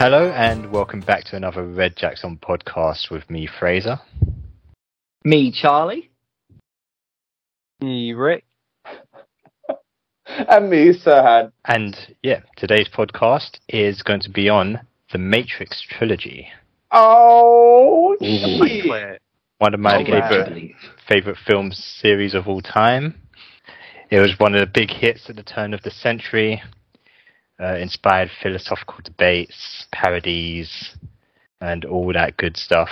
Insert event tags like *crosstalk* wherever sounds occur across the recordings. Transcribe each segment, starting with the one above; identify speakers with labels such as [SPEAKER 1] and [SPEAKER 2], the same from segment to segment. [SPEAKER 1] Hello, and welcome back to another Red Jackson podcast with me, Fraser.
[SPEAKER 2] Me, Charlie.
[SPEAKER 3] Me, Rick.
[SPEAKER 4] and me, Sirhan.
[SPEAKER 1] And yeah, today's podcast is going to be on the Matrix trilogy.
[SPEAKER 4] Oh, shit.
[SPEAKER 1] One of my
[SPEAKER 2] I'll get you to
[SPEAKER 1] favorite
[SPEAKER 2] believe.
[SPEAKER 1] favorite film series of all time. It was one of the big hits at the turn of the century. Uh, inspired philosophical debates, parodies, and all that good stuff.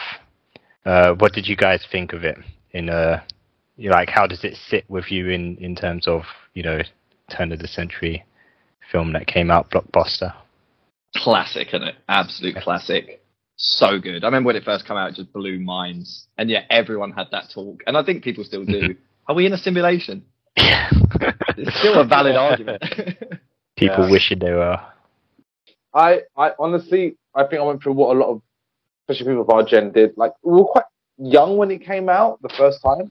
[SPEAKER 1] Uh, what did you guys think of it? In uh, you know, like, how does it sit with you in in terms of you know turn of the century film that came out blockbuster?
[SPEAKER 5] classic, isn't it? Absolute classic. So good. I remember when it first came out, it just blew minds. And yeah, everyone had that talk. And I think people still
[SPEAKER 4] *laughs*
[SPEAKER 5] do. Are we in a simulation? It's still a
[SPEAKER 4] *laughs*
[SPEAKER 5] valid argument.
[SPEAKER 1] People
[SPEAKER 3] Yeah.
[SPEAKER 1] wishing they were.
[SPEAKER 4] I, I honestly, I think I went through what a lot of, especially people of our gen did. Like, we were quite young when it came out the first time.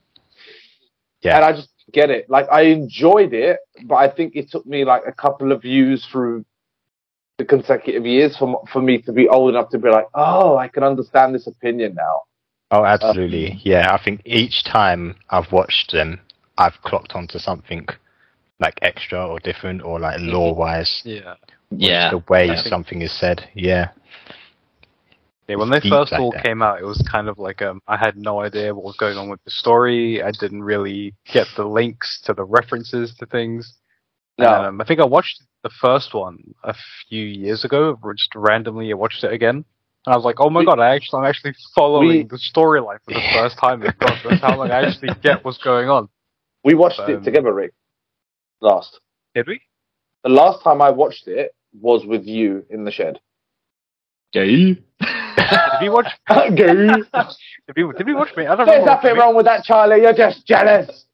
[SPEAKER 1] Yeah.
[SPEAKER 4] And I just get it. Like, I enjoyed it, but I think it took me like a couple of views through the consecutive years for, m- for me to be old enough to be like, oh, I can understand this opinion now.
[SPEAKER 1] Oh, absolutely. yeah, I think each time I've watched them, I've clocked onto something like extra or different or like law wise.
[SPEAKER 3] Yeah.
[SPEAKER 5] yeah.
[SPEAKER 1] The way
[SPEAKER 5] Yeah.
[SPEAKER 1] something is said. Yeah.
[SPEAKER 3] Yeah, when they
[SPEAKER 1] It's deep
[SPEAKER 3] first
[SPEAKER 1] like
[SPEAKER 3] all
[SPEAKER 1] that.
[SPEAKER 3] came out, it was kind of like um, I had no idea what was going on with the story. I didn't really get the links to the references to things.
[SPEAKER 4] No.
[SPEAKER 3] Um, I think I watched the first one a few years ago. or Just randomly, I watched it again, and I was like, "Oh my
[SPEAKER 4] We-
[SPEAKER 3] god! I actually, I'm actually following
[SPEAKER 4] we-
[SPEAKER 3] the storyline for the first time. in God, that's how like, I actually get what's going on."
[SPEAKER 4] We watched
[SPEAKER 3] Um,
[SPEAKER 4] it together, Rick. Last.
[SPEAKER 3] Did we?
[SPEAKER 4] The last time I watched it was with you in the shed.
[SPEAKER 5] *laughs* Gay.
[SPEAKER 3] Did we watch? *laughs*
[SPEAKER 4] Goo.
[SPEAKER 3] Did we, did we watch me? I don't
[SPEAKER 4] There's
[SPEAKER 3] remember.
[SPEAKER 4] nothing
[SPEAKER 3] watching
[SPEAKER 4] wrong with that, Charlie. You're just jealous.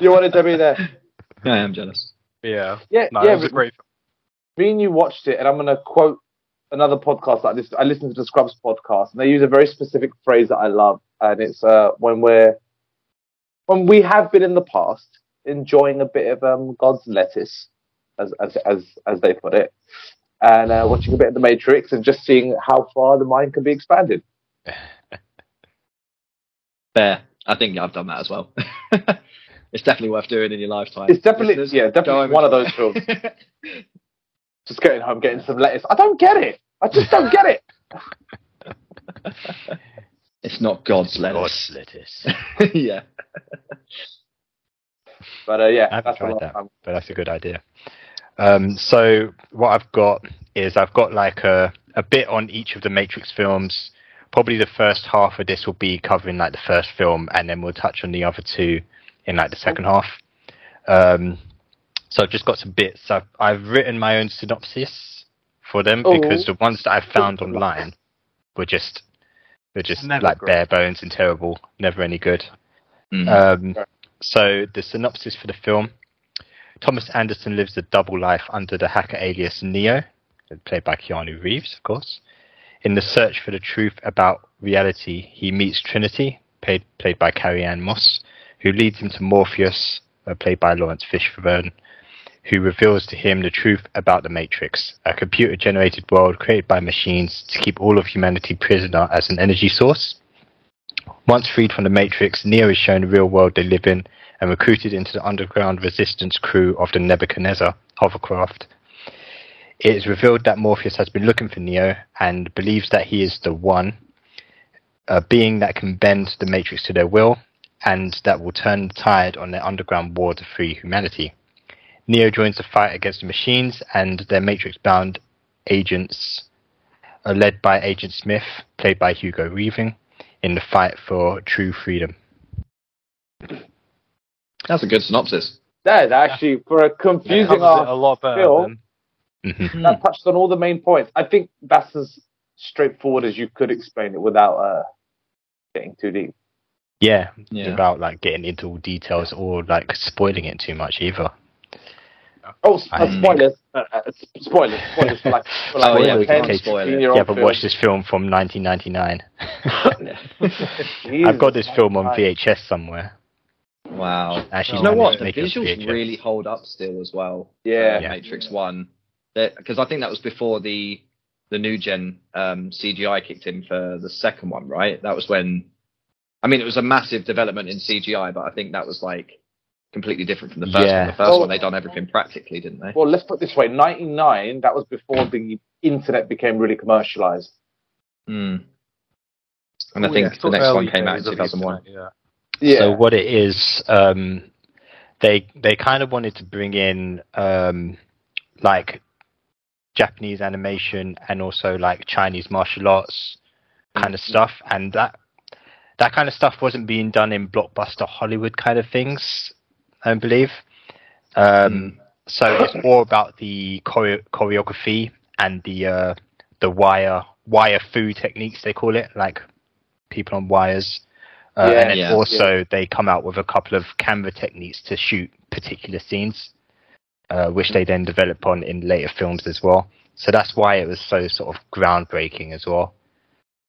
[SPEAKER 4] You wanted to be there.
[SPEAKER 5] I am jealous.
[SPEAKER 3] Me. Yeah.
[SPEAKER 4] Yeah,
[SPEAKER 3] No,
[SPEAKER 4] yeah.
[SPEAKER 3] it was a great film.
[SPEAKER 4] Me and you watched it, and I'm going to quote another podcast that I listen, I listen to the Scrubs podcast, and they use a very specific phrase that I love, and it's uh, when we're when we have been in the past enjoying a bit of um, God's lettuce, as as as as they put it, and uh, watching a bit of The Matrix and just seeing how far the mind can be expanded.
[SPEAKER 5] Fair. I think I've done that as well. *laughs* it's definitely worth doing in your lifetime.
[SPEAKER 4] It's definitely
[SPEAKER 5] Listeners,
[SPEAKER 4] yeah,
[SPEAKER 5] go
[SPEAKER 4] definitely
[SPEAKER 5] over
[SPEAKER 4] one of
[SPEAKER 5] to-
[SPEAKER 4] those films. Just getting home, getting some lettuce. I don't get it. I just don't get it.
[SPEAKER 5] *laughs* it's not God's
[SPEAKER 1] God's
[SPEAKER 5] lettuce.
[SPEAKER 1] lettuce.
[SPEAKER 5] *laughs* yeah.
[SPEAKER 4] But uh, yeah,
[SPEAKER 1] I haven't
[SPEAKER 4] that's the
[SPEAKER 1] tried
[SPEAKER 4] last
[SPEAKER 1] that.
[SPEAKER 4] time.
[SPEAKER 1] but that's a good idea. Um, so what I've got is I've got like a a bit on each of the Matrix films. Probably the first half of this will be covering like the first film, and then we'll touch on the other two in like the second half. Um, so I've just got some bits. I've I've written my own synopsis for them
[SPEAKER 4] Oh.
[SPEAKER 1] because the ones that I found online were just were just
[SPEAKER 3] Never
[SPEAKER 1] like
[SPEAKER 3] great.
[SPEAKER 1] bare bones and terrible, never any good.
[SPEAKER 5] Mm.
[SPEAKER 1] Um,
[SPEAKER 4] Right.
[SPEAKER 1] so the synopsis for the film: Thomas Anderson lives a double life under the hacker alias Neo, played by Keanu Reeves, of course. In the search for the truth about reality, he meets Trinity, played played by Carrie Ann Moss, who leads him to Morpheus, uh, played by Lawrence Fishburne, who reveals to him the truth about the Matrix, a computer-generated world created by machines to keep all of humanity prisoner as an energy source. Once freed from the Matrix, Neo is shown the real world they live in and recruited into the underground resistance crew of the Nebuchadnezzar hovercraft. It is revealed that Morpheus has been looking for Neo and believes that he is the one, a being that can bend the Matrix to their will and that will turn the tide on their underground war to free humanity. Neo joins the fight against the machines and their Matrix bound agents, are led by Agent Smith, played by Hugo Weaving in the fight for true freedom.
[SPEAKER 5] That's a good synopsis.
[SPEAKER 4] That is actually for a
[SPEAKER 3] It
[SPEAKER 4] confusing
[SPEAKER 3] covers it a
[SPEAKER 4] arc
[SPEAKER 3] lot better.
[SPEAKER 4] film.
[SPEAKER 3] than-
[SPEAKER 1] Mhm.
[SPEAKER 4] that touched on all the main points. I think that's as straightforward as you could explain it without uh, getting too deep.
[SPEAKER 1] Yeah,
[SPEAKER 5] Yeah.
[SPEAKER 1] without like getting into all details or like spoiling it too much either.
[SPEAKER 4] Oh, s- uh,
[SPEAKER 1] I- *laughs*
[SPEAKER 4] spoilers! Uh, uh, s- spoilers! Spoilers for like, for like
[SPEAKER 5] Oh, yeah, we
[SPEAKER 1] can't
[SPEAKER 4] 10,
[SPEAKER 5] spoil it.
[SPEAKER 4] 15-year-old
[SPEAKER 1] yeah, but
[SPEAKER 4] film.
[SPEAKER 1] watch this film from 1999.
[SPEAKER 4] Jesus
[SPEAKER 1] I've got this film on
[SPEAKER 4] Christ.
[SPEAKER 1] VHS somewhere.
[SPEAKER 5] Wow.
[SPEAKER 1] Actually,
[SPEAKER 5] you know
[SPEAKER 1] managed
[SPEAKER 5] what?
[SPEAKER 1] Oh, to
[SPEAKER 5] The
[SPEAKER 1] make it on
[SPEAKER 5] visuals
[SPEAKER 1] VHS.
[SPEAKER 5] really hold up still as well.
[SPEAKER 4] Yeah.
[SPEAKER 5] uh, Matrix One, because I think that was before the the new gen um, CGI kicked in for the second one, right? That was when, I mean, it was a massive development in CGI, but I think that was like completely different from the first
[SPEAKER 1] Yeah.
[SPEAKER 5] one. The first
[SPEAKER 4] Oh.
[SPEAKER 5] one they done everything practically, didn't they?
[SPEAKER 4] Well, let's put it this way: '99. That was before the internet became really commercialized.
[SPEAKER 5] Mm. And I
[SPEAKER 3] Oh,
[SPEAKER 5] think
[SPEAKER 3] yeah,
[SPEAKER 5] the
[SPEAKER 3] still
[SPEAKER 5] next one
[SPEAKER 3] early
[SPEAKER 5] came out in
[SPEAKER 3] days of
[SPEAKER 5] 2001.
[SPEAKER 3] internet, Yeah.
[SPEAKER 4] Yeah.
[SPEAKER 1] So what it is, um, they they kind of wanted to bring in um, like Japanese animation and also like Chinese martial arts kind of stuff, and that that kind of stuff wasn't being done in blockbuster Hollywood kind of things, I believe. Um, So it's more about the choreo- choreography and the uh, the wire wire foo techniques they call it, like people on wires. Uh,
[SPEAKER 4] Yeah,
[SPEAKER 1] and then
[SPEAKER 5] yeah.
[SPEAKER 1] also they come out with a couple of camera techniques to shoot particular scenes, uh, which they then develop on in later films as well. So that's why it was so sort of groundbreaking as well.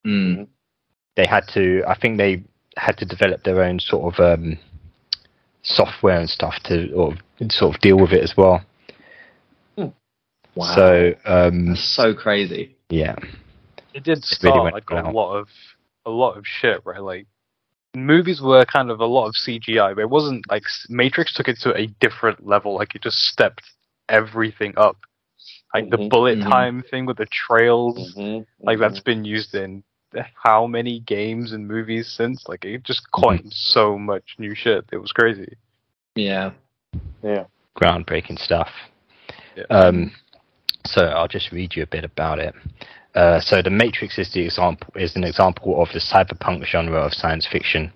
[SPEAKER 5] Mm.
[SPEAKER 1] They had to, I think they had to develop their own sort of um, software and stuff to or, sort of deal with it as well.
[SPEAKER 5] Wow.
[SPEAKER 1] So um,
[SPEAKER 5] so crazy.
[SPEAKER 1] yeah,
[SPEAKER 3] it did
[SPEAKER 1] It really
[SPEAKER 3] start
[SPEAKER 1] went
[SPEAKER 3] like a
[SPEAKER 1] out.
[SPEAKER 3] lot of a lot of shit, right? Like movies were kind of a lot of CGI, but it wasn't like s- Matrix took it to a different level. Like it just stepped everything up. Like the
[SPEAKER 4] Mhm.
[SPEAKER 3] bullet
[SPEAKER 5] Mhm.
[SPEAKER 3] time thing with the trails,
[SPEAKER 4] Mhm,
[SPEAKER 3] like
[SPEAKER 4] mhm.
[SPEAKER 3] that's been used in how many games and movies since? Like it just coined so much new shit. It was crazy.
[SPEAKER 5] Yeah.
[SPEAKER 1] groundbreaking stuff.
[SPEAKER 3] Yeah.
[SPEAKER 1] Um, so I'll just read you a bit about it. Uh, so the Matrix is the example is an example of the cyberpunk genre of science fiction.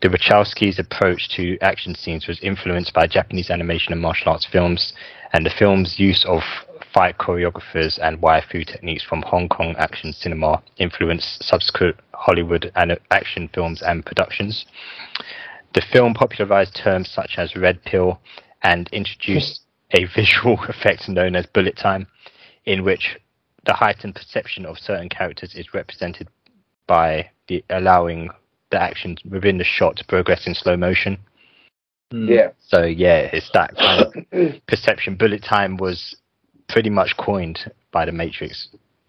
[SPEAKER 1] The Wachowskis' approach to action scenes was influenced by Japanese animation and martial arts films, and the film's use of fight choreographers and waifu techniques from Hong Kong action cinema influenced subsequent Hollywood and action films and productions. The film popularized terms such as red pill and introduced a visual *laughs* effect known as bullet time, in which the heightened perception of certain characters is represented by the allowing the action within the shot to progress in slow motion.
[SPEAKER 5] Mm.
[SPEAKER 4] Mm-hmm. Yeah.
[SPEAKER 1] So yeah, it's that kind
[SPEAKER 5] *coughs*
[SPEAKER 1] of perception. Bullet time was pretty much coined by the Matrix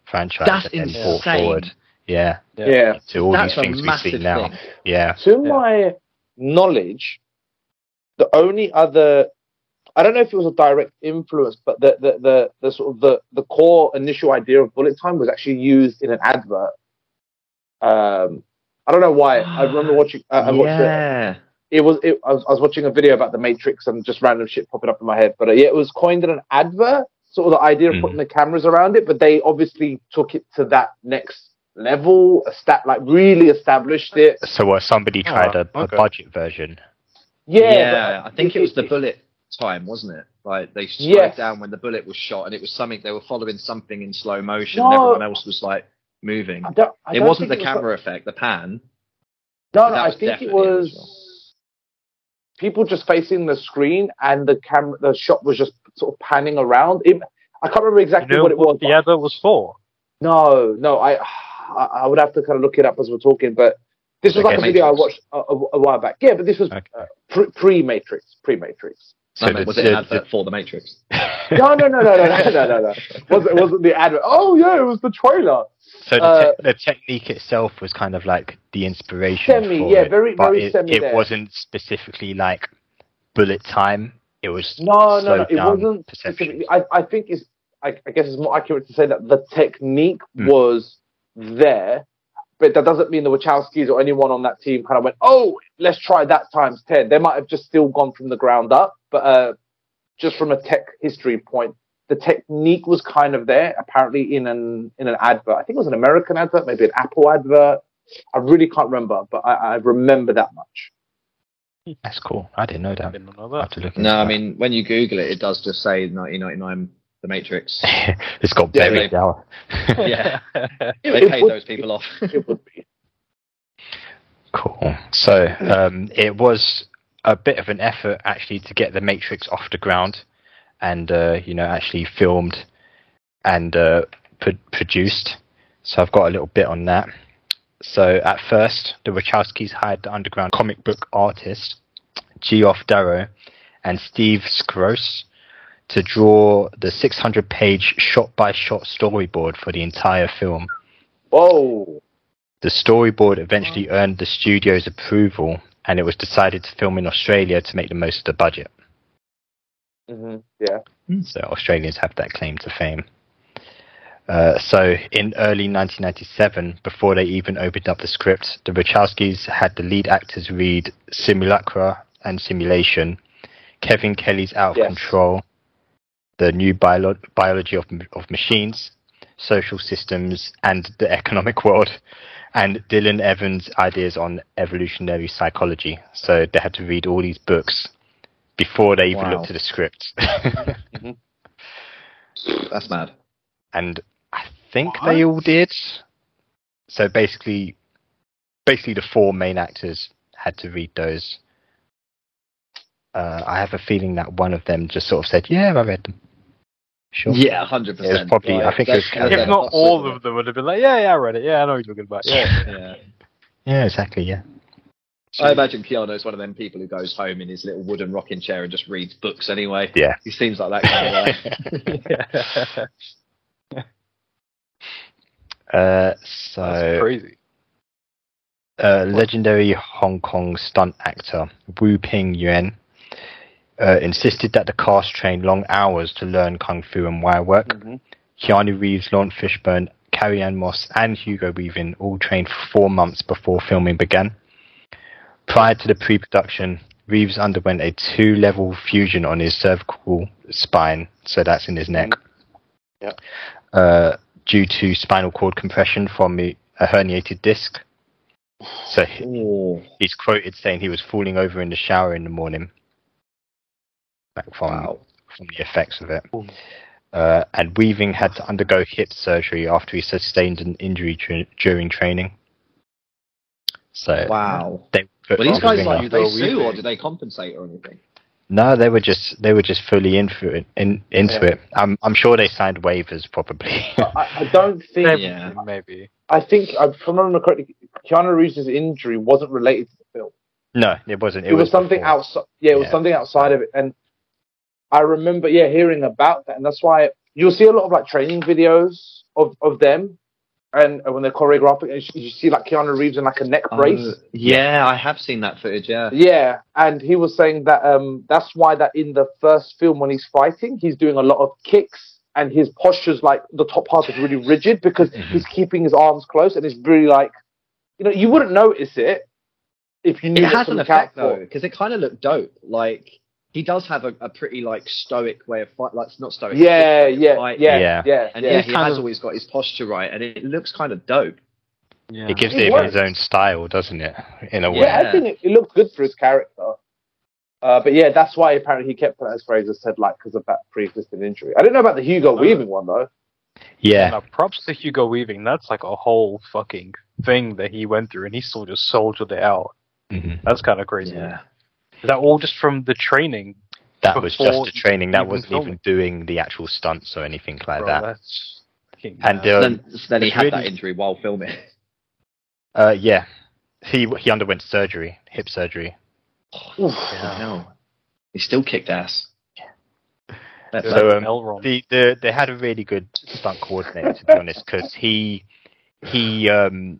[SPEAKER 1] franchise
[SPEAKER 5] That's
[SPEAKER 1] and then brought
[SPEAKER 5] insane.
[SPEAKER 1] forward. Yeah,
[SPEAKER 4] Yeah.
[SPEAKER 1] to all
[SPEAKER 5] That's
[SPEAKER 1] these
[SPEAKER 5] a
[SPEAKER 1] things we see
[SPEAKER 5] massive
[SPEAKER 1] now.
[SPEAKER 5] thing.
[SPEAKER 1] Yeah,
[SPEAKER 4] To my knowledge, the only other I don't know if it was a direct influence, but the, the, the, the sort of the, the core initial idea of bullet time was actually used in an advert. Um, I don't know why. I remember watching. Uh, I watched it
[SPEAKER 5] yeah.
[SPEAKER 4] it was it, I was I was watching a video about the Matrix and just random shit popping up in my head. But uh, yeah, it was coined in an advert, sort of the idea of
[SPEAKER 1] Mm.
[SPEAKER 4] putting the cameras around it. But they obviously took it to that next level, a stat like really established it.
[SPEAKER 1] so what? Somebody tried a,
[SPEAKER 3] okay.
[SPEAKER 1] a budget version.
[SPEAKER 4] Yeah,
[SPEAKER 5] I think it was the bullet time, wasn't it? Like they slowed
[SPEAKER 4] Yes.
[SPEAKER 5] down when the bullet was shot, and it was something they were following something in slow motion.
[SPEAKER 4] No.
[SPEAKER 5] And everyone else was like moving.
[SPEAKER 4] I don't, I
[SPEAKER 5] It
[SPEAKER 4] don't
[SPEAKER 5] wasn't the
[SPEAKER 4] think was-
[SPEAKER 5] camera effect, the pan.
[SPEAKER 4] No,
[SPEAKER 5] But
[SPEAKER 4] no,
[SPEAKER 5] that
[SPEAKER 4] I
[SPEAKER 5] was
[SPEAKER 4] think it
[SPEAKER 5] definitely
[SPEAKER 4] was people just facing the screen and the camera. The shot was just sort of panning around. It, I can't remember
[SPEAKER 3] You
[SPEAKER 4] exactly
[SPEAKER 3] know
[SPEAKER 4] what it was.
[SPEAKER 3] what
[SPEAKER 4] but
[SPEAKER 3] the advert was for?
[SPEAKER 4] No, no, I, I I would have to kind of look it up as we're talking, but this was
[SPEAKER 1] Okay,
[SPEAKER 4] like a video I
[SPEAKER 5] Matrix.
[SPEAKER 4] watched a, a, a while back. Yeah, but this was
[SPEAKER 1] Okay.
[SPEAKER 4] uh, pre Matrix, pre Matrix.
[SPEAKER 1] So
[SPEAKER 5] I meant,
[SPEAKER 1] the-
[SPEAKER 5] was it
[SPEAKER 1] the-
[SPEAKER 5] an advert for
[SPEAKER 1] *laughs*
[SPEAKER 5] the Matrix?
[SPEAKER 1] the-
[SPEAKER 4] No, no, no, no, no, no, no, no, no. Was it wasn't the advert? Oh yeah, it was the trailer.
[SPEAKER 1] So the,
[SPEAKER 4] Uh,
[SPEAKER 1] te- the technique itself was kind of like the inspiration.
[SPEAKER 4] Semi,
[SPEAKER 1] for
[SPEAKER 4] yeah,
[SPEAKER 1] it,
[SPEAKER 4] very-
[SPEAKER 1] but
[SPEAKER 4] very
[SPEAKER 1] it,
[SPEAKER 4] semi
[SPEAKER 1] It
[SPEAKER 4] there.
[SPEAKER 1] wasn't specifically like bullet time. It was
[SPEAKER 4] No, no, no,
[SPEAKER 1] slowed
[SPEAKER 4] it
[SPEAKER 1] down
[SPEAKER 4] wasn't
[SPEAKER 1] perception.
[SPEAKER 4] specifically. I I think it's I, I guess it's more accurate to say that the technique
[SPEAKER 1] Hmm.
[SPEAKER 4] was there. But that doesn't mean the Wachowskis or anyone on that team kind of went, oh, let's try that times 10. They might have just still gone from the ground up. But uh, just from a tech history point, the technique was kind of there, apparently in an in an advert. I think it was an American advert, maybe an Apple advert. I really can't remember, but I, I remember that much.
[SPEAKER 1] That's cool. I didn't know
[SPEAKER 3] I
[SPEAKER 1] that.
[SPEAKER 3] didn't know
[SPEAKER 1] I
[SPEAKER 3] that.
[SPEAKER 1] have to look. into
[SPEAKER 5] No, I
[SPEAKER 1] that.
[SPEAKER 5] mean when you Google it, it does just say 1999 The
[SPEAKER 1] *laughs*
[SPEAKER 5] Matrix.
[SPEAKER 1] *laughs* it's got
[SPEAKER 4] Yeah,
[SPEAKER 1] buried now. *laughs*
[SPEAKER 5] *laughs* yeah,
[SPEAKER 4] It-
[SPEAKER 5] they
[SPEAKER 4] it
[SPEAKER 5] paid
[SPEAKER 4] would
[SPEAKER 5] those
[SPEAKER 4] be-
[SPEAKER 5] people
[SPEAKER 4] *laughs*
[SPEAKER 5] off.
[SPEAKER 4] It would be.
[SPEAKER 1] Cool. So um, it was a bit of an effort actually to get the Matrix off the ground, and uh, you know actually filmed and uh, pro- produced. So I've got a little bit on that. So at first, the Wachowskis hired the underground comic book artist Geoff Darrow and Steve Scroce to draw the 600 page shot by shot storyboard for the entire film.
[SPEAKER 4] Whoa.
[SPEAKER 1] The storyboard eventually earned the studio's approval, and it was decided to film in Australia to make the most of the budget.
[SPEAKER 4] hmm Yeah.
[SPEAKER 1] So Australians have that claim to fame. Uh, so in early 1997, before they even opened up the script, the Wachowskis had the lead actors read Simulacra and Simulation, Kevin Kelly's Out of
[SPEAKER 4] Yes.
[SPEAKER 1] Control, the new biolo- biology of, M- of machines, social systems, and the economic world, and Dylan Evans' ideas on evolutionary psychology. So they had to read all these books before they even
[SPEAKER 5] Wow.
[SPEAKER 1] looked at the script. *laughs*
[SPEAKER 5] That's mad.
[SPEAKER 1] and I think they all did. So basically, basically the four main actors had to read those. Uh, I have a feeling that one of them just sort of said, "Yeah, I read them." Sure.
[SPEAKER 5] Yeah, hundred
[SPEAKER 1] It was
[SPEAKER 5] percent.
[SPEAKER 1] probably- I think it was Karen.
[SPEAKER 3] If not all of them would have been like, yeah, yeah, I read it. Yeah, I know what you're talking about. Yeah. *laughs*
[SPEAKER 5] Yeah.
[SPEAKER 1] Yeah, exactly. Yeah.
[SPEAKER 5] I imagine Keanu is one of them people who goes home in his little wooden rocking chair and just reads books anyway.
[SPEAKER 1] Yeah.
[SPEAKER 5] He seems like that kind of guy.
[SPEAKER 1] *laughs*
[SPEAKER 3] That's
[SPEAKER 1] uh, so,
[SPEAKER 3] crazy.
[SPEAKER 1] uh, legendary Hong Kong stunt actor Wu Ping Yuan uh, insisted that the cast train long hours to learn kung fu and wire work.
[SPEAKER 4] hmm
[SPEAKER 1] Keanu Reeves, Lawrence Fishburne, Carrie Ann Moss, and Hugo Weaving all trained for four months before filming began. Prior to the pre production, Reeves underwent a two level fusion on his cervical spine, so that's in his neck,
[SPEAKER 4] Yep.
[SPEAKER 1] uh, due to spinal cord compression from a a herniated disc. So he-
[SPEAKER 5] Oh,
[SPEAKER 1] he's quoted saying he was falling over in the shower in the morning. Like from
[SPEAKER 5] wow.
[SPEAKER 1] from the effects of it.
[SPEAKER 3] Ooh.
[SPEAKER 1] Uh, and Weaving had to undergo hip surgery after he sustained an injury dur- during training. So
[SPEAKER 5] Wow.
[SPEAKER 1] they put
[SPEAKER 5] But these guys
[SPEAKER 1] Weaving
[SPEAKER 5] like
[SPEAKER 1] off.
[SPEAKER 5] do they
[SPEAKER 3] Well, we
[SPEAKER 5] sue or
[SPEAKER 3] think-
[SPEAKER 5] do they compensate or anything?
[SPEAKER 1] no, they were just they were just fully into it. In, into
[SPEAKER 4] Yeah.
[SPEAKER 1] it. I'm I'm sure they signed waivers probably. *laughs*
[SPEAKER 4] I, I don't think.
[SPEAKER 3] Maybe.
[SPEAKER 5] Yeah.
[SPEAKER 3] Maybe.
[SPEAKER 4] I think, uh, if I remember correctly, Keanu Reeves' injury wasn't related to the film.
[SPEAKER 1] no, it wasn't.
[SPEAKER 4] It, was, something
[SPEAKER 1] before.
[SPEAKER 4] outside. Yeah, it was
[SPEAKER 1] Yeah.
[SPEAKER 4] something outside of it. And I remember, yeah, hearing about that, and that's why you'll see a lot of like training videos of of them, and and when they're choreographing, and you see like Keanu Reeves in like a neck brace.
[SPEAKER 5] Oh, yeah, I have seen that footage. Yeah.
[SPEAKER 4] Yeah, and he was saying that um, that's why that in the first film when he's fighting, he's doing a lot of kicks and his posture's like the top half is really rigid because he's keeping his arms close and it's really like, you know, you wouldn't notice it if you knew
[SPEAKER 5] It has
[SPEAKER 4] that
[SPEAKER 5] an
[SPEAKER 4] something
[SPEAKER 5] effect
[SPEAKER 4] out
[SPEAKER 5] though, because it kind of looked dope. Like he does have a, a pretty like stoic way of fight. Like it's not
[SPEAKER 4] for-
[SPEAKER 5] stoic.
[SPEAKER 4] Yeah,
[SPEAKER 5] it's like
[SPEAKER 4] yeah, yeah,
[SPEAKER 5] fight.
[SPEAKER 4] yeah,
[SPEAKER 1] Yeah.
[SPEAKER 4] yeah, yeah.
[SPEAKER 5] And yeah, he has always got his posture right, and it looks kind of dope.
[SPEAKER 3] Yeah.
[SPEAKER 1] It gives
[SPEAKER 4] It
[SPEAKER 1] him
[SPEAKER 4] works.
[SPEAKER 1] his own style, doesn't it? In a way.
[SPEAKER 4] Yeah,
[SPEAKER 5] Yeah.
[SPEAKER 4] I think it, it looked good for his character. Uh, but yeah, that's why apparently he kept it, as Fraser said, like because of that pre-existing injury. I don't know about the Hugo Weaving one though.
[SPEAKER 1] Yeah.
[SPEAKER 3] Now, props to Hugo Weaving. That's like a whole fucking thing that he went through, and he still just soldiered it out.
[SPEAKER 1] Mhm.
[SPEAKER 3] That's kind of crazy. Is that all just from the training?
[SPEAKER 1] That was just
[SPEAKER 3] Before
[SPEAKER 1] the training. That
[SPEAKER 3] even
[SPEAKER 1] wasn't
[SPEAKER 3] filming.
[SPEAKER 1] even doing the actual stunts or anything like
[SPEAKER 3] Bro,
[SPEAKER 1] that.
[SPEAKER 3] That's fucking
[SPEAKER 1] And
[SPEAKER 3] mad.
[SPEAKER 1] um,
[SPEAKER 5] then, so then he
[SPEAKER 1] it's
[SPEAKER 5] had that
[SPEAKER 1] really-
[SPEAKER 5] injury while filming.
[SPEAKER 1] Uh, yeah, he he underwent surgery, hip surgery.
[SPEAKER 5] Fucking hell. He still kicked ass. That's
[SPEAKER 1] So, um,
[SPEAKER 3] Elrond.
[SPEAKER 1] The, the they had a really good stunt coordinator to be honest, because he he um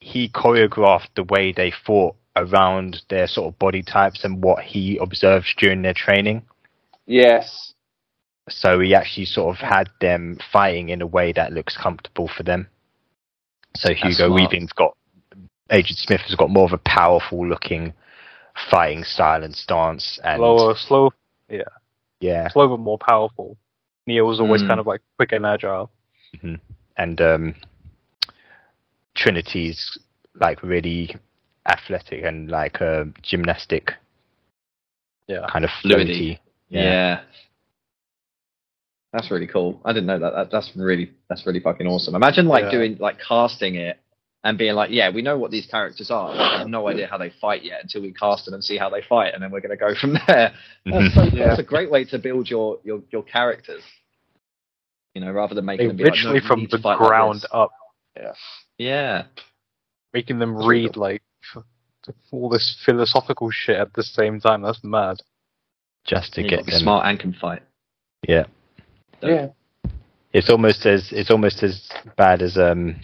[SPEAKER 1] he choreographed the way they fought around their sort of body types and what he observed during their training.
[SPEAKER 4] Yes.
[SPEAKER 1] So he actually sort of had them fighting in a way that looks comfortable for them. So Hugo
[SPEAKER 5] smart.
[SPEAKER 1] Weaving's got Agent Smith has got more of a powerful looking fighting style and stance and
[SPEAKER 3] slower, slow,
[SPEAKER 1] yeah.
[SPEAKER 3] slow but more powerful. Neo was always
[SPEAKER 5] Mm.
[SPEAKER 3] kind of like quick and agile.
[SPEAKER 1] and um, Trinity's like really athletic and like uh, gymnastic
[SPEAKER 3] Yeah.
[SPEAKER 1] kind of fluidy.
[SPEAKER 5] Fluidy. yeah. That's really cool. I didn't know that. that. That's really that's really fucking awesome. Imagine like
[SPEAKER 3] Yeah.
[SPEAKER 5] doing like casting it and being like, yeah, we know what these characters are. but I have no idea how they fight yet until we cast them and see how they fight, and then we're gonna go from *laughs* there.
[SPEAKER 1] Mhm.
[SPEAKER 5] That's,
[SPEAKER 3] *laughs*
[SPEAKER 5] so,
[SPEAKER 4] Yeah.
[SPEAKER 5] that's a great way to build your your your characters. You know, rather than making
[SPEAKER 3] They
[SPEAKER 5] them be like, no,
[SPEAKER 3] literally
[SPEAKER 5] you
[SPEAKER 3] from
[SPEAKER 5] need to
[SPEAKER 3] the
[SPEAKER 5] fight like
[SPEAKER 3] ground
[SPEAKER 5] this.
[SPEAKER 3] up,
[SPEAKER 5] yeah.
[SPEAKER 3] making them
[SPEAKER 5] That's really
[SPEAKER 1] *laughs*
[SPEAKER 3] read like f- all this philosophical shit at the same time. That's mad.
[SPEAKER 1] *laughs* just to
[SPEAKER 5] You've
[SPEAKER 1] get
[SPEAKER 5] got to be
[SPEAKER 1] them.
[SPEAKER 5] smart and can fight.
[SPEAKER 1] Yeah,
[SPEAKER 4] Yeah.
[SPEAKER 1] it's almost as it's almost as bad as um,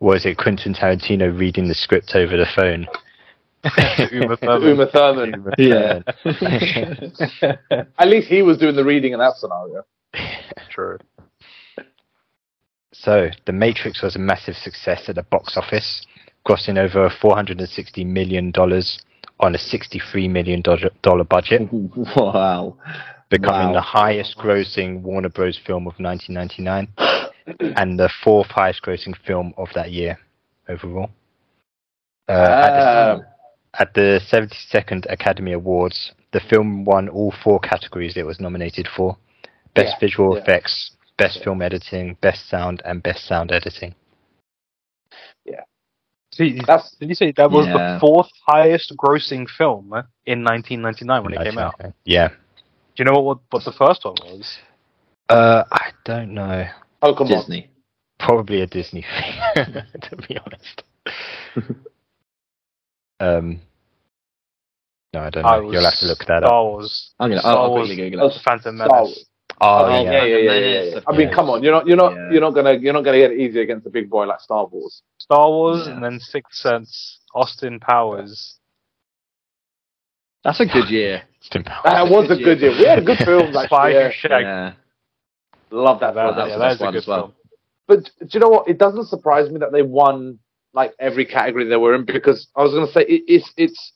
[SPEAKER 1] was it Quentin Tarantino reading the script over the phone?
[SPEAKER 3] Uma Thurman.
[SPEAKER 4] Uma Thurman.
[SPEAKER 1] Yeah.
[SPEAKER 4] At least he was doing the reading in that scenario.
[SPEAKER 3] True.
[SPEAKER 1] *laughs* So, The Matrix was a massive success at the box office, grossing over $460 million on a $63 million dollar budget,
[SPEAKER 5] *laughs*
[SPEAKER 3] *laughs*
[SPEAKER 5] wow.
[SPEAKER 1] becoming
[SPEAKER 5] Wow.
[SPEAKER 1] the highest grossing Warner Bros. film of 1999 and the fourth highest grossing film of that year overall. Uh, at the
[SPEAKER 4] Um,
[SPEAKER 1] at the 72nd Academy Awards, the film won all four categories it was nominated for Best
[SPEAKER 4] Yeah,
[SPEAKER 1] Visual
[SPEAKER 4] yeah.
[SPEAKER 1] Effects, Best
[SPEAKER 4] Yeah.
[SPEAKER 1] Film Editing, Best Sound, and Best Sound Editing.
[SPEAKER 3] See,
[SPEAKER 4] that's
[SPEAKER 3] did you say that was
[SPEAKER 5] Yeah.
[SPEAKER 3] the fourth highest grossing film in 1999 when it came out?
[SPEAKER 1] Yeah.
[SPEAKER 3] Do you know what, what the first one was?
[SPEAKER 1] Uh, I don't know.
[SPEAKER 4] Pokemon.
[SPEAKER 5] Disney.
[SPEAKER 1] Probably a Disney *laughs* thing, to be honest. um, no, I don't know.
[SPEAKER 3] I was
[SPEAKER 1] You'll have to look that
[SPEAKER 3] Star
[SPEAKER 1] up.
[SPEAKER 3] Wars.
[SPEAKER 5] I'm gonna.
[SPEAKER 3] Star
[SPEAKER 5] I'll, I'll
[SPEAKER 3] Wars.
[SPEAKER 5] quickly Google
[SPEAKER 4] Oh,
[SPEAKER 5] it.
[SPEAKER 3] Phantom
[SPEAKER 4] Star
[SPEAKER 3] Menace.
[SPEAKER 1] Oh,
[SPEAKER 5] yeah.
[SPEAKER 1] yeah.
[SPEAKER 4] yeah, yeah, yeah, yeah,
[SPEAKER 5] Menace,
[SPEAKER 4] yeah.
[SPEAKER 5] of
[SPEAKER 4] I mean,
[SPEAKER 1] course.
[SPEAKER 4] come on, you're not, you're not,
[SPEAKER 5] Yeah.
[SPEAKER 4] you're not gonna, you're not gonna get it easy against a big boy like Star Wars.
[SPEAKER 3] Star Wars,
[SPEAKER 5] Yeah.
[SPEAKER 3] and then Sixth Sense, Austin Powers.
[SPEAKER 5] That's a good
[SPEAKER 3] *laughs*
[SPEAKER 5] year.
[SPEAKER 4] That
[SPEAKER 5] That's a
[SPEAKER 4] was a
[SPEAKER 5] good
[SPEAKER 4] good
[SPEAKER 5] year.
[SPEAKER 4] year. We had good
[SPEAKER 5] *laughs*
[SPEAKER 4] films last
[SPEAKER 3] Spy
[SPEAKER 4] year.
[SPEAKER 3] Shack.
[SPEAKER 5] Yeah.
[SPEAKER 4] Love that.
[SPEAKER 3] That,
[SPEAKER 4] film.
[SPEAKER 5] that
[SPEAKER 3] yeah,
[SPEAKER 5] was
[SPEAKER 3] that
[SPEAKER 5] the
[SPEAKER 3] is a
[SPEAKER 5] one
[SPEAKER 3] good
[SPEAKER 5] as well.
[SPEAKER 3] film.
[SPEAKER 4] But do you know what? It doesn't surprise me that they won like every category they were in because I was going to say it, it's it's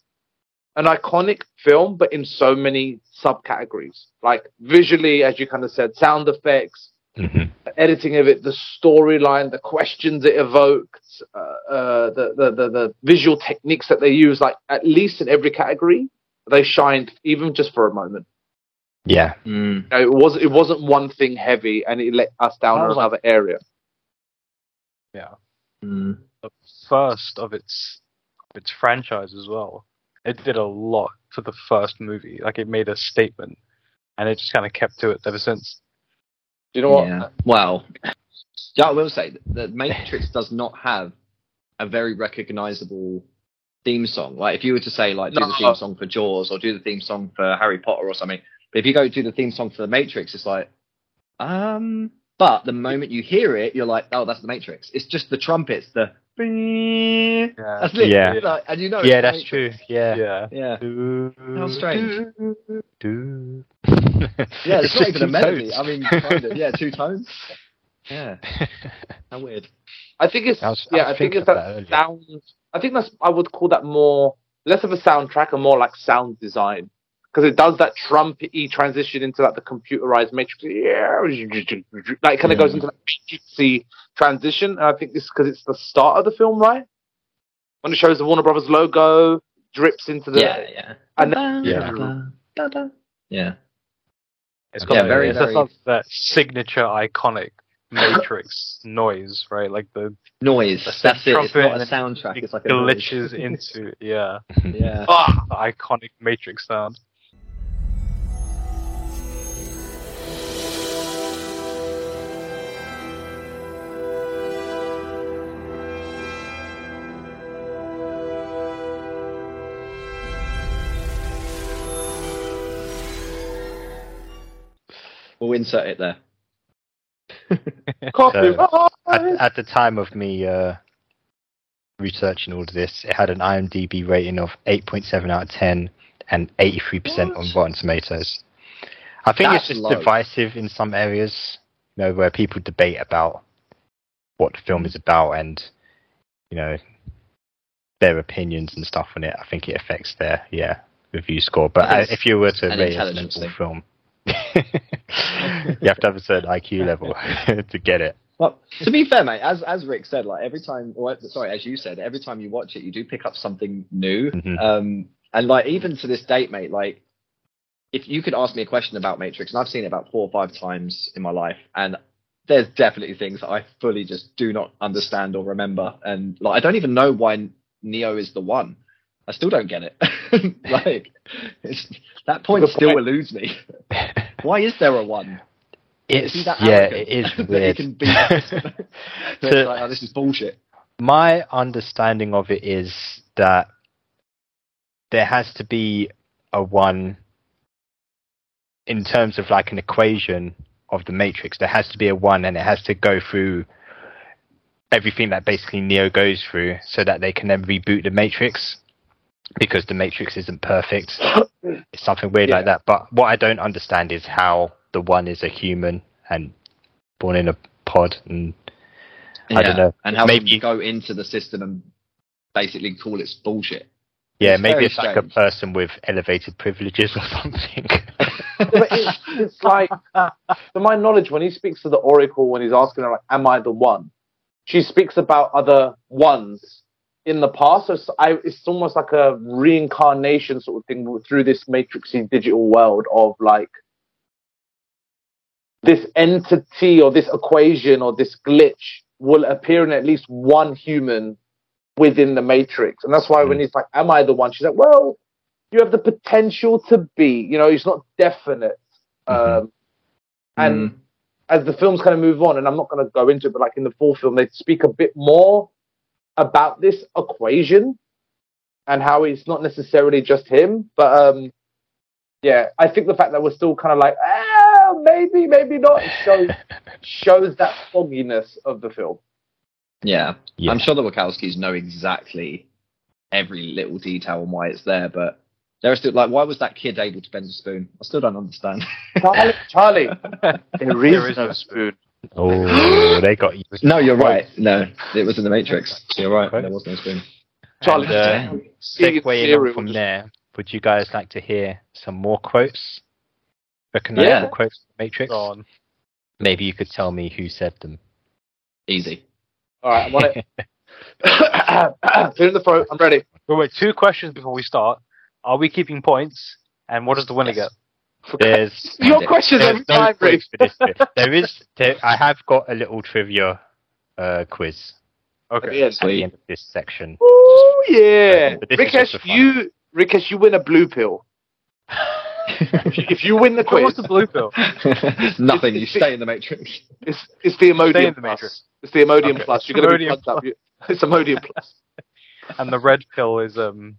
[SPEAKER 4] an iconic film, but in so many subcategories. Like visually, as you kind of said, sound effects,
[SPEAKER 1] Mhm.
[SPEAKER 4] the editing of it, the storyline, the questions it evoked, uh, uh, the, the the the visual techniques that they use. Like at least in every category, they shined even just for a moment.
[SPEAKER 1] Yeah.
[SPEAKER 5] Mm.
[SPEAKER 4] You know, it was it wasn't one thing heavy, and it let us down
[SPEAKER 3] That
[SPEAKER 4] on
[SPEAKER 3] was like-
[SPEAKER 4] another area.
[SPEAKER 5] Mm.
[SPEAKER 3] The first of its of its franchise as well. It did a lot for the first movie. Like it made a statement, and it just kind of kept to it ever since.
[SPEAKER 4] Do you know what?
[SPEAKER 5] Yeah. Well, yeah, I will say that the Matrix does not have a very recognizable theme song. Like if you were to say like do the
[SPEAKER 4] No.
[SPEAKER 5] theme song for Jaws or do the theme song for Harry Potter or something, but if you go do the theme song for the Matrix, it's like um. But the moment you hear it, you're like, oh, that's the Matrix. It's just the trumpets, the
[SPEAKER 3] Yeah.
[SPEAKER 5] that's literally
[SPEAKER 1] Yeah.
[SPEAKER 5] like, and you know, it's
[SPEAKER 1] Yeah,
[SPEAKER 5] the
[SPEAKER 1] that's
[SPEAKER 5] Matrix.
[SPEAKER 1] true. Yeah.
[SPEAKER 3] Yeah.
[SPEAKER 5] Yeah,
[SPEAKER 1] How
[SPEAKER 5] strange.
[SPEAKER 1] Do. *laughs*
[SPEAKER 5] yeah, it's, not
[SPEAKER 1] just
[SPEAKER 5] even
[SPEAKER 1] two
[SPEAKER 5] a melody.
[SPEAKER 1] tones.
[SPEAKER 5] I mean, kind of, yeah, two tones. *laughs* Yeah, how weird.
[SPEAKER 4] I think it's
[SPEAKER 1] I was,
[SPEAKER 4] yeah.
[SPEAKER 1] I
[SPEAKER 4] I,
[SPEAKER 1] was
[SPEAKER 4] think
[SPEAKER 1] thinking
[SPEAKER 4] it's
[SPEAKER 1] of
[SPEAKER 4] that,
[SPEAKER 1] that earlier.
[SPEAKER 4] sound. I think that's I would call that more less of a soundtrack and more like sound design because it does that trumpety transition into like the computerized matrix. Yeah, like kind of goes into that matrixy transition. And I think this because it's the start of the film, right? When it shows the Warner Brothers logo drips into the
[SPEAKER 5] yeah, yeah.
[SPEAKER 4] and
[SPEAKER 1] Yeah.
[SPEAKER 5] yeah. Yeah.
[SPEAKER 3] It's
[SPEAKER 1] Yeah,
[SPEAKER 3] got
[SPEAKER 1] very,
[SPEAKER 3] very, it's
[SPEAKER 5] very-
[SPEAKER 3] got that signature iconic
[SPEAKER 5] *laughs*
[SPEAKER 3] Matrix noise, right? Like the
[SPEAKER 5] Noise.
[SPEAKER 3] That's
[SPEAKER 5] That's it. It's not
[SPEAKER 3] trumpet
[SPEAKER 5] a
[SPEAKER 3] and
[SPEAKER 5] soundtrack.
[SPEAKER 3] it
[SPEAKER 5] It's like a noise. *laughs*
[SPEAKER 3] glitches into yeah,
[SPEAKER 5] Yeah.
[SPEAKER 3] ah, the iconic Matrix sound.
[SPEAKER 5] We'll insert it there.
[SPEAKER 4] copyright. *laughs*
[SPEAKER 1] at, at the time of me uh, researching all of this, it had an IMDb rating of 8.7 out of 10 and 83% on
[SPEAKER 5] What?
[SPEAKER 1] Rotten Tomatoes. I think
[SPEAKER 5] That's
[SPEAKER 1] it's just
[SPEAKER 5] low.
[SPEAKER 1] divisive in some areas, you know, where people debate about what the film is about and, you know, their opinions and stuff on it. I think it affects their, yeah, review score. But
[SPEAKER 5] It's
[SPEAKER 1] uh, if you were to
[SPEAKER 5] an
[SPEAKER 1] rate it as an
[SPEAKER 5] intelligence
[SPEAKER 1] awful
[SPEAKER 5] *laughs*
[SPEAKER 1] film, *laughs* you have to have a certain IQ level *laughs* to get it.
[SPEAKER 5] Well, to be fair, mate, as as Rick said, like every time, or sorry, as you said, every time you watch it, you do pick up something new.
[SPEAKER 1] Mhm.
[SPEAKER 5] Um, and like even to this date, mate, like if you could ask me a question about Matrix, and I've seen it about four or five times in my life, and there's definitely things that I fully just do not understand or remember, and like I don't even know why Neo is the one. I still don't get it. *laughs* like it's, that point
[SPEAKER 4] Good
[SPEAKER 5] still
[SPEAKER 4] point.
[SPEAKER 5] eludes me. why is there a one?
[SPEAKER 1] It's
[SPEAKER 5] Is he that
[SPEAKER 1] yeah, it
[SPEAKER 5] arrogant
[SPEAKER 1] is
[SPEAKER 5] *laughs* that he
[SPEAKER 1] weird.
[SPEAKER 5] can beat
[SPEAKER 1] *laughs*
[SPEAKER 5] us? So it's like, oh, this is bullshit.
[SPEAKER 1] My understanding of it is that there has to be a one in terms of like an equation of the matrix, there has to be a one and it has to go through everything that basically Neo goes through so that they can then reboot the matrix because the matrix isn't perfect. It's something weird like that. But what I don't understand is how the one is a human and born in a pod and I don't know.
[SPEAKER 5] And how
[SPEAKER 1] Maybe-
[SPEAKER 5] maybe go into the system and basically call it bullshit.
[SPEAKER 1] yeah,
[SPEAKER 5] It's
[SPEAKER 1] maybe
[SPEAKER 5] very
[SPEAKER 1] it's like a
[SPEAKER 5] strange.
[SPEAKER 1] person with elevated privileges or *laughs* something.
[SPEAKER 4] but it's, it's like, to my knowledge, when he speaks to the Oracle, when he's asking her, like, "Am I the one?" She speaks about other ones in the past. So it's, I, it's almost like a reincarnation sort of thing through this matrixy digital world of like this entity or this equation or this glitch will appear in at least one human within the matrix. And that's why when he's like, Am I the one? She's like, Well, you have the potential to be. You know, it's not definite. Um, and
[SPEAKER 5] Mm.
[SPEAKER 4] as the films kind of move on, and I'm not going to go into it, but like in the fourth film, they speak a bit more about this equation and how it's not necessarily just him. But um, yeah, I think the fact that we're still kind of like, ah, maybe, maybe not, shows, shows that fogginess of the film.
[SPEAKER 5] yeah.
[SPEAKER 1] Yeah.
[SPEAKER 5] I'm sure the Wachowskis know exactly every little detail on why it's there, but they're still like, why was that kid able to bend a spoon? I still don't understand.
[SPEAKER 4] Charlie, Charlie,
[SPEAKER 3] There is, no spoon.
[SPEAKER 1] oh, *gasps* they got you.
[SPEAKER 5] *laughs* no, you're right. No, it was in the Matrix. You're right. There was no spoon.
[SPEAKER 4] Charlie,
[SPEAKER 1] And, uh,
[SPEAKER 5] Damn.
[SPEAKER 1] segueing on
[SPEAKER 4] cereal
[SPEAKER 1] from
[SPEAKER 4] just-
[SPEAKER 1] there, would you guys like to hear some more quotes? Recognize
[SPEAKER 5] Yeah.
[SPEAKER 1] more quotes from the Matrix?
[SPEAKER 3] Go on.
[SPEAKER 1] Maybe you could tell me who said
[SPEAKER 5] *laughs*
[SPEAKER 1] them.
[SPEAKER 5] Easy.
[SPEAKER 4] all
[SPEAKER 5] Uh,
[SPEAKER 4] right, I
[SPEAKER 1] *laughs*
[SPEAKER 4] *coughs* want it. Clear in the throat. I'm ready.
[SPEAKER 3] Wait, wait, two questions before we start. Are we keeping points? And what does the winner
[SPEAKER 5] Yes. *laughs*
[SPEAKER 1] There's
[SPEAKER 5] Your
[SPEAKER 4] questions
[SPEAKER 1] There's no quiz for this bit. There is. There, I have got a little trivia uh, quiz
[SPEAKER 3] get? Okay.
[SPEAKER 1] at the
[SPEAKER 5] Sweet.
[SPEAKER 1] end of this section.
[SPEAKER 4] Oh yeah,
[SPEAKER 1] Okay, but this is
[SPEAKER 4] Rikesh,
[SPEAKER 1] just for fun.
[SPEAKER 4] you Rikesh, you win a blue pill. If you win the
[SPEAKER 3] So what's
[SPEAKER 4] quiz,
[SPEAKER 3] the blue pill?
[SPEAKER 1] *laughs*
[SPEAKER 5] *laughs* Nothing. You stay in the Matrix. *laughs*
[SPEAKER 4] it's, it's the
[SPEAKER 3] Stay
[SPEAKER 4] Imodium
[SPEAKER 3] in the
[SPEAKER 4] Plus.
[SPEAKER 3] Matrix.
[SPEAKER 4] It's the Imodium
[SPEAKER 3] Okay.
[SPEAKER 4] Plus. You're gonna be
[SPEAKER 3] Imodium
[SPEAKER 4] plugged up. You- *laughs* It's Imodium Plus.
[SPEAKER 3] And the red pill is
[SPEAKER 5] *laughs*
[SPEAKER 3] um.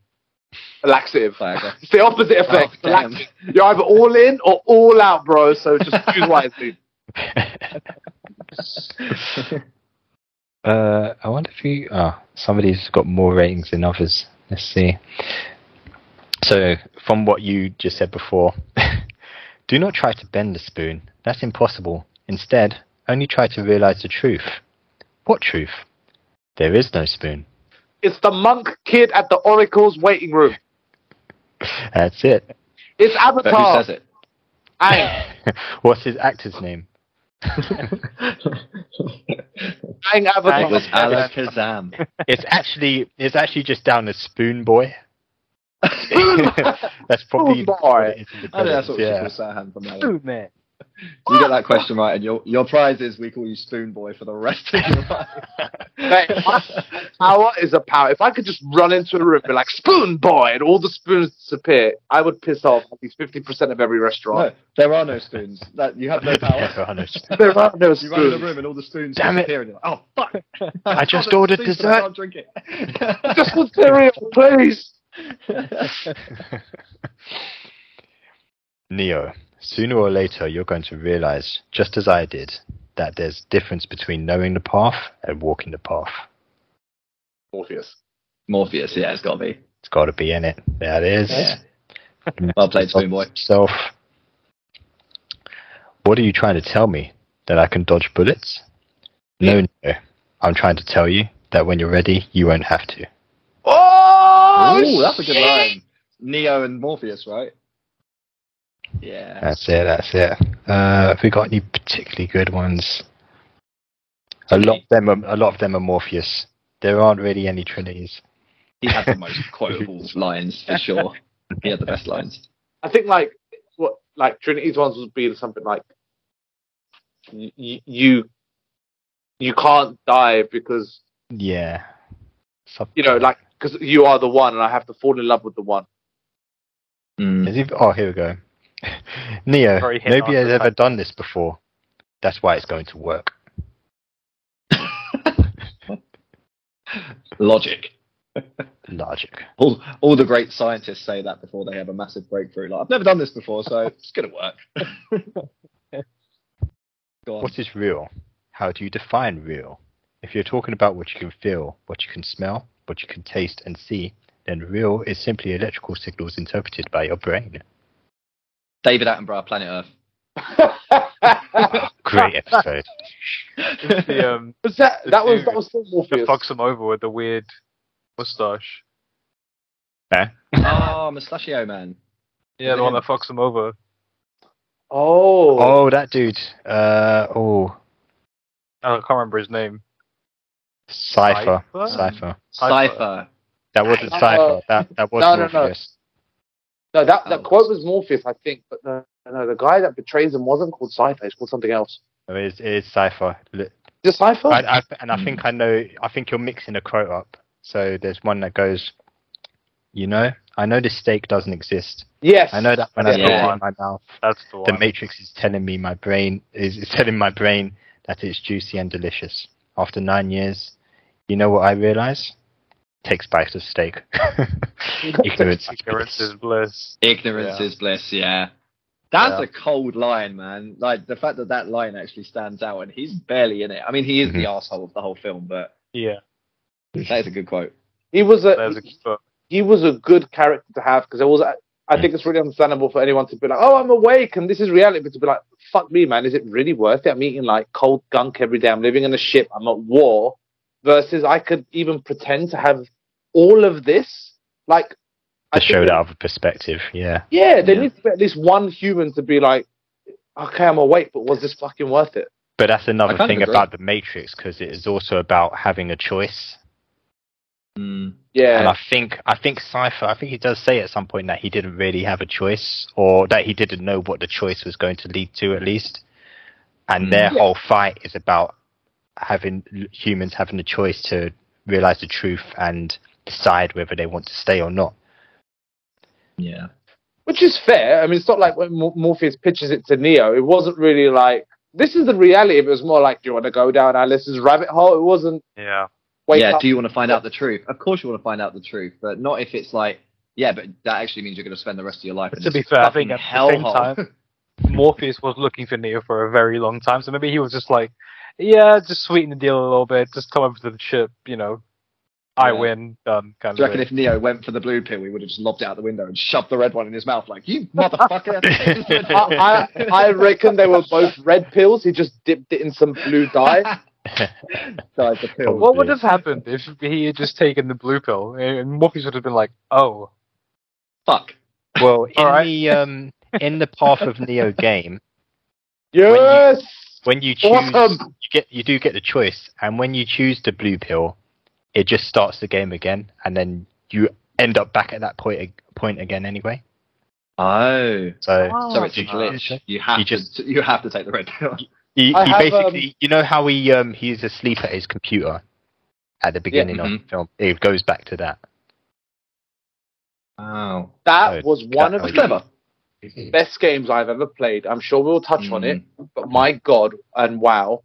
[SPEAKER 4] A laxative.
[SPEAKER 5] Viagra.
[SPEAKER 4] It's the opposite effect.
[SPEAKER 5] Oh,
[SPEAKER 4] A
[SPEAKER 5] damn.
[SPEAKER 4] laxative. You're either all in or all out, bro. So just choose wisely.
[SPEAKER 1] uh, I wonder if you. Oh, somebody's got more ratings than others. Let's see. So, from what you just said before, *laughs* do not try to bend the spoon. That's impossible. Instead, only try to realize the truth. What truth? There is no spoon.
[SPEAKER 4] It's the monk kid at the Oracle's waiting room.
[SPEAKER 1] That's it. *laughs*
[SPEAKER 4] It's
[SPEAKER 5] But who
[SPEAKER 4] Avatar.
[SPEAKER 5] says it?
[SPEAKER 4] Aang.
[SPEAKER 1] What's his actor's name?
[SPEAKER 4] Aang
[SPEAKER 5] it
[SPEAKER 4] Avatar.
[SPEAKER 5] *laughs* was *laughs* Alakazam.
[SPEAKER 1] It's actually it's actually just down as Spoon Boy. *laughs* That's probably
[SPEAKER 4] Spoon Boy.
[SPEAKER 1] what it is in the
[SPEAKER 5] I think that's what we should
[SPEAKER 1] credits,
[SPEAKER 5] call Sirhan from now on.
[SPEAKER 3] Dude, man.
[SPEAKER 5] You get that question right, and your your prize is we call you Spoon Boy for the rest of your
[SPEAKER 4] Mate,
[SPEAKER 5] life.
[SPEAKER 4] Power is a power. If I could just run into a room and be like, spoon boy, and all the spoons disappear, I would piss off at least 50% of
[SPEAKER 5] *laughs*
[SPEAKER 4] every
[SPEAKER 5] no,
[SPEAKER 4] restaurant.
[SPEAKER 5] there are no spoons. That you have no
[SPEAKER 1] *laughs* yeah.
[SPEAKER 5] power.
[SPEAKER 1] There are no spoons.
[SPEAKER 4] There are
[SPEAKER 5] You run in
[SPEAKER 4] no
[SPEAKER 5] the
[SPEAKER 4] spoons.
[SPEAKER 5] room and all the spoons
[SPEAKER 1] Damn it.
[SPEAKER 5] disappear, and you're like, oh fuck!
[SPEAKER 1] I
[SPEAKER 5] *laughs* I've
[SPEAKER 1] just
[SPEAKER 5] got
[SPEAKER 1] ordered
[SPEAKER 5] spoons, but I can't drink it.
[SPEAKER 4] Just the cereal, please.
[SPEAKER 5] *laughs*
[SPEAKER 1] *laughs* Neo, sooner or later you're going to realize, just as I did, that there's difference between knowing the path and walking the path.
[SPEAKER 4] Morpheus.
[SPEAKER 5] Morpheus, yeah, it's got to be.
[SPEAKER 1] It's got to be in it. There it is.
[SPEAKER 5] Yeah. Well played, Spoon Boy.
[SPEAKER 1] Self. What are you trying to tell me? That I can dodge bullets? No, no. I'm trying to tell you that when you're ready, you won't have to.
[SPEAKER 4] Oh,
[SPEAKER 5] Ooh, that's a good
[SPEAKER 4] shit.
[SPEAKER 5] line. Neo and Morpheus, right? Yeah.
[SPEAKER 1] That's it. That's it. Uh, have we got any particularly good ones? A lot of them. Are, a lot of them are Morpheus. There aren't really any Trinities.
[SPEAKER 5] He had the most quotable lines for sure. He had the best lines.
[SPEAKER 4] I think like what like Trinity's ones would be something like y- y- you you can't die because
[SPEAKER 1] Yeah. Sub-
[SPEAKER 4] you know like because you are the one and I have to fall in love with the one. *laughs*
[SPEAKER 5] Mm. *laughs*
[SPEAKER 1] Is he- oh, here we go. *laughs* Neo.
[SPEAKER 3] Very hit
[SPEAKER 1] Nobody has
[SPEAKER 3] after
[SPEAKER 1] ever
[SPEAKER 3] attack.
[SPEAKER 1] done this before. That's why it's going to work.
[SPEAKER 5] Logic.
[SPEAKER 1] logic.
[SPEAKER 5] All, all the great scientists say that before they have a massive breakthrough. Like, I've never done this before, so it's going to work.
[SPEAKER 4] Um,
[SPEAKER 5] Go on.
[SPEAKER 1] What is real? How do you define real? If you're talking about what you can feel, what you can smell, what you can taste and see, then real is simply electrical signals interpreted by your brain.
[SPEAKER 5] David Attenborough, Planet Earth.
[SPEAKER 4] *laughs*
[SPEAKER 1] Great episode.
[SPEAKER 3] *laughs* The, um,
[SPEAKER 4] was that that was that was still
[SPEAKER 3] just
[SPEAKER 4] Morpheus.
[SPEAKER 3] fucks him over with the weird mustache.
[SPEAKER 5] oh, Mustachio Man.
[SPEAKER 3] Yeah, the one that fucks him over.
[SPEAKER 4] Oh,
[SPEAKER 1] Oh, that dude. Uh, oh,
[SPEAKER 3] I can't remember his name.
[SPEAKER 1] Cipher.
[SPEAKER 3] Cypher?
[SPEAKER 1] Cipher.
[SPEAKER 5] Cipher.
[SPEAKER 1] That wasn't
[SPEAKER 4] Uh,
[SPEAKER 1] Cipher. That that was
[SPEAKER 4] no, no, no.
[SPEAKER 1] Morpheus.
[SPEAKER 4] no, that that
[SPEAKER 5] Oh.
[SPEAKER 4] quote was Morpheus, I think. But no, no, the guy that betrays him wasn't called Cipher. It's called something else.
[SPEAKER 1] No, It is, it is Cipher. Li-
[SPEAKER 4] Is it Cipher?
[SPEAKER 1] I, I, and I think I know. I think you're mixing a quote up. So there's one that goes, you know, I know this steak doesn't exist.
[SPEAKER 4] yes.
[SPEAKER 1] I know that when I
[SPEAKER 5] Yeah.
[SPEAKER 1] put it in my mouth,
[SPEAKER 3] That's the one.
[SPEAKER 1] the Matrix is telling me my brain is, is telling my brain that it's juicy and delicious. After nine years, you know what I realize? Take bites of
[SPEAKER 4] *laughs*
[SPEAKER 1] steak. *laughs* Ignorance. is
[SPEAKER 3] Ignorance
[SPEAKER 1] bliss.
[SPEAKER 3] is bliss.
[SPEAKER 5] Ignorance
[SPEAKER 3] Yeah.
[SPEAKER 5] is bliss, yeah. That's
[SPEAKER 3] Yeah.
[SPEAKER 5] a cold line, man. Like, the fact that that line actually stands out and he's barely in it. I mean, he is the asshole of the whole film, but
[SPEAKER 3] Yeah,
[SPEAKER 5] *laughs* that is a good quote.
[SPEAKER 4] he was a,
[SPEAKER 3] there's a but
[SPEAKER 4] he was a good character to have because it was. I think it's really understandable for anyone to be like, "Oh, I'm awake and this is reality," but to be like, "Fuck me, man! Is it really worth it? I'm eating like cold gunk every day. I'm living in a ship. I'm at war." Versus, I could even pretend to have all of this. Like, I
[SPEAKER 1] To
[SPEAKER 4] think
[SPEAKER 1] show
[SPEAKER 4] that-
[SPEAKER 1] that other perspective, yeah.
[SPEAKER 4] Yeah, there
[SPEAKER 5] Yeah.
[SPEAKER 4] needs to be at least one human to be like, "Okay, I'm awake, but was this fucking worth it?"
[SPEAKER 1] But that's another
[SPEAKER 5] I kind of
[SPEAKER 1] thing
[SPEAKER 5] agree.
[SPEAKER 1] about the Matrix because it is also about having a choice.
[SPEAKER 5] Mm.
[SPEAKER 1] And
[SPEAKER 4] Yeah,
[SPEAKER 1] I think I think Cipher, I think he does say at some point that he didn't really have a choice, or that he didn't know what the choice was going to lead to, at least. And their
[SPEAKER 4] Mm. Yeah.
[SPEAKER 1] whole fight is about having humans having the choice to realize the truth and decide whether they want to stay or not.
[SPEAKER 5] Yeah.
[SPEAKER 4] which is fair. I mean, it's not like when Mor- Morpheus pitches it to Neo. It wasn't really like this is the reality. It was more like, "Do you want to go down Alice's rabbit hole?" It wasn't.
[SPEAKER 3] yeah,
[SPEAKER 4] Wake
[SPEAKER 5] yeah,
[SPEAKER 4] up.
[SPEAKER 5] do you want to find out the truth? Of course you want to find out the truth, but not if it's like, yeah, but that actually means you're going to spend the rest of your life
[SPEAKER 3] But
[SPEAKER 5] in
[SPEAKER 3] to
[SPEAKER 5] this
[SPEAKER 3] be fair, I
[SPEAKER 5] fucking
[SPEAKER 3] think at the
[SPEAKER 5] *laughs*
[SPEAKER 3] same
[SPEAKER 5] hellhole.
[SPEAKER 3] Morpheus was looking for Neo for a very long time, so maybe he was just like, yeah, just sweeten the deal a little bit, just come over to the ship, you know, I
[SPEAKER 5] Yeah.
[SPEAKER 3] win, done, kind
[SPEAKER 5] Do you
[SPEAKER 3] of.
[SPEAKER 5] reckon
[SPEAKER 3] thing.
[SPEAKER 5] if Neo went for the blue pill, we would have just lobbed it out the window and shoved the red one in his mouth, like, *laughs* you
[SPEAKER 1] *laughs*
[SPEAKER 5] motherfucker?
[SPEAKER 4] I, I, I reckon they were both red pills. He just dipped it in some blue dye.
[SPEAKER 5] *laughs* Died the pill.
[SPEAKER 1] Well,
[SPEAKER 3] What would have happened if he had just taken the blue pill? And Morpheus would have been like, oh,
[SPEAKER 5] *laughs* Fuck.
[SPEAKER 1] well, in
[SPEAKER 3] Alright.
[SPEAKER 1] the um, in the Path of Neo
[SPEAKER 4] *laughs*
[SPEAKER 1] game,
[SPEAKER 4] Yes.
[SPEAKER 1] when you choose,
[SPEAKER 4] Awesome.
[SPEAKER 1] you get you do get the choice, and when you choose the blue pill, it just starts the game again, and then you end up back at that point point again anyway.
[SPEAKER 5] Oh.
[SPEAKER 1] So
[SPEAKER 5] So it's a glitch. You have,
[SPEAKER 1] You just-
[SPEAKER 5] to, you have to take the red *laughs* pill.
[SPEAKER 1] he,
[SPEAKER 4] I
[SPEAKER 1] he
[SPEAKER 4] have,
[SPEAKER 1] basically, you know how he um he's asleep at his computer at the beginning of
[SPEAKER 4] mm-hmm.
[SPEAKER 1] the film. It goes back to
[SPEAKER 4] *laughs*
[SPEAKER 1] that. *laughs*
[SPEAKER 5] Wow.
[SPEAKER 4] That was one of
[SPEAKER 5] That's
[SPEAKER 4] the
[SPEAKER 5] clever.
[SPEAKER 4] best games I've ever played. I'm sure we'll touch on it,
[SPEAKER 5] Mm.
[SPEAKER 4] but my god and wow.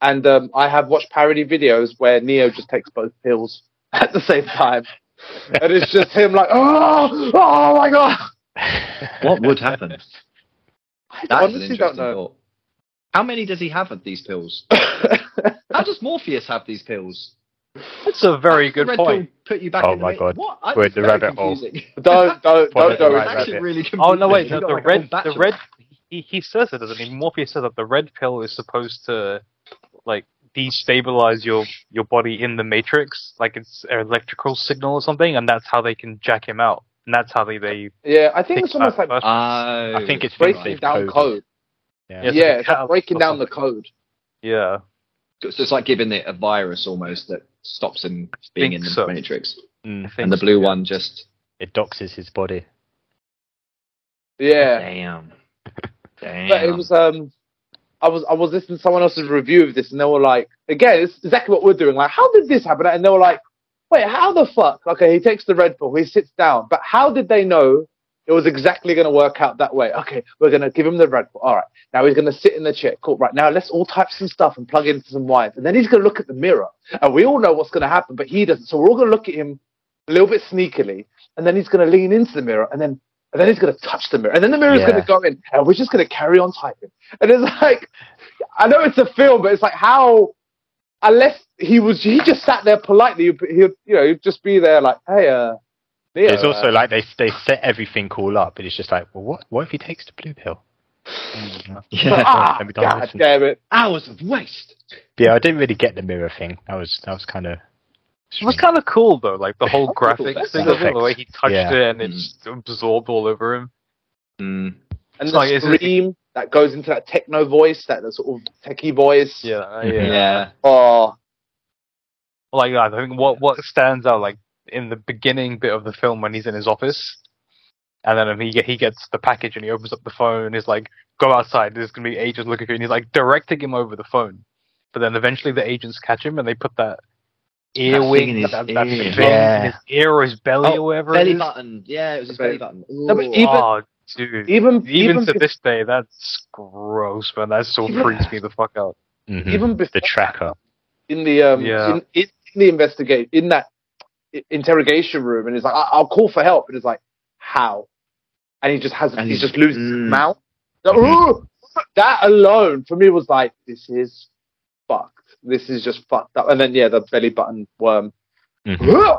[SPEAKER 4] And um, I have watched parody videos where Neo just takes both pills *laughs* at the same time. and it's just him like, oh, oh my god.
[SPEAKER 5] What would
[SPEAKER 3] *laughs*
[SPEAKER 5] happen?
[SPEAKER 4] I
[SPEAKER 5] That's an
[SPEAKER 4] honestly don't
[SPEAKER 5] interesting
[SPEAKER 4] know.
[SPEAKER 5] thought. How many does he have of these pills? *laughs* How does Morpheus have these pills?
[SPEAKER 3] that's a very
[SPEAKER 5] The
[SPEAKER 3] good
[SPEAKER 5] red
[SPEAKER 3] point.
[SPEAKER 5] pill put you back
[SPEAKER 1] Oh
[SPEAKER 5] in the
[SPEAKER 1] my
[SPEAKER 5] ma-
[SPEAKER 1] God.
[SPEAKER 5] What? I-
[SPEAKER 1] We're
[SPEAKER 5] it's
[SPEAKER 1] the
[SPEAKER 5] very
[SPEAKER 1] rabbit hole.
[SPEAKER 5] confusing.
[SPEAKER 4] *laughs*
[SPEAKER 5] *laughs*
[SPEAKER 4] don't don't
[SPEAKER 1] Follow
[SPEAKER 4] don't go
[SPEAKER 1] the
[SPEAKER 5] It's
[SPEAKER 1] right
[SPEAKER 4] with
[SPEAKER 5] actually
[SPEAKER 1] rabbit.
[SPEAKER 5] really
[SPEAKER 3] Oh,
[SPEAKER 5] *laughs*
[SPEAKER 3] no,
[SPEAKER 5] confusing.
[SPEAKER 3] wait,
[SPEAKER 5] You've
[SPEAKER 3] no,
[SPEAKER 5] got like
[SPEAKER 3] the
[SPEAKER 5] a whole
[SPEAKER 3] red,
[SPEAKER 5] batch
[SPEAKER 3] the
[SPEAKER 5] of
[SPEAKER 3] red,
[SPEAKER 5] them.
[SPEAKER 3] he, he says it, doesn't he? Morpheus says that the red pill is supposed to, like, destabilize your, your body in the matrix, like it's an electrical signal or something, and that's how they can jack him out. And that's how they, they
[SPEAKER 4] Yeah, I think
[SPEAKER 3] take
[SPEAKER 4] it's almost like
[SPEAKER 3] that
[SPEAKER 5] Oh.
[SPEAKER 3] first-
[SPEAKER 1] I think it's
[SPEAKER 4] breaking
[SPEAKER 1] they've
[SPEAKER 4] down
[SPEAKER 1] coded.
[SPEAKER 4] code.
[SPEAKER 1] Yeah.
[SPEAKER 4] Yeah,
[SPEAKER 3] Yes. like a
[SPEAKER 4] it's like
[SPEAKER 3] catalyst
[SPEAKER 4] breaking
[SPEAKER 3] or
[SPEAKER 4] down the
[SPEAKER 3] something.
[SPEAKER 4] code.
[SPEAKER 3] yeah.
[SPEAKER 5] It's just like giving it a virus almost that stops him being
[SPEAKER 3] think
[SPEAKER 5] in the
[SPEAKER 3] so.
[SPEAKER 5] matrix.
[SPEAKER 1] Mm,
[SPEAKER 5] And the blue one just.
[SPEAKER 1] it doxes his body.
[SPEAKER 4] Yeah.
[SPEAKER 5] *laughs* Damn. Damn.
[SPEAKER 4] But it *laughs* was um, I was I was listening to someone else's review of this, and they were like, again, it's exactly what we're doing. Like, how did this happen? And they were like, wait, how the fuck? Okay, he takes the red pill, he sits down, but how did they know it was exactly going to work out that way? Okay, we're going to give him the red pill. All right, now he's going to sit in the chair. Cool. Right now, let's all type some stuff and plug into some wires, and then he's going to look at the mirror, and we all know what's going to happen, but he doesn't. So we're all going to look at him a little bit sneakily, and then he's going to lean into the mirror, and then and then he's going to touch the mirror, and then the mirror's
[SPEAKER 1] Yeah.
[SPEAKER 4] going to go in, and we're just going to carry on typing. And it's like, I know it's a film, but it's like how, unless he was, he just sat there politely, he'd, he'd you know, he'd just be there like, hey, uh, Leo,
[SPEAKER 1] It's also
[SPEAKER 4] uh,
[SPEAKER 1] like they they set everything all up, and it's just like, well, what what if he takes the blue
[SPEAKER 4] *laughs*
[SPEAKER 1] pill? Mm.
[SPEAKER 5] Yeah.
[SPEAKER 4] *laughs* ah,
[SPEAKER 1] let me dive
[SPEAKER 4] god
[SPEAKER 1] into-
[SPEAKER 4] damn it.
[SPEAKER 5] Hours of waste.
[SPEAKER 1] But yeah, I didn't really get the mirror thing. That was that was kind of.
[SPEAKER 3] It was kind of cool though, like the whole graphic
[SPEAKER 5] That's
[SPEAKER 3] thing,
[SPEAKER 1] cool.
[SPEAKER 3] of it, the way he touched
[SPEAKER 1] Yeah.
[SPEAKER 3] it and it
[SPEAKER 5] Mm.
[SPEAKER 3] just absorbed all over him.
[SPEAKER 5] Mm.
[SPEAKER 4] And
[SPEAKER 3] It's
[SPEAKER 4] the
[SPEAKER 3] like, it's-
[SPEAKER 4] scream that goes into that techno voice, that, that sort of techie voice.
[SPEAKER 3] Yeah,
[SPEAKER 5] Yeah.
[SPEAKER 3] yeah.
[SPEAKER 4] Oh,
[SPEAKER 3] Like I think what what stands out like in the beginning bit of the film when he's in his office, and then he he gets the package and he opens up the phone and he's like, "Go outside. There's gonna be agents looking for you." And he's like directing him over the phone, but then eventually the agents catch him and they put that
[SPEAKER 5] in
[SPEAKER 3] earwing,
[SPEAKER 5] his
[SPEAKER 3] that, that,
[SPEAKER 5] ear.
[SPEAKER 3] thing
[SPEAKER 1] Yeah.
[SPEAKER 3] in his ear or his belly
[SPEAKER 5] Oh,
[SPEAKER 3] or whatever.
[SPEAKER 5] Belly
[SPEAKER 3] it is.
[SPEAKER 5] button. Yeah, it was his belly button.
[SPEAKER 4] No, but
[SPEAKER 5] Ooh.
[SPEAKER 4] even-
[SPEAKER 3] Oh, dude.
[SPEAKER 4] even
[SPEAKER 3] even,
[SPEAKER 4] even
[SPEAKER 3] to
[SPEAKER 4] bef-
[SPEAKER 3] this day, that's gross, man. That still
[SPEAKER 4] Yeah.
[SPEAKER 3] freaks me the fuck out.
[SPEAKER 1] Mhm.
[SPEAKER 4] even before
[SPEAKER 1] the tracker. *laughs*
[SPEAKER 4] in the um
[SPEAKER 3] Mm-hmm. Yeah.
[SPEAKER 4] in, in, in the investigate in that i- interrogation room, and it's like I- I'll call for help, and it's like how, and he just hasn't.
[SPEAKER 5] And
[SPEAKER 4] he
[SPEAKER 5] he-
[SPEAKER 4] just loses
[SPEAKER 5] mm.
[SPEAKER 4] his mouth. Like,
[SPEAKER 3] Mm-hmm.
[SPEAKER 4] "Ooh!" that alone for me was like this is fucked. This is just fucked up. And then yeah, the belly button worm.
[SPEAKER 1] Mhm.
[SPEAKER 4] Ooh!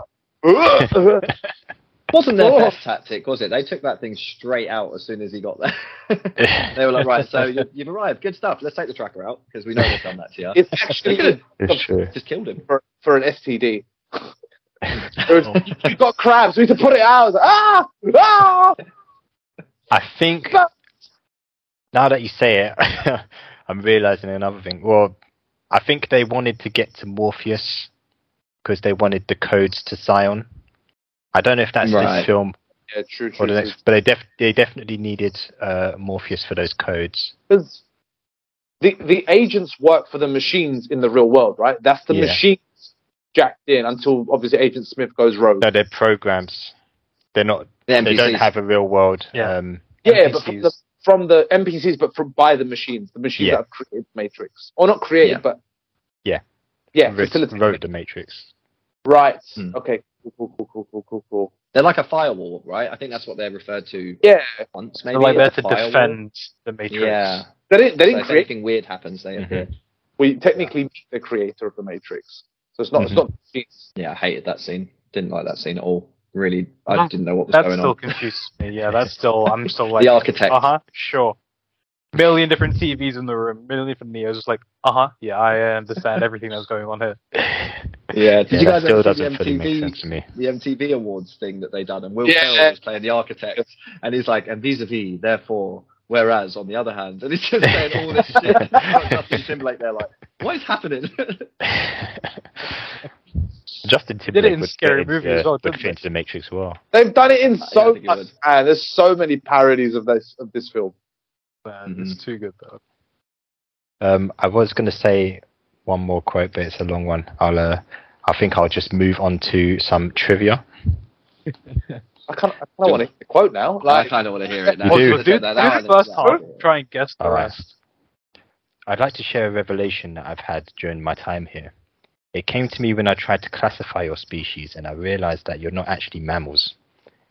[SPEAKER 4] *laughs*
[SPEAKER 3] Mm-hmm.
[SPEAKER 4] Ooh!
[SPEAKER 5] wasn't
[SPEAKER 3] *laughs*
[SPEAKER 5] their
[SPEAKER 4] Oh.
[SPEAKER 5] best tactic, was it? They took that thing straight out as soon as he got there. *laughs* they were like, right, so you, you've arrived. Good stuff. Let's take the tracker out because we know they've done that to you.
[SPEAKER 4] it's actually
[SPEAKER 1] It's true.
[SPEAKER 5] Just killed him.
[SPEAKER 4] for, for
[SPEAKER 1] *laughs*
[SPEAKER 4] an STD. There was-
[SPEAKER 1] Oh.
[SPEAKER 4] We've got crabs. We need to put it out. I was like, ah, ah.
[SPEAKER 1] I think
[SPEAKER 4] But-
[SPEAKER 1] now that you say it, *laughs* I'm realizing another thing. Well, I think they wanted to get to Morpheus because they wanted the codes to Zion. I don't know if that's
[SPEAKER 5] Right.
[SPEAKER 1] this film
[SPEAKER 4] Yeah, true, true.
[SPEAKER 1] or the
[SPEAKER 4] true.
[SPEAKER 1] next, but they def- they definitely needed uh, Morpheus for those codes.
[SPEAKER 4] because the the agents work for the machines in the real world, right? That's the
[SPEAKER 1] Yeah.
[SPEAKER 4] machines jacked in until obviously Agent Smith goes rogue.
[SPEAKER 1] No, they're programs. They're not.
[SPEAKER 5] The
[SPEAKER 1] They don't
[SPEAKER 5] NPCs.
[SPEAKER 1] have a real world.
[SPEAKER 3] Yeah.
[SPEAKER 1] Um,
[SPEAKER 4] yeah, but from the,
[SPEAKER 3] NPCs.
[SPEAKER 4] from the NPCs, but from by the machines, the machines
[SPEAKER 1] Yeah.
[SPEAKER 4] that have created Matrix, or not created,
[SPEAKER 5] Yeah.
[SPEAKER 4] but
[SPEAKER 1] Yeah.
[SPEAKER 4] yeah,
[SPEAKER 1] wrote,
[SPEAKER 4] facilitated.
[SPEAKER 1] wrote the Matrix.
[SPEAKER 4] Right.
[SPEAKER 5] Hmm.
[SPEAKER 4] Okay. Cool, cool, cool, cool, cool, cool, cool.
[SPEAKER 5] They're like a firewall, right? I think that's what they're referred to
[SPEAKER 4] Yeah,
[SPEAKER 5] once, *laughs*
[SPEAKER 3] They're
[SPEAKER 5] maybe.
[SPEAKER 3] like there
[SPEAKER 5] as
[SPEAKER 3] to
[SPEAKER 5] a firewall.
[SPEAKER 3] defend the Matrix.
[SPEAKER 5] Yeah.
[SPEAKER 4] they didn't. They
[SPEAKER 5] So
[SPEAKER 4] didn't
[SPEAKER 5] if
[SPEAKER 4] create.
[SPEAKER 5] anything weird happens, they
[SPEAKER 1] Mhm.
[SPEAKER 5] appear.
[SPEAKER 4] We technically meet the creator of the Matrix, so it's not. It's
[SPEAKER 5] Mm-hmm.
[SPEAKER 1] Mhm.
[SPEAKER 4] not. It's,
[SPEAKER 5] Yeah, I hated that scene. Didn't like that scene at all. Really, I
[SPEAKER 3] That-
[SPEAKER 5] didn't know what was
[SPEAKER 3] That
[SPEAKER 5] going
[SPEAKER 3] still
[SPEAKER 5] on.
[SPEAKER 3] confuses me. Yeah, that's still.
[SPEAKER 5] *laughs*
[SPEAKER 3] I'm still like.
[SPEAKER 5] The architect.
[SPEAKER 3] Uh huh. Sure. Million different TVs in the room. Million different Neos. Just like, uh huh. Yeah, I understand everything that's going on here.
[SPEAKER 5] Yeah, did
[SPEAKER 1] Yeah, that
[SPEAKER 5] you guys
[SPEAKER 1] still
[SPEAKER 5] ever see the
[SPEAKER 1] doesn't fully make
[SPEAKER 5] MTV
[SPEAKER 1] sense
[SPEAKER 3] *laughs*
[SPEAKER 1] to me.
[SPEAKER 5] the MTV Awards thing that they done, and Will
[SPEAKER 4] Yeah.
[SPEAKER 5] Ferrell was playing the architect, and he's like, and vis-a-vis, therefore, whereas, on the other hand, and he's just saying all this shit. *laughs* Justin Timberlake, they're like, what is *laughs* happening?
[SPEAKER 1] Justin
[SPEAKER 3] did it
[SPEAKER 1] Timberlake
[SPEAKER 3] in
[SPEAKER 1] would
[SPEAKER 3] Scary
[SPEAKER 1] fit, in,
[SPEAKER 3] Movie
[SPEAKER 1] yeah,
[SPEAKER 3] as well,
[SPEAKER 1] would
[SPEAKER 3] didn't
[SPEAKER 1] fit into the Matrix well.
[SPEAKER 4] they've done it in
[SPEAKER 5] I
[SPEAKER 4] so
[SPEAKER 5] think it
[SPEAKER 4] much,
[SPEAKER 5] would.
[SPEAKER 4] and there's so many parodies of this of this film.
[SPEAKER 3] Man, It's too good though.
[SPEAKER 1] Um, I was going to say one more quote, but it's a long one. I'll, uh, I think I'll just move on to some trivia.
[SPEAKER 4] I can't. I don't want to quote now.
[SPEAKER 5] I
[SPEAKER 4] Like,
[SPEAKER 5] kind of want to hear it now.
[SPEAKER 1] You do.
[SPEAKER 5] Let's
[SPEAKER 3] Do,
[SPEAKER 5] get
[SPEAKER 3] do
[SPEAKER 5] that out of
[SPEAKER 3] the
[SPEAKER 5] them.
[SPEAKER 3] first half. Try and guess the
[SPEAKER 1] All right.
[SPEAKER 3] rest.
[SPEAKER 1] I'd like to share a revelation that I've had during my time here. It came to me when I tried to classify your species, and I realized that you're not actually mammals.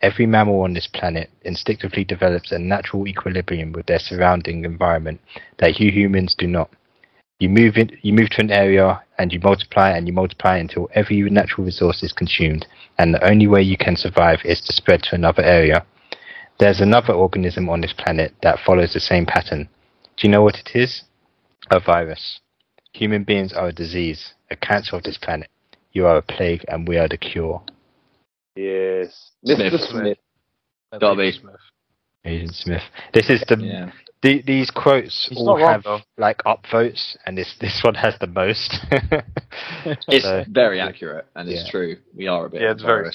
[SPEAKER 1] Every mammal on this planet instinctively develops a natural equilibrium with their surrounding environment that you humans do not. You move in, you move to an area and you multiply and you multiply until every natural resource is consumed, and the only way you can survive is to spread to another area. There's another organism on this planet that follows the same pattern. Do you know what it is? a virus. Human beings are a disease, a cancer of this planet. You are a plague, and we are the cure.
[SPEAKER 4] yes, Mr.
[SPEAKER 5] Smith.
[SPEAKER 4] Smith.
[SPEAKER 3] That's
[SPEAKER 5] Gotta be.
[SPEAKER 3] Agent Smith.
[SPEAKER 1] Agent Smith. This is the,
[SPEAKER 5] Yeah.
[SPEAKER 1] the these quotes
[SPEAKER 3] He's
[SPEAKER 1] all
[SPEAKER 3] not wrong,
[SPEAKER 1] have
[SPEAKER 3] though.
[SPEAKER 1] like upvotes, and this this one has the most.
[SPEAKER 5] It's
[SPEAKER 1] So,
[SPEAKER 5] very accurate, and it's
[SPEAKER 1] Yeah.
[SPEAKER 5] true. We are a bit
[SPEAKER 3] Yeah,
[SPEAKER 5] yeah,
[SPEAKER 3] it's very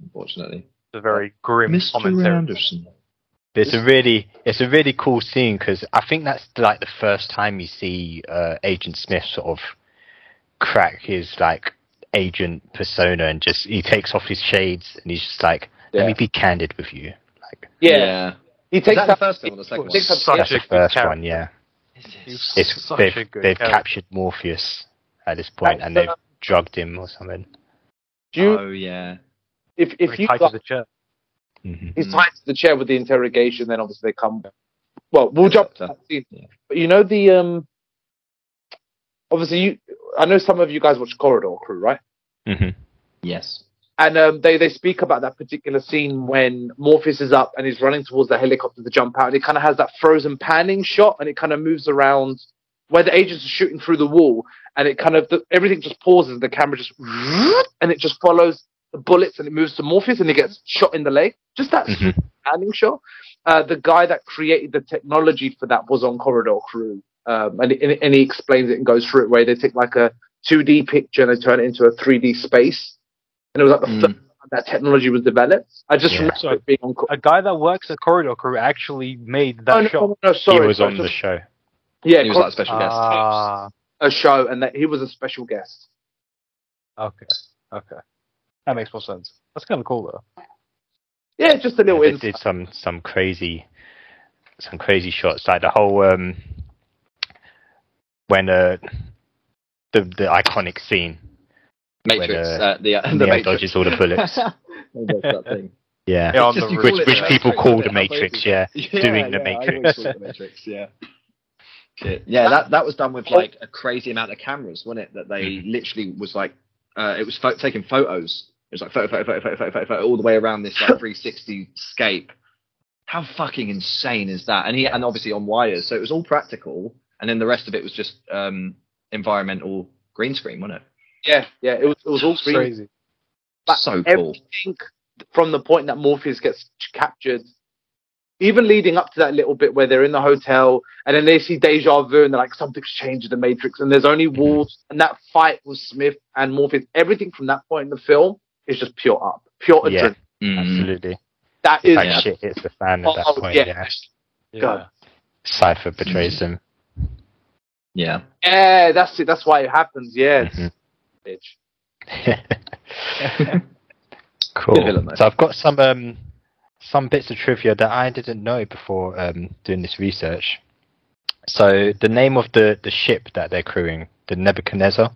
[SPEAKER 5] unfortunately.
[SPEAKER 3] It's a very grim commentary.
[SPEAKER 5] Anderson.
[SPEAKER 1] it's a really it's a really cool scene because I think that's like the first time you see uh, Agent Smith sort of crack his like agent persona, and just he takes off his shades, and he's just like, "Let
[SPEAKER 4] Yeah.
[SPEAKER 1] me be candid with you." Like
[SPEAKER 4] Yeah, he
[SPEAKER 5] Is
[SPEAKER 4] takes
[SPEAKER 5] that the
[SPEAKER 4] that.
[SPEAKER 5] first one or the second
[SPEAKER 4] Six-
[SPEAKER 5] one?
[SPEAKER 4] That's
[SPEAKER 3] Such
[SPEAKER 1] that's
[SPEAKER 3] a
[SPEAKER 1] the
[SPEAKER 3] good
[SPEAKER 1] first
[SPEAKER 3] character.
[SPEAKER 1] one, yeah.
[SPEAKER 3] He's
[SPEAKER 1] It's
[SPEAKER 3] such
[SPEAKER 1] they've,
[SPEAKER 3] a good
[SPEAKER 1] they've
[SPEAKER 3] character.
[SPEAKER 1] captured Morpheus at this point, and
[SPEAKER 4] That's,
[SPEAKER 1] they've drugged him or something.
[SPEAKER 4] Do you
[SPEAKER 5] Oh, yeah.
[SPEAKER 4] If if you
[SPEAKER 3] tied
[SPEAKER 4] got,
[SPEAKER 3] to the chair.
[SPEAKER 1] Mhm.
[SPEAKER 4] he's
[SPEAKER 5] Mm.
[SPEAKER 4] tied to the chair with the interrogation, then obviously they come. Well, we'll jump to that scene.
[SPEAKER 5] Yeah.
[SPEAKER 4] But you know the um. Obviously, you. I know some of you guys watch Corridor Crew, right?
[SPEAKER 1] Mhm.
[SPEAKER 5] Yes.
[SPEAKER 4] And um, they they speak about that particular scene when Morpheus is up and he's running towards the helicopter to jump out, and it kind of has that frozen panning shot, and it kind of moves around where the agents are shooting through the wall, and it kind of the, everything just pauses, the camera just *laughs* and it just follows the bullets, and it moves to Morpheus, and he gets shot in the leg. Just that
[SPEAKER 1] Mhm.
[SPEAKER 4] Anning show. Uh, the guy that created the technology for that was on Corridor Crew, um, and, and, and he explains it and goes through it where they take like a 2D picture and they turn it into a 3D space, and it was like the
[SPEAKER 5] Mm.
[SPEAKER 4] first time that technology was developed. I just
[SPEAKER 1] Hmm. Yeah.
[SPEAKER 4] remember
[SPEAKER 3] So-
[SPEAKER 4] it being on. Co-
[SPEAKER 3] A guy that works at Corridor Crew actually made
[SPEAKER 4] oh,
[SPEAKER 3] that
[SPEAKER 4] no,
[SPEAKER 3] shot.
[SPEAKER 4] no, no, sorry,
[SPEAKER 1] he was
[SPEAKER 4] sorry,
[SPEAKER 1] on the
[SPEAKER 4] just
[SPEAKER 1] show.
[SPEAKER 4] yeah,
[SPEAKER 5] He was
[SPEAKER 4] Cor-
[SPEAKER 5] like a special guest.
[SPEAKER 3] Ah,
[SPEAKER 4] a show, and that he was a special guest.
[SPEAKER 3] okay, okay, that makes more sense. That's kind of cool though.
[SPEAKER 4] Yeah, just a little
[SPEAKER 1] they
[SPEAKER 4] insight.
[SPEAKER 1] did some some crazy some crazy shots like the whole um when uh the the iconic scene
[SPEAKER 5] Matrix.
[SPEAKER 1] When, uh,
[SPEAKER 5] uh, the uh, the
[SPEAKER 1] Neo
[SPEAKER 5] Matrix.
[SPEAKER 1] dodges all the
[SPEAKER 5] *laughs*
[SPEAKER 1] bullets
[SPEAKER 5] Oh, that's that thing.
[SPEAKER 1] yeah,
[SPEAKER 3] Yeah, on
[SPEAKER 5] just
[SPEAKER 3] the
[SPEAKER 5] you
[SPEAKER 3] roof.
[SPEAKER 1] which
[SPEAKER 5] call it
[SPEAKER 1] which
[SPEAKER 5] that.
[SPEAKER 1] people
[SPEAKER 5] That's
[SPEAKER 1] call
[SPEAKER 5] it,
[SPEAKER 1] the
[SPEAKER 5] I
[SPEAKER 1] matrix
[SPEAKER 5] believe
[SPEAKER 1] yeah
[SPEAKER 5] you. Yeah,
[SPEAKER 1] doing the
[SPEAKER 5] yeah, I always
[SPEAKER 1] Matrix.
[SPEAKER 5] call it the Matrix, yeah. Shit. Yeah, that that was done with like a crazy amount of cameras, wasn't it? That they
[SPEAKER 1] Mhm.
[SPEAKER 5] literally was like, uh, it was pho- taking photos. It was like photo, photo, photo, photo, photo, photo, photo, all the way around this like 360 scape. How fucking insane is that? And he and obviously on wires, so it was all practical, and then the rest of it was just um, environmental green screen, wasn't it?
[SPEAKER 4] Yeah, yeah, it was it was all green.
[SPEAKER 3] crazy.
[SPEAKER 4] But
[SPEAKER 5] so cool.
[SPEAKER 4] everything from the point that Morpheus gets captured, even leading up to that little bit where they're in the hotel and then they see deja vu and they're like, something's changed in the Matrix and there's only walls. And that fight with Smith and Morpheus, everything from that point in the film is just pure up, pure
[SPEAKER 1] Yeah.
[SPEAKER 4] adrenaline.
[SPEAKER 5] Mm.
[SPEAKER 1] absolutely
[SPEAKER 4] That is.
[SPEAKER 1] like
[SPEAKER 5] Yeah.
[SPEAKER 1] shit it's the fan at that
[SPEAKER 4] Oh,
[SPEAKER 1] point yeah,
[SPEAKER 4] yeah.
[SPEAKER 3] Yeah.
[SPEAKER 4] God.
[SPEAKER 1] cypher betrays him
[SPEAKER 5] Yeah.
[SPEAKER 4] Yeah, that's it. That's why it happens. Yeah. it's-
[SPEAKER 1] Mhm.
[SPEAKER 4] bitch.
[SPEAKER 1] *laughs* cool
[SPEAKER 5] Good villain, though.
[SPEAKER 1] so i've got some um some bits of trivia that i didn't know before um doing this research so the name of the the ship that they're crewing the nebuchadnezzar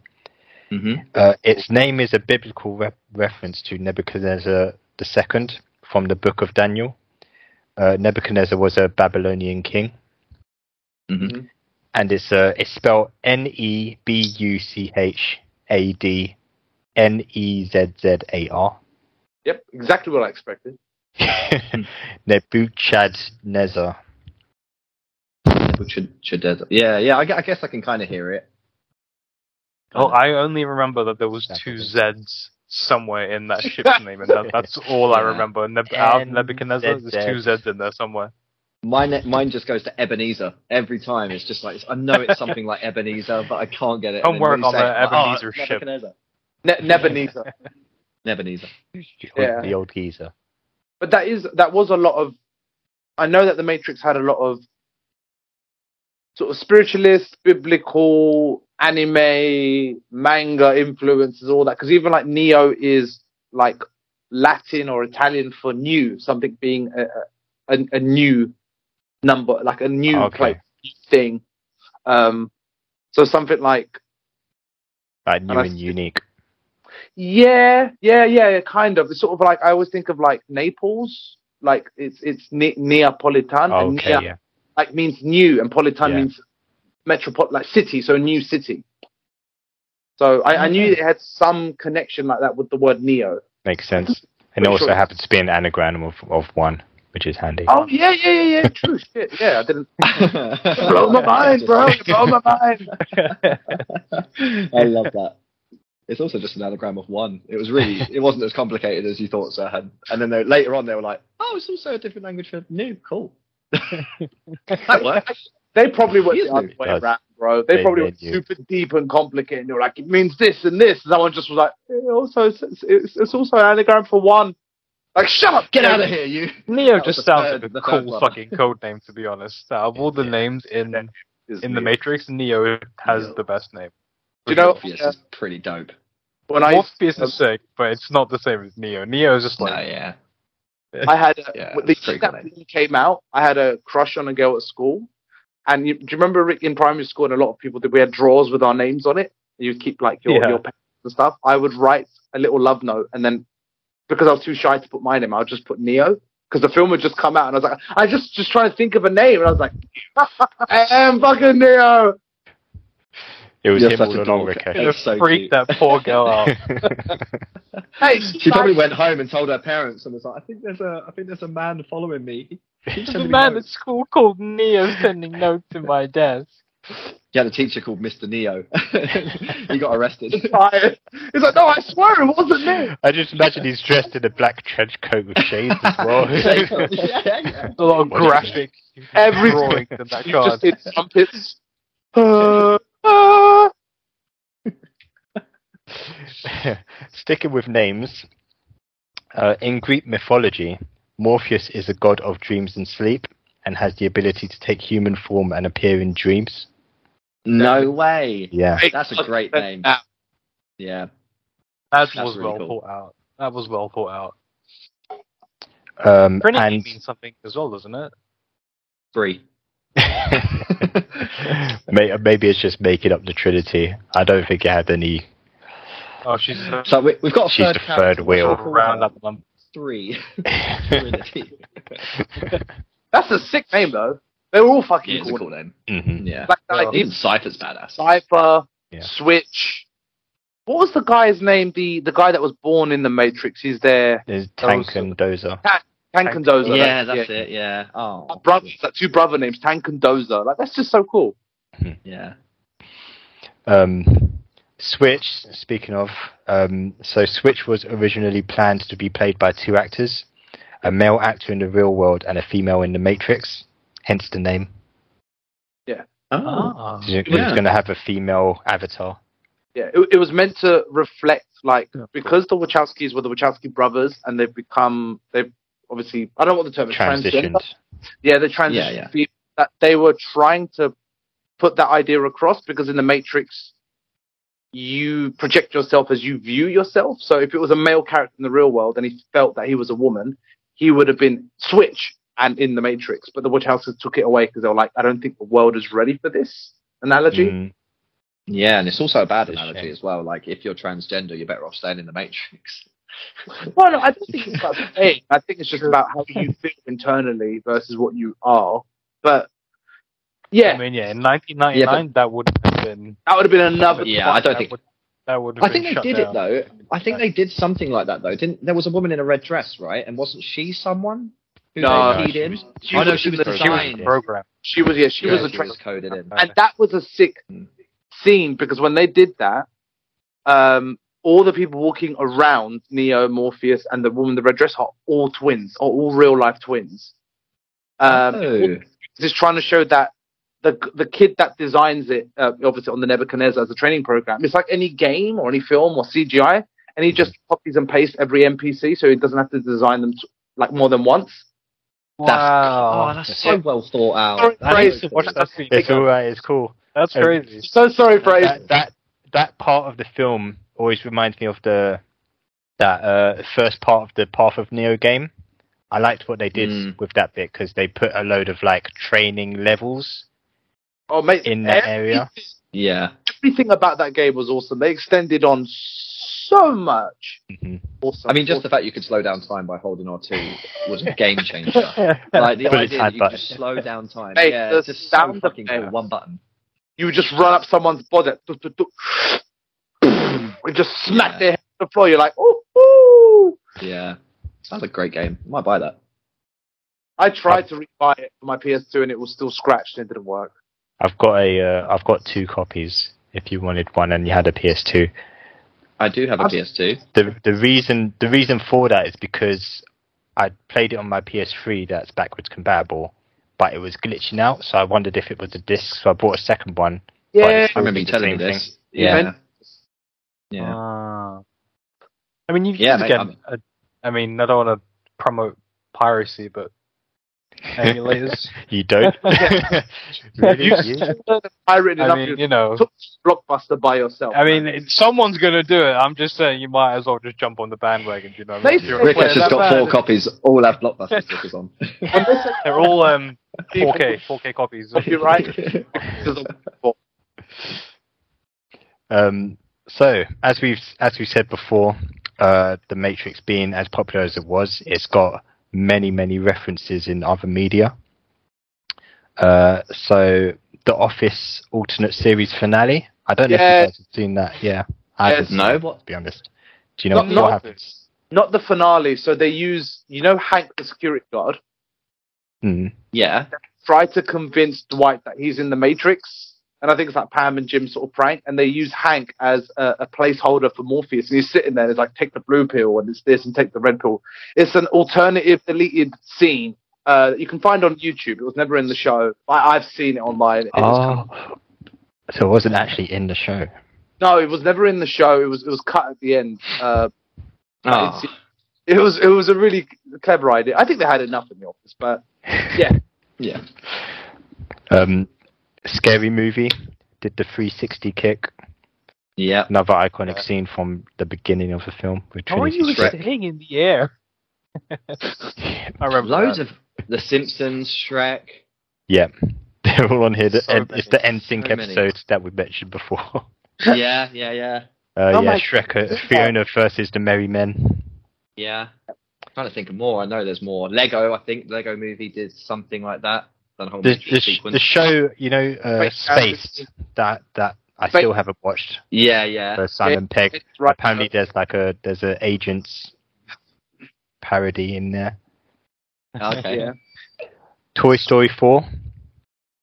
[SPEAKER 5] hmm
[SPEAKER 1] Uh, its name is a biblical re- reference to Nebuchadnezzar II from the book of Daniel. Uh, Nebuchadnezzar was a Babylonian king,
[SPEAKER 5] Mhm.
[SPEAKER 1] and it's uh, it's spelled N E B U C H A D N E Z Z A R.
[SPEAKER 4] Yep, exactly what I expected.
[SPEAKER 1] *laughs* Nebuchadnezzar.
[SPEAKER 5] Which should, should yeah, yeah. I, gu- I guess I can kind of hear it.
[SPEAKER 3] Oh, I only remember that there was two Z's somewhere
[SPEAKER 5] *laughs*
[SPEAKER 3] in that ship's name, and that, that's all I
[SPEAKER 5] Yeah.
[SPEAKER 3] remember. Neb- out of
[SPEAKER 1] And
[SPEAKER 3] Nebuchadnezzar, there's two
[SPEAKER 1] Z-Z.
[SPEAKER 3] Z's in there somewhere.
[SPEAKER 5] Mine, mine just goes to Ebenezer every time. It's just like I know it's something like Ebenezer, but I can't get it.
[SPEAKER 3] Come
[SPEAKER 5] And then when "Oh,
[SPEAKER 3] work
[SPEAKER 5] you say
[SPEAKER 3] on the
[SPEAKER 5] it, I'm like,
[SPEAKER 3] Ebenezer
[SPEAKER 5] it's
[SPEAKER 3] ship.
[SPEAKER 5] Nebuchadnezzar.
[SPEAKER 4] Ne- Nebuchadnezzar.
[SPEAKER 5] Ebenezer.
[SPEAKER 4] Yeah.
[SPEAKER 1] The old geezer.
[SPEAKER 4] but that is that was a lot of i know that the matrix had a lot of sort of spiritualist biblical anime manga influences all that because even like neo is like latin or italian for new something being a, a, a- a new number like a new
[SPEAKER 1] Okay.
[SPEAKER 4] place thing um so something like
[SPEAKER 1] Like Uh, new
[SPEAKER 4] And I-
[SPEAKER 1] and unique.
[SPEAKER 4] yeah, yeah, yeah, yeah, kind of. It's sort of like I always think of like Naples, like it's it's ne- Neapolitan, and
[SPEAKER 1] Okay,
[SPEAKER 4] Nea,
[SPEAKER 1] yeah.
[SPEAKER 4] like means new, and Politan
[SPEAKER 1] Yeah.
[SPEAKER 4] means metropolitan, like city, so a new city. So I, I knew it had some connection like that with the word Neo.
[SPEAKER 1] Makes
[SPEAKER 4] *laughs*
[SPEAKER 1] sense. And it
[SPEAKER 4] Pretty
[SPEAKER 1] also
[SPEAKER 4] sure-
[SPEAKER 1] happens to be an anagram of, of one, which is handy.
[SPEAKER 4] Oh yeah, yeah, yeah, yeah. True shit. Yeah,
[SPEAKER 1] *laughs*
[SPEAKER 4] I didn't *laughs* blow my mind, bro. You Blow my mind.
[SPEAKER 5] *laughs* I love that. It's also just an anagram of one. It was really, it wasn't as complicated as you thought, sir. And, and then they, later on, they were like, "Oh, it's also a different language for new. Cool." *laughs* that
[SPEAKER 3] *laughs*
[SPEAKER 5] works.
[SPEAKER 4] They probably went
[SPEAKER 5] He is
[SPEAKER 4] the other
[SPEAKER 5] new.
[SPEAKER 4] way
[SPEAKER 1] Does.
[SPEAKER 4] around, bro. They,
[SPEAKER 1] They-
[SPEAKER 4] probably
[SPEAKER 1] they
[SPEAKER 4] went
[SPEAKER 1] do.
[SPEAKER 4] super deep and complicated. And they were like, it means this and this. And someone just was like, it also, it's, it's, it's also an anagram for one. Like, shut up,
[SPEAKER 5] Get out of here, you. That
[SPEAKER 3] Neo
[SPEAKER 5] was
[SPEAKER 3] just
[SPEAKER 5] the
[SPEAKER 3] sounds
[SPEAKER 5] third-
[SPEAKER 3] like
[SPEAKER 5] the
[SPEAKER 3] a
[SPEAKER 5] third
[SPEAKER 3] cool
[SPEAKER 5] one.
[SPEAKER 3] fucking code name, to be honest. Out of all the
[SPEAKER 1] Yeah.
[SPEAKER 3] names in
[SPEAKER 4] Is
[SPEAKER 3] in
[SPEAKER 4] me.
[SPEAKER 3] the Matrix, Neo has
[SPEAKER 5] Neo.
[SPEAKER 3] the best name.
[SPEAKER 4] Do you know, um,
[SPEAKER 5] Morpheus
[SPEAKER 4] uh,
[SPEAKER 5] is pretty dope.
[SPEAKER 4] when I,
[SPEAKER 3] Morpheus is sick, but it's not the same as Neo. Neo is just
[SPEAKER 5] No,
[SPEAKER 3] like
[SPEAKER 5] yeah.
[SPEAKER 4] I had, a,
[SPEAKER 5] *laughs* Yeah,
[SPEAKER 4] when the
[SPEAKER 5] that's pretty
[SPEAKER 4] year that
[SPEAKER 5] good.
[SPEAKER 4] film came out, I had a crush on a girl at school. And you, do you remember Rick in primary school and a lot of people did, we had drawers with our names on it? You'd keep like your,
[SPEAKER 3] Yeah.
[SPEAKER 4] your pens and stuff. I would write a little love note and then because I was too shy to put my name. I just put Neo because the film had just come out, and I was like, I just just trying to think of a name, and I was like, *laughs* I am fucking Neo.
[SPEAKER 1] It was
[SPEAKER 5] You're
[SPEAKER 1] him
[SPEAKER 5] such
[SPEAKER 1] all
[SPEAKER 5] a
[SPEAKER 1] along,
[SPEAKER 5] dork.
[SPEAKER 1] Rakesh.
[SPEAKER 5] It was so
[SPEAKER 3] Freak
[SPEAKER 5] cute.
[SPEAKER 3] that poor
[SPEAKER 4] *laughs*
[SPEAKER 3] girl out.
[SPEAKER 4] Hey,
[SPEAKER 5] She probably went home and told her parents and was like, "I think there's a, I think there's a man following me."
[SPEAKER 3] There's a man at school called Neo sending notes to my desk.
[SPEAKER 5] He had a teacher called Mr. Neo. *laughs* he got arrested.
[SPEAKER 4] tired. He's like, no, I swear it wasn't me.
[SPEAKER 1] I just imagine he's dressed in a black trench coat with shades as
[SPEAKER 4] *laughs*
[SPEAKER 1] well.
[SPEAKER 5] yeah, yeah.
[SPEAKER 3] There's a lot of
[SPEAKER 1] What is it?
[SPEAKER 3] graphic
[SPEAKER 4] Every-
[SPEAKER 3] drawings in *laughs* that
[SPEAKER 4] You
[SPEAKER 3] card.
[SPEAKER 4] just hit trumpets. Uh, uh.
[SPEAKER 1] *laughs* Sticking with names, uh, in Greek mythology, Morpheus is a god of dreams and sleep and has the ability to take human form and appear in dreams.
[SPEAKER 5] No way.
[SPEAKER 1] Yeah.
[SPEAKER 5] That's a great name. Yeah.
[SPEAKER 3] That
[SPEAKER 5] That's
[SPEAKER 3] was
[SPEAKER 5] really
[SPEAKER 3] well
[SPEAKER 5] cool.
[SPEAKER 3] thought out. That was well thought out.
[SPEAKER 1] Um,
[SPEAKER 3] Trinity
[SPEAKER 1] and
[SPEAKER 3] means something as well, doesn't it?
[SPEAKER 5] Three.
[SPEAKER 1] May- maybe it's just making up the Trinity. I don't think it had any.
[SPEAKER 3] Oh, she's so
[SPEAKER 5] So we, we've got a
[SPEAKER 1] She's
[SPEAKER 5] third
[SPEAKER 1] the
[SPEAKER 5] character.
[SPEAKER 1] third
[SPEAKER 5] We'll
[SPEAKER 1] wheel.
[SPEAKER 5] talk about
[SPEAKER 3] round up number.
[SPEAKER 5] Three. *laughs*
[SPEAKER 1] *laughs*
[SPEAKER 4] That's a sick name though. They were all fucking
[SPEAKER 5] it's a Oh,
[SPEAKER 4] cool.
[SPEAKER 5] cool name.
[SPEAKER 1] Mhm.
[SPEAKER 5] Yeah.
[SPEAKER 4] Like,
[SPEAKER 3] Yeah.
[SPEAKER 4] like,
[SPEAKER 5] Even Cypher's badass.
[SPEAKER 4] Cypher,
[SPEAKER 1] Yeah.
[SPEAKER 4] Switch. What was the guy's name? The the guy that was born in the Matrix. He's there.
[SPEAKER 1] There's
[SPEAKER 5] Oh,
[SPEAKER 4] Those-
[SPEAKER 1] Tank and Dozer.
[SPEAKER 4] Tank and Dozer.
[SPEAKER 5] Yeah, that's it. Yeah. Oh.
[SPEAKER 4] Uh, Brothers, like two brother names, Tank and Dozer. Like that's just so cool.
[SPEAKER 5] Yeah.
[SPEAKER 1] Um, Switch, speaking of, um, so Switch was originally planned to be played by two actors, a male actor in the real world and a female in the Matrix, hence the name.
[SPEAKER 5] Oh.
[SPEAKER 3] Ah.
[SPEAKER 1] It
[SPEAKER 5] Yeah.
[SPEAKER 1] was going to have a female avatar.
[SPEAKER 4] Yeah, it, it was meant to reflect like because the Wachowskis were the Wachowski brothers, and they've become they've obviously I don't know what the term is transgender.
[SPEAKER 1] Transitioned.
[SPEAKER 4] Yeah, the transition.
[SPEAKER 5] Yeah, yeah.
[SPEAKER 4] feel That they were trying to put that idea across because in the Matrix, you project yourself as you view yourself. So if it was a male character in the real world and he felt that he was a woman, he would have been switch and in the Matrix. But the Wachowskis took it away because they were like, I don't think the world is ready for this analogy.
[SPEAKER 1] Mm.
[SPEAKER 5] Yeah, and it's also a bad
[SPEAKER 1] It's a
[SPEAKER 5] analogy
[SPEAKER 1] shame.
[SPEAKER 5] as well. Like, if you're transgender, you're better off staying in the Matrix. Mm.
[SPEAKER 4] Well, no, I don't think it's about saying. I think it's just about how *laughs* you feel internally versus what you are. But
[SPEAKER 3] I
[SPEAKER 4] yeah,
[SPEAKER 3] mean, yeah, in 1999, that would have been.
[SPEAKER 4] that would have been another.
[SPEAKER 5] Yeah, I don't
[SPEAKER 3] that
[SPEAKER 5] think.
[SPEAKER 3] Would, that would have
[SPEAKER 5] I
[SPEAKER 3] been
[SPEAKER 5] think they
[SPEAKER 3] shut
[SPEAKER 5] did
[SPEAKER 3] down.
[SPEAKER 5] it though. I think they did something like that though. Didn't there was a woman in a red dress, right? And wasn't she someone who
[SPEAKER 4] No,
[SPEAKER 5] they keyed
[SPEAKER 1] she
[SPEAKER 5] in?
[SPEAKER 1] was-
[SPEAKER 4] she
[SPEAKER 5] oh no,
[SPEAKER 4] was
[SPEAKER 5] she was
[SPEAKER 4] in the-
[SPEAKER 1] she was-
[SPEAKER 5] designed.
[SPEAKER 1] yeah.
[SPEAKER 3] Program.
[SPEAKER 4] She was yeah, she
[SPEAKER 5] Yeah,
[SPEAKER 4] was a trans
[SPEAKER 5] coded in.
[SPEAKER 4] and that was a sick
[SPEAKER 1] Hmm.
[SPEAKER 5] Mm.
[SPEAKER 4] scene because when they did that, um, all the people walking around Neo, Morpheus, and the woman in the red dress are all twins, are all real life twins. Um,
[SPEAKER 5] oh,
[SPEAKER 4] Just trying to show that the the kid that designs it, uh, obviously on the Nebuchadnezzar as a training program, it's like any game or any film or CGI, and
[SPEAKER 1] Hmm.
[SPEAKER 4] he just copies and pastes every NPC, so he doesn't have to design them t- like more than once.
[SPEAKER 5] oh,
[SPEAKER 3] Wow.
[SPEAKER 5] that's so well thought
[SPEAKER 4] Sorry,
[SPEAKER 5] out.
[SPEAKER 4] Bryce,
[SPEAKER 5] That is
[SPEAKER 3] Watch that scene.
[SPEAKER 1] It's all right. It's cool.
[SPEAKER 3] That's
[SPEAKER 1] Um,
[SPEAKER 3] crazy.
[SPEAKER 4] So sorry, Fraser.
[SPEAKER 1] that, that that part of the film always reminds me of the that uh, first part of the Path of Neo game. I liked what they did
[SPEAKER 5] Mm.
[SPEAKER 1] with that bit because they put a load of like training levels
[SPEAKER 4] oh, mate,
[SPEAKER 1] in that area.
[SPEAKER 5] yeah.
[SPEAKER 4] everything about that game was awesome. They extended on so much.
[SPEAKER 1] Mhm.
[SPEAKER 4] Awesome.
[SPEAKER 5] Mm-hmm. I mean, just the
[SPEAKER 4] Awesome.
[SPEAKER 5] fact you could slow down time by holding R2 was a
[SPEAKER 1] *laughs*
[SPEAKER 5] game changer. like the
[SPEAKER 1] But it's
[SPEAKER 5] idea that you could
[SPEAKER 1] handbutton.
[SPEAKER 5] just slow down time.
[SPEAKER 4] Hey,
[SPEAKER 5] yeah,
[SPEAKER 4] the
[SPEAKER 5] it's just so
[SPEAKER 4] sound
[SPEAKER 5] fucking
[SPEAKER 4] effects.
[SPEAKER 5] cool. One button.
[SPEAKER 4] you would just run up someone's body, *clears throat* do, do, do, and just smack
[SPEAKER 5] Yeah.
[SPEAKER 4] their head on the floor. You're like, oh, oh.
[SPEAKER 5] Yeah. Sounds like a great game. might buy that.
[SPEAKER 4] I tried to rebuy it for my PS2 and it was still scratched and it didn't work.
[SPEAKER 1] I've got a uh, I've got two copies. If you wanted one and you had a PS2,
[SPEAKER 5] I do have a
[SPEAKER 4] I've-
[SPEAKER 5] PS2.
[SPEAKER 1] the the reason the reason for that is because I played it on my PS3 that's backwards compatible, but it was glitching out. So I wondered if it was the disc. So I bought a second one.
[SPEAKER 4] Yeah,
[SPEAKER 5] I remember you
[SPEAKER 1] the
[SPEAKER 5] telling me
[SPEAKER 1] same
[SPEAKER 5] this.
[SPEAKER 4] thing.
[SPEAKER 5] Yeah.
[SPEAKER 4] Yeah.
[SPEAKER 5] Yeah.
[SPEAKER 3] Ah. I mean, you
[SPEAKER 5] Yeah,
[SPEAKER 3] can
[SPEAKER 5] mate,
[SPEAKER 3] get.
[SPEAKER 5] I'm-
[SPEAKER 3] a- I mean, I don't want to promote
[SPEAKER 5] *laughs*
[SPEAKER 3] piracy, but emulators.
[SPEAKER 1] You
[SPEAKER 3] *laughs*
[SPEAKER 1] don't. Really?
[SPEAKER 3] You-
[SPEAKER 1] You?
[SPEAKER 4] I really
[SPEAKER 3] I
[SPEAKER 4] love
[SPEAKER 3] mean,
[SPEAKER 4] you.
[SPEAKER 3] you know.
[SPEAKER 4] Blockbuster by yourself.
[SPEAKER 3] I mean, it- someone's gonna do it. I'm just saying, you might as well just jump on the bandwagon. do You know, what I mean?
[SPEAKER 4] They-
[SPEAKER 3] You're-
[SPEAKER 5] Rick
[SPEAKER 4] Wait,
[SPEAKER 5] has Oh. just
[SPEAKER 4] that
[SPEAKER 5] got four
[SPEAKER 4] bad?
[SPEAKER 5] copies, all have
[SPEAKER 4] *laughs*
[SPEAKER 5] blockbuster stickers on.
[SPEAKER 3] they're all *laughs* um 4K, 4K copies.
[SPEAKER 4] You're
[SPEAKER 5] *laughs*
[SPEAKER 4] right.
[SPEAKER 1] Um, so, as we've as we said before, uh, the Matrix being as popular as it was, it's got many many references in other media. Uh, so the Office alternate series finale. I don't know
[SPEAKER 4] Yeah.
[SPEAKER 1] if you guys have seen that. Yeah, I haven't. seen
[SPEAKER 5] no,
[SPEAKER 1] it,
[SPEAKER 5] what?
[SPEAKER 1] to be honest. Do you know
[SPEAKER 4] Not-
[SPEAKER 1] what,
[SPEAKER 4] not-
[SPEAKER 1] what happens?
[SPEAKER 4] *laughs* Not the finale. So they use, you know, Hank the security guard
[SPEAKER 1] Mm.
[SPEAKER 5] Yeah.
[SPEAKER 4] try to convince Dwight that he's in the Matrix, and I think it's like Pam and Jim sort of prank, and they use Hank as a, a placeholder for Morpheus, and he's sitting there, and it's like take the blue pill, and it's this, and take the red pill. It's an alternative deleted scene. Uh, you can find on YouTube. It was never in the show. I, I've seen it online. It was kind of-
[SPEAKER 1] Oh, so it wasn't actually in the show.
[SPEAKER 4] no, it was never in the show. It was it was cut at the end. Uh,
[SPEAKER 5] Oh.
[SPEAKER 4] it was it was a really clever idea. I think they had enough in the office, but yeah,
[SPEAKER 5] Yeah.
[SPEAKER 1] *laughs* Um, scary movie did the 360 kick.
[SPEAKER 5] Yeah.
[SPEAKER 1] Another iconic scene from the beginning of the film with
[SPEAKER 3] How are
[SPEAKER 1] Trinity
[SPEAKER 3] you
[SPEAKER 1] Shrek.
[SPEAKER 3] staying in the air?
[SPEAKER 1] *laughs*
[SPEAKER 3] I remember
[SPEAKER 5] Loads
[SPEAKER 3] that.
[SPEAKER 5] of The Simpsons, *laughs* Shrek.
[SPEAKER 1] Yeah, *laughs* they're all on here. The
[SPEAKER 5] So
[SPEAKER 1] end- it's the
[SPEAKER 5] many,
[SPEAKER 1] end sync
[SPEAKER 5] so many.
[SPEAKER 1] episode that we mentioned before. *laughs*
[SPEAKER 5] Yeah, yeah, yeah.
[SPEAKER 1] Uh,
[SPEAKER 4] Oh
[SPEAKER 1] yeah,
[SPEAKER 4] my-
[SPEAKER 1] Shrek, uh, Fiona versus the Merry Men.
[SPEAKER 5] Yeah. trying to think of more. I know there's more. Lego, I think Lego movie did something like that. Done a whole
[SPEAKER 1] The,
[SPEAKER 5] mystery
[SPEAKER 1] the, sh-
[SPEAKER 5] sequence.
[SPEAKER 1] the show, you know, uh,
[SPEAKER 4] Wait,
[SPEAKER 1] Spaced, that that I
[SPEAKER 4] Wait.
[SPEAKER 1] still haven't watched.
[SPEAKER 5] yeah, yeah.
[SPEAKER 4] *laughs*
[SPEAKER 1] Uh, Simon Pegg.
[SPEAKER 4] it's right.
[SPEAKER 1] Apparently, there's like a there's a agents parody in there.
[SPEAKER 5] Okay.
[SPEAKER 4] Yeah.
[SPEAKER 1] Toy Story 4,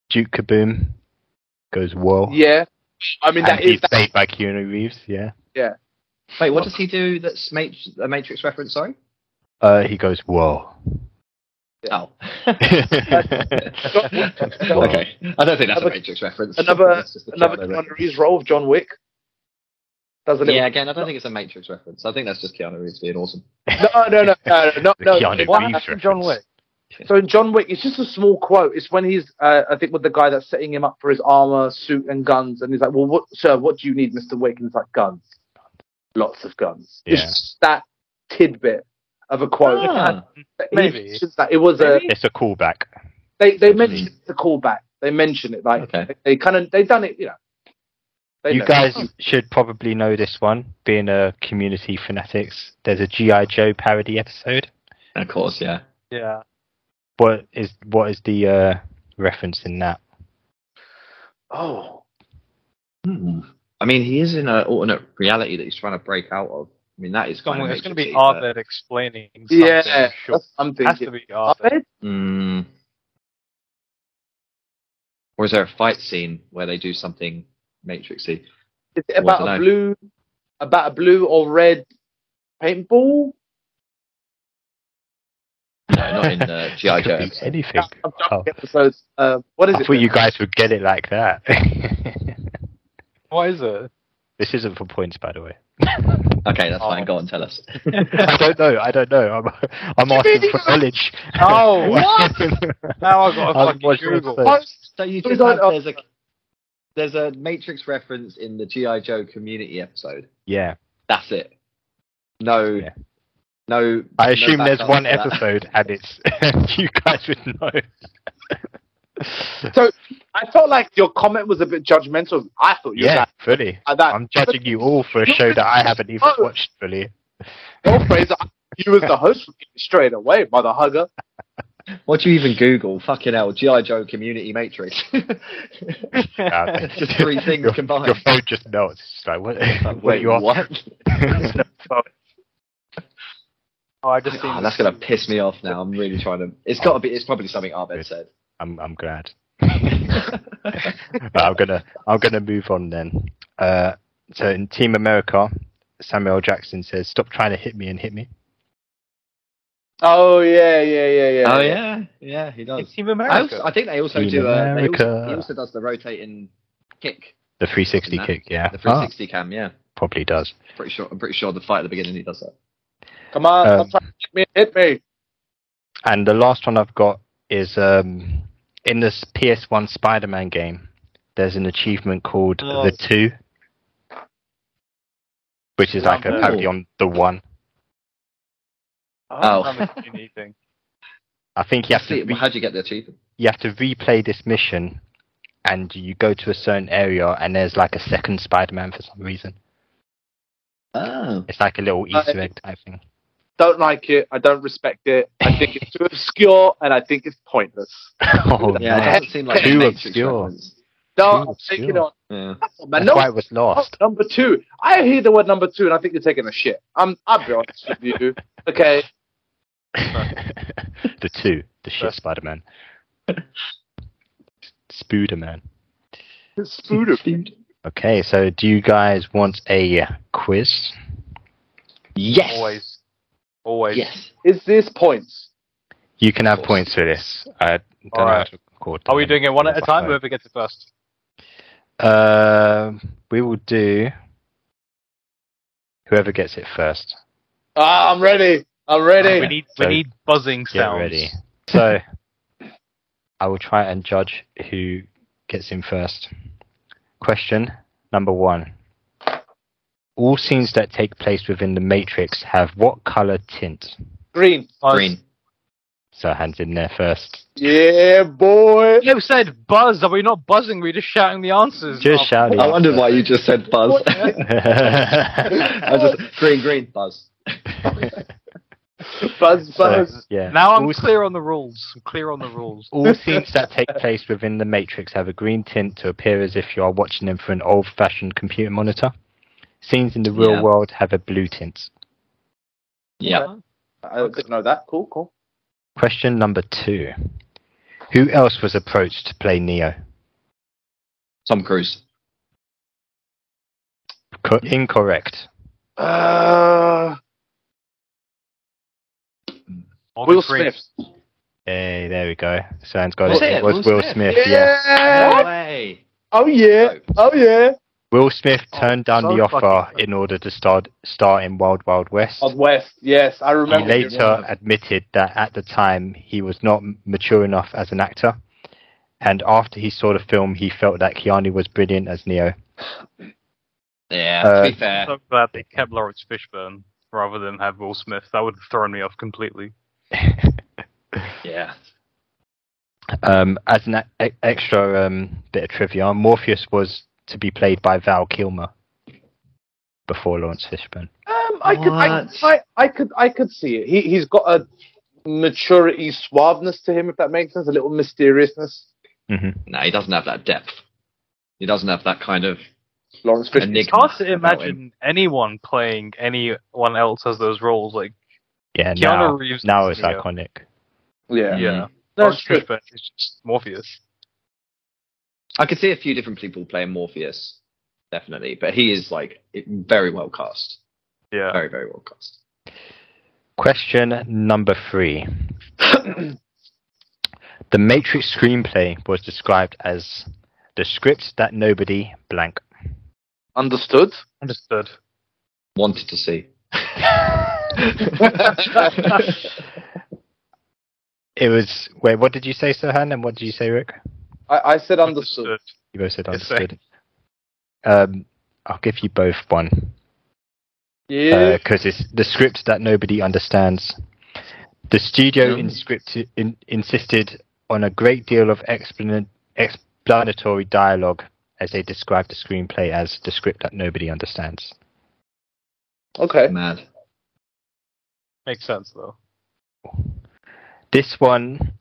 [SPEAKER 1] Duke Kaboom goes whoa.
[SPEAKER 4] yeah. I mean, that
[SPEAKER 1] and he's
[SPEAKER 4] is that.
[SPEAKER 1] played by Keanu Reeves. Yeah,
[SPEAKER 5] Wait, what does he do that's Matrix, a Matrix reference, sorry?
[SPEAKER 1] uh, he goes
[SPEAKER 4] *laughs*
[SPEAKER 1] whoa.
[SPEAKER 5] Oh. *laughs*
[SPEAKER 1] Well-
[SPEAKER 5] okay. I don't think that's a
[SPEAKER 4] Another-
[SPEAKER 5] Matrix reference.
[SPEAKER 4] another-
[SPEAKER 5] That's just a
[SPEAKER 4] another
[SPEAKER 5] Keanu
[SPEAKER 4] Keanu
[SPEAKER 5] reference.
[SPEAKER 4] Reeves role of John Wick. Does a little.
[SPEAKER 5] Yeah, again, I don't think it's a Matrix reference. I think that's just Keanu Reeves being awesome.
[SPEAKER 4] No, no, no, no, no,
[SPEAKER 1] The
[SPEAKER 4] no.
[SPEAKER 1] Keanu
[SPEAKER 4] What
[SPEAKER 1] Reeves
[SPEAKER 4] happened-
[SPEAKER 1] reference.
[SPEAKER 3] John Wick.
[SPEAKER 4] So in John Wick, it's just a small quote. It's when he's, uh, I think, with the guy that's setting him up for his armor, suit, and guns, and he's like, "Well, what, sir? What do you need, Mister Wick?" And he's like, "Guns, lots of guns." It's
[SPEAKER 1] Yeah.
[SPEAKER 4] just that tidbit of a quote.
[SPEAKER 5] Ah,
[SPEAKER 4] He
[SPEAKER 3] maybe.
[SPEAKER 4] mentions that it was a.
[SPEAKER 1] It's a callback.
[SPEAKER 4] They they
[SPEAKER 5] Maybe.
[SPEAKER 4] mentioned the callback. They mention it like
[SPEAKER 5] okay.
[SPEAKER 4] they, kind of they done it. You know. They
[SPEAKER 1] You
[SPEAKER 4] know.
[SPEAKER 1] guys should probably know this one, being a community fanatics. There's a GI Joe parody episode.
[SPEAKER 5] Of course, yeah.
[SPEAKER 3] Yeah.
[SPEAKER 1] What is what is the uh, reference in that?
[SPEAKER 4] Oh,
[SPEAKER 5] Hmm. I mean, he is in an alternate reality that he's trying to break out of. I mean, that is
[SPEAKER 3] It's
[SPEAKER 5] kind of
[SPEAKER 3] gonna, it's gonna be
[SPEAKER 5] Matrix-y, but-
[SPEAKER 3] Arthur explaining. Something,
[SPEAKER 4] yeah.
[SPEAKER 3] yeah, sure.
[SPEAKER 4] That's, I'm
[SPEAKER 3] Has
[SPEAKER 4] thinking.
[SPEAKER 3] to be Arthur.
[SPEAKER 5] Mm. Or is there a fight scene where they do something Matrixy?
[SPEAKER 4] Is it
[SPEAKER 5] Or
[SPEAKER 4] about
[SPEAKER 5] dunno.
[SPEAKER 4] a blue, about a blue or red paintball?
[SPEAKER 5] No, not
[SPEAKER 1] *laughs*
[SPEAKER 5] in uh, GI
[SPEAKER 1] It
[SPEAKER 5] Joe.
[SPEAKER 1] could be
[SPEAKER 5] episode.
[SPEAKER 1] anything.
[SPEAKER 4] I'm
[SPEAKER 1] Oh,
[SPEAKER 4] jumping episodes. Uh, what is
[SPEAKER 1] I
[SPEAKER 4] it?
[SPEAKER 1] thought you guys would get it like that. *laughs*
[SPEAKER 3] What is it?
[SPEAKER 1] this isn't for points, by the way.
[SPEAKER 5] Okay, that's
[SPEAKER 3] Oh.
[SPEAKER 5] fine. Go on, tell us.
[SPEAKER 1] I don't know. I don't know. I'm, I'm asking for knowledge. *laughs*
[SPEAKER 3] Oh, Now I got a
[SPEAKER 1] I
[SPEAKER 3] fucking
[SPEAKER 1] watched it
[SPEAKER 3] Google.
[SPEAKER 1] first.
[SPEAKER 5] *laughs* so you
[SPEAKER 4] Please
[SPEAKER 5] just have,
[SPEAKER 4] don't-
[SPEAKER 5] there's a there's a Matrix reference in the GI Joe community episode.
[SPEAKER 1] yeah.
[SPEAKER 5] That's it. No,
[SPEAKER 1] Yeah.
[SPEAKER 5] no.
[SPEAKER 1] I
[SPEAKER 5] no
[SPEAKER 1] assume there's
[SPEAKER 5] backup
[SPEAKER 1] one
[SPEAKER 5] for that.
[SPEAKER 1] episode and it's *laughs* you guys would know.
[SPEAKER 4] I felt like your comment was a bit judgmental. I thought you
[SPEAKER 1] yeah,
[SPEAKER 4] yeah.
[SPEAKER 1] fully.
[SPEAKER 4] were like that.
[SPEAKER 1] I'm judging you all for a show that I haven't even
[SPEAKER 5] Oh.
[SPEAKER 1] watched fully.
[SPEAKER 4] Your phrase, I- you
[SPEAKER 1] *laughs*
[SPEAKER 4] as the host straight away, mother hugger.
[SPEAKER 5] What do you even Google? Fucking hell, GI Joe community Matrix. *laughs*
[SPEAKER 1] Uh,
[SPEAKER 5] Just three things
[SPEAKER 1] your,
[SPEAKER 5] combined.
[SPEAKER 1] Your phone just melts. It's like what? *laughs* what
[SPEAKER 5] Wait,
[SPEAKER 1] you are-
[SPEAKER 5] what?
[SPEAKER 3] Oh, I just
[SPEAKER 5] God,
[SPEAKER 3] seen
[SPEAKER 5] Ah, that's gonna piss me off now. I'm really trying to. It's gotta be. It's probably something
[SPEAKER 1] *laughs*
[SPEAKER 5] Arbed said.
[SPEAKER 1] I'm I'm glad. But I'm gonna I'm gonna move on then. Uh, so in Team America, Samuel L. Jackson says, "Stop trying to hit me and hit me."
[SPEAKER 4] Oh yeah, yeah, yeah, yeah.
[SPEAKER 5] oh yeah, yeah, he
[SPEAKER 3] it's
[SPEAKER 5] does.
[SPEAKER 3] Team
[SPEAKER 5] I,
[SPEAKER 3] America.
[SPEAKER 5] also, I think they also
[SPEAKER 1] Team
[SPEAKER 5] do. Uh, they also,
[SPEAKER 1] America.
[SPEAKER 5] he also does the rotating kick,
[SPEAKER 1] The 360
[SPEAKER 5] Isn't that-
[SPEAKER 1] kick, yeah,
[SPEAKER 5] the
[SPEAKER 1] Ah,
[SPEAKER 5] 360 cam. Yeah,
[SPEAKER 1] probably does.
[SPEAKER 5] pretty sure. I'm pretty sure the fight at the beginning he does that.
[SPEAKER 4] Come on,
[SPEAKER 1] Um,
[SPEAKER 4] stop trying to hit me, hit me.
[SPEAKER 1] And the last one I've got is um, in this PS1 Spider-Man game. There's an achievement called
[SPEAKER 3] Oh.
[SPEAKER 1] the Two, which is like a
[SPEAKER 3] Lovely.
[SPEAKER 1] parody on the One.
[SPEAKER 3] I
[SPEAKER 5] Oh.
[SPEAKER 3] haven't done the community thing.
[SPEAKER 1] I think you have
[SPEAKER 5] See,
[SPEAKER 1] to re-
[SPEAKER 5] how'd you get the achievement?
[SPEAKER 1] you have to replay this mission, and you go to a certain area, and there's like a second Spider-Man for some reason.
[SPEAKER 5] Oh.
[SPEAKER 1] It's like a little
[SPEAKER 4] Uh,
[SPEAKER 1] Easter egg type thing. *laughs*
[SPEAKER 4] Don't like it. I don't respect it. I think it's too obscure and I think it's pointless.
[SPEAKER 1] oh,
[SPEAKER 5] Yeah,
[SPEAKER 1] no.
[SPEAKER 5] it doesn't seem like
[SPEAKER 1] Too
[SPEAKER 5] a Matrix
[SPEAKER 1] obscure.
[SPEAKER 5] reference.
[SPEAKER 4] No,
[SPEAKER 1] Too
[SPEAKER 4] I'm taking
[SPEAKER 1] obscure.
[SPEAKER 4] on.
[SPEAKER 5] Yeah.
[SPEAKER 4] Man,
[SPEAKER 1] That's
[SPEAKER 4] no,
[SPEAKER 1] why it was
[SPEAKER 4] Oh,
[SPEAKER 1] lost.
[SPEAKER 5] *laughs*
[SPEAKER 4] number two. I hear the word number two, and I think you're taking a shit. I'm, I'll be honest with you. Okay,
[SPEAKER 1] *laughs* the two, the shit Spider Man, Spooder Man.
[SPEAKER 4] it's food.
[SPEAKER 1] Okay, so do you guys want a quiz?
[SPEAKER 5] Yes.
[SPEAKER 3] Always.
[SPEAKER 5] *laughs*
[SPEAKER 3] Always.
[SPEAKER 5] Yes.
[SPEAKER 4] Is this points?
[SPEAKER 1] You can have
[SPEAKER 5] Awesome.
[SPEAKER 1] points for this. I don't know how
[SPEAKER 3] Alright.
[SPEAKER 1] to record.
[SPEAKER 3] Are we
[SPEAKER 1] them.
[SPEAKER 3] doing it one at a time?
[SPEAKER 1] Uh,
[SPEAKER 3] Whoever gets it first.
[SPEAKER 1] Um, we will do. Whoever gets it first.
[SPEAKER 4] Ah, I'm ready. I'm
[SPEAKER 3] Uh, We
[SPEAKER 4] ready.
[SPEAKER 3] need
[SPEAKER 1] So-
[SPEAKER 3] we need buzzing
[SPEAKER 1] Get
[SPEAKER 3] sounds.
[SPEAKER 1] ready. So, I will try and judge who gets in first. Question number one. All scenes that take place within the Matrix have what color tint?
[SPEAKER 4] Green.
[SPEAKER 3] Buzz.
[SPEAKER 5] Green.
[SPEAKER 1] So hands in there first.
[SPEAKER 4] Yeah, boy.
[SPEAKER 3] You said buzz. Are we not buzzing? We're just shouting the answers.
[SPEAKER 1] Just
[SPEAKER 3] Oh,
[SPEAKER 1] shouting.
[SPEAKER 5] I wondered *laughs* why you just said buzz. I
[SPEAKER 1] yeah.
[SPEAKER 5] just green, green, buzz.
[SPEAKER 4] Buzz, buzz.
[SPEAKER 3] Now I'm
[SPEAKER 1] All
[SPEAKER 3] clear on the rules. I'm clear on the
[SPEAKER 4] *laughs*
[SPEAKER 3] rules.
[SPEAKER 1] All scenes that take place within the Matrix have a green tint to appear as if you are watching them through an old fashioned computer monitor. Scenes in the real
[SPEAKER 5] Yeah.
[SPEAKER 1] world have a blue tint.
[SPEAKER 5] Yeah.
[SPEAKER 4] I didn't know that. Cool, cool.
[SPEAKER 1] Question number two Who else was approached to play Neo?
[SPEAKER 5] Tom Cruise.
[SPEAKER 1] Co- incorrect.
[SPEAKER 4] Uh,
[SPEAKER 3] Morgan
[SPEAKER 4] Will
[SPEAKER 3] Freeman.
[SPEAKER 4] Smith.
[SPEAKER 1] Hey, there we go. Someone's got
[SPEAKER 5] Was
[SPEAKER 1] it.
[SPEAKER 5] it
[SPEAKER 1] It was
[SPEAKER 5] Will
[SPEAKER 1] Will
[SPEAKER 5] Smith?
[SPEAKER 1] Smith,
[SPEAKER 4] Yeah.
[SPEAKER 1] yeah.
[SPEAKER 5] No way.
[SPEAKER 4] Oh yeah. Oh yeah.
[SPEAKER 1] Will Smith turned down
[SPEAKER 3] so
[SPEAKER 1] the offer
[SPEAKER 3] fucking-
[SPEAKER 1] in order to start, star in Wild Wild West.
[SPEAKER 4] Of West. Yes, I
[SPEAKER 1] He
[SPEAKER 4] remember.
[SPEAKER 1] later admitted that at the time he was not m- mature enough as an actor, and after he saw the film, he felt that Keanu was brilliant as Neo.
[SPEAKER 5] Yeah,
[SPEAKER 1] Uh,
[SPEAKER 5] to be fair.
[SPEAKER 3] So glad they kept Lawrence Fishburne rather than have Will Smith. That would have thrown me off completely.
[SPEAKER 5] Yeah.
[SPEAKER 1] *laughs* Um, as an e- extra um, bit of trivia, Morpheus was to be played by Val Kilmer before Lawrence Fishburne.
[SPEAKER 4] Um, I could, I,
[SPEAKER 5] What?
[SPEAKER 4] I, I could, I could see it. He, he's got a maturity, suaveness to him, if that makes sense. A little mysteriousness.
[SPEAKER 5] No, he doesn't have that depth. He doesn't have that kind of
[SPEAKER 4] Lawrence Fishburne.
[SPEAKER 5] enigma.
[SPEAKER 3] It's hard to
[SPEAKER 5] about him.
[SPEAKER 3] imagine anyone playing anyone else as those roles. Like
[SPEAKER 1] Yeah,
[SPEAKER 3] Keanu
[SPEAKER 1] now,
[SPEAKER 3] Reeves.
[SPEAKER 1] now it's
[SPEAKER 3] yeah.
[SPEAKER 1] iconic.
[SPEAKER 5] Yeah.
[SPEAKER 4] Yeah.
[SPEAKER 3] Yeah.
[SPEAKER 4] No,
[SPEAKER 3] Lawrence
[SPEAKER 4] it's true.
[SPEAKER 3] Fishburne is just Morpheus.
[SPEAKER 5] I could see a few different people playing Morpheus, definitely, but he is like very well cast.
[SPEAKER 3] Yeah.
[SPEAKER 5] Very, very well cast.
[SPEAKER 1] Question number
[SPEAKER 3] *coughs*
[SPEAKER 1] three. the Matrix screenplay was described as the script that nobody blank.
[SPEAKER 4] *laughs* Understood.
[SPEAKER 3] Understood.
[SPEAKER 5] Wanted to see.
[SPEAKER 1] It was wait. What did you say, Sohan, and what did you say, Rick?
[SPEAKER 4] I, I said understood.
[SPEAKER 1] You both said
[SPEAKER 3] Yes, sir.
[SPEAKER 1] understood. Um, I'll give you both one
[SPEAKER 4] Yeah.
[SPEAKER 1] because it's the script that nobody understands. The studio in script in, insisted on a great deal of explana- explanatory dialogue as they described the screenplay as the script that nobody understands.
[SPEAKER 4] okay.
[SPEAKER 5] Mad.
[SPEAKER 3] Makes sense though.
[SPEAKER 1] This one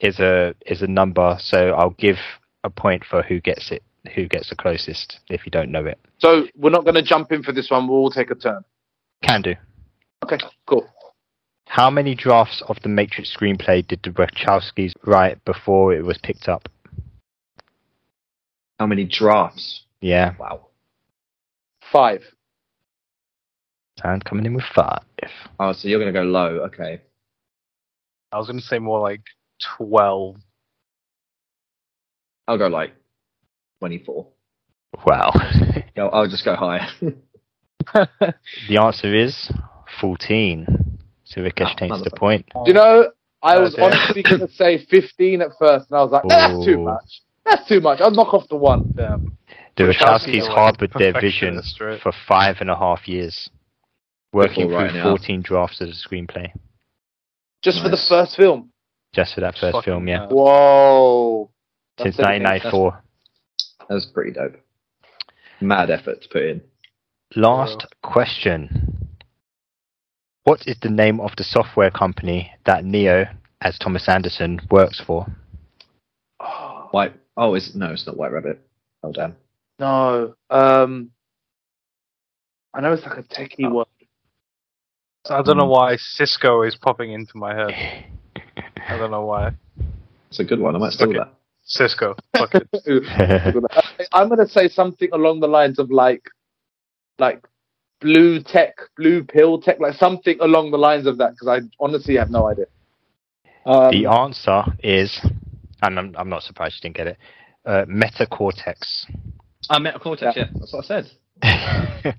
[SPEAKER 1] is a is a number, so I'll give a point for who gets it, who gets the closest. If you don't know it,
[SPEAKER 4] So we're not going to jump in for this one. We'll all take a turn.
[SPEAKER 1] can do.
[SPEAKER 4] Okay. Cool.
[SPEAKER 1] How many drafts of the Matrix screenplay did the Wachowskis write before it was picked up?
[SPEAKER 5] How many drafts?
[SPEAKER 1] Yeah,
[SPEAKER 5] Wow.
[SPEAKER 4] Five.
[SPEAKER 1] and coming in with five.
[SPEAKER 5] Oh, so you're going to go low. Okay.
[SPEAKER 3] I was gonna say more like twelve.
[SPEAKER 5] I'll go like 24.
[SPEAKER 1] Wow.
[SPEAKER 5] No, I'll just go higher.
[SPEAKER 1] *laughs*
[SPEAKER 5] *laughs*
[SPEAKER 1] the answer is 14. So Rikesh
[SPEAKER 5] Ah,
[SPEAKER 1] takes the
[SPEAKER 5] motherfucker.
[SPEAKER 1] point.
[SPEAKER 4] Do you know? I
[SPEAKER 3] Oh,
[SPEAKER 4] was
[SPEAKER 3] dear.
[SPEAKER 4] honestly going *laughs* to say 15 at first, and I was like, "Nah, that's too
[SPEAKER 1] Ooh.
[SPEAKER 4] much. That's too much. I'll knock off the one. Damn.
[SPEAKER 1] The
[SPEAKER 3] Wachowskis
[SPEAKER 1] Wachowskis,
[SPEAKER 3] are like
[SPEAKER 1] harbored their vision
[SPEAKER 3] perfectionists, right?
[SPEAKER 1] for five and a half years, working
[SPEAKER 5] Before
[SPEAKER 1] through
[SPEAKER 5] writing it up.
[SPEAKER 1] 14 drafts of the screenplay
[SPEAKER 4] Just for the
[SPEAKER 5] Nice.
[SPEAKER 4] first film.
[SPEAKER 1] just for Oh, that first
[SPEAKER 3] Fucking
[SPEAKER 1] film, yeah,
[SPEAKER 3] mad.
[SPEAKER 4] Whoa.
[SPEAKER 1] since
[SPEAKER 4] That's everything.
[SPEAKER 1] 1994.
[SPEAKER 5] That was pretty dope. Mad effort to put in.
[SPEAKER 1] Last question. What is the name of the software company that Neo, as Thomas Anderson, works
[SPEAKER 5] *laughs*
[SPEAKER 1] for?
[SPEAKER 4] Oh,
[SPEAKER 5] White. Oh, is no, it's not White Rabbit. Oh damn.
[SPEAKER 4] *gasps* no. Um, I know it's like a techie one.
[SPEAKER 3] So I don't know why Cisco is popping into my head. I don't know why.
[SPEAKER 5] It's a good one. I might steal
[SPEAKER 3] Okay.
[SPEAKER 5] that.
[SPEAKER 3] Cisco.
[SPEAKER 4] *laughs*
[SPEAKER 3] Fuck it.
[SPEAKER 4] I- I'm gonna say something along the lines of like, like blue tech, blue pill tech, like something along the lines of that because I honestly have no idea. Um,
[SPEAKER 1] the answer is, and I'm, I'm not surprised you didn't get it, uh, Metacortex.
[SPEAKER 5] *laughs* I met a Uh, cortex. Yeah. that's what I said.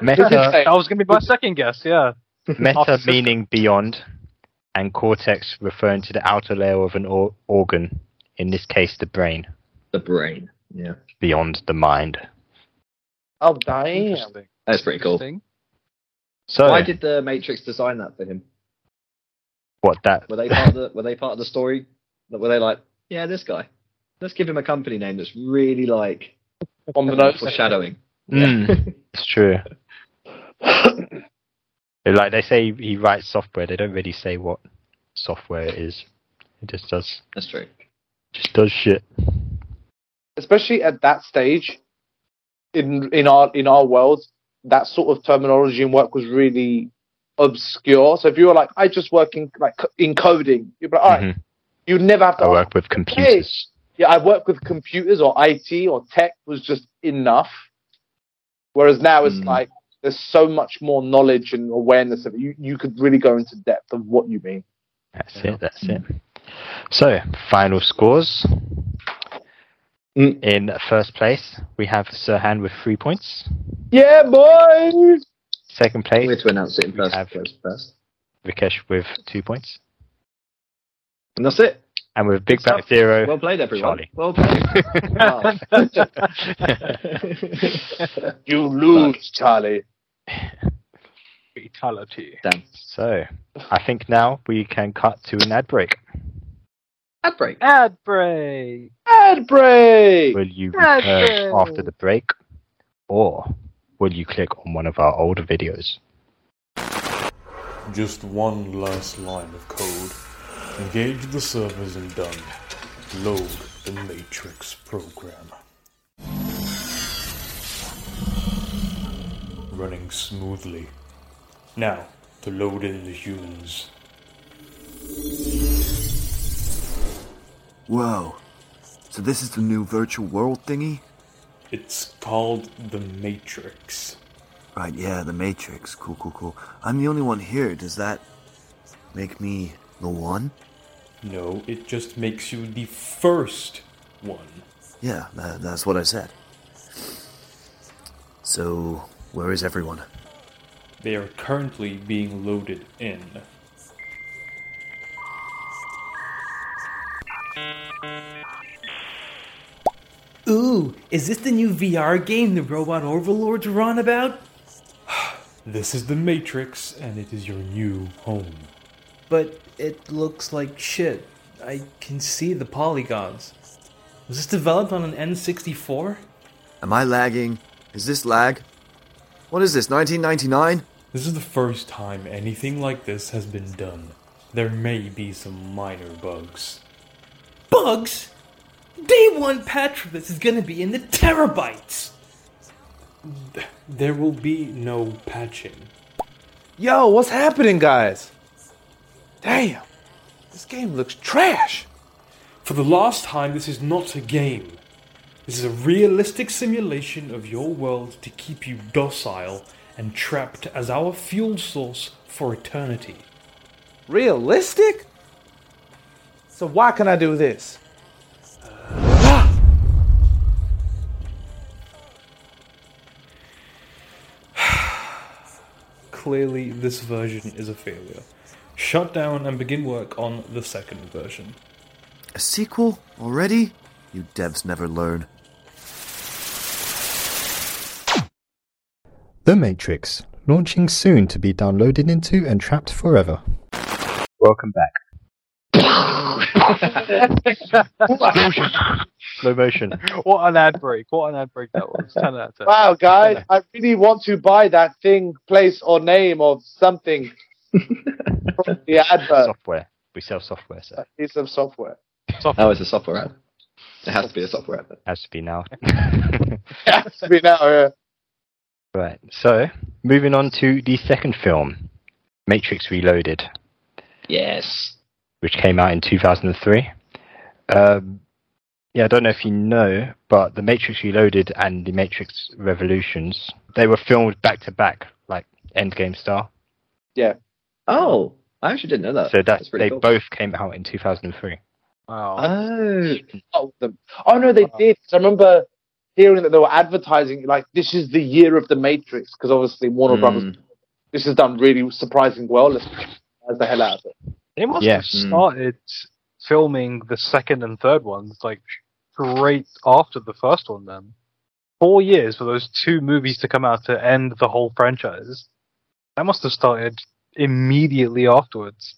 [SPEAKER 1] meta,
[SPEAKER 4] Okay.
[SPEAKER 3] That was gonna be my second guess, yeah.
[SPEAKER 1] meta
[SPEAKER 3] Officer.
[SPEAKER 1] meaning beyond, and cortex referring to the outer layer of an or- organ, in this case, the brain,
[SPEAKER 5] The brain. Yeah,
[SPEAKER 1] beyond the mind.
[SPEAKER 4] oh damn!
[SPEAKER 3] Interesting.
[SPEAKER 5] that's pretty cool.
[SPEAKER 3] Interesting.
[SPEAKER 1] So,
[SPEAKER 5] Why did the Matrix design that for him?
[SPEAKER 1] what that?
[SPEAKER 5] Were they part of the Were they part of the story? Were they like, yeah, this guy? Let's give him a company name that's really like
[SPEAKER 4] On the nose.
[SPEAKER 5] foreshadowing.
[SPEAKER 1] Mm, it's true. *coughs* like they say, he writes software. They don't really say what software it is. It just does
[SPEAKER 5] That's true.
[SPEAKER 1] just does shit.
[SPEAKER 4] especially at that stage in in our in our world, that sort of terminology and work was really obscure. So if you were like, I just work in like co- in coding, you'd be like, all right,
[SPEAKER 1] Mhm.
[SPEAKER 4] you'd never have to.
[SPEAKER 1] I
[SPEAKER 4] ask,
[SPEAKER 1] work with computers.
[SPEAKER 4] Yeah, I work with computers or IT or tech was just enough. Whereas now it's
[SPEAKER 5] Mm.
[SPEAKER 4] like there's so much more knowledge and awareness of it. You you could really go into depth of what you mean.
[SPEAKER 1] That's it. That's it. So, final scores.
[SPEAKER 5] Mm.
[SPEAKER 1] In first place, we have Sirhan with three points.
[SPEAKER 4] Yeah, boy.
[SPEAKER 1] Second
[SPEAKER 5] We
[SPEAKER 1] place,
[SPEAKER 5] had to announce it in first,
[SPEAKER 1] have-
[SPEAKER 5] first, first.
[SPEAKER 1] Rikesh with two points.
[SPEAKER 5] And that's it.
[SPEAKER 1] And with Big
[SPEAKER 5] Good
[SPEAKER 1] Back
[SPEAKER 5] stuff.
[SPEAKER 1] Zero.
[SPEAKER 5] Well played, everyone.
[SPEAKER 1] Charlie.
[SPEAKER 5] Well played.
[SPEAKER 1] *laughs*
[SPEAKER 5] Wow.
[SPEAKER 4] You lose, Charlie.
[SPEAKER 3] Fatality. *laughs*
[SPEAKER 5] Damn.
[SPEAKER 1] so, I think now we can cut to an ad break.
[SPEAKER 5] Ad break.
[SPEAKER 3] Ad break.
[SPEAKER 4] Ad break.
[SPEAKER 1] Will you
[SPEAKER 3] Ad
[SPEAKER 1] return
[SPEAKER 3] break.
[SPEAKER 1] after the break? Or will you click on one of our older videos?
[SPEAKER 6] Just one last line of code. Engage the servers and done. Load the Matrix program. Running smoothly. Now, to load in the humans.
[SPEAKER 7] Whoa. So this is the new virtual world thingy?
[SPEAKER 6] It's called the Matrix.
[SPEAKER 7] Right, yeah, the Matrix. Cool, cool, cool. I'm the only one here. Does that make me the one?
[SPEAKER 6] No, it just makes you the first one.
[SPEAKER 7] Yeah, tha- that's what I said. So, where is everyone?
[SPEAKER 6] They are currently being loaded in.
[SPEAKER 8] Ooh, is this the new VR game the robot overlords were on about?
[SPEAKER 6] This is the Matrix, and it is your new home.
[SPEAKER 8] But it looks like shit. I can see the polygons. Was this developed on an N64?
[SPEAKER 7] Am I lagging? Is this lag? What is this, 1999?
[SPEAKER 6] This is the first time anything like this has been done. There may be some minor bugs.
[SPEAKER 8] Bugs! Day one patch for this is gonna be in the terabytes!
[SPEAKER 6] There will be no patching.
[SPEAKER 9] Yo, what's happening, guys? Damn, this game looks trash.
[SPEAKER 6] For the last time, this is not a game. This is a realistic simulation of your world to keep you docile and trapped as our fuel source for eternity.
[SPEAKER 9] Realistic? So, why can I do this?
[SPEAKER 6] Clearly, this version is a failure. Shut down and begin work on the second version.
[SPEAKER 7] A sequel? Already? You devs never learn.
[SPEAKER 10] The Matrix, launching soon to be downloaded into and trapped forever.
[SPEAKER 1] Welcome back.
[SPEAKER 5] *laughs*
[SPEAKER 1] Slow motion. *laughs*
[SPEAKER 3] What an ad break! What an ad break that was. Ten out of ten.
[SPEAKER 4] Wow, guys, I really want to buy that thing, place, or name of something from the advert
[SPEAKER 1] software. We sell software, so it
[SPEAKER 4] piece of software. *laughs*
[SPEAKER 5] Oh, it's a software ad. It has to be a software ad.
[SPEAKER 1] has to be now. *laughs*
[SPEAKER 4] Has to be now, yeah.
[SPEAKER 1] right. So, moving on to the second film, Matrix Reloaded,
[SPEAKER 5] Yes.
[SPEAKER 1] which came out in 2003. Um, yeah, I don't know if you know, but The Matrix Reloaded and The Matrix Revolutions, they were filmed back to back, like Endgame style.
[SPEAKER 5] Oh, I actually didn't know that.
[SPEAKER 1] So that's,
[SPEAKER 5] that's pretty
[SPEAKER 1] they
[SPEAKER 5] cool.
[SPEAKER 1] both came out in 2003.
[SPEAKER 3] Wow.
[SPEAKER 4] Uh,
[SPEAKER 5] Oh,
[SPEAKER 4] Oh, them. Oh no, they did. 'cause I remember hearing that they were advertising like this is the year of the Matrix because obviously Warner
[SPEAKER 5] Hmm.
[SPEAKER 4] Brothers this has done really surprising well. Let's as the hell out of it.
[SPEAKER 3] They must
[SPEAKER 1] Yeah.
[SPEAKER 3] have started filming the second and third ones like straight after the first one. Then four years for those two movies to come out to end the whole franchise. That must have started immediately afterwards.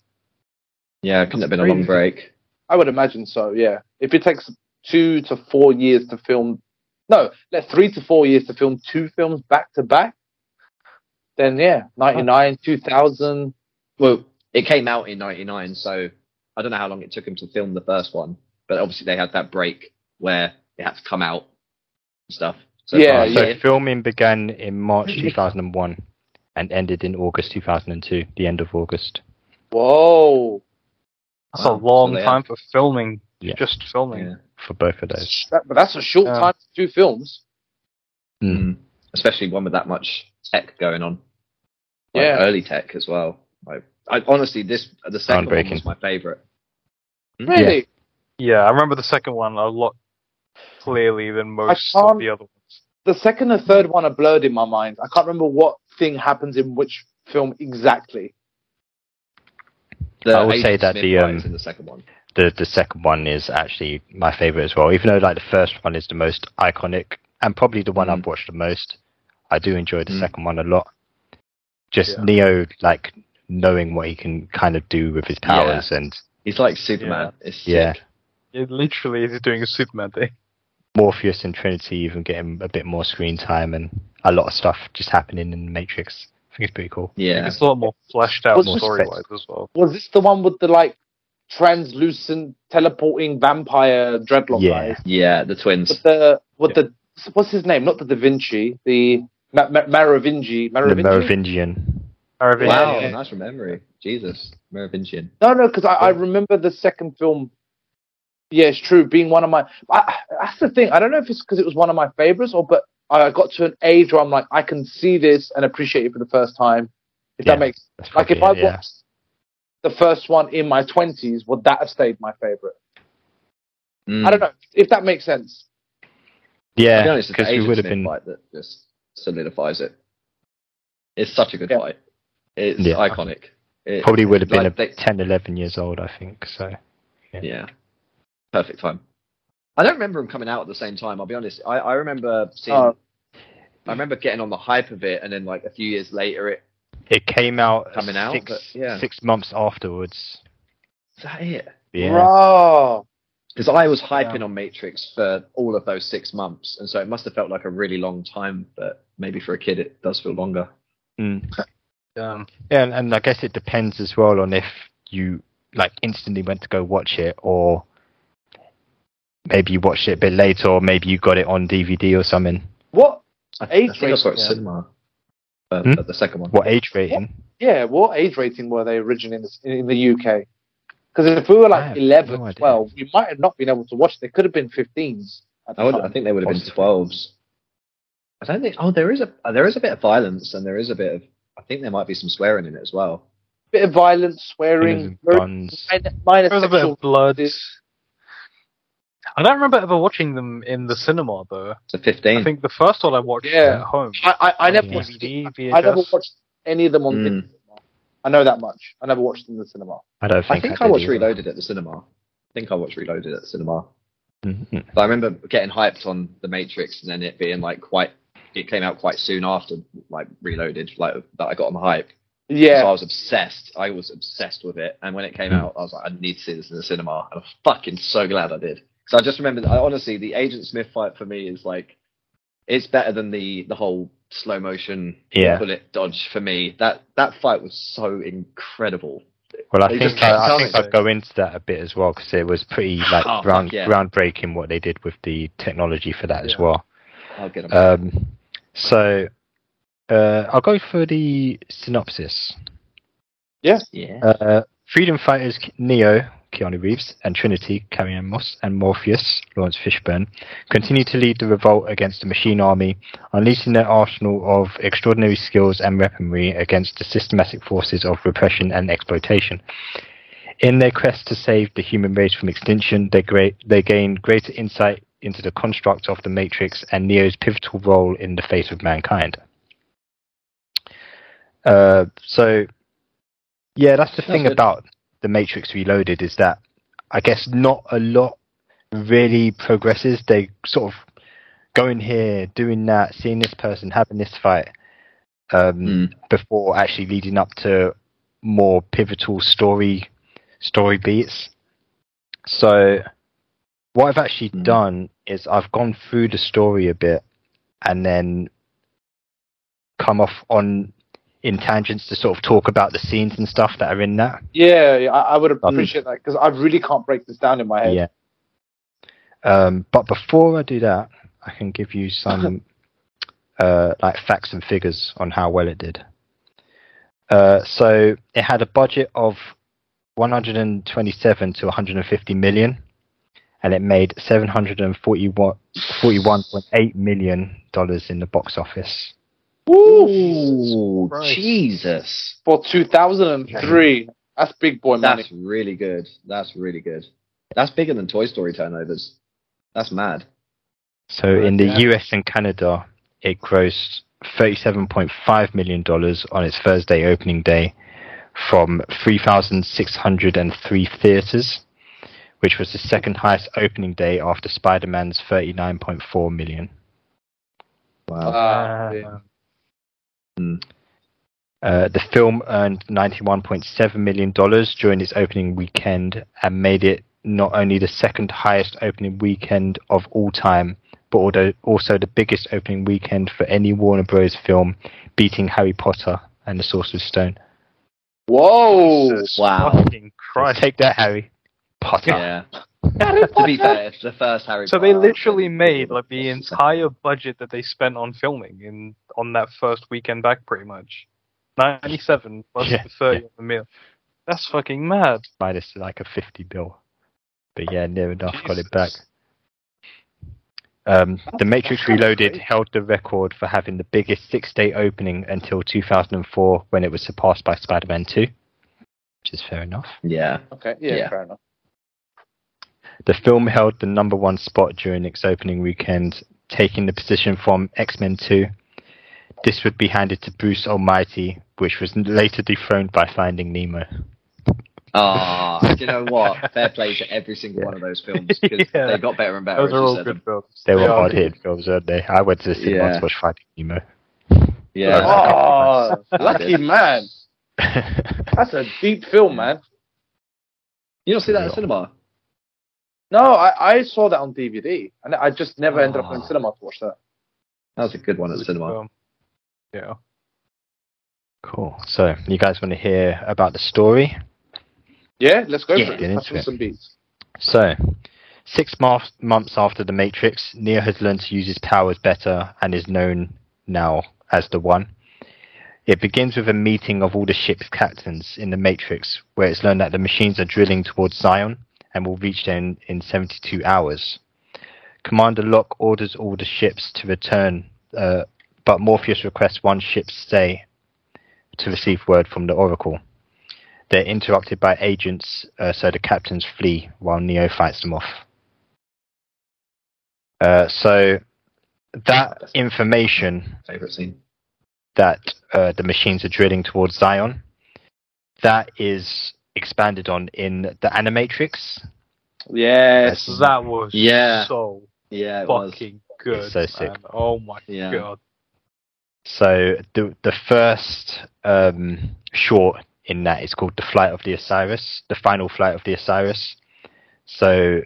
[SPEAKER 5] yeah, it couldn't have been a long break.
[SPEAKER 4] I would imagine so. Yeah, if it takes two to four years to film, no, let three to four years to film two films back to back, then yeah, ninety nine, two thousand.
[SPEAKER 5] Well, it came out in '99, so I don't know how long it took them to film the first one, but obviously they had that break where it had to come out and stuff. So
[SPEAKER 4] Yeah,
[SPEAKER 5] uh,
[SPEAKER 1] so filming began in March 2001 and ended in August 2002, the end of August.
[SPEAKER 4] Whoa,
[SPEAKER 3] That's
[SPEAKER 5] Wow.
[SPEAKER 3] a long
[SPEAKER 5] So they
[SPEAKER 3] time for filming.
[SPEAKER 1] Yeah.
[SPEAKER 3] Just filming.
[SPEAKER 5] yeah.
[SPEAKER 1] for both of those.
[SPEAKER 4] that, but that's a short
[SPEAKER 3] Yeah.
[SPEAKER 4] time for two films.
[SPEAKER 1] Hmm.
[SPEAKER 5] Mm. especially one with that much tech going on. Like,
[SPEAKER 4] Yeah.
[SPEAKER 5] early tech as well. Like, I honestly, this the second one
[SPEAKER 1] Groundbreaking.
[SPEAKER 5] was my favorite.
[SPEAKER 4] Really,
[SPEAKER 3] Yeah, I remember the second one a lot clearly than most
[SPEAKER 4] can't-
[SPEAKER 3] of the other ones.
[SPEAKER 4] the second and third one are blurred in my mind. I can't remember what thing happens in which film exactly.
[SPEAKER 5] The
[SPEAKER 1] I would
[SPEAKER 5] Agent
[SPEAKER 1] say that
[SPEAKER 5] Smith
[SPEAKER 1] the,
[SPEAKER 5] one is
[SPEAKER 1] um,
[SPEAKER 5] in the second one.
[SPEAKER 1] The the second one is actually my favorite as well. Even though like the first one is the most iconic and probably the one I've watched the most, I do enjoy the
[SPEAKER 5] Mm.
[SPEAKER 1] second one a lot. Just
[SPEAKER 3] Yeah.
[SPEAKER 1] Neo like knowing what he can kind of do with his powers and
[SPEAKER 5] He's like Superman. It's sick.
[SPEAKER 1] Yeah.
[SPEAKER 3] It literally is doing a Superman thing.
[SPEAKER 1] Morpheus and Trinity even getting a bit more screen time and a lot of stuff just happening in the Matrix. I think it's pretty cool.
[SPEAKER 5] yeah.
[SPEAKER 3] It's a lot more fleshed out
[SPEAKER 4] What's this-
[SPEAKER 3] story wise as well.
[SPEAKER 4] Was this the one with the like translucent teleporting vampire dreadlock
[SPEAKER 1] Yeah.
[SPEAKER 4] guy?
[SPEAKER 5] Yeah, the twins.
[SPEAKER 4] With the with the what's his name? Not the Da Vinci, the Ma- Ma-
[SPEAKER 1] The
[SPEAKER 4] Merovingi. Merovingi?
[SPEAKER 1] Merovingian. *laughs*
[SPEAKER 3] Merovingian.
[SPEAKER 5] Wow,
[SPEAKER 4] Yeah.
[SPEAKER 5] nice memory. Jesus, Merovingian.
[SPEAKER 4] No, no, because I, I remember the second film. Yeah, it's true. Being one of my, I, that's the thing. I don't know if it's because it was one of my favorites, or but I got to an age where I'm like, I can see this and appreciate it for the first time. If
[SPEAKER 1] Yeah,
[SPEAKER 4] that makes
[SPEAKER 1] That's
[SPEAKER 4] like, if I
[SPEAKER 1] probably it, yeah.
[SPEAKER 4] watched the first one in my twenties, would that have stayed my favorite?
[SPEAKER 5] Mm.
[SPEAKER 1] Hmm.
[SPEAKER 4] I don't know if that makes sense.
[SPEAKER 5] To be
[SPEAKER 1] Yeah,
[SPEAKER 5] honest, it's the
[SPEAKER 1] because we
[SPEAKER 5] Agent
[SPEAKER 1] would have
[SPEAKER 5] Smith
[SPEAKER 1] been
[SPEAKER 5] fight that just solidifies it. It's such a good
[SPEAKER 4] Yeah.
[SPEAKER 5] fight. It's
[SPEAKER 1] Yeah.
[SPEAKER 5] iconic. It,
[SPEAKER 1] probably would have been
[SPEAKER 5] like,
[SPEAKER 1] a
[SPEAKER 5] they-
[SPEAKER 1] 10, 11 years old, I think. So
[SPEAKER 5] Yeah. Perfect time. I don't remember them coming out at the same time, I'll be honest. I, I remember seeing
[SPEAKER 4] Oh.
[SPEAKER 5] I remember getting on the hype of it and then like a few years later it
[SPEAKER 1] It came out
[SPEAKER 5] Coming out,
[SPEAKER 1] six,
[SPEAKER 5] but, yeah.
[SPEAKER 1] six months afterwards.
[SPEAKER 5] is that it?
[SPEAKER 1] Yeah,
[SPEAKER 4] Bro,
[SPEAKER 5] Because I was hyping on Matrix for all of those six months, and so it must have felt like a really long time, but maybe for a kid it does feel longer.
[SPEAKER 1] Mm.
[SPEAKER 3] Um,
[SPEAKER 1] yeah, and, and I guess it depends as well on if you like instantly went to go watch it, or maybe you watched it a bit later, or maybe you got it on DVD or something.
[SPEAKER 4] what?
[SPEAKER 5] I,
[SPEAKER 4] Age
[SPEAKER 5] I think I saw it
[SPEAKER 4] rating, yeah.
[SPEAKER 5] cinema. But,
[SPEAKER 1] Hmm?
[SPEAKER 5] but the second one.
[SPEAKER 1] What age rating?
[SPEAKER 4] Yeah, what age rating were they originally in the, in the UK? Because if we were
[SPEAKER 1] I
[SPEAKER 4] like
[SPEAKER 1] have
[SPEAKER 4] 11,
[SPEAKER 1] no idea.
[SPEAKER 4] 12, we might have not been able to watch. They could have been 15s. at the
[SPEAKER 5] I, would,
[SPEAKER 4] time.
[SPEAKER 5] I think they would have been twelves. I don't think. Oh, there is a there is a bit of violence, and there is a bit of. I think there might be some swearing in it as well.
[SPEAKER 4] bit of violence,
[SPEAKER 1] Fingers
[SPEAKER 4] swearing,
[SPEAKER 1] and Guns.
[SPEAKER 4] min- minor
[SPEAKER 3] there was a bit
[SPEAKER 4] sexual.
[SPEAKER 3] of blood. I don't remember ever watching them in the cinema though.
[SPEAKER 5] So fifteen.
[SPEAKER 3] I think the first one I watched
[SPEAKER 4] Yeah.
[SPEAKER 3] at home.
[SPEAKER 4] I, I, I never
[SPEAKER 1] Yeah. Hmm.
[SPEAKER 4] watched. it.
[SPEAKER 3] DVD,
[SPEAKER 4] I never
[SPEAKER 3] VHS.
[SPEAKER 4] watched any of them on.
[SPEAKER 5] Mm.
[SPEAKER 4] Video. I know that much. I never watched them in the cinema.
[SPEAKER 1] I don't think.
[SPEAKER 5] I think I, watched
[SPEAKER 1] did either.
[SPEAKER 5] Reloaded at the cinema. I think I watched Reloaded at the cinema.
[SPEAKER 1] Mhm.
[SPEAKER 5] But I remember getting hyped on The Matrix, and then it being like quite. It came out quite soon after, like Reloaded, like that I got on the hype, So I
[SPEAKER 4] Yeah.
[SPEAKER 5] was obsessed. I was obsessed with it. And when it came out, I was like, I need to see this in the cinema. And I'm fucking so glad I did. Because I just remember, I, honestly, the Agent Smith fight for me is like, it's better than the the whole slow motion
[SPEAKER 1] Yeah.
[SPEAKER 5] bullet dodge for me. That that fight was so incredible.
[SPEAKER 1] Well, I
[SPEAKER 5] They
[SPEAKER 1] think
[SPEAKER 5] just kept
[SPEAKER 1] I, I
[SPEAKER 5] telling
[SPEAKER 1] think I'll
[SPEAKER 5] us.
[SPEAKER 1] go into that a bit as well because it was pretty like
[SPEAKER 5] Oh, fuck
[SPEAKER 1] ground,
[SPEAKER 5] yeah.
[SPEAKER 1] groundbreaking what they did with the technology for that as
[SPEAKER 5] Yeah.
[SPEAKER 1] well.
[SPEAKER 5] I'll get 'em.
[SPEAKER 1] Um, so uh, I'll go for the synopsis.
[SPEAKER 5] yeah.
[SPEAKER 1] Uh, freedom fighters Neo, Keanu Reeves, and Trinity, Carrie Ann Moss, and Morpheus, Lawrence Fishburne, continue to lead the revolt against the machine army, unleashing their arsenal of extraordinary skills and weaponry against the systematic forces of repression and exploitation. In their quest to save the human race from extinction, they, gra- they gain greater insight into the construct of the Matrix and Neo's pivotal role in the fate of mankind. Uh, so, yeah, that's the
[SPEAKER 5] That's
[SPEAKER 1] thing
[SPEAKER 5] good.
[SPEAKER 1] about the Matrix Reloaded is that I guess not a lot really progresses. They sort of go in here, doing that, seeing this person, having this fight, um,
[SPEAKER 5] Mm.
[SPEAKER 1] before actually leading up to more pivotal story story beats. So what I've actually
[SPEAKER 5] Mm.
[SPEAKER 1] done is I've gone through the story a bit and then come off on in tangents to sort of talk about the scenes and stuff that are in that.
[SPEAKER 4] Yeah, yeah, I, I would
[SPEAKER 1] Lovely.
[SPEAKER 4] appreciate that because I really can't break this down in my head.
[SPEAKER 1] Yeah. Um, but before I do that, I can give you some uh, like facts and figures on how well it did. Uh, so it had a budget of 127 to 150 million, and it made 741.8 million dollars in the box office.
[SPEAKER 5] Ooh,
[SPEAKER 3] Christ.
[SPEAKER 5] Jesus.
[SPEAKER 4] For 2003, that's big boy money.
[SPEAKER 5] That's really good. That's really good. That's bigger than Toy Story turnovers. That's mad.
[SPEAKER 1] So in the US and Canada, it grossed $37.5 million on its Thursday opening day from 3,603 theatres, which was the second highest opening day after Spider Man's 39.4 million.
[SPEAKER 5] Wow.
[SPEAKER 4] Ah, yeah.
[SPEAKER 1] Uh, the film earned $91.7 million during its opening weekend and made it not only the second highest opening weekend of all time, but also- also the biggest opening weekend for any Warner Bros. film, beating Harry Potter and the Sorcerer's Stone.
[SPEAKER 4] Whoa!
[SPEAKER 3] Jesus
[SPEAKER 5] wow.
[SPEAKER 3] Fucking Christ.
[SPEAKER 1] Take that, Harry. Potter.
[SPEAKER 5] *laughs* Yeah. to be fair, it's the first Harry
[SPEAKER 3] So
[SPEAKER 5] Potter.
[SPEAKER 3] they literally made like the
[SPEAKER 5] It's-
[SPEAKER 3] entire budget that they spent on filming in on that first weekend back, pretty much. Ninety-seven
[SPEAKER 1] *laughs*
[SPEAKER 3] plus
[SPEAKER 1] Yeah,
[SPEAKER 3] the thirty
[SPEAKER 1] yeah.
[SPEAKER 3] of the meal. That's fucking mad.
[SPEAKER 1] minus like a 50 bill. But yeah, near enough, got
[SPEAKER 3] Jesus.
[SPEAKER 1] it back. Um, the Matrix Reloaded held the record for having the biggest six day opening until 2004 when it was surpassed by Spider Man 2, which is fair enough.
[SPEAKER 5] *laughs* Yeah.
[SPEAKER 4] Okay, yeah,
[SPEAKER 5] Yeah.
[SPEAKER 4] fair enough.
[SPEAKER 1] The film held the number one spot during its opening weekend, taking the position from X Men 2. This would be handed to Bruce Almighty, which was later dethroned by Finding Nemo.
[SPEAKER 5] Ah, do you know what? Fair play to every single one of
[SPEAKER 3] *laughs*
[SPEAKER 5] those films because
[SPEAKER 3] Yeah.
[SPEAKER 5] they got better and better.
[SPEAKER 3] Those
[SPEAKER 5] as
[SPEAKER 3] are
[SPEAKER 5] you
[SPEAKER 3] all
[SPEAKER 5] said
[SPEAKER 3] good
[SPEAKER 5] them.
[SPEAKER 3] films.
[SPEAKER 1] They were
[SPEAKER 3] are
[SPEAKER 1] hard hit films, weren't they? I went to the cinema
[SPEAKER 5] Yeah.
[SPEAKER 1] to watch Finding Nemo. *laughs*
[SPEAKER 5] Yeah.
[SPEAKER 4] Oh, lucky
[SPEAKER 5] Yeah.
[SPEAKER 4] man. That's a deep film, man.
[SPEAKER 5] You don't see that in cinema?
[SPEAKER 4] No, I, I saw that on DVD, and I just never ended up in
[SPEAKER 5] Ah.
[SPEAKER 4] cinema to watch that.
[SPEAKER 5] That was a good one at the cinema.
[SPEAKER 3] film. Yeah.
[SPEAKER 1] Cool. So, you guys want to hear about the story?
[SPEAKER 4] Yeah, let's go
[SPEAKER 1] Yeah,
[SPEAKER 4] for it.
[SPEAKER 1] get
[SPEAKER 4] Let's
[SPEAKER 1] into
[SPEAKER 4] have some beats.
[SPEAKER 1] So, six months months after the Matrix, Neo has learned to use his powers better and is known now as the One. It begins with a meeting of all the ship's captains in the Matrix, where it's learned that the machines are drilling towards Zion and will reach there in, in 72 hours. Commander Locke orders all the ships to return, uh, but Morpheus requests one ship stay to receive word from the Oracle. They're interrupted by agents, uh, so the captains flee while Neo fights them off. Uh, so that information
[SPEAKER 5] Favorite scene.
[SPEAKER 1] that uh, the machines are drilling towards Zion, that is expanded on in the Animatrix.
[SPEAKER 4] Yes.
[SPEAKER 3] That was
[SPEAKER 5] Yeah.
[SPEAKER 3] so
[SPEAKER 5] Yeah, it was.
[SPEAKER 3] fucking good.
[SPEAKER 1] It's so
[SPEAKER 3] man.
[SPEAKER 1] sick.
[SPEAKER 3] Oh my
[SPEAKER 5] Yeah.
[SPEAKER 3] god.
[SPEAKER 1] So the the first um, short in that is called the Flight of the Osiris, the final flight of the Osiris. So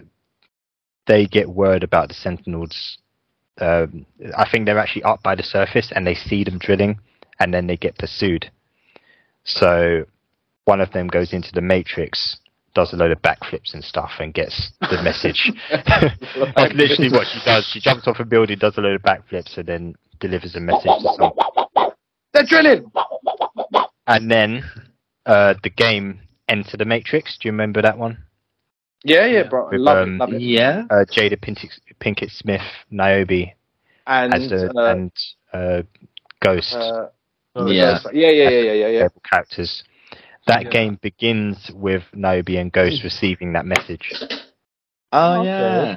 [SPEAKER 1] they get word about the Sentinels. Um, I think they're actually up by the surface and they see them drilling, and then they get pursued. So one of them goes into the Matrix, does a load of backflips and stuff, and gets the message. That's literally what she does. She jumps off a building, does a load of backflips, and then delivers a message to someone.
[SPEAKER 4] They're drilling.
[SPEAKER 1] And then uh, the game Enter the Matrix. Do you remember that one?
[SPEAKER 4] Yeah, yeah, bro.
[SPEAKER 1] With,
[SPEAKER 4] love
[SPEAKER 1] um,
[SPEAKER 4] it, love it.
[SPEAKER 5] Yeah.
[SPEAKER 1] Uh, Jada Pinkett, Pinkett Smith, Niobe,
[SPEAKER 4] And,
[SPEAKER 1] as the,
[SPEAKER 4] uh,
[SPEAKER 1] and uh, Ghost
[SPEAKER 4] uh,
[SPEAKER 5] Yeah.
[SPEAKER 4] yeah, yeah, yeah, yeah, yeah, yeah.
[SPEAKER 1] playable characters. That
[SPEAKER 4] Yeah.
[SPEAKER 1] game begins with Niobe and
[SPEAKER 4] *laughs*
[SPEAKER 1] Ghost receiving that message.
[SPEAKER 5] Oh
[SPEAKER 4] Okay.
[SPEAKER 5] yeah.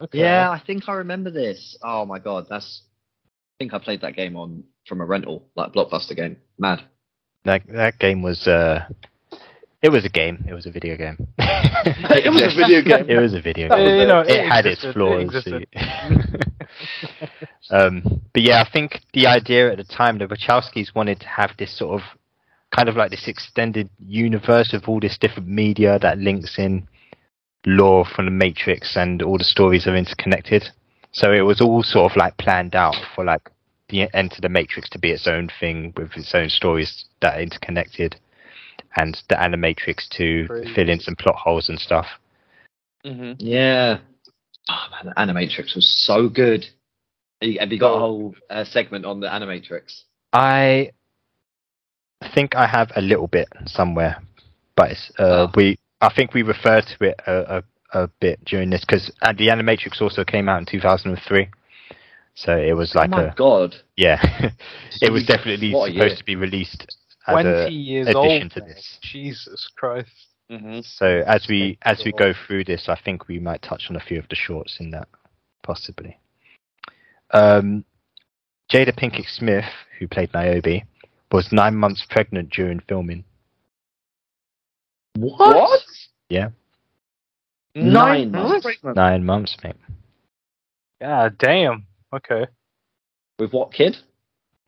[SPEAKER 3] Okay.
[SPEAKER 5] Yeah, I think I remember this. Oh my god, that's. I think I played that game on from a rental, like blockbuster game. Mad.
[SPEAKER 1] That that game was uh, it was a game. It was a video game.
[SPEAKER 4] *laughs* *laughs* It was
[SPEAKER 5] *laughs*
[SPEAKER 4] a video game.
[SPEAKER 1] It was a video
[SPEAKER 4] That
[SPEAKER 1] game.
[SPEAKER 4] was
[SPEAKER 1] It,
[SPEAKER 4] You know,
[SPEAKER 3] it
[SPEAKER 1] had its
[SPEAKER 3] existed, it
[SPEAKER 1] flaws. so- *laughs* um, but yeah, I think the idea at the time, the Wachowskis wanted to have this sort of kind of like this extended universe of all this different media that links in lore from the Matrix and all the stories are interconnected. So it was all sort of like planned out for like the Enter the Matrix to be its own thing with its own stories that are interconnected and the Animatrix to fill in some plot holes and stuff.
[SPEAKER 4] Mm-hmm.
[SPEAKER 5] Yeah. Oh man, the Animatrix was so good. Have you- Have you got a whole uh, segment on the Animatrix?
[SPEAKER 1] I think I have a little bit somewhere, but it's, uh,
[SPEAKER 5] Oh.
[SPEAKER 1] we I think we refer to it a, a, a bit during this because the Animatrix also came out in 2003, so it was like
[SPEAKER 5] oh my
[SPEAKER 1] a
[SPEAKER 5] god. *laughs*
[SPEAKER 1] yeah, *laughs* it was
[SPEAKER 5] Jeez,
[SPEAKER 1] definitely
[SPEAKER 5] what a year.
[SPEAKER 1] supposed to be released as
[SPEAKER 3] Twenty
[SPEAKER 1] a
[SPEAKER 3] years
[SPEAKER 1] addition
[SPEAKER 3] old.
[SPEAKER 1] to
[SPEAKER 3] man.
[SPEAKER 1] this.
[SPEAKER 3] Jesus Christ.
[SPEAKER 4] Mm-hmm.
[SPEAKER 1] So as we as we go through this, I think we might touch on a few of the shorts in that, possibly. Um, Jada Pinkett Smith, who played Niobe, was nine months pregnant during filming.
[SPEAKER 5] What?
[SPEAKER 1] Yeah.
[SPEAKER 5] Nine months
[SPEAKER 1] Nine months, mate.
[SPEAKER 3] Yeah. Damn. Okay.
[SPEAKER 5] with what kid?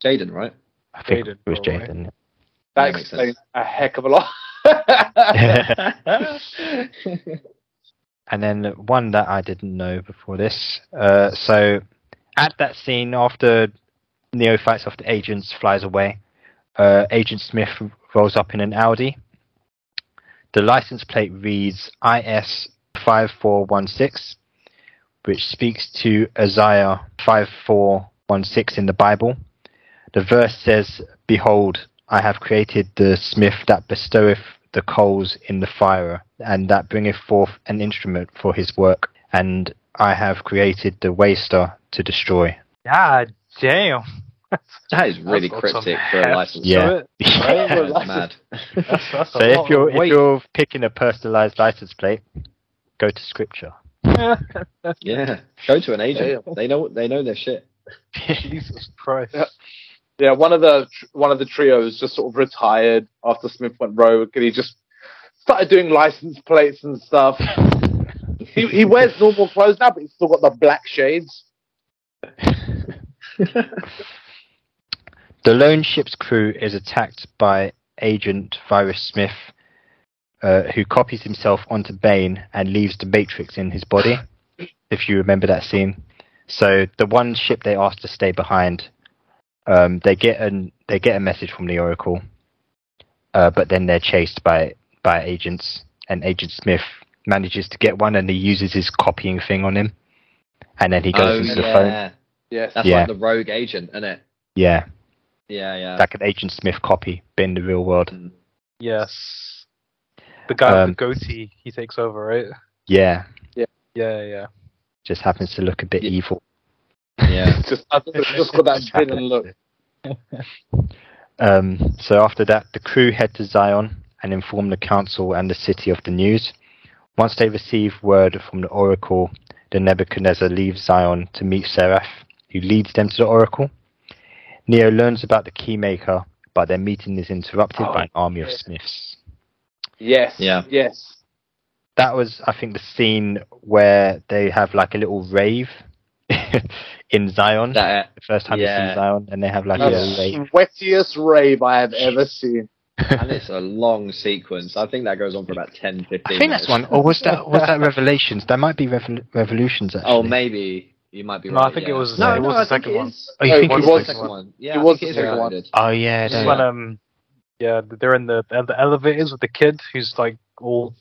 [SPEAKER 5] Jaden, right?
[SPEAKER 1] I think
[SPEAKER 3] Jaden,
[SPEAKER 1] it was
[SPEAKER 3] probably.
[SPEAKER 1] Jaden.
[SPEAKER 4] That
[SPEAKER 5] That makes
[SPEAKER 4] explains
[SPEAKER 5] sense.
[SPEAKER 4] a heck of a lot. *laughs*
[SPEAKER 1] And then one that I didn't know before this. Uh, so at that scene, after Neo fights off the agents, flies away, uh, Agent Smith rolls up in an Audi. The license plate reads IS 5416, which speaks to Isaiah 5416 in the Bible. The verse says, Behold, I have created the smith that bestoweth the coals in the fire, and that bringeth forth an instrument for his work, and I have created the waster to destroy.
[SPEAKER 3] God damn.
[SPEAKER 5] that is really
[SPEAKER 3] That's got some
[SPEAKER 5] cryptic for a
[SPEAKER 3] heft
[SPEAKER 5] license.
[SPEAKER 1] Yeah. *laughs*
[SPEAKER 3] to it.
[SPEAKER 5] That
[SPEAKER 1] so
[SPEAKER 4] *laughs*
[SPEAKER 5] is mad.
[SPEAKER 3] that's a lot
[SPEAKER 1] if
[SPEAKER 3] of
[SPEAKER 1] you're if
[SPEAKER 3] weight.
[SPEAKER 1] you're picking a personalized license plate, go to scripture.
[SPEAKER 5] Yeah. Go to an
[SPEAKER 4] *laughs*
[SPEAKER 5] agent.
[SPEAKER 4] Damn.
[SPEAKER 5] They know they know their shit.
[SPEAKER 3] Jesus Christ.
[SPEAKER 4] Yeah. yeah, one of the one of the trios just sort of retired after Smith went rogue, and he just started doing license plates and stuff. he, he wears normal clothes now, but he's still got the black shades.
[SPEAKER 1] The lone ship's crew is attacked by Agent Virus Smith, uh, who copies himself onto Bane and leaves the Matrix in his
[SPEAKER 5] *sighs*
[SPEAKER 1] body, if you remember that scene. So the one ship they asked to stay behind, um, they get an they get a message from the Oracle, uh, but then they're chased by by agents, and Agent Smith manages to get one, and he uses his copying thing on him, and then he goes
[SPEAKER 5] oh
[SPEAKER 1] into the phone.
[SPEAKER 5] yeah.
[SPEAKER 4] Yes.
[SPEAKER 5] That's
[SPEAKER 1] Yeah.
[SPEAKER 5] like the rogue agent, isn't it?
[SPEAKER 1] Yeah,
[SPEAKER 5] Yeah, yeah. Mm,
[SPEAKER 1] like an Agent Smith copy, but in the real world.
[SPEAKER 3] Yes. The guy
[SPEAKER 1] Um,
[SPEAKER 3] with the goatee, he takes over, right?
[SPEAKER 1] Yeah,
[SPEAKER 3] Yeah, yeah.
[SPEAKER 1] just happens to look a bit
[SPEAKER 5] Yeah.
[SPEAKER 1] evil.
[SPEAKER 5] yeah.
[SPEAKER 1] *laughs*
[SPEAKER 4] Just, it's just got that spin and look.
[SPEAKER 1] Um, so after that, the crew head to Zion and inform the council and the city of the news. Once they receive word from the oracle, the Nebuchadnezzar leaves Zion to meet Seraph, who leads them to the oracle. Neo learns about the Keymaker, but their meeting is interrupted by an
[SPEAKER 4] Oh,
[SPEAKER 1] army of Smiths.
[SPEAKER 4] Yes.
[SPEAKER 5] Yeah.
[SPEAKER 4] Yes.
[SPEAKER 1] That was, I think, the scene where they have like a little rave *laughs* in Zion.
[SPEAKER 5] That,
[SPEAKER 1] the first time you
[SPEAKER 5] yeah.
[SPEAKER 1] see Zion, and they have like a late.
[SPEAKER 4] The sweatiest rave I have ever seen.
[SPEAKER 5] uh, and it's a long sequence. I think that goes on for about 10, 15
[SPEAKER 1] I think that's
[SPEAKER 5] minutes.
[SPEAKER 1] one, or was that was that Revelations? There might be Revol- Revolutions actually.
[SPEAKER 5] Oh, maybe. You might be
[SPEAKER 3] No,
[SPEAKER 5] right.
[SPEAKER 3] I think
[SPEAKER 5] yeah.
[SPEAKER 3] it was.
[SPEAKER 5] No,
[SPEAKER 3] it
[SPEAKER 5] no,
[SPEAKER 3] was
[SPEAKER 5] I
[SPEAKER 3] the second
[SPEAKER 5] think it
[SPEAKER 3] one.
[SPEAKER 5] is.
[SPEAKER 1] Oh, you
[SPEAKER 4] No,
[SPEAKER 1] think
[SPEAKER 4] it
[SPEAKER 1] it was
[SPEAKER 5] It was
[SPEAKER 4] was
[SPEAKER 5] the second one. Yeah,
[SPEAKER 4] It
[SPEAKER 5] I think
[SPEAKER 4] was the
[SPEAKER 5] it is
[SPEAKER 4] second one.
[SPEAKER 5] related.
[SPEAKER 1] Oh yeah,
[SPEAKER 5] This is
[SPEAKER 1] there-
[SPEAKER 3] when um, yeah, they're in the the elevators with the kid who's like all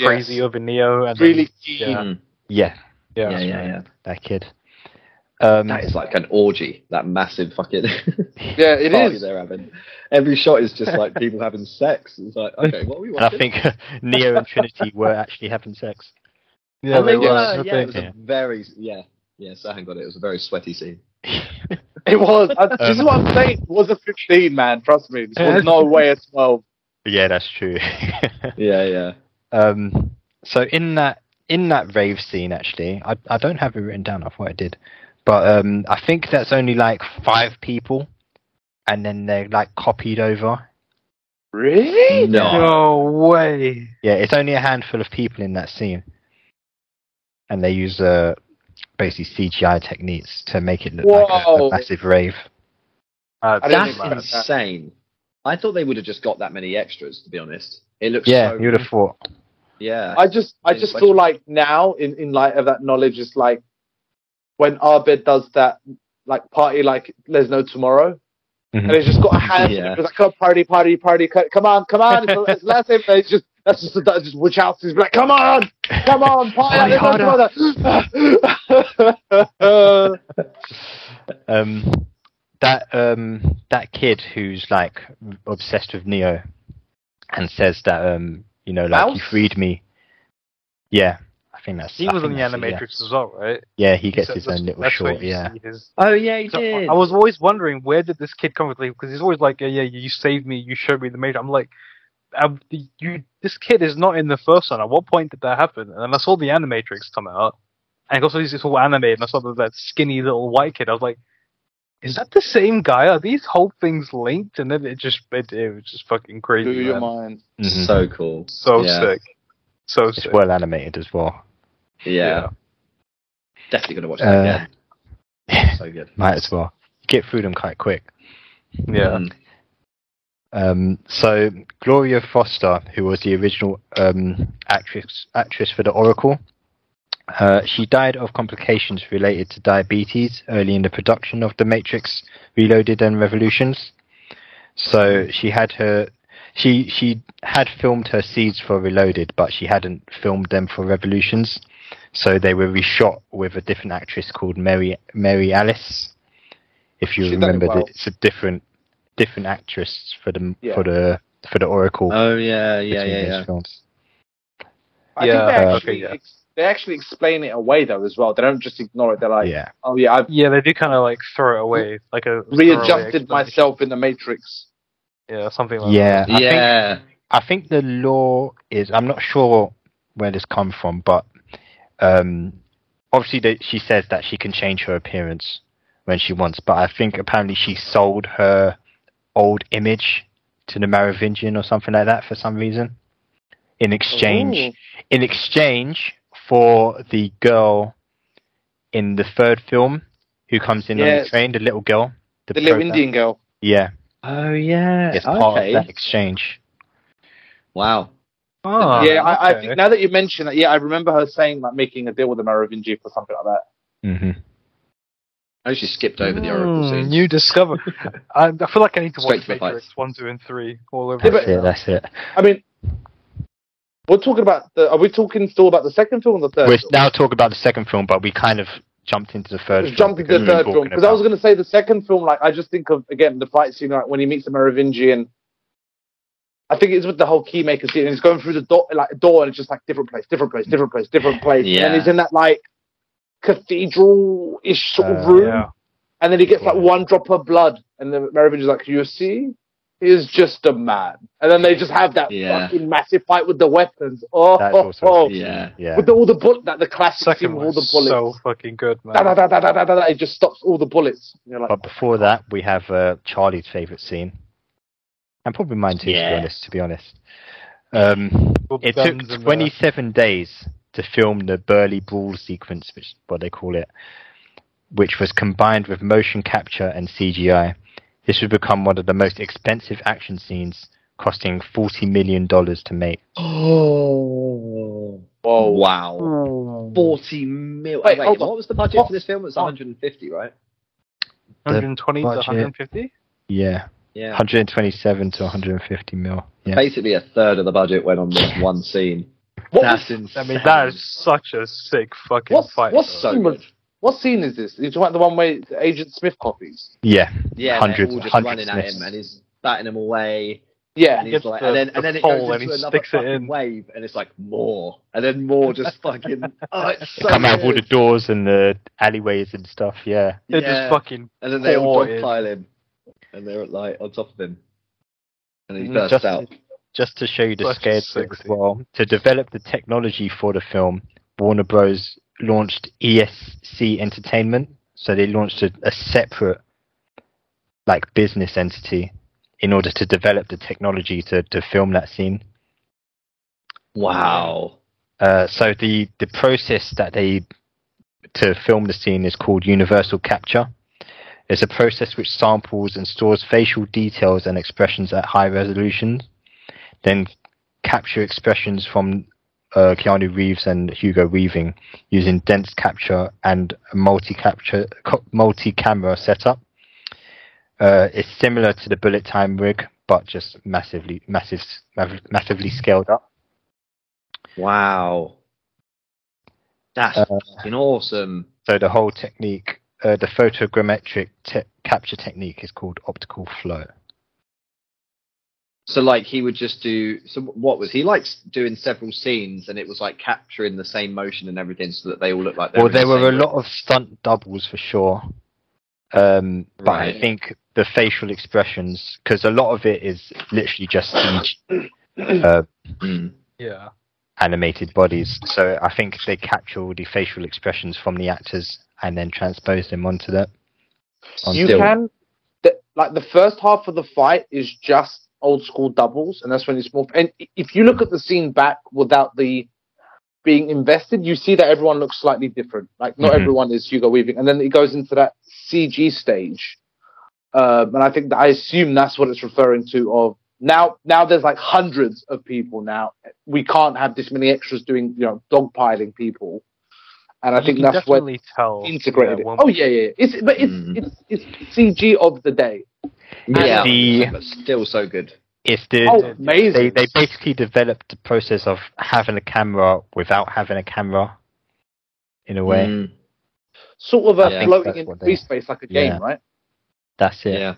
[SPEAKER 3] crazy over Neo and then-
[SPEAKER 4] Really keen.
[SPEAKER 3] yeah.
[SPEAKER 5] Mm.
[SPEAKER 1] yeah,
[SPEAKER 3] yeah.
[SPEAKER 5] Yeah, yeah, yeah.
[SPEAKER 1] that kid. Um,
[SPEAKER 5] That is like an orgy. That massive fucking *laughs*
[SPEAKER 4] Yeah, it
[SPEAKER 5] party
[SPEAKER 4] is.
[SPEAKER 5] they're having. Every shot is just like people having sex. It's like, okay, what are we
[SPEAKER 1] and I
[SPEAKER 5] watching?
[SPEAKER 1] think *laughs* Neo and Trinity were actually having sex. Oh,
[SPEAKER 3] Yeah,
[SPEAKER 5] I
[SPEAKER 3] they
[SPEAKER 5] think,
[SPEAKER 3] were,
[SPEAKER 5] uh,
[SPEAKER 3] I
[SPEAKER 5] yeah, it
[SPEAKER 3] think.
[SPEAKER 5] was a very yeah. Yeah, Sahan got it. It was a very sweaty scene.
[SPEAKER 4] It was. I, this is
[SPEAKER 5] Um,
[SPEAKER 4] what I'm saying. It was a 15, man. Trust me. This
[SPEAKER 5] *laughs*
[SPEAKER 4] was no way a 12.
[SPEAKER 1] Yeah, that's true. *laughs*
[SPEAKER 5] Yeah, yeah.
[SPEAKER 1] um, so in that in that rave scene, actually, I I don't have it written down. I thought I did, but um, I think that's only like five people, and then they're like copied over.
[SPEAKER 4] Really?
[SPEAKER 5] No.
[SPEAKER 3] No way.
[SPEAKER 1] Yeah, it's only a handful of people in that scene, and they use uh, basically CGI techniques to make it look like a,
[SPEAKER 4] Whoa.
[SPEAKER 1] a massive rave.
[SPEAKER 3] Uh,
[SPEAKER 4] I didn't
[SPEAKER 5] That's
[SPEAKER 4] think about that.
[SPEAKER 5] insane. I thought they would have just got that many extras, to be honest. It looks
[SPEAKER 1] Yeah,
[SPEAKER 5] so,
[SPEAKER 1] you would have thought.
[SPEAKER 5] yeah.
[SPEAKER 4] I just, I
[SPEAKER 5] Yeah,
[SPEAKER 4] just
[SPEAKER 5] but-
[SPEAKER 4] feel like now, in, in light of that knowledge, it's like when Arbed does that, like party, like there's no tomorrow, and
[SPEAKER 1] Mhm.
[SPEAKER 4] it's just got
[SPEAKER 3] *laughs*
[SPEAKER 4] a hand.
[SPEAKER 5] Yeah.
[SPEAKER 4] It's like, come on, party, party, party, co- come on, come on. It's, it's last name. It's just that's just that's just Wachowski's like, come on, come
[SPEAKER 3] *laughs*
[SPEAKER 4] on, party,
[SPEAKER 1] Party
[SPEAKER 4] there's no *laughs* tomorrow.
[SPEAKER 1] Um, that um, that kid who's like obsessed with Neo, and says that um, you know, like you
[SPEAKER 4] Mouse?
[SPEAKER 1] freed me. Yeah, I think that's.
[SPEAKER 3] He
[SPEAKER 1] I
[SPEAKER 3] was
[SPEAKER 1] think
[SPEAKER 3] in the
[SPEAKER 1] that's it, yeah.
[SPEAKER 3] Animatrix as well, right?
[SPEAKER 1] Yeah, he gets
[SPEAKER 3] So
[SPEAKER 1] his
[SPEAKER 3] that's-
[SPEAKER 1] own little
[SPEAKER 3] that's where
[SPEAKER 1] short.
[SPEAKER 3] you
[SPEAKER 1] Yeah,
[SPEAKER 3] see his-
[SPEAKER 5] oh yeah, he
[SPEAKER 3] So,
[SPEAKER 5] did.
[SPEAKER 3] I was always wondering where did this kid come from because he's always like, yeah, yeah, you saved me, you showed me the major. I'm like, um, you, this kid is not in the first one. At what point did that happen? And then I saw the Animatrix come out, and also he's all animated. And I saw that, that skinny little white kid. I was like, is that the same guy? Are these whole things linked? And then it just it, it was just fucking
[SPEAKER 4] Do
[SPEAKER 3] crazy.
[SPEAKER 4] your
[SPEAKER 3] man.
[SPEAKER 4] mind.
[SPEAKER 1] Mhm.
[SPEAKER 5] So cool.
[SPEAKER 3] So
[SPEAKER 5] Yeah.
[SPEAKER 3] sick, so
[SPEAKER 1] it's
[SPEAKER 3] sick.
[SPEAKER 1] well animated as well.
[SPEAKER 5] Yeah.
[SPEAKER 3] Yeah.
[SPEAKER 5] Definitely gonna watch
[SPEAKER 1] Uh,
[SPEAKER 5] that again. So good.
[SPEAKER 1] Might as well get through them quite quick.
[SPEAKER 3] Yeah.
[SPEAKER 5] Mm.
[SPEAKER 1] Um, so Gloria Foster, who was the original um, actress actress for the Oracle, uh, she died of complications related to diabetes early in the production of The Matrix Reloaded and Revolutions. So she had her she she had filmed her seeds for Reloaded, but she hadn't filmed them for Revolutions. So they were reshot with a different actress called Mary Mary Alice. If you
[SPEAKER 4] She done it
[SPEAKER 1] remember, that
[SPEAKER 4] well.
[SPEAKER 1] it's a different different actress for the
[SPEAKER 4] Yeah.
[SPEAKER 1] for the for the Oracle
[SPEAKER 5] Oh yeah, yeah,
[SPEAKER 1] between
[SPEAKER 5] yeah,
[SPEAKER 1] these
[SPEAKER 5] yeah.
[SPEAKER 1] films.
[SPEAKER 4] I
[SPEAKER 3] Yeah,
[SPEAKER 4] think they
[SPEAKER 1] uh,
[SPEAKER 4] actually,
[SPEAKER 3] okay, yeah.
[SPEAKER 4] ex- they actually explain it away though as well. They don't just ignore it. They're like,
[SPEAKER 1] yeah,
[SPEAKER 4] oh yeah, I've
[SPEAKER 3] Yeah, they do kind of like throw it away, like a
[SPEAKER 4] readjusted
[SPEAKER 3] my
[SPEAKER 4] myself in the matrix.
[SPEAKER 3] yeah, something like
[SPEAKER 1] yeah. I think
[SPEAKER 5] uh, Yeah.
[SPEAKER 1] I think the law is. I'm not sure where this come from, but um, obviously they, she says that she can change her appearance when she wants. But I think apparently she sold her old image to the Merovingian or something like that for some reason. In exchange,
[SPEAKER 4] Oh.
[SPEAKER 1] in exchange for the girl in the third film who comes in on the
[SPEAKER 4] Yes.
[SPEAKER 1] train, the little girl,
[SPEAKER 4] the little
[SPEAKER 1] program.
[SPEAKER 4] Indian girl.
[SPEAKER 1] Yeah,
[SPEAKER 5] Oh yeah.
[SPEAKER 1] it's part of
[SPEAKER 5] okay.
[SPEAKER 1] that exchange.
[SPEAKER 5] Wow.
[SPEAKER 3] that. Ah,
[SPEAKER 4] yeah, I, I
[SPEAKER 3] okay.
[SPEAKER 4] think now that you mention that, yeah, I remember her saying like making a deal with the Merovingian for something like that.
[SPEAKER 1] hmm
[SPEAKER 5] I actually skipped over the Oracle
[SPEAKER 3] Hmm,
[SPEAKER 5] scene.
[SPEAKER 3] You discover. I, I feel like I need to
[SPEAKER 5] Straight
[SPEAKER 3] watch
[SPEAKER 5] to the
[SPEAKER 3] Matrix one, two, and three all over.
[SPEAKER 4] Yeah, but-
[SPEAKER 1] That's
[SPEAKER 3] again.
[SPEAKER 1] it. That's it.
[SPEAKER 4] I mean, we're talking about the. Are we talking still about the second film or the third?
[SPEAKER 1] We're
[SPEAKER 4] film?
[SPEAKER 1] now talking about the second film, but we kind of jumped into the third.
[SPEAKER 4] Just jumping to the third film because I was going to say the second film. Like I just think of again the fight scene like when he meets the Merovingian. I think it's with the whole keymaker scene. And he's going through the door, like door, and it's just like different place, different place, different place, different place. And
[SPEAKER 5] Yeah.
[SPEAKER 4] then he's in that like cathedral-ish sort of
[SPEAKER 1] Uh,
[SPEAKER 4] room,
[SPEAKER 3] Yeah.
[SPEAKER 4] and then he gets like one drop of blood, and the Merovingian's like, "You see, he is just a man." And then they just have that
[SPEAKER 5] Yeah.
[SPEAKER 4] fucking massive fight with the weapons. Oh,
[SPEAKER 1] That's
[SPEAKER 4] oh,
[SPEAKER 1] also-
[SPEAKER 4] oh.
[SPEAKER 5] Yeah.
[SPEAKER 1] yeah,
[SPEAKER 4] with all the bullet, that the classic
[SPEAKER 3] Second
[SPEAKER 4] scene with
[SPEAKER 3] one
[SPEAKER 4] all the
[SPEAKER 3] was
[SPEAKER 4] bullets
[SPEAKER 3] so fucking good, man.
[SPEAKER 4] da, da, da, da, da, da, da, da, it just stops all the bullets. And you're like,
[SPEAKER 1] but before that, we have uh, Charlie's favorite scene, and probably mine too. To be
[SPEAKER 5] Yeah.
[SPEAKER 1] honest, to be honest, um,
[SPEAKER 3] With
[SPEAKER 1] it
[SPEAKER 3] guns
[SPEAKER 1] took
[SPEAKER 3] and, uh,
[SPEAKER 1] 27 days to film the Burly Brawl sequence, which is what they call it. which was combined with motion capture and CGI. This would become one of the most expensive action scenes, costing $40 million to make.
[SPEAKER 5] Oh.
[SPEAKER 4] Whoa. Hmm.
[SPEAKER 5] Wow. 40 mil.
[SPEAKER 4] Wait,
[SPEAKER 5] Wait,
[SPEAKER 4] hold on.
[SPEAKER 5] what was the budget for this film? It was
[SPEAKER 4] Oh.
[SPEAKER 5] 150, right?
[SPEAKER 3] 120 to
[SPEAKER 1] budget.
[SPEAKER 3] 150?
[SPEAKER 1] Yeah,
[SPEAKER 5] Yeah.
[SPEAKER 1] 127 to 150 mil. Yeah.
[SPEAKER 5] Basically, a third of the budget went on this one scene.
[SPEAKER 4] What
[SPEAKER 5] That's
[SPEAKER 3] I
[SPEAKER 5] insane.
[SPEAKER 3] mean, that is such a sick fucking
[SPEAKER 4] What's,
[SPEAKER 3] fight.
[SPEAKER 4] what,
[SPEAKER 3] though.
[SPEAKER 5] so
[SPEAKER 4] scene was, what scene is this? You're talking about the one where Agent Smith copies?
[SPEAKER 1] Yeah.
[SPEAKER 5] Yeah,
[SPEAKER 1] hundreds-
[SPEAKER 5] they're all just
[SPEAKER 1] hundreds
[SPEAKER 5] running at
[SPEAKER 1] less.
[SPEAKER 5] him, and he's batting him away.
[SPEAKER 4] Yeah.
[SPEAKER 5] And
[SPEAKER 3] gets
[SPEAKER 5] he's like,
[SPEAKER 3] the-
[SPEAKER 5] and then,
[SPEAKER 3] the
[SPEAKER 5] and then it
[SPEAKER 3] pole
[SPEAKER 5] goes
[SPEAKER 3] and
[SPEAKER 5] into
[SPEAKER 3] he
[SPEAKER 5] another
[SPEAKER 3] sticks it
[SPEAKER 5] fucking
[SPEAKER 3] in.
[SPEAKER 5] wave, and it's like more, and then
[SPEAKER 1] *laughs*
[SPEAKER 5] more just fucking. oh, it's so
[SPEAKER 1] Come out of all the
[SPEAKER 5] good.
[SPEAKER 1] doors and the alleyways and stuff. Yeah.
[SPEAKER 3] They're
[SPEAKER 5] Yeah.
[SPEAKER 3] just fucking.
[SPEAKER 5] and then they all
[SPEAKER 3] pour in.
[SPEAKER 5] dogpile him, and they're like on top of him, and he
[SPEAKER 1] Mm,
[SPEAKER 5] bursts
[SPEAKER 1] just-
[SPEAKER 5] out.
[SPEAKER 1] just to show you the
[SPEAKER 3] Such
[SPEAKER 1] scale of
[SPEAKER 3] a
[SPEAKER 1] it as
[SPEAKER 3] sexy-
[SPEAKER 1] well, to develop the technology for the film, Warner Bros. launched ESC Entertainment. So they launched a, a separate, like, business entity in order to develop the technology to, to film that scene.
[SPEAKER 5] Wow.
[SPEAKER 1] Uh, so the, the process that they to film the scene is called universal capture. It's a process which samples and stores facial details and expressions at high resolution, then capture expressions from uh, Keanu Reeves and Hugo Weaving using dense capture and multi capture multi camera setup. Uh, it's similar to the bullet time rig, but just massively massive massively scaled up.
[SPEAKER 5] Wow. That's
[SPEAKER 1] Uh,
[SPEAKER 5] fucking awesome.
[SPEAKER 1] So the whole technique, uh, the photogrammetric te- capture technique, is called optical flow.
[SPEAKER 5] So like he would just do. So what was he like s- doing several scenes, and it was like capturing the same motion and everything, so that they all looked like. they
[SPEAKER 1] well,
[SPEAKER 5] in
[SPEAKER 1] there
[SPEAKER 5] the
[SPEAKER 1] were a
[SPEAKER 5] same room?
[SPEAKER 1] lot of stunt doubles for sure, um, but
[SPEAKER 5] Right.
[SPEAKER 1] I think the facial expressions, because a lot of it is literally just CG, uh,
[SPEAKER 5] Mm.
[SPEAKER 3] Yeah.
[SPEAKER 1] animated bodies. So I think they capture all the facial expressions from the actors and then transpose them onto that. on
[SPEAKER 4] you
[SPEAKER 1] still.
[SPEAKER 4] can the, like the first half of the fight is just old school doubles and that's when it's more and i- if you look at the scene back without the being invested you see that everyone looks slightly different like not
[SPEAKER 3] Mm-hmm.
[SPEAKER 1] Mhm.
[SPEAKER 4] everyone is hugo weaving and then it goes into that cg stage um, and i think that i assume that's what it's referring to of now now there's like hundreds of people now we can't have this many extras doing you know dogpiling people and i
[SPEAKER 3] You
[SPEAKER 4] think
[SPEAKER 3] can
[SPEAKER 4] that's where
[SPEAKER 3] definitely tell.
[SPEAKER 4] integrated.
[SPEAKER 3] yeah,
[SPEAKER 4] it.
[SPEAKER 3] one-
[SPEAKER 4] oh yeah, yeah. yeah. It's but it's,
[SPEAKER 1] Mm-hmm.
[SPEAKER 5] Mm.
[SPEAKER 4] it's it's CG of the day.
[SPEAKER 5] Yeah,
[SPEAKER 1] The-
[SPEAKER 5] but still so good.
[SPEAKER 1] It's the
[SPEAKER 4] Oh, amazing!
[SPEAKER 1] they, they basically developed the process of having a camera without having a camera, in a way.
[SPEAKER 5] Mm,
[SPEAKER 4] sort of a
[SPEAKER 5] Yeah.
[SPEAKER 4] floating
[SPEAKER 1] That's
[SPEAKER 4] in
[SPEAKER 1] what
[SPEAKER 4] free
[SPEAKER 1] they-
[SPEAKER 4] space like a
[SPEAKER 1] yeah.
[SPEAKER 4] game, right?
[SPEAKER 1] That's it.
[SPEAKER 5] yeah.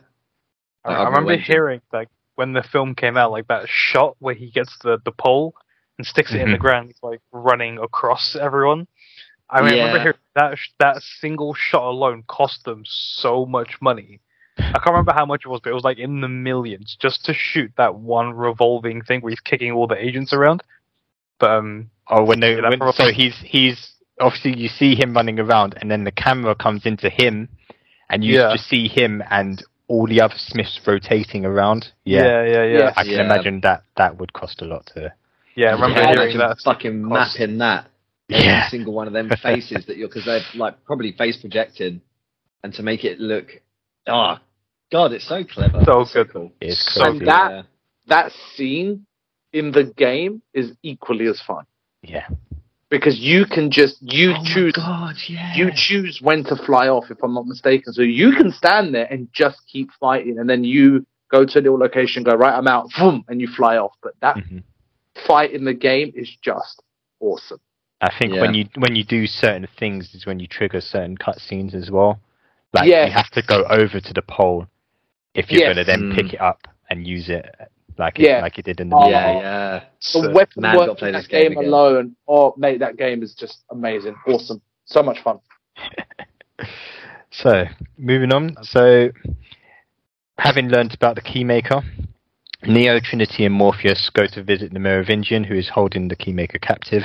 [SPEAKER 3] I, I remember
[SPEAKER 5] Overwhelming.
[SPEAKER 3] hearing like when the film came out, like that shot where he gets the the pole and sticks it in the
[SPEAKER 1] Mhm.
[SPEAKER 3] ground, he's, like running across everyone. I mean, I remember
[SPEAKER 5] Yeah.
[SPEAKER 3] hearing that sh- that single shot alone cost them so much money. I can't remember how much it was, but it was like in the millions just to shoot that one revolving thing where he's kicking all the agents around. But um,
[SPEAKER 1] Oh, when they
[SPEAKER 3] Yeah, that
[SPEAKER 1] when,
[SPEAKER 3] probably-
[SPEAKER 1] so he's he's obviously you see him running around, and then the camera comes into him, and you
[SPEAKER 3] Yeah.
[SPEAKER 1] just see him and all the other Smiths rotating around. Yeah,
[SPEAKER 3] yeah, yeah, yeah, yeah.
[SPEAKER 4] Yeah.
[SPEAKER 1] I can
[SPEAKER 5] Yeah.
[SPEAKER 1] imagine that that would cost a lot to.
[SPEAKER 3] I remember
[SPEAKER 5] Yeah,
[SPEAKER 3] hearing
[SPEAKER 5] imagine
[SPEAKER 3] that.
[SPEAKER 5] fucking
[SPEAKER 3] cost.
[SPEAKER 5] mapping that every
[SPEAKER 1] Yeah,
[SPEAKER 5] single one of
[SPEAKER 3] *laughs*
[SPEAKER 5] them faces that you're because they're like probably face projecting, and to make it look, oh god, it's so clever.
[SPEAKER 3] So
[SPEAKER 5] It's so
[SPEAKER 3] good.
[SPEAKER 5] cool.
[SPEAKER 1] it's
[SPEAKER 3] So
[SPEAKER 1] crazy.
[SPEAKER 4] And that That scene in the game is equally as fun
[SPEAKER 1] yeah,
[SPEAKER 4] because you can just you
[SPEAKER 5] oh
[SPEAKER 4] choose
[SPEAKER 5] My god, yeah.
[SPEAKER 4] you choose when to fly off, if I'm not mistaken. So you can stand there and just keep fighting, and then you go to a little location, go right, I'm out, boom, and you fly off. But that
[SPEAKER 1] Mhm.
[SPEAKER 4] fight in the game is just awesome.
[SPEAKER 1] I think when you when you do certain things is when you trigger certain cutscenes as well. Like
[SPEAKER 4] Yes.
[SPEAKER 1] you have to go over to the pole if you're
[SPEAKER 4] Yes.
[SPEAKER 1] going to then
[SPEAKER 5] Mm.
[SPEAKER 1] pick it up and use it like
[SPEAKER 4] Yeah.
[SPEAKER 1] it, like you did in the
[SPEAKER 4] Oh.
[SPEAKER 1] movie.
[SPEAKER 5] yeah, yeah.
[SPEAKER 3] uh,
[SPEAKER 4] The
[SPEAKER 5] So,
[SPEAKER 4] weapon
[SPEAKER 5] man, gotta
[SPEAKER 4] work
[SPEAKER 5] play
[SPEAKER 4] in
[SPEAKER 5] this
[SPEAKER 4] that
[SPEAKER 5] game
[SPEAKER 4] game,
[SPEAKER 5] again.
[SPEAKER 4] alone, oh mate, that game is just amazing, awesome, so much fun.
[SPEAKER 1] So, moving on. So, having learned about the Keymaker, Neo, Trinity, and Morpheus go to visit the Merovingian who is holding the Keymaker captive.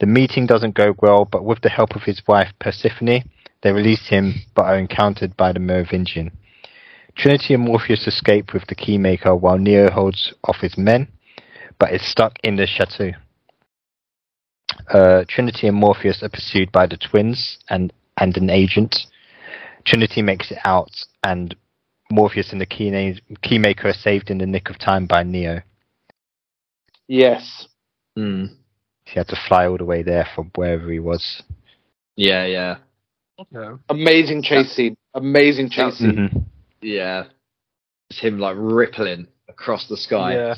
[SPEAKER 1] The meeting doesn't go well, but with the help of his wife Persephone, they release him but are encountered by the Merovingian. Trinity and Morpheus escape with the Keymaker while Neo holds off his men, but is stuck in the chateau. Uh, Trinity and Morpheus are pursued by the twins and, and an agent Trinity makes it out, and Morpheus and the Keyna- Keymaker are saved in the nick of time by Neo.
[SPEAKER 4] Yes.
[SPEAKER 5] Hmm.
[SPEAKER 1] He had to fly all the way there from wherever he was.
[SPEAKER 5] Yeah, yeah,
[SPEAKER 4] Amazing chase scene. Amazing chase scene.
[SPEAKER 1] hmm
[SPEAKER 5] yeah. It's him like rippling across the sky.
[SPEAKER 3] Yeah.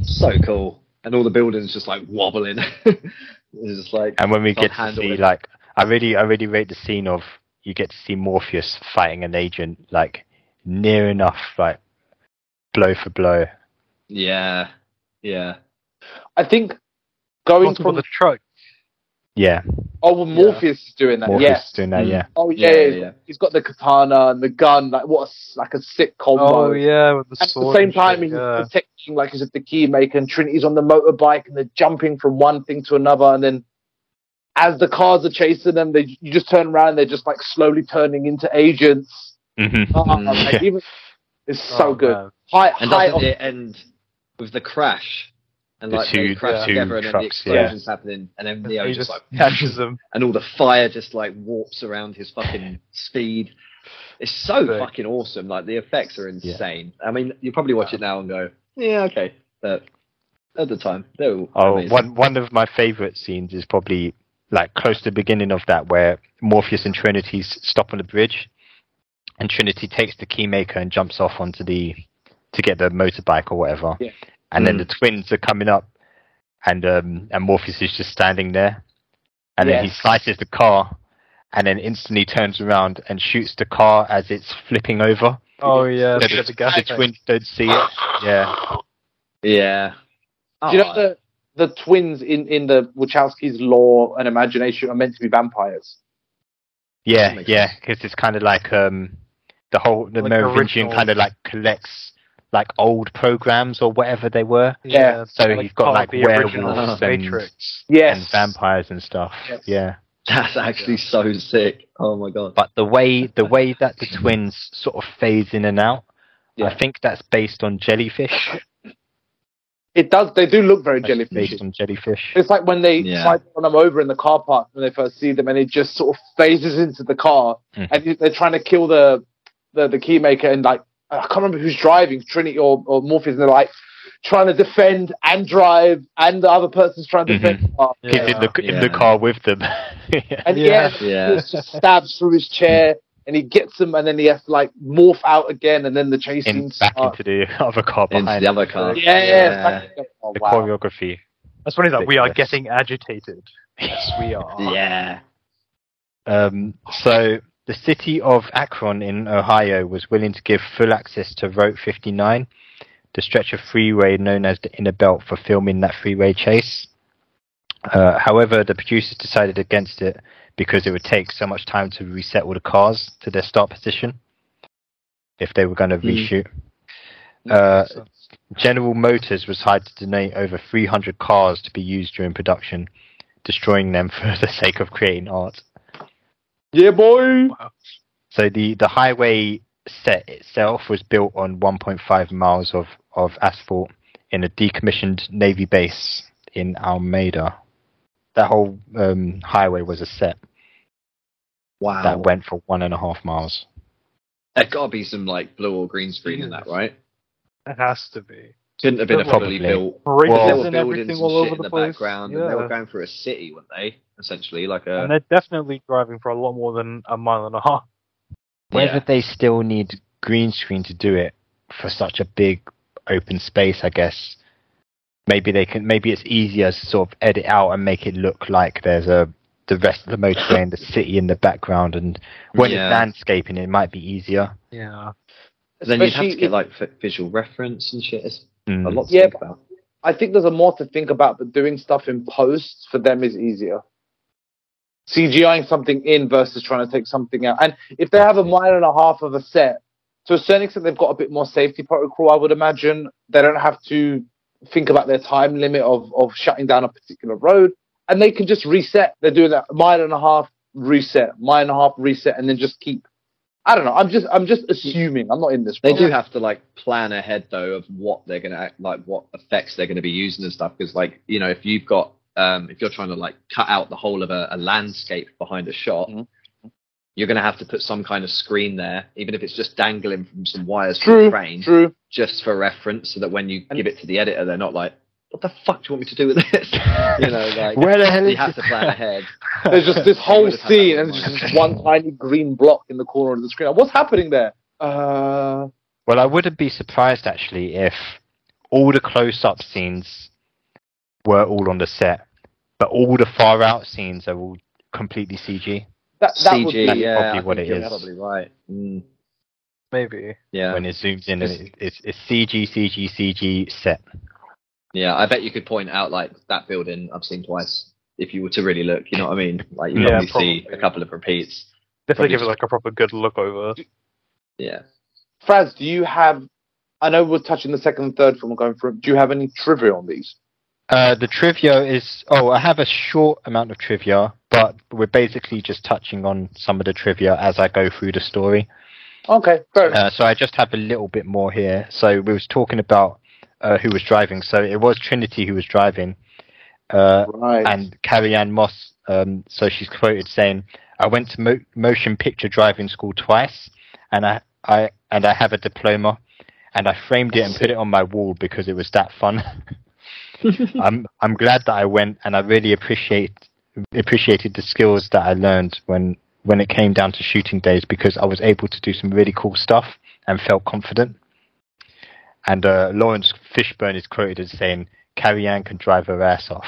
[SPEAKER 5] So cool. And all the buildings just like wobbling. *laughs* it's just like
[SPEAKER 1] And
[SPEAKER 3] Um,
[SPEAKER 1] when we get
[SPEAKER 5] Can't
[SPEAKER 1] to
[SPEAKER 5] handle
[SPEAKER 1] see,
[SPEAKER 5] it.
[SPEAKER 1] like, I really, I really rate the scene of you get to see Morpheus fighting an agent, like, near enough, like, blow for blow.
[SPEAKER 5] yeah, yeah,
[SPEAKER 4] I think going
[SPEAKER 3] Possible
[SPEAKER 4] from
[SPEAKER 3] the truck.
[SPEAKER 1] Yeah,
[SPEAKER 4] oh, well, Morpheus is doing that.
[SPEAKER 1] Morpheus
[SPEAKER 4] yes.
[SPEAKER 1] is doing that.
[SPEAKER 5] Mm.
[SPEAKER 1] Yeah,
[SPEAKER 4] Oh yeah,
[SPEAKER 5] Yeah,
[SPEAKER 4] yeah,
[SPEAKER 5] yeah.
[SPEAKER 4] he's got the katana and the gun. Like what, a s like a sick combo.
[SPEAKER 3] Oh yeah, with the
[SPEAKER 4] At the
[SPEAKER 3] sword.
[SPEAKER 4] same
[SPEAKER 3] and
[SPEAKER 4] time,
[SPEAKER 3] shit,
[SPEAKER 4] he's
[SPEAKER 3] yeah.
[SPEAKER 4] protecting, like, he's at the key maker, and Trinity's on the motorbike, and they're jumping from one thing to another. And then, as the cars are chasing them, they you just turn around, and they're just like slowly turning into agents.
[SPEAKER 1] hmm
[SPEAKER 4] Oh,
[SPEAKER 5] Mm.
[SPEAKER 4] like, even- it's so
[SPEAKER 3] Oh,
[SPEAKER 4] good.
[SPEAKER 3] man.
[SPEAKER 4] High,
[SPEAKER 5] And
[SPEAKER 4] high.
[SPEAKER 5] doesn't it end with the crash? And
[SPEAKER 1] The
[SPEAKER 5] like
[SPEAKER 1] two-
[SPEAKER 5] they crash
[SPEAKER 1] yeah.
[SPEAKER 5] together, and then the
[SPEAKER 1] trucks, yeah.
[SPEAKER 5] explosions happening, and then Neo
[SPEAKER 3] he
[SPEAKER 5] just,
[SPEAKER 3] just
[SPEAKER 5] like,
[SPEAKER 3] catches them.
[SPEAKER 5] and all the fire just like warps around his fucking speed. It's so
[SPEAKER 3] Sick.
[SPEAKER 5] fucking awesome. Like the effects are insane. I mean, you probably watch it now and go, yeah, okay, but at the time, they were
[SPEAKER 1] Oh,
[SPEAKER 5] amazing.
[SPEAKER 1] one one of my favorite scenes is probably like close to the beginning of that, where Morpheus and Trinity s- stop on the bridge, and Trinity takes the keymaker and jumps off onto the to get the motorbike or whatever,
[SPEAKER 4] Yeah.
[SPEAKER 1] and then the twins are coming up, and um and Morpheus is just standing there, and then he
[SPEAKER 4] Yes.
[SPEAKER 1] slices the car, and then instantly turns around and shoots the car as it's flipping over.
[SPEAKER 3] Oh yeah,
[SPEAKER 1] So
[SPEAKER 3] the,
[SPEAKER 1] the,
[SPEAKER 3] the guy.
[SPEAKER 1] the twins don't see it. Yeah,
[SPEAKER 5] yeah.
[SPEAKER 4] Do you know
[SPEAKER 5] Oh,
[SPEAKER 4] the the twins in in the Wachowskis' lore and imagination are meant to be vampires?
[SPEAKER 1] Yeah,
[SPEAKER 5] makes
[SPEAKER 1] yeah, because it's kind of like um, the whole the
[SPEAKER 3] Like
[SPEAKER 1] Merovingian
[SPEAKER 3] original-
[SPEAKER 1] kind of like collects like old programs or whatever they were.
[SPEAKER 4] Yeah,
[SPEAKER 1] So
[SPEAKER 3] like
[SPEAKER 1] he's got
[SPEAKER 3] part
[SPEAKER 1] like
[SPEAKER 3] of the original
[SPEAKER 1] werewolves and,
[SPEAKER 3] Matrix.
[SPEAKER 4] Yes.
[SPEAKER 1] and vampires and stuff.
[SPEAKER 4] Yes.
[SPEAKER 1] Yeah,
[SPEAKER 5] that's actually so sick. Oh my god.
[SPEAKER 1] but the way the way that the twins sort of phase in and out,
[SPEAKER 5] Yeah.
[SPEAKER 1] I think that's based on jellyfish.
[SPEAKER 4] It does. They do look very
[SPEAKER 1] That's
[SPEAKER 4] jellyfish.
[SPEAKER 1] Based on jellyfish.
[SPEAKER 4] It's like when they
[SPEAKER 5] Yeah.
[SPEAKER 4] try to run them over in the car park when they first see them, and it just sort of phases into the car,
[SPEAKER 5] Mm.
[SPEAKER 1] Mhm.
[SPEAKER 4] and you- they're trying to kill the the, the key maker, and like I can't remember who's driving, Trinity or, or Morpheus, and they're like trying to defend and drive, and the other person's trying to
[SPEAKER 5] Mm-hmm.
[SPEAKER 1] Mhm.
[SPEAKER 4] defend. the car.
[SPEAKER 1] He's in the in the
[SPEAKER 5] Yeah.
[SPEAKER 1] car with them. *laughs* yeah.
[SPEAKER 4] And yeah,
[SPEAKER 5] Yeah.
[SPEAKER 4] he just stabs through his chair, and he gets him, and then he has to like morph out again, and then the chase
[SPEAKER 1] In,
[SPEAKER 4] scene
[SPEAKER 1] back
[SPEAKER 4] starts.
[SPEAKER 1] into the other car
[SPEAKER 5] Into
[SPEAKER 1] behind.
[SPEAKER 5] the other car.
[SPEAKER 4] Yeah,
[SPEAKER 5] Yeah.
[SPEAKER 4] it's like- oh,
[SPEAKER 1] the
[SPEAKER 4] wow.
[SPEAKER 1] choreography.
[SPEAKER 3] That's funny that we are
[SPEAKER 1] Ridiculous.
[SPEAKER 3] getting agitated. Yes, we are.
[SPEAKER 1] *laughs*
[SPEAKER 5] Yeah.
[SPEAKER 1] Um, so the city of Akron in Ohio was willing to give full access to Route 59, the stretch of freeway known as the Inner Belt, for filming that freeway chase. Uh, however, the producers decided against it because it would take so much time to reset all the cars to their start position if they were going to reshoot. Uh, General Motors was hired to donate over 300 cars to be used during production, destroying them *laughs* for the sake of creating art.
[SPEAKER 4] Yeah, boy.
[SPEAKER 1] So the, the highway set itself was built on 1.5 miles of, of asphalt in a decommissioned Navy base in Almeida. That whole um, highway was a set
[SPEAKER 5] Wow.
[SPEAKER 1] that went for one and a half miles.
[SPEAKER 5] There gotta be some like blue or green screen in that, right?
[SPEAKER 3] It has to be.
[SPEAKER 5] Couldn't have been a
[SPEAKER 1] Probably.
[SPEAKER 5] properly built
[SPEAKER 3] Bridges
[SPEAKER 1] Well- There's
[SPEAKER 5] they were
[SPEAKER 3] and
[SPEAKER 5] building
[SPEAKER 3] everything
[SPEAKER 5] some
[SPEAKER 3] all
[SPEAKER 5] shit
[SPEAKER 3] over
[SPEAKER 5] in
[SPEAKER 3] the
[SPEAKER 5] the
[SPEAKER 3] place.
[SPEAKER 5] background,
[SPEAKER 3] yeah.
[SPEAKER 5] and they were going through a city, weren't they? Essentially, like uh,
[SPEAKER 3] and
[SPEAKER 5] a
[SPEAKER 3] they're definitely driving for a lot more than a mile and a half.
[SPEAKER 1] Whether
[SPEAKER 5] yeah,
[SPEAKER 1] they still need green screen to do it for such a big open space, I guess. Maybe they can. Maybe it's easier to sort of edit out and make it look like there's a the rest of the motorway
[SPEAKER 5] *laughs*
[SPEAKER 1] and the city in the background. And when
[SPEAKER 5] Yeah.
[SPEAKER 1] it's landscaping, it might be easier.
[SPEAKER 3] Yeah.
[SPEAKER 5] then you'd have to
[SPEAKER 4] Especially
[SPEAKER 5] get
[SPEAKER 4] if-
[SPEAKER 5] like f- visual reference and shit. It's
[SPEAKER 1] Mm.
[SPEAKER 5] a lot to
[SPEAKER 4] Yeah,
[SPEAKER 5] think
[SPEAKER 4] but-
[SPEAKER 5] about.
[SPEAKER 4] I think there's a more to think about, but doing stuff in post for them is easier. CGIing something in versus trying to take something out. And if they have a mile and a half of a set, to a certain extent, they've got a bit more safety protocol, I would imagine. They don't have to think about their time limit of, of shutting down a particular road. And they can just reset. They're doing that mile and a half reset, mile and a half reset, and then just keep. I don't know. I'm just I'm just assuming. I'm not in this.
[SPEAKER 5] They
[SPEAKER 4] role.
[SPEAKER 5] do have to like plan ahead though of what they're gonna act, like, what effects they're gonna be using and stuff. Because like you know, if you've got um, if you're trying to like cut out the whole of a, a landscape behind a shot, you're going to have to put some kind of screen there, even if it's just dangling from some wires from
[SPEAKER 4] True,
[SPEAKER 5] the crane,
[SPEAKER 4] true.
[SPEAKER 5] just for reference, so that when you give it to the editor, they're not like, "What the fuck do you want me to do with this?" *laughs* you know, like
[SPEAKER 1] Where the hell
[SPEAKER 5] you
[SPEAKER 1] is
[SPEAKER 5] have
[SPEAKER 1] it?
[SPEAKER 5] to plan ahead.
[SPEAKER 4] There's
[SPEAKER 1] *laughs*
[SPEAKER 4] just this
[SPEAKER 5] You
[SPEAKER 4] whole
[SPEAKER 5] would have had that
[SPEAKER 4] scene
[SPEAKER 5] in
[SPEAKER 4] and
[SPEAKER 5] mind.
[SPEAKER 4] there's just this one tiny green block in the corner of the screen. Like, What's happening there? Uh,
[SPEAKER 1] Well, I wouldn't be surprised actually if all the close-up scenes were all on the set, but all the far-out scenes are all completely CG.
[SPEAKER 4] that that
[SPEAKER 5] CG,
[SPEAKER 4] would be
[SPEAKER 5] yeah,
[SPEAKER 1] probably
[SPEAKER 5] I
[SPEAKER 1] what
[SPEAKER 5] think
[SPEAKER 1] it
[SPEAKER 5] you're
[SPEAKER 1] is.
[SPEAKER 5] Probably right. Mm,
[SPEAKER 3] Maybe.
[SPEAKER 5] yeah,
[SPEAKER 1] When it zooms in, and
[SPEAKER 5] It's-
[SPEAKER 1] it- it's, it's CG, CG, CG set.
[SPEAKER 5] yeah. I bet you could point out like that building I've seen twice. If you were to really look, you know what I mean? Like you
[SPEAKER 3] Yeah,
[SPEAKER 5] probably see
[SPEAKER 3] probably.
[SPEAKER 5] a couple of repeats.
[SPEAKER 3] Definitely
[SPEAKER 5] Probably
[SPEAKER 3] give it
[SPEAKER 5] just-
[SPEAKER 3] like a proper good look over.
[SPEAKER 5] Yeah.
[SPEAKER 4] Fraz, do you have? I know we're touching the second and third film we're going through. Do you have any trivia on these?
[SPEAKER 1] Uh, the trivia is oh, I have a short amount of trivia, but we're basically just touching on some of the trivia as I go through the story.
[SPEAKER 4] Okay, fair enough.
[SPEAKER 1] Uh, so I just have a little bit more here. So we was talking about uh, who was driving. So it was Trinity who was driving, uh,
[SPEAKER 4] right.
[SPEAKER 1] and Carrie Ann Moss. Um, so she's quoted saying, "I went to mo- motion picture driving school twice, and I, I and I have a diploma, and I framed it and put it on my wall because it was that fun. I'm I'm glad that I went, and I really appreciate appreciated the skills that I learned when when it came down to shooting days because I was able to do some really cool stuff and felt confident. And uh, Lawrence Fishburne is quoted as saying, "Carrie Ann can drive her ass off."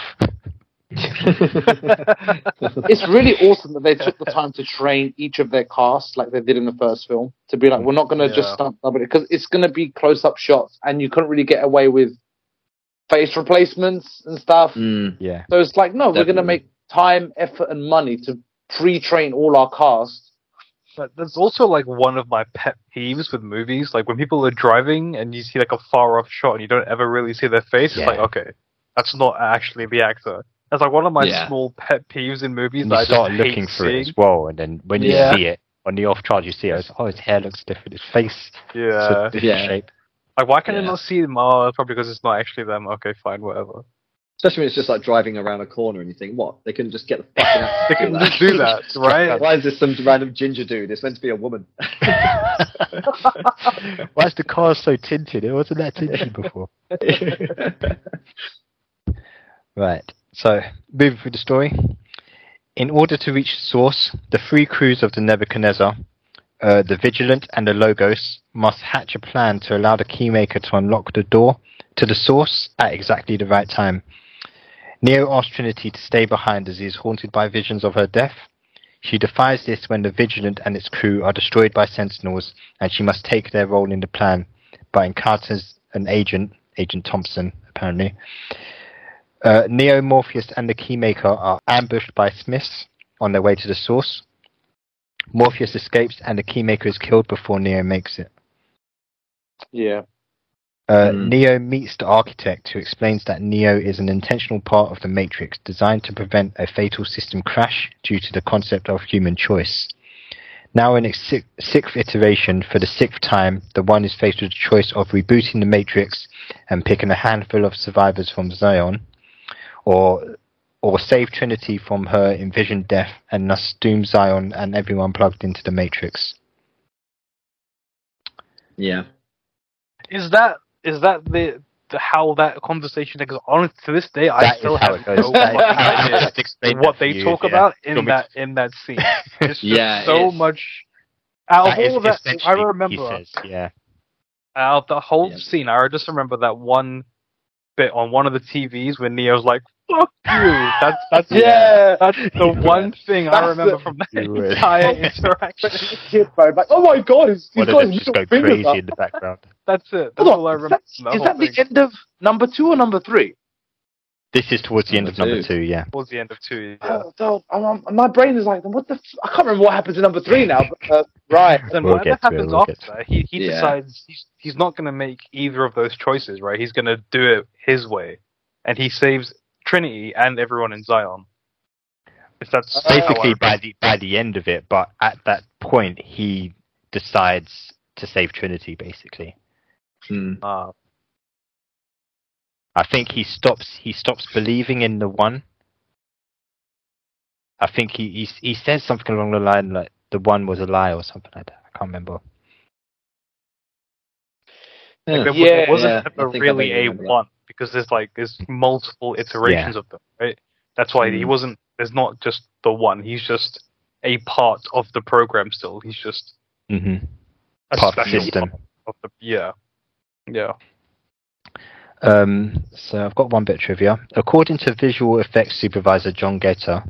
[SPEAKER 1] *laughs*
[SPEAKER 4] it's really awesome that they took the time to train each of their cast like they did in the first film to be like we're not going to just
[SPEAKER 3] Yeah.
[SPEAKER 4] stunt double it because it's going to be close up shots and you couldn't really get away with face replacements and stuff
[SPEAKER 5] Mm,
[SPEAKER 1] Yeah,
[SPEAKER 4] so it's like no we're going to
[SPEAKER 5] Definitely.
[SPEAKER 4] make time effort and money to pre-train all our cast
[SPEAKER 3] But that's also like one of my pet peeves with movies. Like when people are driving and you see like a far off shot and you don't ever really see their face,
[SPEAKER 1] Yeah.
[SPEAKER 3] it's like, okay, that's not actually the actor. That's like one of my
[SPEAKER 5] Yeah.
[SPEAKER 3] small pet peeves in movies
[SPEAKER 1] and
[SPEAKER 3] that
[SPEAKER 1] you
[SPEAKER 3] I
[SPEAKER 1] start
[SPEAKER 3] just
[SPEAKER 1] looking
[SPEAKER 3] hate
[SPEAKER 1] for it
[SPEAKER 3] seeing.
[SPEAKER 1] as well, and then when you
[SPEAKER 5] Yeah.
[SPEAKER 1] see it on the off chart, you see it. It's, oh, his hair looks different. His face is a
[SPEAKER 3] Yeah.
[SPEAKER 1] different
[SPEAKER 5] Yeah.
[SPEAKER 1] shape.
[SPEAKER 3] Like why can I
[SPEAKER 5] Yeah.
[SPEAKER 3] not see them? Oh, probably because it's not actually them. Okay, fine, whatever.
[SPEAKER 5] Especially when it's just like driving around a corner and you think, what? They couldn't just get the fucking ass
[SPEAKER 3] They
[SPEAKER 5] to
[SPEAKER 3] can just do that,
[SPEAKER 1] *laughs*
[SPEAKER 5] *laughs*
[SPEAKER 3] right?
[SPEAKER 5] Why is this some random ginger dude? It's meant to be a woman. *laughs*
[SPEAKER 1] *laughs* Why is the car so tinted? It wasn't that tinted before. *laughs* Right. So, moving through the story. In order to reach the source, the three crews of the Nebuchadnezzar, uh, the Vigilant and the Logos, must hatch a plan to allow the Keymaker to unlock the door to the source at exactly the right time. Neo asks Trinity to stay behind as he is haunted by visions of her death. She defies this when the Vigilant and its crew are destroyed by Sentinels, and she must take their role in the plan, but encounters an agent, Agent Thompson, apparently, uh, Neo, Morpheus, and the Keymaker are ambushed by Smiths on their way to the source. Morpheus escapes, and the Keymaker is killed before Neo makes it.
[SPEAKER 4] yeah
[SPEAKER 1] Uh,
[SPEAKER 5] Hmm.
[SPEAKER 1] Neo meets the architect, who explains that Neo is an intentional part of the Matrix designed to prevent a fatal system crash due to the concept of human choice. Now, in its si- sixth iteration, for the sixth time, the One is faced with the choice of rebooting the Matrix and picking a handful of survivors from Zion, or or save Trinity from her envisioned death and thus doom Zion and everyone plugged into the Matrix.
[SPEAKER 5] yeah.
[SPEAKER 3] Is that is that the, the how that conversation? Because on to this day, I
[SPEAKER 1] That is
[SPEAKER 3] still
[SPEAKER 1] how
[SPEAKER 3] have
[SPEAKER 1] it goes.
[SPEAKER 3] no
[SPEAKER 1] That is-
[SPEAKER 3] fucking
[SPEAKER 1] I
[SPEAKER 3] idea
[SPEAKER 1] just explained
[SPEAKER 3] what
[SPEAKER 1] that
[SPEAKER 3] they
[SPEAKER 1] to you,
[SPEAKER 3] talk
[SPEAKER 1] yeah.
[SPEAKER 3] about
[SPEAKER 1] Do you
[SPEAKER 3] in
[SPEAKER 1] want me to-
[SPEAKER 3] that in that
[SPEAKER 1] *laughs*
[SPEAKER 3] scene. It's just
[SPEAKER 5] Yeah,
[SPEAKER 3] so
[SPEAKER 5] it's-
[SPEAKER 3] much. Out of
[SPEAKER 1] That is
[SPEAKER 3] all of that, I
[SPEAKER 1] essentially what he
[SPEAKER 3] remember
[SPEAKER 1] says, yeah.
[SPEAKER 3] out of the whole
[SPEAKER 5] Yeah.
[SPEAKER 3] scene. I just remember that one bit on one of the TVs where Neo's like, "Fuck you." That's that's
[SPEAKER 4] yeah,
[SPEAKER 3] that's the one thing
[SPEAKER 4] That's
[SPEAKER 3] I remember
[SPEAKER 4] the-
[SPEAKER 3] from that
[SPEAKER 1] You would.
[SPEAKER 3] entire interaction.
[SPEAKER 4] Kid, bro, like, oh my god, he's,
[SPEAKER 1] One
[SPEAKER 4] he's got
[SPEAKER 1] of
[SPEAKER 4] his
[SPEAKER 1] them just go
[SPEAKER 4] little fingers
[SPEAKER 1] crazy
[SPEAKER 4] up.
[SPEAKER 1] in the background.
[SPEAKER 3] That's it. That's all
[SPEAKER 4] Hold
[SPEAKER 3] I
[SPEAKER 4] on, is
[SPEAKER 3] remember.
[SPEAKER 4] that,
[SPEAKER 3] from that
[SPEAKER 4] is
[SPEAKER 3] whole
[SPEAKER 4] that the
[SPEAKER 3] thing.
[SPEAKER 4] end of number two or number three?
[SPEAKER 1] This is towards the end of
[SPEAKER 5] Number
[SPEAKER 1] number
[SPEAKER 5] two.
[SPEAKER 1] two, yeah.
[SPEAKER 3] towards the end of two? Yeah.
[SPEAKER 4] Oh, God, I'm, I'm- my brain is like, what the? F-? I can't remember what happens in number three now. But, uh, right.
[SPEAKER 3] Then
[SPEAKER 1] We'll get
[SPEAKER 3] whatever
[SPEAKER 1] to it,
[SPEAKER 3] happens
[SPEAKER 1] we'll
[SPEAKER 3] after
[SPEAKER 1] get to
[SPEAKER 3] that, he, he
[SPEAKER 5] Yeah.
[SPEAKER 3] decides he's, he's not going to make either of those choices, right? He's going to do it his way, and he saves Trinity and everyone in Zion. If
[SPEAKER 5] Uh,
[SPEAKER 3] that's
[SPEAKER 5] Oh,
[SPEAKER 3] how I
[SPEAKER 1] Basically,
[SPEAKER 3] remember.
[SPEAKER 1] by the by the end of it, but at that point, he decides to save Trinity. Basically,
[SPEAKER 5] Hmm.
[SPEAKER 3] Ah,
[SPEAKER 1] I think he stops. He stops believing in the one. I think he he, he says something along the line like the one was a lie or something like that. I can't remember.
[SPEAKER 3] Like,
[SPEAKER 5] Yeah.
[SPEAKER 3] there
[SPEAKER 4] Yeah,
[SPEAKER 3] wasn't
[SPEAKER 5] yeah,
[SPEAKER 3] ever
[SPEAKER 5] I think I
[SPEAKER 3] really
[SPEAKER 5] vaguely
[SPEAKER 3] a
[SPEAKER 5] remember that.
[SPEAKER 3] one because there's like there's multiple iterations of them, right? That's why
[SPEAKER 1] Mm-hmm.
[SPEAKER 3] he wasn't. There's not just the one. He's just a part of the program still. He's just
[SPEAKER 1] hmm
[SPEAKER 3] a
[SPEAKER 1] Part of the
[SPEAKER 3] special
[SPEAKER 1] system.
[SPEAKER 3] part of the yeah, yeah.
[SPEAKER 1] Um, so I've got one bit of trivia. According to visual effects supervisor John Gator,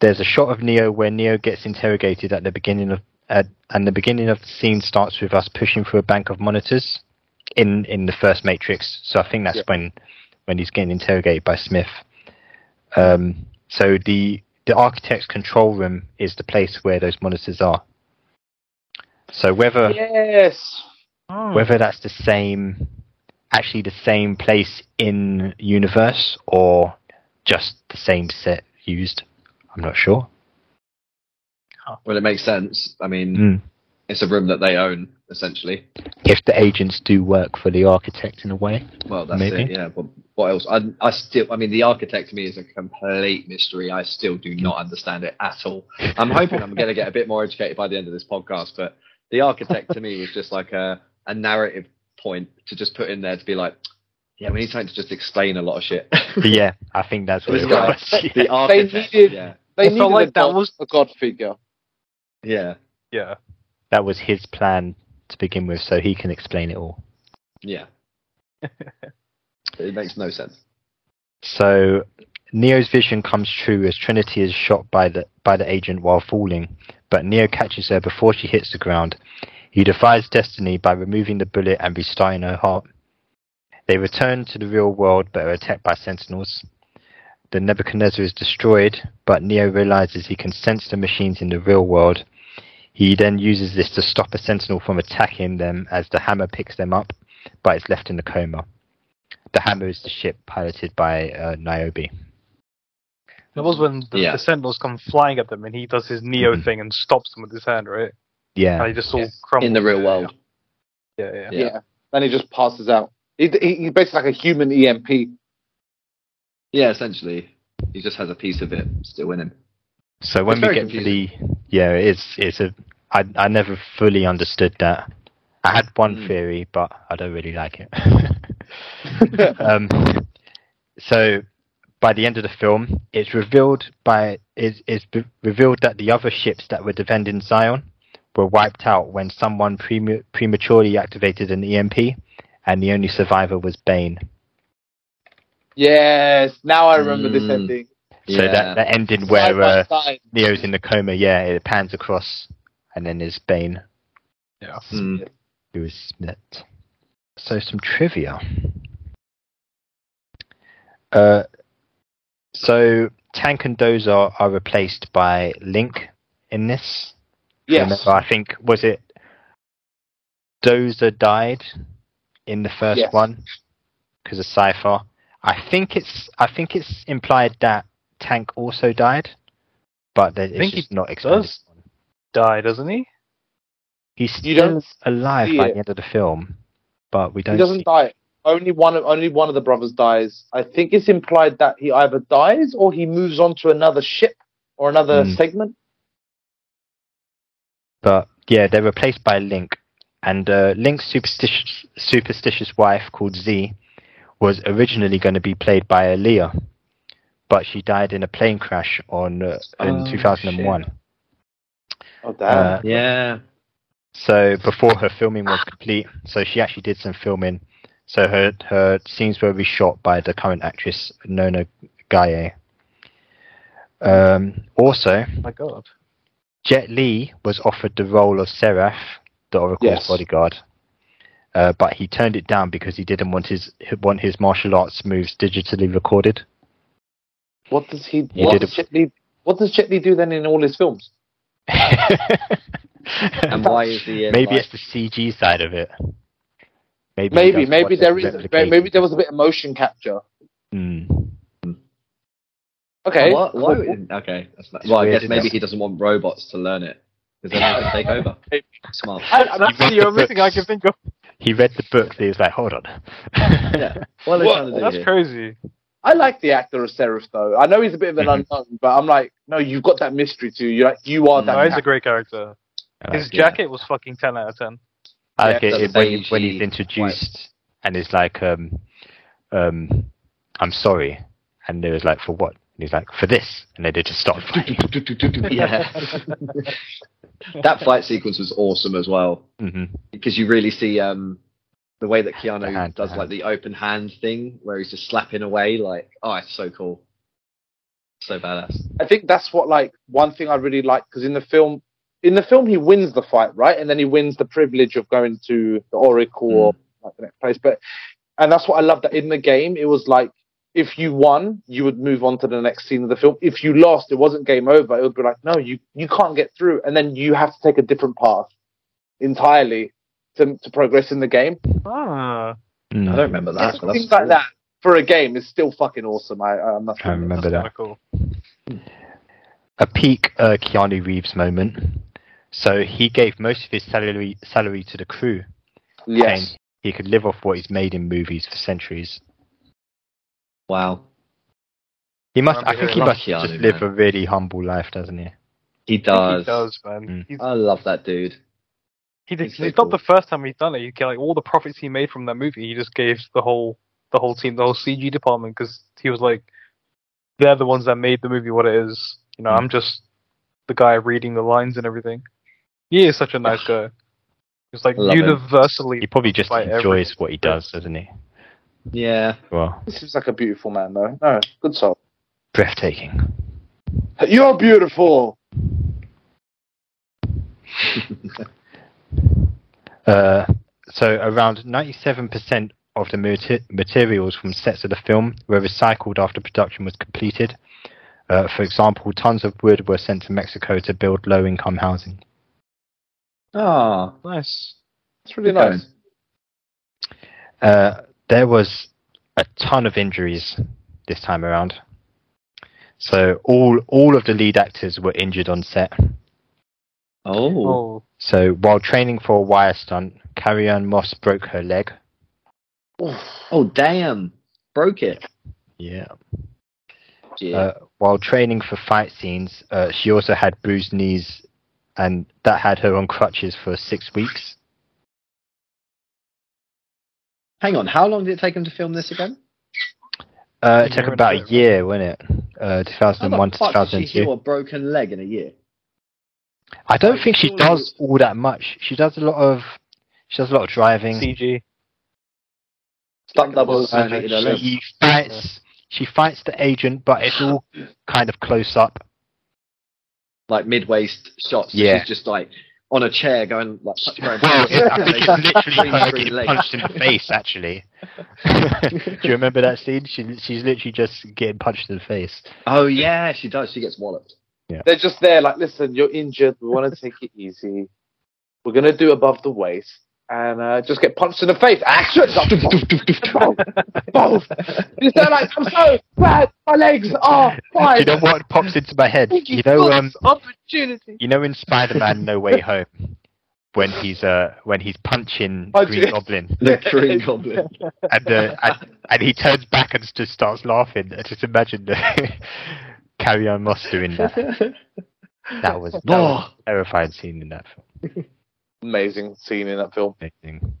[SPEAKER 1] there's a shot of Neo where Neo gets interrogated at the beginning of at, and the beginning of the scene starts with us pushing through a bank of monitors in in the first Matrix. So I think that's when when he's getting interrogated by Smith. Um, so the the architect's control room is the place where those monitors are. So whether
[SPEAKER 4] Yes.
[SPEAKER 5] Hmm.
[SPEAKER 1] whether that's the same actually the same place in universe or just the same set used i'm not sure
[SPEAKER 5] Well, it makes sense. I mean,
[SPEAKER 1] Mm.
[SPEAKER 5] it's a room that they own essentially.
[SPEAKER 1] if the agents do work for the architect in a
[SPEAKER 5] *laughs*
[SPEAKER 1] way
[SPEAKER 5] Well, that's
[SPEAKER 1] Maybe.
[SPEAKER 5] it. Yeah. But what else? I, I still. I mean, the architect to me is a complete mystery. I still do not understand it at all. I'm hoping I'm going to get a bit more educated by the end of this podcast. But the architect to me was just like a a narrative point to just put in there to be like, yeah, we need something to just explain a lot of shit. *laughs*
[SPEAKER 1] but yeah i think that's what
[SPEAKER 5] This
[SPEAKER 1] it
[SPEAKER 5] guy.
[SPEAKER 1] was
[SPEAKER 5] the architect.
[SPEAKER 4] needed-
[SPEAKER 5] Yeah.
[SPEAKER 4] They
[SPEAKER 3] It felt
[SPEAKER 4] needed
[SPEAKER 3] like
[SPEAKER 4] a
[SPEAKER 3] that
[SPEAKER 4] god,
[SPEAKER 3] was-
[SPEAKER 4] a god figure.
[SPEAKER 5] Yeah.
[SPEAKER 3] Yeah.
[SPEAKER 1] *laughs* that was his plan to begin with so he can explain it all
[SPEAKER 5] Yeah. it makes no sense.
[SPEAKER 1] So Neo's vision comes true as Trinity is shot by the by the agent while falling, but Neo catches her before she hits the ground. He defies destiny by removing the bullet and restarting her heart. They return to the real world but are attacked by sentinels. The Nebuchadnezzar is destroyed, but Neo realizes he can sense the machines in the real world. He then uses this to stop a sentinel from attacking them as the hammer picks them up, but is left in a coma. The Hammer is the ship piloted by uh, Niobe.
[SPEAKER 3] That was when the,
[SPEAKER 5] Yeah. Mm-hmm.
[SPEAKER 3] the Sentinels come flying at them, and he does his Neo
[SPEAKER 1] Mhm.
[SPEAKER 3] thing and stops them with his hand, right? And
[SPEAKER 1] Yeah,
[SPEAKER 3] they just all crumble
[SPEAKER 5] In the real
[SPEAKER 3] Yeah,
[SPEAKER 5] world.
[SPEAKER 3] Yeah, yeah.
[SPEAKER 5] Yeah.
[SPEAKER 4] Yeah. Then he just passes out. He, he, he's basically like a human E EMP.
[SPEAKER 5] Yeah, essentially. He just has a piece of it still in him.
[SPEAKER 1] so when
[SPEAKER 5] It's
[SPEAKER 1] we
[SPEAKER 5] very
[SPEAKER 1] get to the yeah, it's it's a I I never fully understood that. I had one
[SPEAKER 5] Mm.
[SPEAKER 1] theory, but I don't really like
[SPEAKER 5] *laughs*
[SPEAKER 1] it. um, so by the end of the film, it's revealed by it's, it's be- revealed that the other ships that were defending Zion were wiped out when someone premu- prematurely activated an EMP, and the only survivor was Bane.
[SPEAKER 4] Yes. Now I remember this
[SPEAKER 1] Hmm.
[SPEAKER 5] Mm.
[SPEAKER 4] ending.
[SPEAKER 1] So
[SPEAKER 5] yeah.
[SPEAKER 1] that, that ended
[SPEAKER 4] Side
[SPEAKER 1] where
[SPEAKER 4] by
[SPEAKER 1] uh,
[SPEAKER 4] side.
[SPEAKER 1] Neo's in the coma, yeah, it pans across, and then there's Bane,
[SPEAKER 5] Mm.
[SPEAKER 1] who is Smith. So, some trivia. Uh, so, Tank and Dozer are replaced by Link in this.
[SPEAKER 4] Yes.
[SPEAKER 1] Remember, I think, was it Dozer died in the first
[SPEAKER 4] Yes.
[SPEAKER 1] one because of Cypher? I think it's I think it's implied that Tank also died, but that it's
[SPEAKER 3] think he
[SPEAKER 1] just not explained.
[SPEAKER 3] does. Die, doesn't he?
[SPEAKER 1] He's
[SPEAKER 4] You
[SPEAKER 1] still
[SPEAKER 4] don't
[SPEAKER 1] alive
[SPEAKER 4] see
[SPEAKER 1] by
[SPEAKER 4] it.
[SPEAKER 1] the end of the film, but we don't.
[SPEAKER 4] He doesn't
[SPEAKER 1] see-
[SPEAKER 4] die. Only one of only one of the brothers dies. I think it's implied that he either dies or he moves on to another ship or another
[SPEAKER 1] Mm.
[SPEAKER 4] segment.
[SPEAKER 1] But yeah, they're replaced by Link, and uh, Link's superstitious superstitious wife called Z was originally going to be played by Aaliyah, but she died in a plane crash on uh, in
[SPEAKER 5] Oh,
[SPEAKER 1] 2001.
[SPEAKER 4] Oh damn.
[SPEAKER 1] Uh,
[SPEAKER 5] Yeah.
[SPEAKER 1] so before her filming was complete, so she actually did some filming. So her her scenes were reshot by the current actress Nona Gaye. Um, also,
[SPEAKER 3] My God.
[SPEAKER 1] Jet Li was offered the role of Seraph, the Oracle's
[SPEAKER 4] Yes.
[SPEAKER 1] bodyguard, uh, but he turned it down because he didn't want his want his martial arts moves digitally recorded.
[SPEAKER 4] what does he?
[SPEAKER 1] he
[SPEAKER 4] What
[SPEAKER 1] did
[SPEAKER 4] does,
[SPEAKER 1] a-
[SPEAKER 4] Jet Li, what does Jet Li do then in all his films?
[SPEAKER 5] And why is the uh,
[SPEAKER 1] maybe
[SPEAKER 5] like-
[SPEAKER 1] it's the CG side of it. Maybe he
[SPEAKER 4] Maybe
[SPEAKER 1] does
[SPEAKER 4] maybe
[SPEAKER 1] want
[SPEAKER 4] there
[SPEAKER 1] it
[SPEAKER 4] is
[SPEAKER 1] replicated.
[SPEAKER 4] maybe there was a bit of motion capture.
[SPEAKER 1] Mm.
[SPEAKER 4] Okay.
[SPEAKER 5] What?
[SPEAKER 4] cool.
[SPEAKER 5] Why would- Okay. That's not, well, I
[SPEAKER 1] weird,
[SPEAKER 5] guess
[SPEAKER 1] isn't
[SPEAKER 5] maybe
[SPEAKER 1] it?
[SPEAKER 5] he doesn't want robots to learn it because then they can take
[SPEAKER 4] *laughs*
[SPEAKER 5] over. Smart.
[SPEAKER 3] I, that's
[SPEAKER 1] read
[SPEAKER 3] the
[SPEAKER 1] the
[SPEAKER 3] only thing I
[SPEAKER 1] books.
[SPEAKER 3] can think of.
[SPEAKER 1] He read the book. And he was like, "Hold on."
[SPEAKER 5] Yeah. What are they trying to do
[SPEAKER 3] That's
[SPEAKER 5] here?
[SPEAKER 3] crazy.
[SPEAKER 4] I like the actor of Seraph though. I know he's a bit of an
[SPEAKER 1] Mhm.
[SPEAKER 4] unknown, but I'm like, no, you've got that mystery too. You like, you are that.
[SPEAKER 3] No, he's
[SPEAKER 4] actor.
[SPEAKER 3] a great character.
[SPEAKER 1] I
[SPEAKER 3] His
[SPEAKER 1] like, yeah.
[SPEAKER 3] jacket was fucking ten out of ten.
[SPEAKER 1] *laughs* I
[SPEAKER 5] Yeah,
[SPEAKER 1] like it,
[SPEAKER 5] that's
[SPEAKER 1] it when, he-
[SPEAKER 5] the
[SPEAKER 1] when he's
[SPEAKER 5] AG
[SPEAKER 1] introduced and he's like, um, um, I'm sorry. And they was like, for what? And he's like, for this. And then they just
[SPEAKER 5] *laughs*
[SPEAKER 1] start fighting.
[SPEAKER 5] yeah.
[SPEAKER 4] *laughs*
[SPEAKER 5] that fight sequence was awesome as well
[SPEAKER 1] hmm
[SPEAKER 5] because you really see um, the way that Keanu
[SPEAKER 1] The hand,
[SPEAKER 5] does
[SPEAKER 1] the
[SPEAKER 5] like the open hand thing where he's just slapping away. Like, oh, it's so cool, so badass.
[SPEAKER 4] I think that's what like one thing I really like because in the film, in the film he wins the fight right, and then he wins the privilege of going to the Oracle
[SPEAKER 5] Mm.
[SPEAKER 4] or like the next place. But and that's what I love that in the game it was like if you won you would move on to the next scene of the film. If you lost, it wasn't game over. It would be like no, you you can't get through, and then you have to take a different path entirely to to progress in the game.
[SPEAKER 3] Ah,
[SPEAKER 1] Mm-hmm.
[SPEAKER 5] I don't remember that. but that's
[SPEAKER 4] Things like
[SPEAKER 5] cool.
[SPEAKER 4] that for a game is still fucking awesome. I I'm not
[SPEAKER 1] I remember
[SPEAKER 3] that's
[SPEAKER 1] that.
[SPEAKER 3] kinda cool.
[SPEAKER 1] a peak uh, Keanu Reeves moment. So he gave most of his salary salary to the crew,
[SPEAKER 4] yes.
[SPEAKER 1] saying he could live off what he's made in movies for centuries.
[SPEAKER 5] Wow,
[SPEAKER 1] He must. I
[SPEAKER 3] Remember
[SPEAKER 1] think
[SPEAKER 5] hearing
[SPEAKER 1] he
[SPEAKER 5] about
[SPEAKER 1] must
[SPEAKER 5] Keanu,
[SPEAKER 1] just live
[SPEAKER 5] man.
[SPEAKER 1] a really humble life, doesn't he?
[SPEAKER 5] he
[SPEAKER 3] I
[SPEAKER 5] does.
[SPEAKER 3] think He does, man.
[SPEAKER 1] Mm.
[SPEAKER 3] He's,
[SPEAKER 5] I love that dude.
[SPEAKER 3] he did,
[SPEAKER 5] he's so
[SPEAKER 3] it's
[SPEAKER 5] cool.
[SPEAKER 3] not the first time he's done it. He get, like all the profits he made from that movie, he just gave the whole the whole team, the whole CG department, because he was like, they're the ones that made the movie what it is. You know, I'm just the guy reading the lines and everything. He is such a nice guy. He's like
[SPEAKER 5] Love him.
[SPEAKER 3] universally
[SPEAKER 1] He probably just
[SPEAKER 3] By every-
[SPEAKER 1] enjoys what he does, doesn't he?
[SPEAKER 5] Yeah,
[SPEAKER 1] Well,
[SPEAKER 4] He seems like a beautiful man though. No, good soul.
[SPEAKER 1] breathtaking.
[SPEAKER 4] You're beautiful.
[SPEAKER 1] Uh, so around 97% of the mater- materials from sets of the film were recycled after production was completed. Uh, for example, tons of wood were sent to Mexico to build low-income housing.
[SPEAKER 5] Oh, nice.
[SPEAKER 4] It's really
[SPEAKER 5] Good
[SPEAKER 4] nice.
[SPEAKER 5] going.
[SPEAKER 1] Uh, there was a ton of injuries this time around. So all all of the lead actors were injured on set.
[SPEAKER 5] Oh,
[SPEAKER 3] Oh,
[SPEAKER 1] So while training for a wire stunt, Carrie Ann Moss broke her leg.
[SPEAKER 5] oh, damn! Broke it.
[SPEAKER 1] Yeah.
[SPEAKER 5] Yeah.
[SPEAKER 1] Uh, while training for fight scenes, uh, she also had bruised knees, and that had her on crutches for six weeks.
[SPEAKER 5] Hang on, how long did it take him to film this again?
[SPEAKER 1] Uh,
[SPEAKER 3] A
[SPEAKER 1] it
[SPEAKER 3] year
[SPEAKER 1] took
[SPEAKER 3] and
[SPEAKER 1] about
[SPEAKER 3] a
[SPEAKER 1] a
[SPEAKER 3] bit.
[SPEAKER 1] year, wasn't it? Uh, 2001 to
[SPEAKER 5] How the fuck did
[SPEAKER 1] 2002.
[SPEAKER 5] she heal a broken leg in a year?
[SPEAKER 1] I don't
[SPEAKER 5] Like,
[SPEAKER 1] think she
[SPEAKER 5] surely-
[SPEAKER 1] does all that much. She does a lot of she does a lot of driving.
[SPEAKER 3] CG.
[SPEAKER 4] Stunt doubles.
[SPEAKER 5] Uh,
[SPEAKER 1] And
[SPEAKER 5] Her leg.
[SPEAKER 1] she fights. She fights the agent, but it's all kind of close up.
[SPEAKER 5] Like mid waist shots. so
[SPEAKER 1] Yeah.
[SPEAKER 5] She's just like on a chair going like going *laughs*
[SPEAKER 1] Well, it, I *laughs* think it's literally her
[SPEAKER 5] Free
[SPEAKER 1] getting
[SPEAKER 5] leg.
[SPEAKER 1] punched in the face. Actually, *laughs* do you remember that scene? She, she's literally just getting punched in the face.
[SPEAKER 5] Oh yeah, she does. She gets walloped.
[SPEAKER 4] They're just there, like, listen, you're injured. We want to take it easy. We're gonna do above the waist and uh, just get punched in the face. Action! Both,
[SPEAKER 1] *laughs*
[SPEAKER 4] both. Just they're like, I'm so glad my legs are
[SPEAKER 1] Do *laughs*
[SPEAKER 4] fine.
[SPEAKER 1] you know what pops into my head?
[SPEAKER 4] Thank
[SPEAKER 1] You know,
[SPEAKER 4] for
[SPEAKER 1] um,
[SPEAKER 4] this opportunity.
[SPEAKER 1] you know, in Spider-Man: No Way Home, when he's uh, when he's punching
[SPEAKER 4] Punching
[SPEAKER 1] Green
[SPEAKER 4] it.
[SPEAKER 1] Goblin,
[SPEAKER 5] The Green Goblin.
[SPEAKER 1] and, uh, and and he turns back and just starts laughing. I just imagine the *laughs* Carry On Moss doing that. That was, that was a terrifying scene in that film.
[SPEAKER 4] Amazing scene in that film.
[SPEAKER 1] Amazing.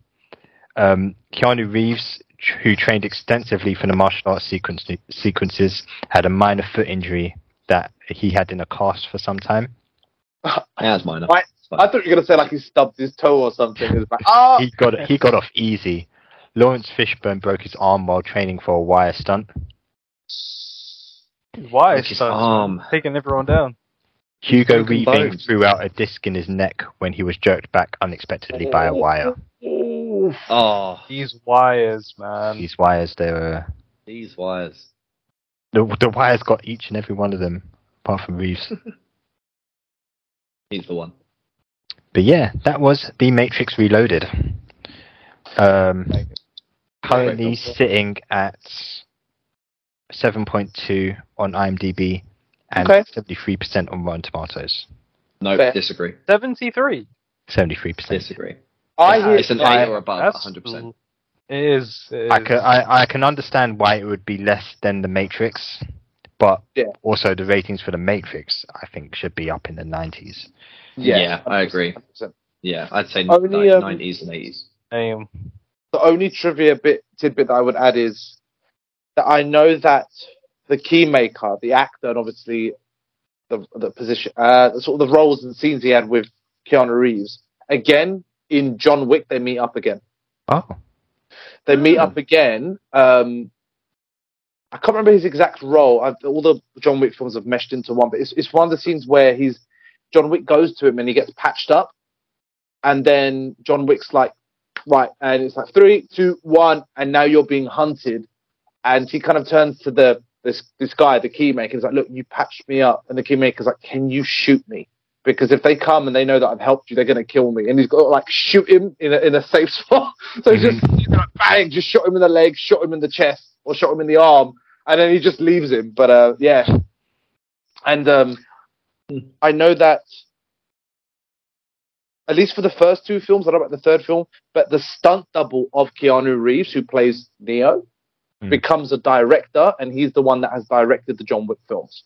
[SPEAKER 1] Um, Keanu Reeves, tr- who trained extensively for the martial arts sequence, sequences, had a minor foot injury that he had in a cast for some time.
[SPEAKER 5] Yeah, that's mine.
[SPEAKER 4] Right. I thought you were gonna say like he stubbed his toe or something. It's like, ah,
[SPEAKER 1] He got he got off easy. Lawrence Fishburne broke his arm while training for a wire stunt.
[SPEAKER 3] Why
[SPEAKER 5] Which
[SPEAKER 3] is
[SPEAKER 5] is
[SPEAKER 3] that?
[SPEAKER 5] arm.
[SPEAKER 3] taking everyone down?
[SPEAKER 1] Hugo
[SPEAKER 5] broken
[SPEAKER 1] Weaving
[SPEAKER 5] bones.
[SPEAKER 1] threw out a disc in his neck when he was jerked back unexpectedly by a wire.
[SPEAKER 5] Oh,
[SPEAKER 3] These wires, man.
[SPEAKER 1] These wires, they were
[SPEAKER 5] these wires.
[SPEAKER 1] the, the wires got each and every one of them, apart from Reeves.
[SPEAKER 5] He's the one.
[SPEAKER 1] But yeah, that was The Matrix Reloaded. Um, currently sitting at 7.2 on IMDb and
[SPEAKER 4] Okay.
[SPEAKER 1] 73% on Rotten Tomatoes.
[SPEAKER 5] No,
[SPEAKER 4] Fair.
[SPEAKER 5] disagree.
[SPEAKER 3] 73.
[SPEAKER 1] 73%.
[SPEAKER 5] Disagree.
[SPEAKER 4] I
[SPEAKER 5] It's-
[SPEAKER 4] hear
[SPEAKER 5] it's an
[SPEAKER 4] like,
[SPEAKER 5] A or above,
[SPEAKER 3] That's
[SPEAKER 5] 100. percent
[SPEAKER 11] It is. It
[SPEAKER 1] Oh, I
[SPEAKER 11] is.
[SPEAKER 1] can I, I can understand why it would be less than the Matrix, but
[SPEAKER 4] Yeah.
[SPEAKER 1] also the ratings for the Matrix I think should be up in the nineties.
[SPEAKER 12] Yeah, I agree.
[SPEAKER 4] 100%.
[SPEAKER 12] Yeah, I'd say
[SPEAKER 4] Only,
[SPEAKER 12] ni-
[SPEAKER 4] um,
[SPEAKER 12] 90s and 80s.
[SPEAKER 11] Damn.
[SPEAKER 4] The only trivia bit tidbit that I would add is that I know that the key maker, the actor, and obviously the the position, uh, sort of the roles and scenes he had with Keanu Reeves. Again, in John Wick, they meet up again.
[SPEAKER 1] Oh,
[SPEAKER 4] They meet up again. Um, I can't remember his exact role. i all the John Wick films have meshed into one, but it's, it's one of the scenes where he's John Wick goes to him and he gets patched up, and then John Wick's like, right, and it's like three, two, one, and now you're being hunted, and he kind of turns to the this this guy, the keymaker, he's like, look, you patched me up, and the keymaker's like, can you shoot me? Because if they come and they know that I've helped you, they're gonna kill me. And he's got to, like shoot him in a, in a safe *laughs* spot. so he's
[SPEAKER 12] Mm-hmm.
[SPEAKER 4] just he's like, bang, just shot him in the leg, shot him in the chest, or shot him in the arm, and then he just leaves him. But uh, yeah, and um,
[SPEAKER 12] Hmm.
[SPEAKER 4] I know that at least for the first two films, I don't know about the third film, but the stunt double of Keanu Reeves, who plays Neo,
[SPEAKER 1] Hmm.
[SPEAKER 4] becomes a director, and he's the one that has directed the John Wick films.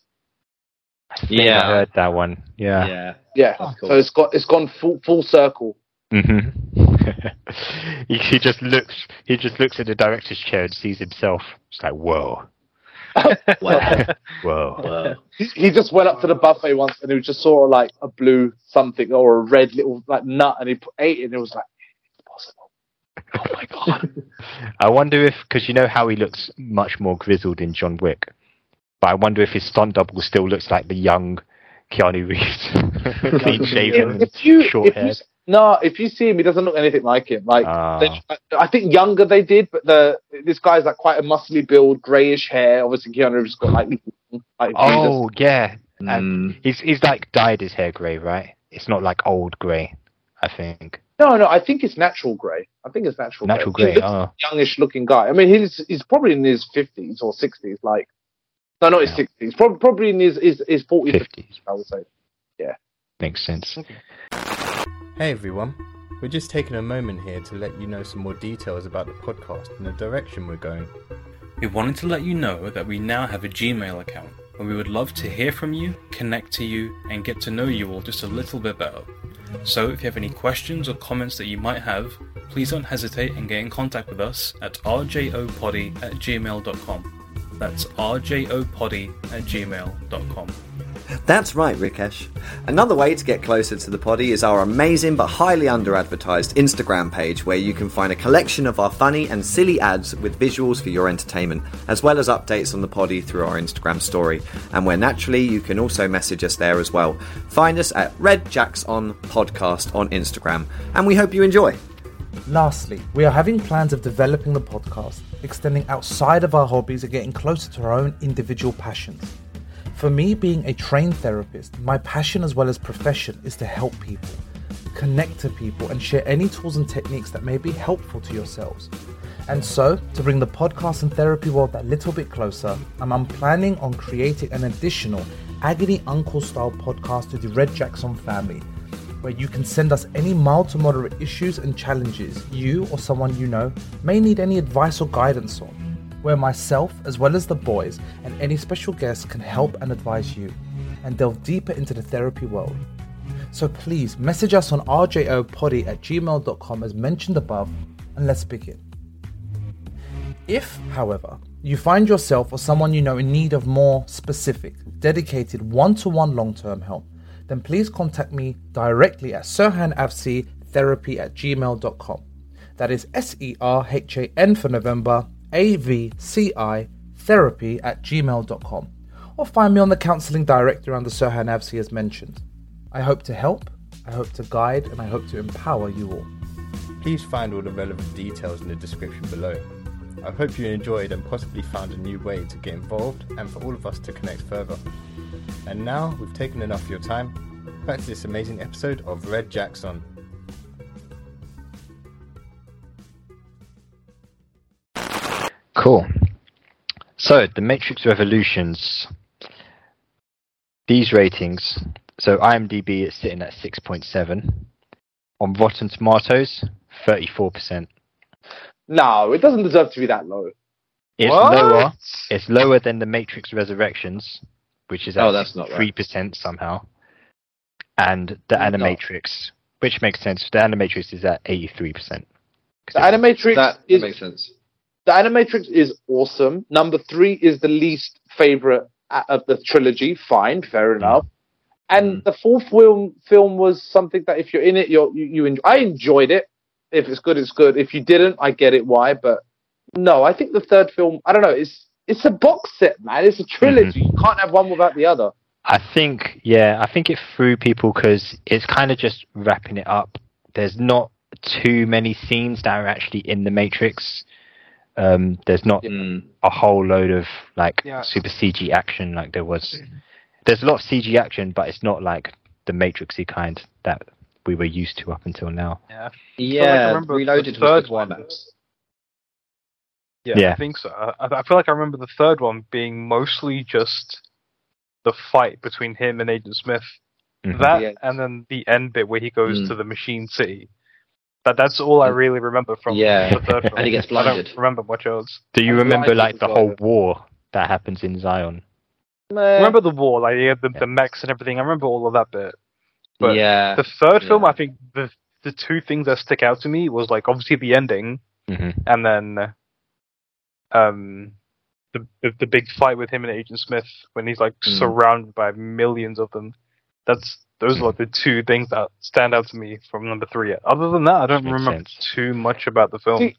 [SPEAKER 1] yeah, I
[SPEAKER 12] Yeah.
[SPEAKER 1] heard that one. Yeah.
[SPEAKER 12] Yeah.
[SPEAKER 4] Yeah,
[SPEAKER 12] That's cool.
[SPEAKER 4] so it's got it's gone full full circle.
[SPEAKER 1] hmm Mm-hmm. *laughs* he, he just looks. He just looks at the director's chair and sees himself. It's like whoa,
[SPEAKER 12] Wow.
[SPEAKER 1] *laughs* whoa.
[SPEAKER 12] wow.
[SPEAKER 4] He, he just went up to the buffet once, and he just saw like a blue something or a red little like nut, and he put, ate it, and it was like impossible.
[SPEAKER 1] Oh my god. I wonder if because you know how he looks much more grizzled in John Wick, but I wonder if his stunt double still looks like the young Keanu Reeves, *laughs* clean shaven,
[SPEAKER 4] If, if you
[SPEAKER 1] short
[SPEAKER 4] if you
[SPEAKER 1] hair.
[SPEAKER 4] s- no, if you see him, he doesn't look anything like him. Like They,
[SPEAKER 1] Ah.
[SPEAKER 4] I- I think younger they did, but the this guy's like quite a muscly build, greyish hair. Obviously, Keanu Reeves got like, like
[SPEAKER 1] Oh yeah,
[SPEAKER 12] Mm.
[SPEAKER 1] he's he's like dyed his hair grey, right? It's not like old grey, I think.
[SPEAKER 4] no, no. I think it's natural grey. I think it's natural.
[SPEAKER 1] Natural
[SPEAKER 4] grey.
[SPEAKER 1] grey.
[SPEAKER 4] He looks
[SPEAKER 1] Oh,
[SPEAKER 4] Youngish looking guy. I mean, he's he's probably in his fifties or sixties. Like, no, not his
[SPEAKER 1] Yeah.
[SPEAKER 4] sixties. Probably probably in his his, his forties.
[SPEAKER 1] 50s.
[SPEAKER 4] I would say.
[SPEAKER 1] Makes sense.
[SPEAKER 10] Hey everyone, we're just taking a moment here to let you know some more details about the podcast and the direction we're going.
[SPEAKER 3] We wanted to let you know that we now have a Gmail account where we would love to hear from you, connect to you, and get to know you all just a little bit better. So if you have any questions or comments that you might have, please don't hesitate and get in contact with us at rjopoddy at gmail.com. That's rjopoddy at gmail.com.
[SPEAKER 5] That's right, Rikesh. Another way to get closer to the poddy is our amazing but highly under advertised Instagram page where you can find a collection of our funny and silly ads with visuals for your entertainment, as well as updates on the poddy through our Instagram story, and where naturally you can also message us there as well. Find us at Red Jacks on Podcast on Instagram, and we hope you enjoy.
[SPEAKER 13] Lastly, we are having plans of developing the podcast, extending outside of our hobbies and getting closer to our own individual passions. For me, being a trained therapist, my passion as well as profession is to help people, connect to people, and share any tools and techniques that may be helpful to yourselves. And so, to bring the podcast and therapy world that little bit closer, I'm, I'm planning on creating an additional Agony Uncle style podcast to the Red Jackson family where you can send us any mild to moderate issues and challenges you or someone you know may need any advice or guidance on, where myself, as well as the boys, and any special guests can help and advise you and delve deeper into the therapy world. So please message us on rjopoddy at gmail.com as mentioned above, and let's begin. If, however, you find yourself or someone you know in need of more specific, dedicated one to one long term help, then please contact me directly at serhanavsi.therapy at gmail.com. That is S E R H A N for November, A V C I, therapy at gmail.com. Or find me on the counselling directory under Serhan Avsi as mentioned. I hope to help, I hope to guide, and I hope to empower you all.
[SPEAKER 10] Please find all the relevant details in the description below. I hope you enjoyed and possibly found a new way to get involved and for all of us to connect further. And now we've taken enough of your time. Back to this amazing episode of Red Jackson.
[SPEAKER 1] Cool. So the Matrix Revolutions. These ratings. So IMDb is sitting at six point seven. On Rotten Tomatoes, thirty four percent.
[SPEAKER 4] No, it doesn't deserve to be that low.
[SPEAKER 1] It's
[SPEAKER 4] What?
[SPEAKER 1] lower. It's lower than the Matrix Resurrections, which is
[SPEAKER 4] Oh,
[SPEAKER 1] at
[SPEAKER 4] that's not right.
[SPEAKER 1] three percent somehow, and the Animatrix, which makes sense. The Animatrix is at eighty three percent.
[SPEAKER 4] The Animatrix
[SPEAKER 1] That
[SPEAKER 4] is
[SPEAKER 1] makes
[SPEAKER 5] sense.
[SPEAKER 4] The Animatrix is awesome. Number three is the least favorite a- of the trilogy. Fine, fair enough. And the fourth film film was something that if you're in it, you're, you you en- I enjoyed it. If it's good, it's good. If you didn't, I get it why. But no, I think the third film. I don't know. It's it's a box set, man. It's a trilogy. You can't have one without the other.
[SPEAKER 1] I think, yeah, I think it threw people because it's kind of just wrapping it up. There's not too many scenes that are actually in the Matrix. Um, there's not a whole load of like
[SPEAKER 3] Yeah.
[SPEAKER 1] super CG action like there was.
[SPEAKER 5] Mm-hmm.
[SPEAKER 1] There's a lot of CG action, but it's not like the Matrixy kind that we were used to up until now.
[SPEAKER 3] Yeah.
[SPEAKER 5] Yeah,
[SPEAKER 3] I feel like I remember
[SPEAKER 5] Reloaded
[SPEAKER 3] the
[SPEAKER 5] was the
[SPEAKER 3] third one. Yeah,
[SPEAKER 1] Yeah.
[SPEAKER 3] I think so. I, I feel like I remember the third one being mostly just the fight between him and Agent Smith.
[SPEAKER 1] Mhm.
[SPEAKER 3] That
[SPEAKER 1] Yeah.
[SPEAKER 3] and then the end bit where he goes
[SPEAKER 5] Mm.
[SPEAKER 3] to the Machine City. That that's all I really remember from
[SPEAKER 5] Yeah.
[SPEAKER 3] the *laughs* third
[SPEAKER 5] And
[SPEAKER 3] one.
[SPEAKER 5] he gets
[SPEAKER 3] I
[SPEAKER 5] blinded.
[SPEAKER 3] don't remember much else.
[SPEAKER 1] Do you remember like the whole war that happens in Zion?
[SPEAKER 5] Uh,
[SPEAKER 3] Remember the war, like yeah, the, the mechs and everything. I remember all of that bit. But
[SPEAKER 5] yeah.
[SPEAKER 3] The third film, I think the the two things that stick out to me was like obviously the ending,
[SPEAKER 1] Mhm.
[SPEAKER 3] and then um the, the the big fight with him and Agent Smith when he's like
[SPEAKER 5] Mm.
[SPEAKER 3] surrounded by millions of them. That's those are like the two things that stand out to me from number three. Other than that, I don't
[SPEAKER 4] Makes
[SPEAKER 3] remember too much about the film.
[SPEAKER 4] See,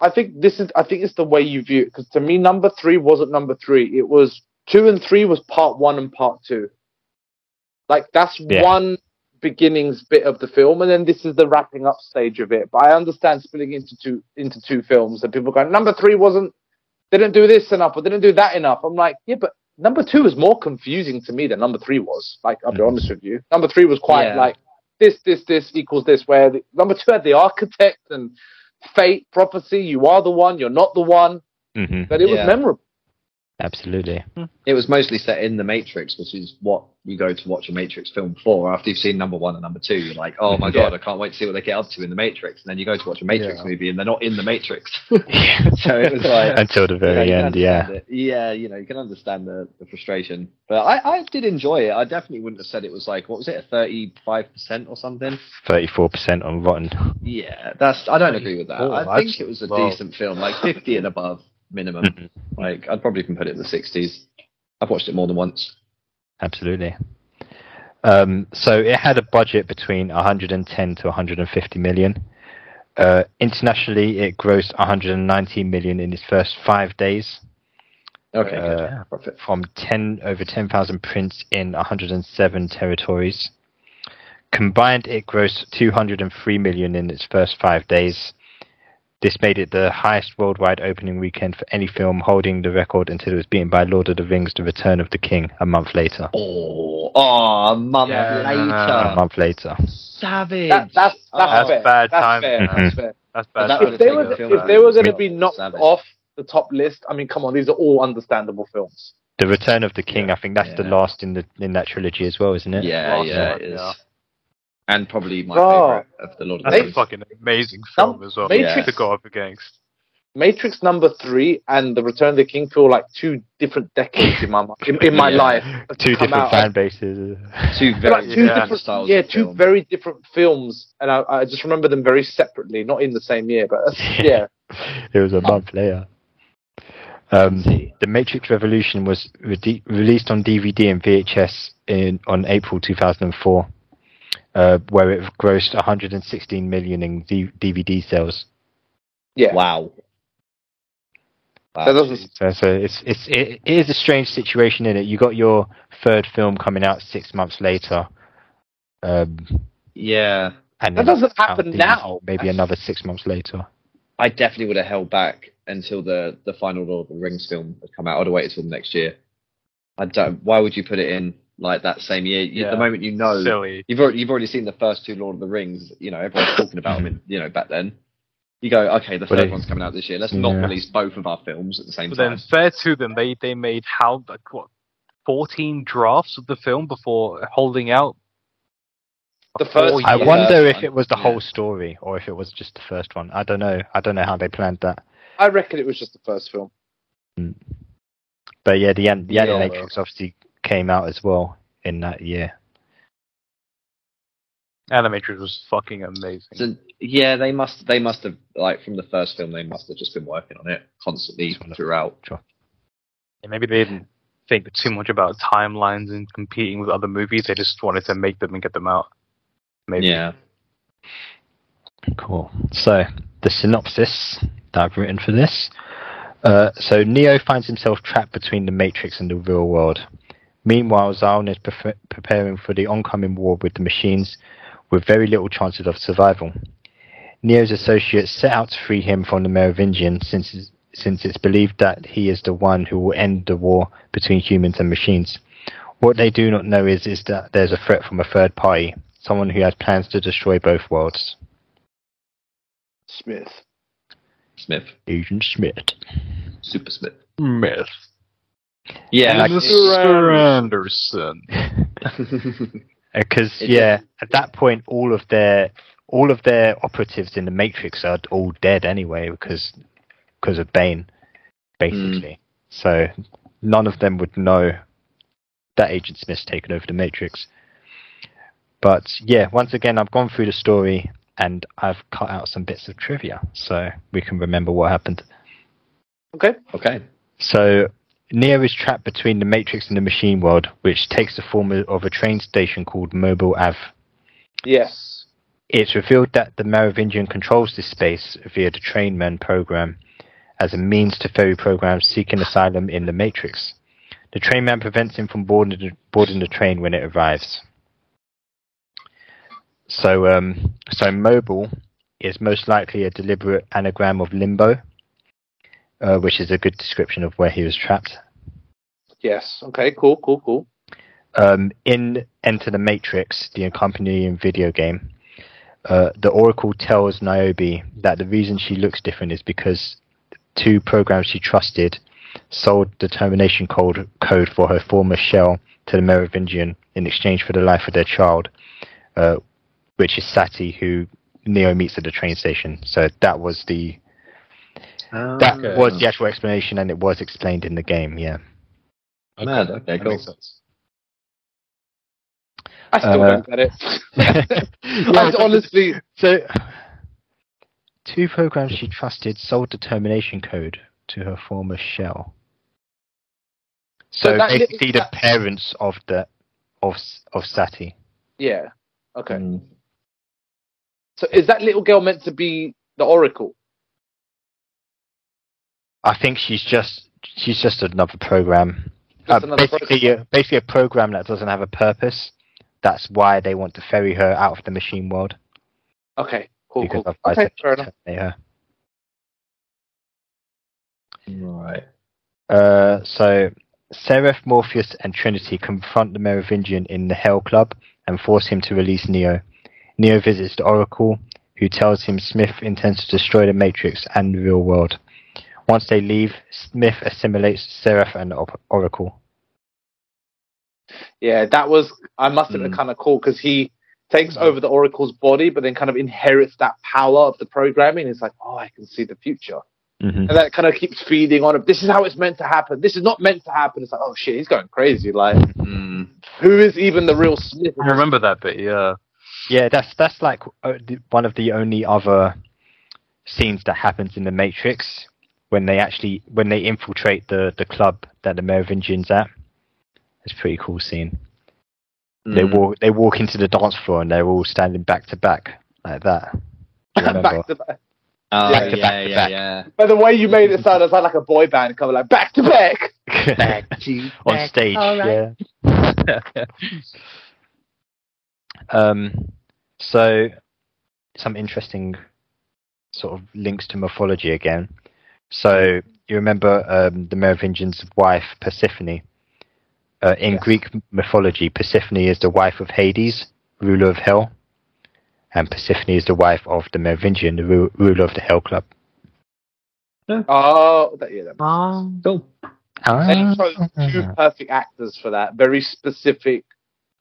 [SPEAKER 4] I think this is. I think it's the way you view it. Because to me, number three wasn't number three. It was two and three was part one and part two. Like that's
[SPEAKER 14] Yeah.
[SPEAKER 4] one beginnings bit of the film, and then this is the wrapping up stage of it. But I understand splitting into two into two films, and people going number three wasn't. They didn't do this enough, or they didn't do that enough. I'm like, yeah, but number two was more confusing to me than number three was. Like, I'll be honest with you, number three was quite
[SPEAKER 5] Yeah.
[SPEAKER 4] like this, this, this equals this. Where the, number two had the architect and fate, prophecy, you are the one, you're not the one.
[SPEAKER 1] Mm-hmm.
[SPEAKER 4] But it was
[SPEAKER 5] Yeah.
[SPEAKER 4] memorable.
[SPEAKER 1] Absolutely.
[SPEAKER 5] It was mostly set in the Matrix, which is what you go to watch a Matrix film for. After you've seen number one and number two, you're like, oh my
[SPEAKER 1] Yeah.
[SPEAKER 5] god, I can't wait to see what they get up to in the Matrix. And then you go to watch a Matrix
[SPEAKER 1] Yeah.
[SPEAKER 5] movie and they're not in the Matrix. *laughs* *laughs* so it was
[SPEAKER 1] *laughs*
[SPEAKER 5] like
[SPEAKER 1] Until the very
[SPEAKER 5] you can
[SPEAKER 1] end, yeah.
[SPEAKER 5] understand it. Yeah, you know, you can understand the, the frustration. But I, I did enjoy it. I definitely wouldn't have said it was like what was it, thirty five percent or something?
[SPEAKER 1] Thirty-four percent on Rotten.
[SPEAKER 5] Yeah, that's. I don't agree with that.
[SPEAKER 1] Oh,
[SPEAKER 5] I think
[SPEAKER 1] that's-
[SPEAKER 5] it was a
[SPEAKER 1] wow.
[SPEAKER 5] decent film, like 50 and above minimum. like I'd probably even put it in the 60s. I've watched it more than once.
[SPEAKER 1] Absolutely. Um, so it had a budget between 110 to 150 million. Uh, internationally, it grossed 119 million in its first five days.
[SPEAKER 5] Okay,
[SPEAKER 1] Uh, From 10 over 10,000 prints in 107 territories. Combined, it grossed 203 million in its first five days. This made it the highest worldwide opening weekend for any film, holding the record until it was beaten by Lord of the Rings: The Return of the King a month later.
[SPEAKER 5] Oh, oh a month
[SPEAKER 1] A
[SPEAKER 4] Um,
[SPEAKER 5] later.
[SPEAKER 1] month later.
[SPEAKER 5] Savage.
[SPEAKER 4] That, that's that's,
[SPEAKER 3] That's
[SPEAKER 4] fair.
[SPEAKER 3] bad
[SPEAKER 4] that's
[SPEAKER 3] timing.
[SPEAKER 4] Fair.
[SPEAKER 1] Mhm.
[SPEAKER 4] That's fair.
[SPEAKER 3] That's
[SPEAKER 1] bad
[SPEAKER 4] If,
[SPEAKER 1] timing.
[SPEAKER 4] they were if they were going to be knocked
[SPEAKER 1] Savage.
[SPEAKER 4] off the top list, I mean, come on, these are all understandable films.
[SPEAKER 1] The Return of the King. I think that's the last in the in that trilogy as well, isn't it?
[SPEAKER 5] Yeah, yeah, it is. And probably my
[SPEAKER 4] Bro.
[SPEAKER 5] favorite of the Lord of
[SPEAKER 4] That's
[SPEAKER 5] the
[SPEAKER 4] a
[SPEAKER 5] Rings.
[SPEAKER 3] Fucking amazing film as well.
[SPEAKER 4] Matrix-
[SPEAKER 3] To go up against.
[SPEAKER 4] Matrix number three and The Return of the King feel like two different decades in my mi- in, in my
[SPEAKER 1] Yeah.
[SPEAKER 4] life.
[SPEAKER 1] *laughs*
[SPEAKER 4] to
[SPEAKER 1] Two
[SPEAKER 4] come
[SPEAKER 1] different
[SPEAKER 4] out.
[SPEAKER 1] fan bases.
[SPEAKER 5] Two
[SPEAKER 1] *laughs*
[SPEAKER 4] They're like two different, yeah, two very different films, and I, I just remember them very separately, not in the same year, *laughs* but that's- yeah.
[SPEAKER 1] It was a month later. Um, the Matrix Revolution was rede- released on DVD and VHS in on April 2004, uh, where it grossed 116 million in D- DVD sales.
[SPEAKER 4] Yeah.
[SPEAKER 5] Wow.
[SPEAKER 4] That doesn't.
[SPEAKER 1] So, so it's it's it, it is a strange situation in it. You got your third film coming out six months later. Um,
[SPEAKER 5] yeah,
[SPEAKER 1] and
[SPEAKER 5] That
[SPEAKER 1] then
[SPEAKER 5] doesn't
[SPEAKER 1] out
[SPEAKER 5] happen
[SPEAKER 1] the-
[SPEAKER 5] now.
[SPEAKER 1] Maybe another six months later.
[SPEAKER 5] I definitely would have held back until the, the final Lord of the Rings film had come out. I'd have waited till next year. I don't. Why would you put it in like that same year? You-
[SPEAKER 3] Yeah.
[SPEAKER 5] The moment you know,
[SPEAKER 3] Silly.
[SPEAKER 5] you've already, you've already seen the first two Lord of the Rings. You know, everyone's talking about them. In, you know, back then, you go, okay, the
[SPEAKER 3] But
[SPEAKER 5] third
[SPEAKER 3] it-
[SPEAKER 5] one's coming out this year. Let's not
[SPEAKER 3] Yeah.
[SPEAKER 5] release both of our films at the same
[SPEAKER 3] But
[SPEAKER 5] time.
[SPEAKER 3] then fair to them, they they made how like what fourteen drafts of the film before holding out.
[SPEAKER 4] The first
[SPEAKER 1] I
[SPEAKER 4] year.
[SPEAKER 1] wonder if it was the whole story or if it was just the first one. I don't know. I don't know how they planned that. Hmm.
[SPEAKER 4] I reckon it was just the first film.
[SPEAKER 1] But yeah, the an- the
[SPEAKER 4] Yeah.
[SPEAKER 1] Animatrix obviously came out as well in that year.
[SPEAKER 3] Animatrix was fucking amazing.
[SPEAKER 5] So, yeah, they must they must have like from the first film they must have just been working on it constantly throughout.
[SPEAKER 3] And maybe they didn't think too much about timelines and competing with other movies. They just wanted to make them and get them out. Maybe.
[SPEAKER 5] Yeah.
[SPEAKER 1] Cool. So the synopsis that I've written for this. Uh, so Neo finds himself trapped between the Matrix and the real world. Meanwhile, Zion is prefer- preparing for the oncoming war with the machines, with very little chances of survival. Neo's associates set out to free him from the Merovingian, since it's- since it's believed that he is the one who will end the war between humans and machines. What they do not know is is that there's a threat from a third party, someone who has plans to destroy both worlds.
[SPEAKER 4] Smith.
[SPEAKER 5] Smith.
[SPEAKER 1] Agent Smith.
[SPEAKER 5] Super Smith.
[SPEAKER 3] Myth.
[SPEAKER 1] Yeah, like-
[SPEAKER 3] Anderson.
[SPEAKER 1] Because
[SPEAKER 3] It
[SPEAKER 1] Uh, yeah, at that point, all of their all of their operatives in the Matrix are all dead anyway, because because of Bane, basically. So none of them would know that Agent Smith's taken over the Matrix. But yeah, once again, I've gone through the story and I've cut out some bits of trivia so we can remember what happened.
[SPEAKER 4] Okay.
[SPEAKER 5] *laughs* Okay.
[SPEAKER 1] So Neo is trapped between the Matrix and the machine world, which takes the form of a train station called Mobile Ave.
[SPEAKER 4] Yes.
[SPEAKER 1] It's revealed that the Merovingian controls this space via the Trainmen program as a means to ferry programs seeking asylum in the Matrix. The Trainman prevents him from boarding the, boarding the train when it arrives. So, um, so mobile is most likely a deliberate anagram of limbo, uh, which is a good description of where he was trapped.
[SPEAKER 4] Yes. Okay. Cool. Cool. Cool.
[SPEAKER 1] um, in Enter the Matrix, the accompanying video game, uh, the Oracle tells Niobe that the reason she looks different is because two programs she trusted sold the termination code, code for her former shell to the Merovingian in exchange for the life of their child, uh, which is Sati, who Neo meets at the train station. So that was the that was the actual explanation, and it was explained in the game.
[SPEAKER 4] *laughs*
[SPEAKER 1] Yeah.
[SPEAKER 5] Mad. Okay,
[SPEAKER 1] That
[SPEAKER 5] cool.
[SPEAKER 1] makes
[SPEAKER 4] I still
[SPEAKER 1] Uh,
[SPEAKER 4] don't get it.
[SPEAKER 1] *laughs*
[SPEAKER 4] I honestly,
[SPEAKER 1] so two programs she trusted sold the termination code to her former shell.
[SPEAKER 4] So
[SPEAKER 1] So,
[SPEAKER 4] that-
[SPEAKER 1] basically, the parents of the of of Sati.
[SPEAKER 4] yeah. Okay. So is that little girl meant to be the Oracle?
[SPEAKER 1] I think she's just she's just another program.
[SPEAKER 4] Just
[SPEAKER 1] Uh,
[SPEAKER 4] another
[SPEAKER 1] basically, A, basically a program that doesn't have a purpose. That's why they want to ferry her out of the machine world.
[SPEAKER 4] Okay. Cool.
[SPEAKER 1] because
[SPEAKER 4] Cool.
[SPEAKER 1] otherwise
[SPEAKER 4] Okay.
[SPEAKER 1] they'd
[SPEAKER 4] Fair enough.
[SPEAKER 1] terminate her.
[SPEAKER 5] Right.
[SPEAKER 1] Uh, so Seraph, Morpheus, and Trinity confront the Merovingian in the Hell Club and force him to release Neo. Neo visits the Oracle, who tells him Smith intends to destroy the Matrix and the real world. Once they leave, Smith assimilates Seraph and the Op- Oracle.
[SPEAKER 4] Yeah, that was I must have been kind of cool because he takes over the Oracle's body, but then kind of inherits that power of the programming. It's like, oh, I can see the future, and that kind of keeps feeding on it. This is how it's meant to happen. This is not meant to happen. It's like, oh shit, he's going crazy. Like,
[SPEAKER 5] Hmm.
[SPEAKER 4] who is even the real Smith?
[SPEAKER 3] I remember that bit, yeah.
[SPEAKER 1] Yeah, that's that's like uh, the- one of the only other scenes that happens in the Matrix when they actually when they infiltrate the the club that the Merovingians at. It's a pretty cool scene. They
[SPEAKER 4] Mm.
[SPEAKER 1] walk they walk into the dance floor and they're all standing back to back like that. Do
[SPEAKER 4] *laughs*
[SPEAKER 1] you remember?
[SPEAKER 4] back to back.
[SPEAKER 5] Oh,
[SPEAKER 1] Back to
[SPEAKER 5] yeah,
[SPEAKER 1] back to
[SPEAKER 5] yeah,
[SPEAKER 1] back.
[SPEAKER 5] yeah.
[SPEAKER 4] But the way you made it sound, it sounded like a boy band cover, like back to back.
[SPEAKER 1] back *laughs* on stage.
[SPEAKER 4] All right.
[SPEAKER 1] Yeah. um, so some interesting sort of links to mythology again. So you remember um, the Merovingian's wife Persephone. Uh, in Greek mythology, Persephone is the wife of Hades, ruler of hell, and Persephone is the wife of the Merovingian, the ru- ruler of the Hell Club.
[SPEAKER 4] Oh, that, yeah, that
[SPEAKER 1] Cool.
[SPEAKER 4] They chose two perfect actors for that. Very specific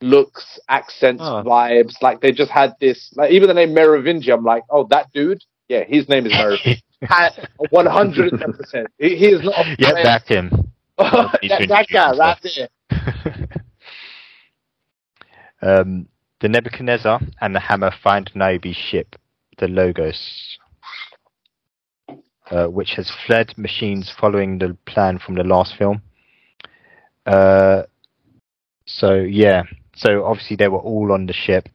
[SPEAKER 10] looks, accents, vibes. Like they just had this. Like even the name Merovingia, I'm like, oh, that dude. Yeah, his name
[SPEAKER 1] *laughs*
[SPEAKER 10] is Merovingia. One hundred percent. He is not. a
[SPEAKER 1] Yeah,
[SPEAKER 10] player.
[SPEAKER 1] that's him. He's
[SPEAKER 10] *laughs* that,
[SPEAKER 1] been
[SPEAKER 10] that guy
[SPEAKER 1] introduced
[SPEAKER 10] right there.
[SPEAKER 1] *laughs* Um, the Nebuchadnezzar and the Hammer find Niobe's ship, the Logos, uh, which has fled machines following the plan from the last film. Uh, so yeah, so obviously they were all on the ship,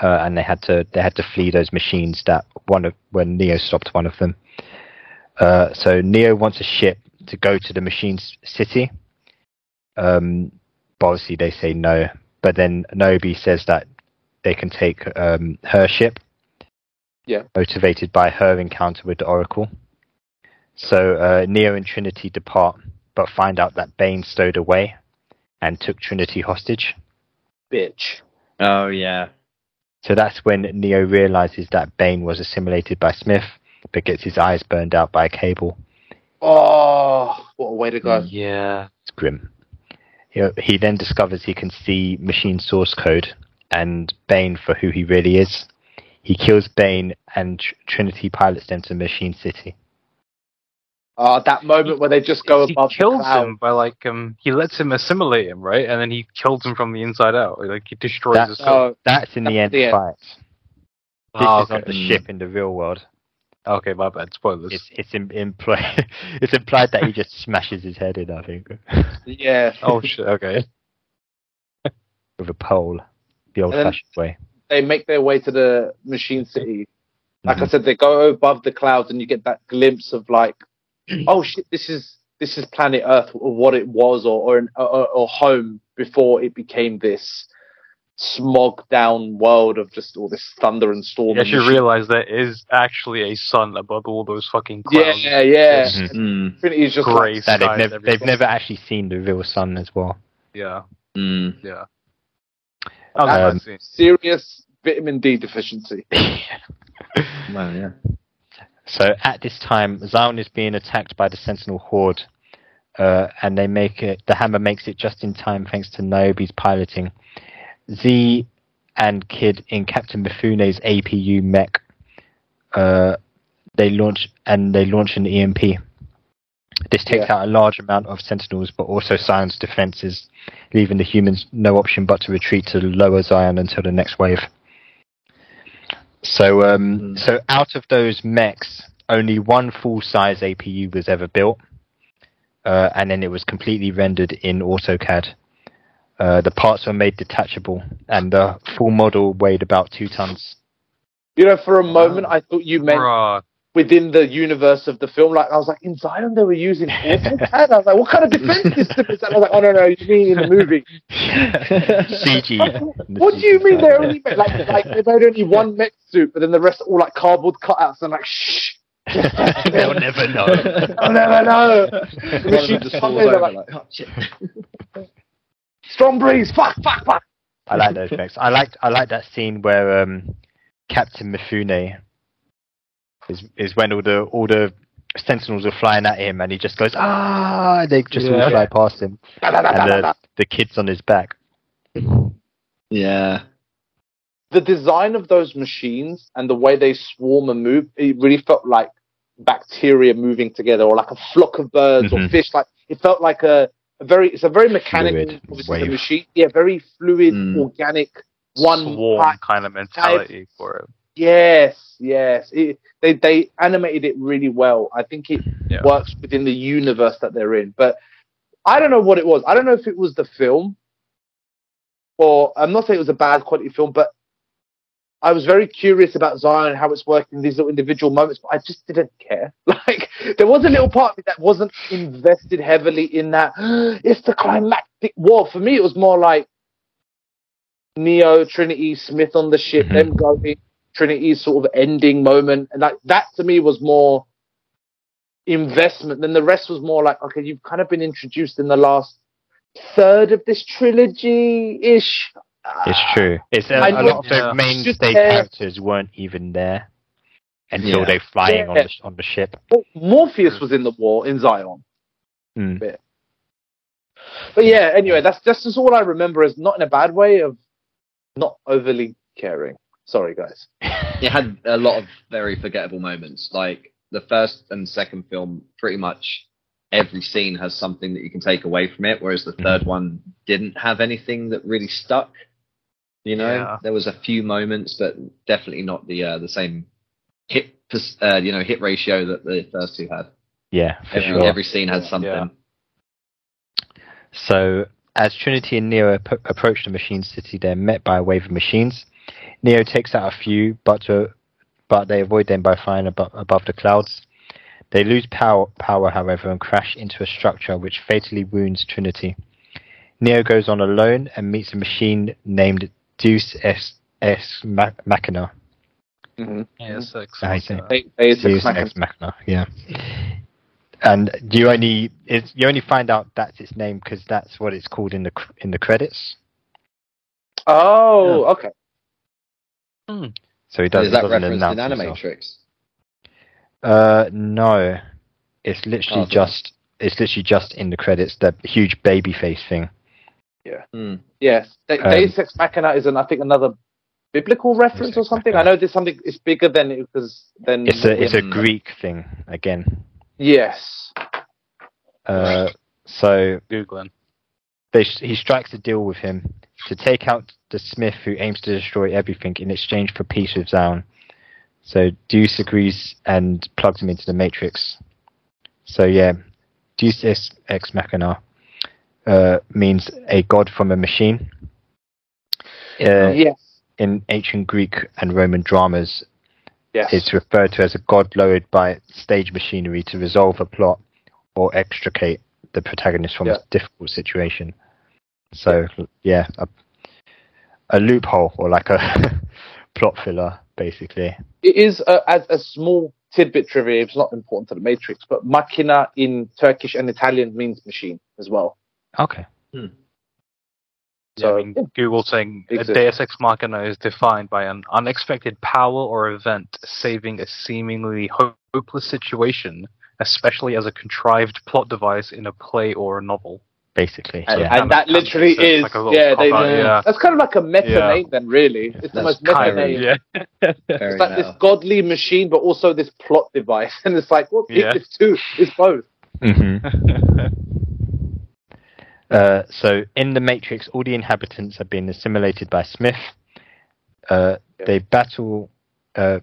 [SPEAKER 1] uh, and they had to they had to flee those machines that one of when Neo stopped one of them. Uh, so Neo wants a ship to go to the machines city. Um, but obviously they say no. But then Nobi says that they can take um, her ship,
[SPEAKER 10] Yeah.
[SPEAKER 1] motivated by her encounter with the Oracle. So uh, Neo and Trinity depart, but find out that Bane stowed away and took Trinity hostage.
[SPEAKER 10] Bitch.
[SPEAKER 5] Oh yeah.
[SPEAKER 1] So that's when Neo realizes that Bane was assimilated by Smith, but gets his eyes burned out by a cable.
[SPEAKER 10] Oh, what a way to go. Yeah.
[SPEAKER 1] It's grim. You know, He then discovers he can see machine source code and Bane for who he really is. He kills Bane and Tr- Trinity pilots them to Machine City.
[SPEAKER 5] Ah,
[SPEAKER 10] Oh, that moment where they just go above.
[SPEAKER 3] He kills him by like um he lets him assimilate him, right? And then he kills him from the inside out. Like he destroys
[SPEAKER 1] That-
[SPEAKER 3] his soul.
[SPEAKER 1] that's in the end
[SPEAKER 3] the end.
[SPEAKER 1] fight. This
[SPEAKER 3] Ah,
[SPEAKER 1] is on
[SPEAKER 3] okay.
[SPEAKER 1] the ship in the real world.
[SPEAKER 3] Okay, my bad. Spoilers.
[SPEAKER 1] It's, it's, im- imply- it's implied *laughs* that he just smashes his head in, I think, *laughs*
[SPEAKER 10] Yeah.
[SPEAKER 3] Oh shit, okay.
[SPEAKER 1] with a pole, the old fashioned way.
[SPEAKER 10] They make their way to the machine city. Like I said, they go above the clouds, and you get that glimpse of like, *clears throat* oh shit, this is this is planet Earth, or what it was, or or, an, or, or home before it became this smog down world of just all this thunder and storm.
[SPEAKER 3] You
[SPEAKER 10] and
[SPEAKER 3] actually
[SPEAKER 10] machine-
[SPEAKER 3] realize there is actually a sun above all those fucking
[SPEAKER 10] yeah,
[SPEAKER 3] clouds.
[SPEAKER 10] yeah, yeah.
[SPEAKER 1] Mhm.
[SPEAKER 5] Hmm.
[SPEAKER 10] Trinity's just
[SPEAKER 3] Grey
[SPEAKER 10] like,
[SPEAKER 1] That they've
[SPEAKER 3] skies
[SPEAKER 1] never,
[SPEAKER 3] everywhere.
[SPEAKER 1] they've never actually seen the real sun as well.
[SPEAKER 3] Yeah.
[SPEAKER 5] Hmm.
[SPEAKER 3] Yeah.
[SPEAKER 10] That
[SPEAKER 1] Um,
[SPEAKER 10] was serious vitamin D deficiency.
[SPEAKER 5] Well, yeah.
[SPEAKER 1] So at this time, Zion is being attacked by the Sentinel Horde, uh, and they make it. The hammer makes it just in time, thanks to Niobe's piloting. Z and Kid in Captain Mifune's APU mech. Uh, they launch and they launch an EMP. This takes out a large amount of Sentinels, but also Zion's defenses, leaving the humans no option but to retreat to lower Zion until the next wave. So, um, so out of those mechs, only one full-size APU was ever built, uh, and then it was completely rendered in AutoCAD. Uh, the parts were made detachable, and the full model weighed about two tons.
[SPEAKER 10] You know, for a moment, I thought you meant
[SPEAKER 3] uh,
[SPEAKER 10] within the universe of the film. Like, I was like, in Zion, they were using AutoCAD. I was like, what kind of defense system is that? I was like, oh no, no, you mean in the movie?
[SPEAKER 1] CG.
[SPEAKER 10] What do you mean they only made, like, like they made only one mech suit, but then the rest are all like cardboard cutouts? And I'm like, shh,
[SPEAKER 1] They'll never know.
[SPEAKER 10] I'll never know. The machine
[SPEAKER 5] just
[SPEAKER 10] just
[SPEAKER 5] falls
[SPEAKER 10] comes in, they're
[SPEAKER 5] over,
[SPEAKER 10] like, oh, shit. Strong breeze, fuck, fuck, fuck.
[SPEAKER 1] *laughs* I like those effects. I liked I like that scene where um, Captain Mifune is is when all the all the sentinels are flying at him and he just goes ah they just
[SPEAKER 5] Yeah.
[SPEAKER 1] all fly past him and the, the kid's on his back.
[SPEAKER 5] Yeah.
[SPEAKER 10] the design of those machines and the way they swarm and move, it really felt like bacteria moving together or like a flock of birds or
[SPEAKER 1] Mhm.
[SPEAKER 10] fish. Like it felt like a, a very, it's a very mechanical,
[SPEAKER 1] Fluid
[SPEAKER 10] obviously the
[SPEAKER 1] wave.
[SPEAKER 10] machine. Yeah, very fluid,
[SPEAKER 5] Hmm.
[SPEAKER 10] organic, one
[SPEAKER 3] Swarm
[SPEAKER 10] type-
[SPEAKER 3] kind of mentality for it.
[SPEAKER 10] Yes, yes. It, they they animated it really well. I think it
[SPEAKER 3] Yeah.
[SPEAKER 10] works within the universe that they're in. But I don't know what it was. I don't know if it was the film, or I'm not saying it was a bad quality film, but I was very curious about Zion and how it's working in these little individual moments. But I just didn't care. *laughs* Like there was a little part of me that wasn't invested heavily in that. *gasps* it's the climactic war. For me, it was more like. Neo, Trinity, Smith on the ship, them going, Trinity's sort of ending moment, and like that to me was more investment. Then the rest was more like, okay, you've kind of been introduced in the last third of this trilogy ish.
[SPEAKER 1] It's true. It's a,
[SPEAKER 10] I
[SPEAKER 1] a
[SPEAKER 10] know-
[SPEAKER 1] lot of
[SPEAKER 10] Yeah.
[SPEAKER 1] the mainstay
[SPEAKER 10] Just, uh,
[SPEAKER 1] characters weren't even there until
[SPEAKER 10] Yeah.
[SPEAKER 1] they're flying on
[SPEAKER 10] Yeah.
[SPEAKER 1] the sh- on the ship.
[SPEAKER 10] Morpheus was in the war in Zion.
[SPEAKER 1] Mm.
[SPEAKER 10] Bit. But yeah, anyway, that's that's just all I remember is not in a bad way of not overly caring. Sorry, guys.
[SPEAKER 5] It had a lot of very forgettable moments. Like the first and second film, pretty much every scene has something that you can take away from it, whereas the third one didn't have anything that really stuck. You know,
[SPEAKER 3] Yeah.
[SPEAKER 5] there was a few moments, but definitely not the uh, the same hit pers- uh, you know hit ratio that the first two had.
[SPEAKER 1] Yeah, for
[SPEAKER 5] Every,
[SPEAKER 1] sure.
[SPEAKER 5] every scene had something.
[SPEAKER 1] So, as Trinity and Neo ap- approach the Machine City, they're met by a wave of machines. Neo takes out a few, but to, but they avoid them by flying above, above the clouds. They lose power, power, however, and crash into a structure which fatally wounds Trinity. Neo goes on alone and meets a machine named Deus S. S. Ma- Machina.
[SPEAKER 3] Yes,
[SPEAKER 1] I think.
[SPEAKER 10] Deus
[SPEAKER 1] Deus
[SPEAKER 10] Ex Machina.
[SPEAKER 1] Ex Machina, Yeah. And you only it's, you only find out that's its name because that's what it's called in the cr- in the credits.
[SPEAKER 10] Oh, okay.
[SPEAKER 1] So he does.
[SPEAKER 5] Is that
[SPEAKER 1] doesn't
[SPEAKER 5] referenced in
[SPEAKER 1] announce himself.
[SPEAKER 5] Animatrix?
[SPEAKER 1] Uh, no, it's literally
[SPEAKER 5] Oh, okay.
[SPEAKER 1] just it's literally just in the credits. That huge baby face thing.
[SPEAKER 10] Yeah.
[SPEAKER 5] Mm.
[SPEAKER 10] Yes. De-
[SPEAKER 1] Um,
[SPEAKER 10] Deus Ex Machina is, an, I think, another biblical reference or something. I know there's something. It's bigger than it was. Than
[SPEAKER 1] It's a it's a
[SPEAKER 10] when-
[SPEAKER 1] Greek thing again.
[SPEAKER 10] Yes.
[SPEAKER 1] Uh, so
[SPEAKER 3] Googling.
[SPEAKER 1] They, he strikes a deal with him to take out the Smith, who aims to destroy everything in exchange for peace with Zaun. So Deuce agrees and plugs him into the Matrix. So yeah, Deuce ex, ex machina uh, means a god from a machine. Uh,
[SPEAKER 10] Yes.
[SPEAKER 1] In ancient Greek and Roman dramas,
[SPEAKER 10] Yes.
[SPEAKER 1] it's referred to as a god lowered by stage machinery to resolve a plot or extricate the protagonist from
[SPEAKER 10] Yeah.
[SPEAKER 1] a difficult situation. So yeah, a, a loophole or like a *laughs* plot filler, basically.
[SPEAKER 10] It is uh, as a small tidbit trivia. It's not important to the Matrix, but Machina in Turkish and Italian means machine as well.
[SPEAKER 1] Okay.
[SPEAKER 3] So, I mean, Google saying a
[SPEAKER 10] Exists.
[SPEAKER 3] Deus Ex Machina is defined by an unexpected power or event saving a seemingly ho- hopeless situation, especially as a contrived plot device in a play or a novel.
[SPEAKER 1] Basically,
[SPEAKER 10] And,
[SPEAKER 3] yeah.
[SPEAKER 10] and that literally
[SPEAKER 3] So it's
[SPEAKER 10] is,
[SPEAKER 3] like a little
[SPEAKER 10] yeah, they,
[SPEAKER 3] cop-out, yeah.
[SPEAKER 10] That's kind of like a meta
[SPEAKER 3] Yeah.
[SPEAKER 10] name, then, really. It's the most meta name. It's like this godly machine, but also this plot device, *laughs* and it's like, well,
[SPEAKER 1] Yeah.
[SPEAKER 10] it's two, it's both.
[SPEAKER 1] Uh, so in the Matrix, all the inhabitants are being assimilated by Smith. Uh, They battle. Uh,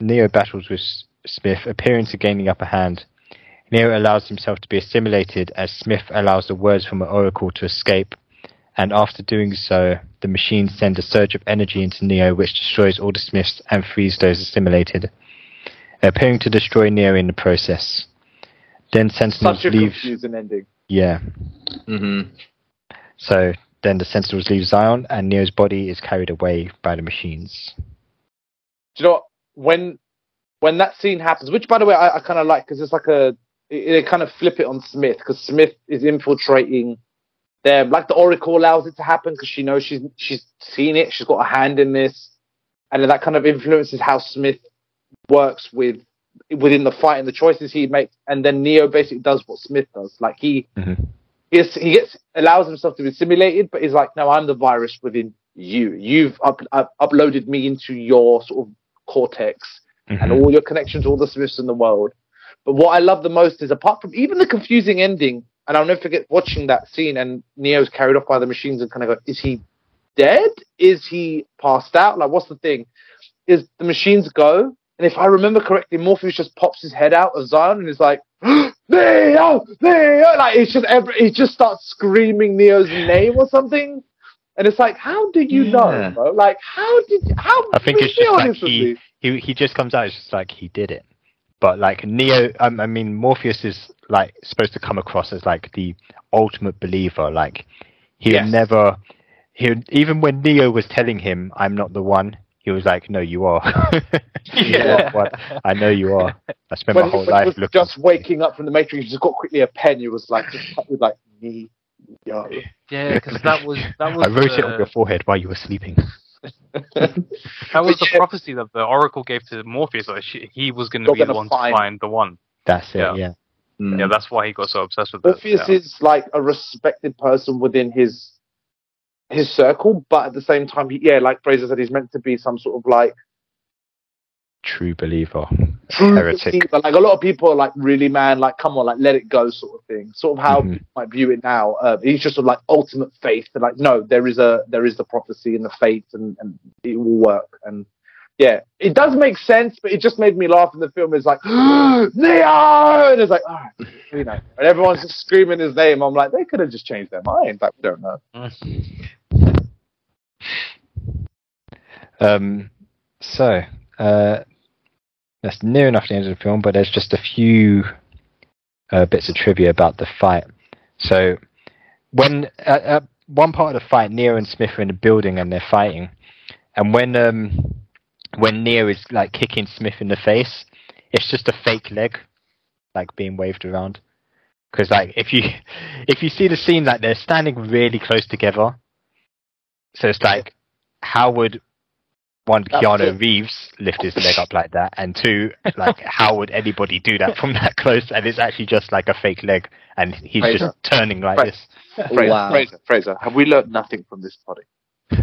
[SPEAKER 1] Neo battles with S- Smith, appearing to gain the upper hand. Neo allows himself to be assimilated as Smith allows the words from an oracle to escape. And after doing so, the machines send a surge of energy into Neo, which destroys all the Smiths and frees those assimilated, appearing to destroy Neo in the process. Then Sentinels
[SPEAKER 10] Such a
[SPEAKER 1] leave.
[SPEAKER 10] confusing ending.
[SPEAKER 1] Yeah.
[SPEAKER 5] Mm-hmm.
[SPEAKER 1] So then the Sentinels leave Zion, and Neo's body is carried away by the machines.
[SPEAKER 10] do you know what? when when that scene happens which by the way i, I kind of like because it's like a it, it kind of flip it on smith because smith is infiltrating them like the oracle allows it to happen because she knows she's she's seen it she's got a hand in this and then that kind of influences how smith works with within the fight and the choices he makes and then neo basically does what smith does like he he, is, he gets allows himself to be simulated, but he's like, no, I'm the virus within you. You've up, up, uploaded me into your sort of cortex
[SPEAKER 1] Mm-hmm.
[SPEAKER 10] and all your connections, all the Smiths in the world. But what I love the most is, apart from even the confusing ending, and I'll never forget watching that scene and Neo's carried off by the machines and kind of go, is he dead? Is he passed out? Like, what's the thing? Is the machines go? And if I remember correctly, Morpheus just pops his head out of Zion and is like, *gasps* Neo, Neo, like it's just every, he just starts
[SPEAKER 1] *sighs*
[SPEAKER 10] screaming Neo's name or something, and it's like, how do you
[SPEAKER 1] Yeah.
[SPEAKER 10] know, bro? Like, how did you, how?
[SPEAKER 1] I think
[SPEAKER 10] you
[SPEAKER 1] it's just
[SPEAKER 10] feel
[SPEAKER 1] like
[SPEAKER 10] this with
[SPEAKER 1] he,
[SPEAKER 10] me?
[SPEAKER 1] he he just comes out. It's just like he did it. But like Neo, um, I mean Morpheus is like supposed to come across as like the ultimate believer. Like he would never, he would- even when Neo was telling him, "I'm not the one," he was like, "No, you are. *laughs* You are one. I know you are. I spent
[SPEAKER 10] When,
[SPEAKER 1] my whole
[SPEAKER 10] when he
[SPEAKER 1] life
[SPEAKER 10] was
[SPEAKER 1] looking."
[SPEAKER 10] just waking up from the Matrix, he just got quickly a pen. He was like, just typed with like Neo.
[SPEAKER 1] *laughs*
[SPEAKER 3] Yeah, because that was that was
[SPEAKER 1] I wrote it
[SPEAKER 3] the-
[SPEAKER 1] on your forehead while you were sleeping.
[SPEAKER 3] That was the prophecy that the Oracle gave to Morpheus that she, he was going to
[SPEAKER 1] You're
[SPEAKER 3] be the
[SPEAKER 1] gonna
[SPEAKER 3] one
[SPEAKER 1] find-
[SPEAKER 3] to find the one.
[SPEAKER 1] That's it. Yeah.
[SPEAKER 5] Mm.
[SPEAKER 3] Yeah, that's why he got so obsessed with it.
[SPEAKER 10] Orpheus
[SPEAKER 3] yeah.
[SPEAKER 10] is like a respected person within his his circle, but at the same time, he, yeah, like Fraser said, he's meant to be some sort of like
[SPEAKER 1] True believer.
[SPEAKER 10] true
[SPEAKER 1] Heretic.
[SPEAKER 10] believer. Mm. Like a lot of people are like, really, man, like come on, like let it go, sort of thing. Sort of how
[SPEAKER 1] Mm-hmm.
[SPEAKER 10] people might view it now. Uh, he's just sort of like ultimate faith. They're like, no, there is a there is the prophecy and the faith, and and it will work. And yeah, it does make sense, but it just made me laugh in the film. It's like *gasps* Neo, and it's like, all right, you know, and everyone's just screaming his name. I'm like, they could have just changed their mind. Like, we don't know.
[SPEAKER 1] Um, so uh, that's near enough the end of the film, but there's just a few uh, bits of trivia about the fight. So when at, at one part of the fight, Neo and Smith are in the building and they're fighting, and when um, when Neo is like kicking Smith in the face, it's just a fake leg, like being waved around. Because like if you *laughs* if you see the scene, like they're standing really close together, so it's like how would one
[SPEAKER 10] That's
[SPEAKER 1] Keanu
[SPEAKER 10] it.
[SPEAKER 1] Reeves lift his leg up like that, and two, like how would anybody do that from that close? And it's actually just like a fake leg, and he's
[SPEAKER 10] Fraser.
[SPEAKER 1] just turning like
[SPEAKER 10] Fra-
[SPEAKER 1] this.
[SPEAKER 10] Fraser, Fraser, Fraser, have we learned nothing from this body?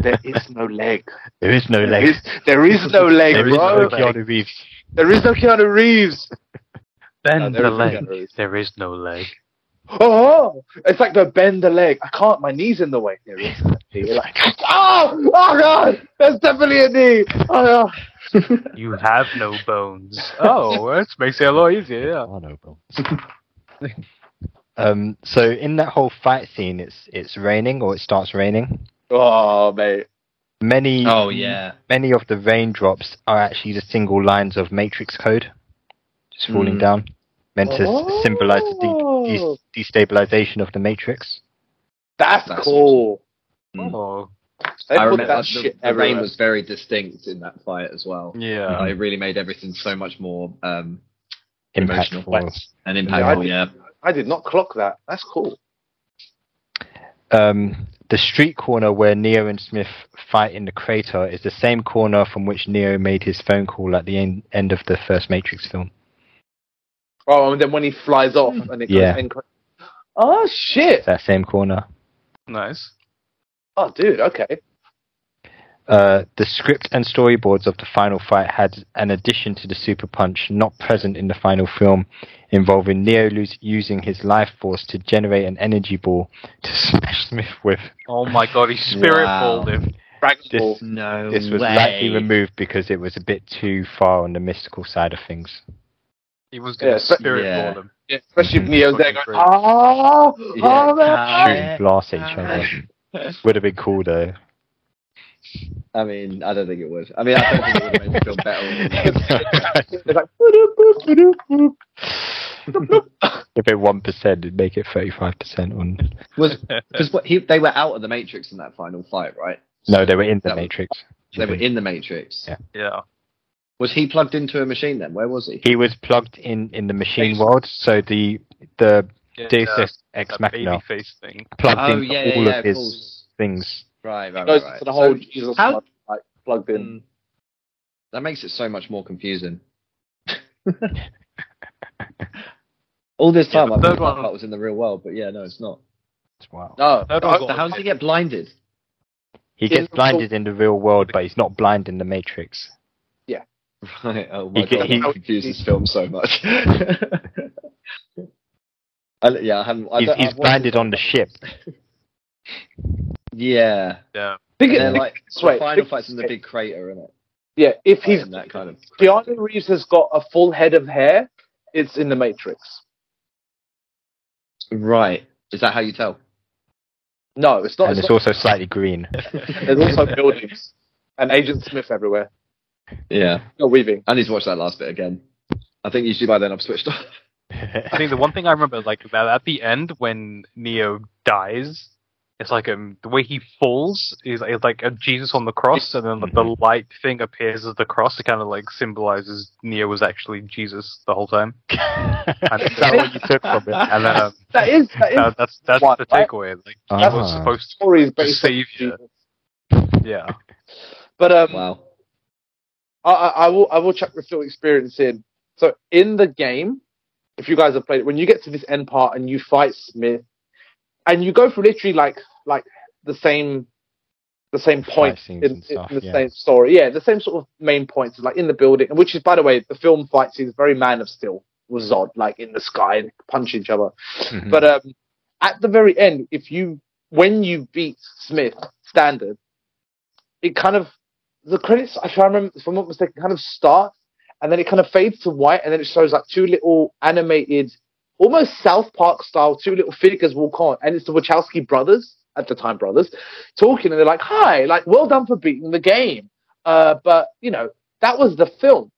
[SPEAKER 10] There is no leg.
[SPEAKER 1] There is no leg.
[SPEAKER 10] There is, there is no leg,
[SPEAKER 1] There is
[SPEAKER 10] bro.
[SPEAKER 1] no Keanu Reeves.
[SPEAKER 10] There is no Keanu Reeves.
[SPEAKER 3] Bend
[SPEAKER 10] No, there
[SPEAKER 3] the
[SPEAKER 10] is no
[SPEAKER 3] leg.
[SPEAKER 10] Keanu Reeves.
[SPEAKER 3] There is no leg.
[SPEAKER 10] Oh, it's like the bend the leg. I can't. My knee's in the way. There is. You're like, oh, oh god, that's definitely a knee. Oh, yeah.
[SPEAKER 3] You have *laughs* no bones. Oh, well, that makes it a lot easier. Yeah.
[SPEAKER 1] Oh, no bones. *laughs* Um, so in that whole fight scene, it's it's raining or it starts raining.
[SPEAKER 10] oh mate.
[SPEAKER 1] Many
[SPEAKER 5] Oh, yeah.
[SPEAKER 1] many of the raindrops are actually the single lines of Matrix code, just falling
[SPEAKER 5] Mm.
[SPEAKER 10] Hmm.
[SPEAKER 1] down, meant to
[SPEAKER 10] Oh.
[SPEAKER 1] s- symbolize the de- de- destabilization of the Matrix.
[SPEAKER 10] That's,
[SPEAKER 5] That's
[SPEAKER 10] cool.
[SPEAKER 3] Oh,
[SPEAKER 10] They
[SPEAKER 5] I
[SPEAKER 10] put
[SPEAKER 5] remember
[SPEAKER 10] that
[SPEAKER 5] the,
[SPEAKER 10] shit
[SPEAKER 5] the rain
[SPEAKER 10] everywhere.
[SPEAKER 5] was very distinct in that fight as well.
[SPEAKER 3] Yeah.
[SPEAKER 5] it really made everything so much more um,
[SPEAKER 1] Impactful.
[SPEAKER 5] emotional and
[SPEAKER 10] I
[SPEAKER 5] impactful.
[SPEAKER 10] did-
[SPEAKER 5] Yeah,
[SPEAKER 10] I did not clock that. That's cool.
[SPEAKER 1] Um, the street corner where Neo and Smith fight in the crater is the same corner from which Neo made his phone call at the en- end of the first Matrix film.
[SPEAKER 10] Oh, and then when he flies off and it
[SPEAKER 1] Yeah.
[SPEAKER 10] goes in. Oh shit!
[SPEAKER 1] That same corner.
[SPEAKER 3] nice.
[SPEAKER 10] Oh dude, okay.
[SPEAKER 1] Uh, the script and storyboards of the final fight had an addition to the super punch not present in the final film, involving Neo lo- using his life force to generate an energy ball to smash Smith with.
[SPEAKER 3] Oh my god, he spirit balled him.
[SPEAKER 10] Dragon
[SPEAKER 1] This,
[SPEAKER 10] Ball.
[SPEAKER 5] Oh, no
[SPEAKER 1] this was lightly removed because it was a bit too far on the mystical side of things.
[SPEAKER 3] He was gonna
[SPEAKER 10] Yeah, but-
[SPEAKER 3] spirit
[SPEAKER 5] Yeah.
[SPEAKER 3] ball him.
[SPEAKER 10] Yeah, especially if
[SPEAKER 1] Mhm.
[SPEAKER 10] Neo's there
[SPEAKER 3] Fucking
[SPEAKER 10] going,
[SPEAKER 3] great.
[SPEAKER 10] oh,
[SPEAKER 5] Yeah.
[SPEAKER 10] oh man.
[SPEAKER 1] Shooting blasts at each other. Would have been cool though.
[SPEAKER 5] I mean, I don't think it would. I mean, I don't think it would have made me
[SPEAKER 1] *laughs*
[SPEAKER 5] feel *laughs* better.
[SPEAKER 10] It's like, "Boop, boop, boop, boop."
[SPEAKER 1] if it one percent, it'd make it thirty-five percent. On
[SPEAKER 5] was because what he, they were out of the Matrix in that final fight, right?
[SPEAKER 1] no, they were in the
[SPEAKER 5] That was-
[SPEAKER 1] Matrix.
[SPEAKER 5] They were in the Matrix.
[SPEAKER 1] Yeah.
[SPEAKER 3] Yeah.
[SPEAKER 5] Was he plugged into a machine then? Where was he?
[SPEAKER 1] He was plugged in in the machine world, so the the
[SPEAKER 3] Yeah,
[SPEAKER 1] Deus
[SPEAKER 3] uh,
[SPEAKER 1] Ex- Ex
[SPEAKER 3] that
[SPEAKER 1] Machina
[SPEAKER 3] baby face thing.
[SPEAKER 1] plugged
[SPEAKER 5] oh
[SPEAKER 1] in
[SPEAKER 5] yeah,
[SPEAKER 1] all
[SPEAKER 5] yeah, yeah,
[SPEAKER 1] of
[SPEAKER 5] of
[SPEAKER 1] his
[SPEAKER 5] course.
[SPEAKER 1] things.
[SPEAKER 5] Right, right,
[SPEAKER 10] goes
[SPEAKER 5] right. right.
[SPEAKER 10] into the whole
[SPEAKER 5] So
[SPEAKER 10] Jesus
[SPEAKER 5] how-
[SPEAKER 10] mud, like plugged in.
[SPEAKER 5] Mm. that makes it so much more *laughs* confusing. All this
[SPEAKER 3] Yeah,
[SPEAKER 5] time,
[SPEAKER 3] the
[SPEAKER 5] I
[SPEAKER 3] third
[SPEAKER 5] thought
[SPEAKER 3] one-
[SPEAKER 5] that was in the real world, but yeah, no, it's not.
[SPEAKER 1] Wow.
[SPEAKER 10] No,
[SPEAKER 3] That
[SPEAKER 10] oh,
[SPEAKER 3] was-
[SPEAKER 5] How does he get blinded? *laughs*
[SPEAKER 1] He gets blinded in the real world, but he's not blind in the Matrix.
[SPEAKER 5] Right. Oh my
[SPEAKER 1] He get-
[SPEAKER 5] god,
[SPEAKER 1] he-
[SPEAKER 5] I confuse this film so much. *laughs* I, yeah, I haven't. I
[SPEAKER 1] He's,
[SPEAKER 5] don't-
[SPEAKER 1] he's
[SPEAKER 5] I've watched
[SPEAKER 1] blinded
[SPEAKER 5] it-
[SPEAKER 1] on the ship.
[SPEAKER 5] Yeah,
[SPEAKER 3] Yeah.
[SPEAKER 10] Big,
[SPEAKER 5] they're
[SPEAKER 10] big-
[SPEAKER 5] like the
[SPEAKER 10] wait,
[SPEAKER 5] final
[SPEAKER 10] big-
[SPEAKER 5] fights in the big crater, isn't it?
[SPEAKER 10] yeah, if he's
[SPEAKER 5] in that kind of.
[SPEAKER 10] Keanu Reeves has got a full head of hair, it's in the Matrix.
[SPEAKER 5] Right. Is that how you tell?
[SPEAKER 10] No, it's not.
[SPEAKER 1] And
[SPEAKER 10] It's
[SPEAKER 1] it's
[SPEAKER 10] not
[SPEAKER 1] also slightly
[SPEAKER 5] *laughs*
[SPEAKER 1] green.
[SPEAKER 10] there's also buildings and Agent Smith everywhere.
[SPEAKER 5] Yeah.
[SPEAKER 10] You're weaving.
[SPEAKER 5] I need to watch that last bit again. I think usually by then I've
[SPEAKER 1] *laughs*
[SPEAKER 5] switched off.
[SPEAKER 3] I think the one thing I remember, like that at the end when Neo dies, it's like um the way he falls is it's like a Jesus on the cross, and then like, the light thing appears as the cross. It kind of like symbolizes Neo was actually Jesus the whole *laughs* time. And
[SPEAKER 1] Is that
[SPEAKER 3] *laughs*
[SPEAKER 1] what you took from
[SPEAKER 10] *laughs*
[SPEAKER 1] it?
[SPEAKER 3] And then, um,
[SPEAKER 10] That is
[SPEAKER 3] *laughs*
[SPEAKER 10] that is
[SPEAKER 3] that- that's that's
[SPEAKER 10] What,
[SPEAKER 3] the
[SPEAKER 10] right?
[SPEAKER 3] takeaway. Like he
[SPEAKER 1] Ah.
[SPEAKER 3] was supposed
[SPEAKER 10] stories
[SPEAKER 3] to
[SPEAKER 10] based. on
[SPEAKER 3] save you.
[SPEAKER 10] Jesus.
[SPEAKER 3] Yeah.
[SPEAKER 10] But um,
[SPEAKER 5] Wow. *laughs*
[SPEAKER 10] I, I I will I will chuck the full experience in. So in the game, if you guys have played it, when you get to this end part and you fight Smith, and you go for literally like like the same the same points in,
[SPEAKER 1] scenes
[SPEAKER 10] in
[SPEAKER 1] and stuff,
[SPEAKER 10] the
[SPEAKER 1] yeah.
[SPEAKER 10] same story, yeah, the same sort of main points, like in the building, which is by the way, the film fight scenes very Man of Steel with Zod, like in the sky and punching each other.
[SPEAKER 1] Mm-hmm.
[SPEAKER 10] But um, at the very end, if you when you beat Smith standard, it kind of the credits, if I remember, if I'm not mistaken, kind of start and then it kind of fades to white, and then it shows like two little animated, almost South Park style, two little figures walk on, and it's the Wachowski brothers at the time, brothers, talking, and they're like, "Hi, like, well done for beating the game, uh, but you know that was the film.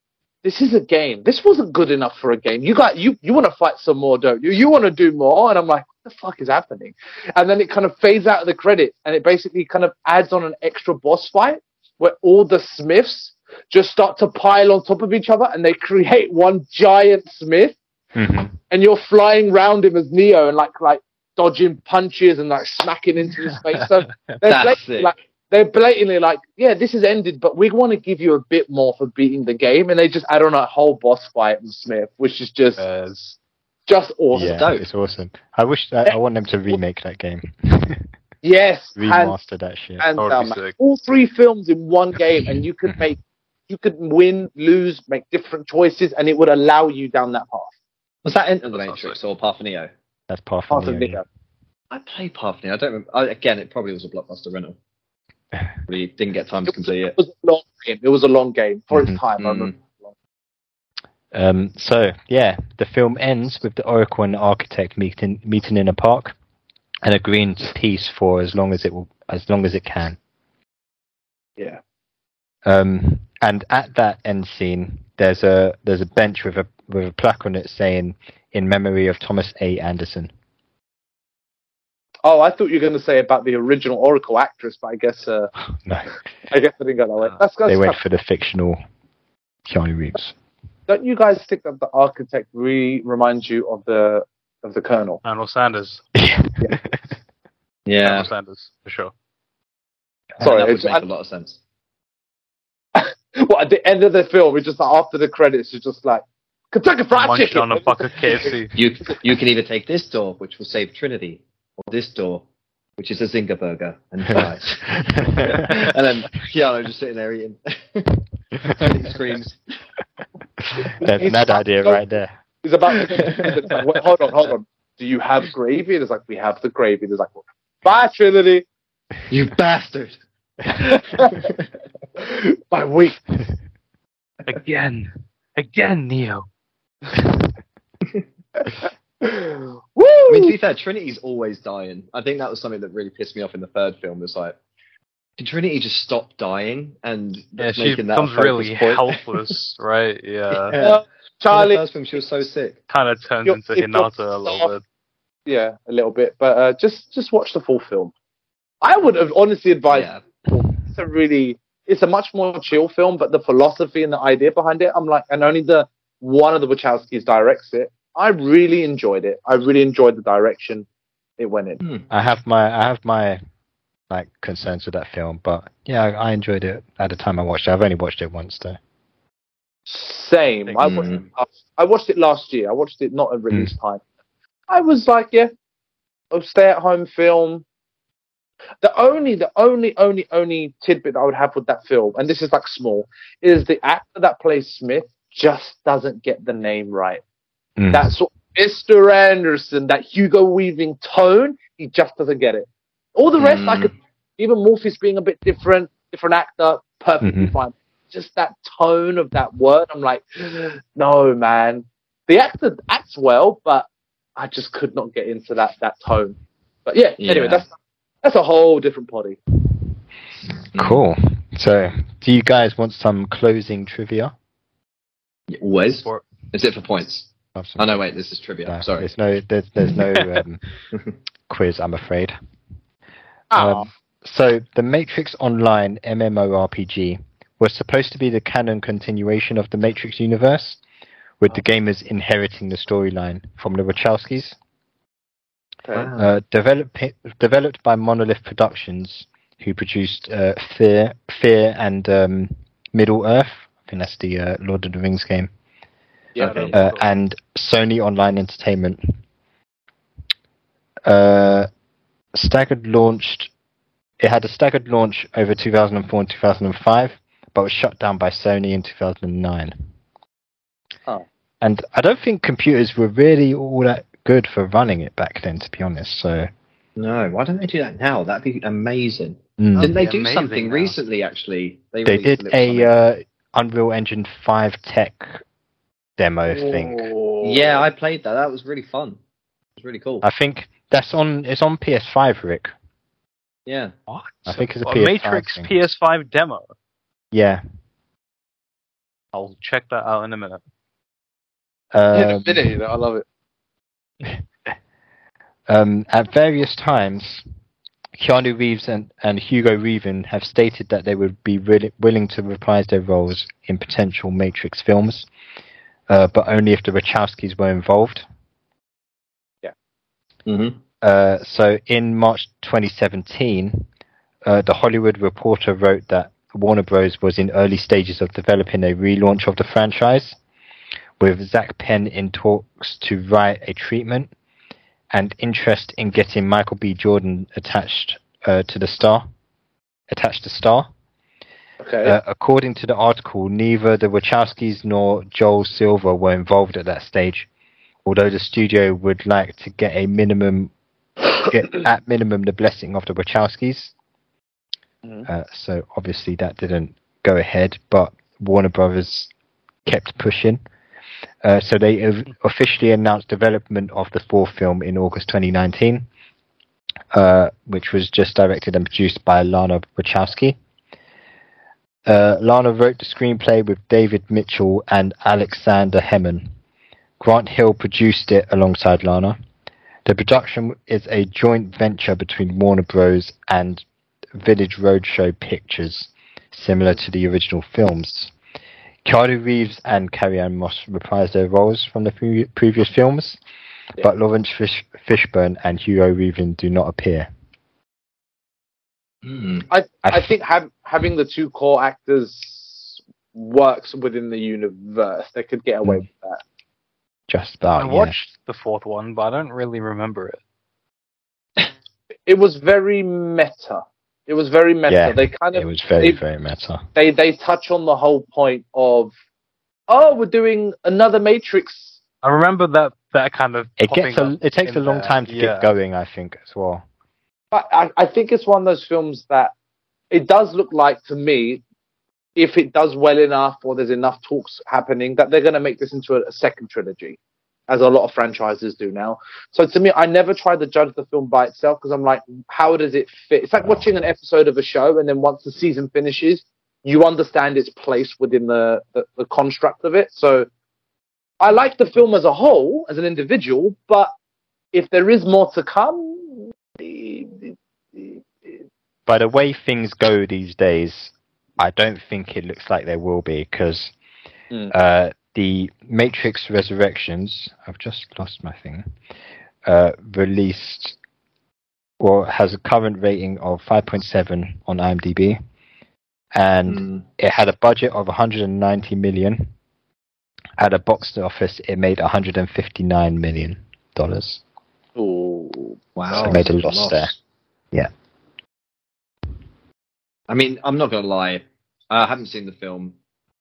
[SPEAKER 10] This is a game. This wasn't good enough for a game. You got you you want to fight some more, don't you? You want to do more?" And I'm like. What the fuck is happening? And then it kind of fades out of the credits, and it basically kind of adds on an extra boss fight where all the Smiths just start to pile on top of each other and they create one giant Smith
[SPEAKER 1] Mm-hmm.
[SPEAKER 10] and you're flying round him as Neo and like like dodging punches and like smacking into his face.
[SPEAKER 5] *laughs*
[SPEAKER 10] So they're
[SPEAKER 5] That's
[SPEAKER 10] blatantly
[SPEAKER 5] sick.
[SPEAKER 10] like they're blatantly like, yeah, this is ended, but we want to give you a bit more for beating the game, and they just add on a whole boss fight with Smith, which is just
[SPEAKER 5] Uh,
[SPEAKER 10] just awesome.
[SPEAKER 1] Yeah, it's awesome. I wish I, I want them to remake that game,
[SPEAKER 10] Yes, hands
[SPEAKER 1] remaster that shit.
[SPEAKER 10] hands down, man. All three films in one game, and
[SPEAKER 5] *laughs*
[SPEAKER 10] you could make, you could win, lose, make different choices, and it would allow you down that path.
[SPEAKER 5] Was that Enter the Matrix or Path of Neo?
[SPEAKER 1] That's Path of
[SPEAKER 5] Path
[SPEAKER 1] Neo,
[SPEAKER 5] of Neo. I played Path of Neo. I don't remember. I, again, it probably was a
[SPEAKER 1] *sighs*
[SPEAKER 5] blockbuster rental. Probably didn't get time to complete it. Mm-hmm. Mm.
[SPEAKER 10] was a long game. It was a long game for its time. I remember.
[SPEAKER 1] Um, so yeah, the film ends with the Oracle and the Architect meeting meeting in a park, and agreeing to peace for as long as it will, as long as it can.
[SPEAKER 10] Yeah.
[SPEAKER 1] Um, and at that end scene, there's a there's a bench with a with a plaque on it saying "In memory of Thomas A. Anderson."
[SPEAKER 10] Oh, I thought you were going to say about the original Oracle actress, but I guess uh, *laughs*
[SPEAKER 1] no.
[SPEAKER 10] I guess I didn't go that way. That's, that's
[SPEAKER 1] they went
[SPEAKER 10] tough.
[SPEAKER 1] for the fictional Keanu Reeves. *laughs*
[SPEAKER 10] Don't you guys think that the architect really reminds you of the of the Colonel?
[SPEAKER 3] Colonel Sanders.
[SPEAKER 5] Yeah.
[SPEAKER 3] Colonel Sanders, for sure.
[SPEAKER 10] Sorry,
[SPEAKER 5] that would
[SPEAKER 10] it's-
[SPEAKER 5] make
[SPEAKER 10] I-
[SPEAKER 5] a lot of sense.
[SPEAKER 10] Well, at the end of the film, it's just like, after the credits, it's just like Kentucky Fried
[SPEAKER 5] Munch
[SPEAKER 10] Chicken.
[SPEAKER 5] on a
[SPEAKER 10] *laughs* bucket
[SPEAKER 5] KFC. You you can either take this door, which will save Trinity, or this door, which is a Zinger burger
[SPEAKER 3] *laughs*
[SPEAKER 5] and fries. and then Keanu just sitting there
[SPEAKER 3] *laughs*
[SPEAKER 5] eating. and he screams.
[SPEAKER 1] That's a mad idea right there.
[SPEAKER 10] He's about. To, it's like, "Wait, hold on, hold on. Do you have gravy? And it's like we have the gravy. And it's like, bye Trinity.
[SPEAKER 5] You
[SPEAKER 10] *laughs*
[SPEAKER 5] bastard.
[SPEAKER 10] My week.
[SPEAKER 3] Again. Again, Neo.
[SPEAKER 5] I mean, to be fair, Trinity's always dying. I think that was something that really pissed me off in the third film. Was like, did Trinity just stop dying and
[SPEAKER 3] Yeah, she
[SPEAKER 5] making that a
[SPEAKER 3] becomes
[SPEAKER 5] focus
[SPEAKER 3] really
[SPEAKER 5] point?
[SPEAKER 3] *laughs* helpless, right? Yeah.
[SPEAKER 5] *laughs* Yeah.
[SPEAKER 10] Charlie.
[SPEAKER 5] In the first film, she was so sick.
[SPEAKER 3] Kind of turns
[SPEAKER 10] You're-
[SPEAKER 3] into
[SPEAKER 10] if you're
[SPEAKER 3] Hinata a little bit.
[SPEAKER 10] Yeah, a little bit, but uh, just just watch the full film. I would have honestly advised. It's a really, it's a much more chill film, but the philosophy and the idea behind it, I'm like, and only the one of the Wachowskis directs it. I really enjoyed it. I really enjoyed the direction it went in.
[SPEAKER 1] I have my I have my like concerns with that film, but yeah, I, I enjoyed it at the time I watched it. I've only watched it once though.
[SPEAKER 10] Same. I watched, it last, I watched it last year. I watched it not at release time. I was like, yeah, a stay-at-home film. The only, the only, only, only tidbit I would have with that film, and this is like small, is the actor that plays Smith just doesn't get the name right.
[SPEAKER 1] Mm, Mm-hmm.
[SPEAKER 10] That's what Mr. Anderson, that Hugo Weaving tone, he just doesn't get it. All the rest,
[SPEAKER 1] Mm.
[SPEAKER 10] I could, even Morpheus being a bit different, different actor, perfectly
[SPEAKER 1] Mm-hmm.
[SPEAKER 10] fine. Just that tone of that word, I'm like, *gasps* no, man. The actor acts well, but I just could not get into that that tone. But yeah, anyway,
[SPEAKER 1] Yeah.
[SPEAKER 10] that's that's a whole different body.
[SPEAKER 1] Cool. So, do you guys want some closing trivia?
[SPEAKER 5] Always. Is it for points?
[SPEAKER 1] Oh
[SPEAKER 5] no, wait. This is trivia.
[SPEAKER 1] No,
[SPEAKER 5] Sorry.
[SPEAKER 1] There's no there's there's
[SPEAKER 5] *laughs*
[SPEAKER 1] no um, quiz, I'm afraid.
[SPEAKER 5] Ah.
[SPEAKER 1] Um, so the Matrix Online MMORPG was supposed to be the canon continuation of the Matrix universe, with the gamers inheriting the storyline from the Wachowskis. Uh, developed developed by Monolith Productions, who produced uh, Fear, Fear and um, Middle Earth. I think that's the uh, Lord of the Rings game.
[SPEAKER 3] Yeah,
[SPEAKER 1] Okay. Uh, and Sony Online Entertainment. Uh, staggered launched. It had a staggered launch over 2004 and 2005, but was shut down by Sony in 2009.
[SPEAKER 10] Oh.
[SPEAKER 1] And I don't think computers were really all that good for running it back then, to be honest. So
[SPEAKER 5] No, why don't they do that now? That'd be amazing.
[SPEAKER 1] Mm.
[SPEAKER 5] Didn't they
[SPEAKER 1] That'd be
[SPEAKER 5] do
[SPEAKER 1] amazing
[SPEAKER 5] something
[SPEAKER 1] now.
[SPEAKER 5] recently? Actually,
[SPEAKER 1] they
[SPEAKER 5] released
[SPEAKER 1] did
[SPEAKER 5] little
[SPEAKER 1] a uh, Unreal Engine 5 tech demo thing.
[SPEAKER 10] Oh.
[SPEAKER 1] uh,
[SPEAKER 5] something. Yeah, I played that. That was really fun. It was really cool.
[SPEAKER 1] I think that's on. It's on PS5, Rick.
[SPEAKER 5] Yeah.
[SPEAKER 3] What?
[SPEAKER 1] I think it's a
[SPEAKER 3] Well,
[SPEAKER 1] PS5
[SPEAKER 3] Matrix
[SPEAKER 1] thing.
[SPEAKER 3] PS5 demo.
[SPEAKER 1] Yeah.
[SPEAKER 3] I'll check that out in a minute.
[SPEAKER 1] Um,
[SPEAKER 10] I love it.
[SPEAKER 1] um, at various times, Keanu Reeves and, and Hugo Reeven have stated that they would be willi- willing to reprise their roles in potential Matrix films, uh, but only if the Wachowskis were involved.
[SPEAKER 10] Yeah.
[SPEAKER 5] Mm-hmm.
[SPEAKER 1] Uh, so in March 2017, uh, the Hollywood Reporter wrote that Warner Bros. was in early stages of developing a relaunch of the franchise, with Zach Penn in talks to write a treatment, and interest in getting Michael B. Jordan attached uh, to the star, attached to star.
[SPEAKER 10] Okay.
[SPEAKER 1] Uh, according to the article, neither the Wachowskis nor Joel Silver were involved at that stage, although the studio would like to get a minimum, get at minimum the blessing of the Wachowskis. Uh, so obviously that didn't go ahead, but Warner Brothers kept pushing. Uh, so they have officially announced development of the fourth film in August 2019, uh, which was just directed and produced by Lana Wachowski. Uh, Lana wrote the screenplay with David Mitchell and Alexander Hemman. Grant Hill produced it alongside Lana. The production is a joint venture between Warner Bros. and Village Roadshow Pictures, similar to the original films. Keanu Reeves and Carrie Ann Moss reprised their roles from the pre- previous films, but Lawrence Fish- Fishburne and Hugo Reeven do not appear.
[SPEAKER 10] I I think hav having the two core actors works within the universe. They could get
[SPEAKER 1] Mm.
[SPEAKER 10] away with that.
[SPEAKER 1] Just about.
[SPEAKER 3] I
[SPEAKER 1] Oh, yeah.
[SPEAKER 3] watched the fourth one, but I don't really remember it.
[SPEAKER 10] It was very meta. It was very meta.
[SPEAKER 1] Yeah,
[SPEAKER 10] they kind of
[SPEAKER 1] it was very,
[SPEAKER 10] they-
[SPEAKER 1] very meta.
[SPEAKER 10] they they touch on the whole point of oh we're doing another Matrix.
[SPEAKER 3] I remember that that kind of
[SPEAKER 1] It
[SPEAKER 3] popping
[SPEAKER 1] gets a,
[SPEAKER 3] up
[SPEAKER 1] it takes a
[SPEAKER 3] in
[SPEAKER 1] long
[SPEAKER 3] there.
[SPEAKER 1] time to
[SPEAKER 3] Yeah.
[SPEAKER 1] get going, I think, as well.
[SPEAKER 10] But I, I think it's one of those films that it does look like to me, if it does well enough or there's enough talks happening, that they're going to make this into a, a second trilogy, as a lot of franchises do now. So to me, I never try to judge the film by itself because I'm like, how does it fit? It's like watching an episode of a show, and then once the season finishes, you understand its place within the, the, the construct of it. So I like the film as a whole, as an individual, but if there is more to come,
[SPEAKER 1] By the way things go these days, I don't think it looks like there will be because
[SPEAKER 3] Hmm.
[SPEAKER 1] uh, the Matrix Resurrections. I've just lost my thing. Uh, released or has a current rating of 5.7 on IMDb, and
[SPEAKER 3] Hmm.
[SPEAKER 1] it had a budget of 190 million. At a box office, it made 159 million dollars.
[SPEAKER 10] Oh,
[SPEAKER 5] wow.
[SPEAKER 1] so it made a loss,
[SPEAKER 5] Loss.
[SPEAKER 1] there. Yeah.
[SPEAKER 5] I mean, I'm not gonna lie. I haven't seen the film,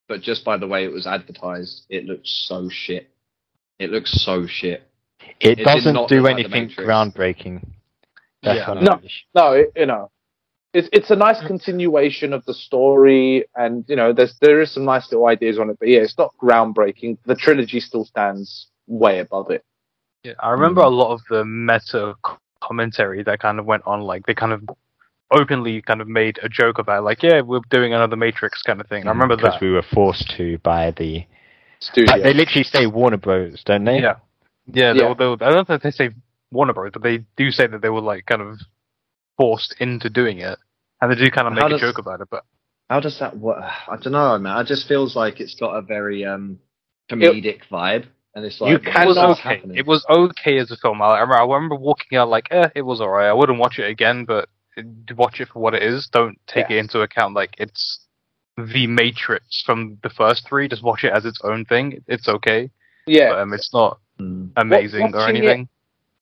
[SPEAKER 5] but just by the way it was advertised, it looked so shit. It looks so shit.
[SPEAKER 1] It,
[SPEAKER 5] did
[SPEAKER 1] doesn't
[SPEAKER 5] not
[SPEAKER 1] do
[SPEAKER 5] look like the
[SPEAKER 1] anything
[SPEAKER 5] Matrix.
[SPEAKER 1] groundbreaking. That's what I
[SPEAKER 10] no,
[SPEAKER 1] wish.
[SPEAKER 10] no, it, you know, it's it's a nice continuation of the story, and you know, there's there is some nice little ideas on it, but yeah, it's not groundbreaking. The trilogy still stands way above it.
[SPEAKER 3] Yeah, I remember a lot of the meta c- commentary that kind of went on, like they kind of openly kind of made a joke about, like, yeah, we're doing another Matrix kind of thing. I remember
[SPEAKER 1] because
[SPEAKER 3] that.
[SPEAKER 1] we were forced to by the.
[SPEAKER 10] Studio.
[SPEAKER 1] They literally say Warner Bros, don't they?
[SPEAKER 3] Yeah. Yeah, they
[SPEAKER 1] Yeah.
[SPEAKER 3] Were, they were, I don't think they say Warner Bros, but they do say that they were like kind of forced into doing it, and they do kind of
[SPEAKER 5] How
[SPEAKER 3] make
[SPEAKER 5] does-
[SPEAKER 3] a joke about it. But
[SPEAKER 5] How does that work? I don't know, man. It just feels like it's got a very um comedic vibe, and it's like
[SPEAKER 3] it was
[SPEAKER 5] what's
[SPEAKER 3] okay.
[SPEAKER 5] happening?
[SPEAKER 3] It was okay as a film. I, I remember- I remember walking out like, eh, it was alright. I wouldn't watch it again, but uh, watch it for what it is. Don't take it into account like it's the Matrix from the first three. Just watch it as its own thing. It's okay.
[SPEAKER 10] Yeah.
[SPEAKER 3] But, um, it's not amazing or
[SPEAKER 10] watching
[SPEAKER 3] anything.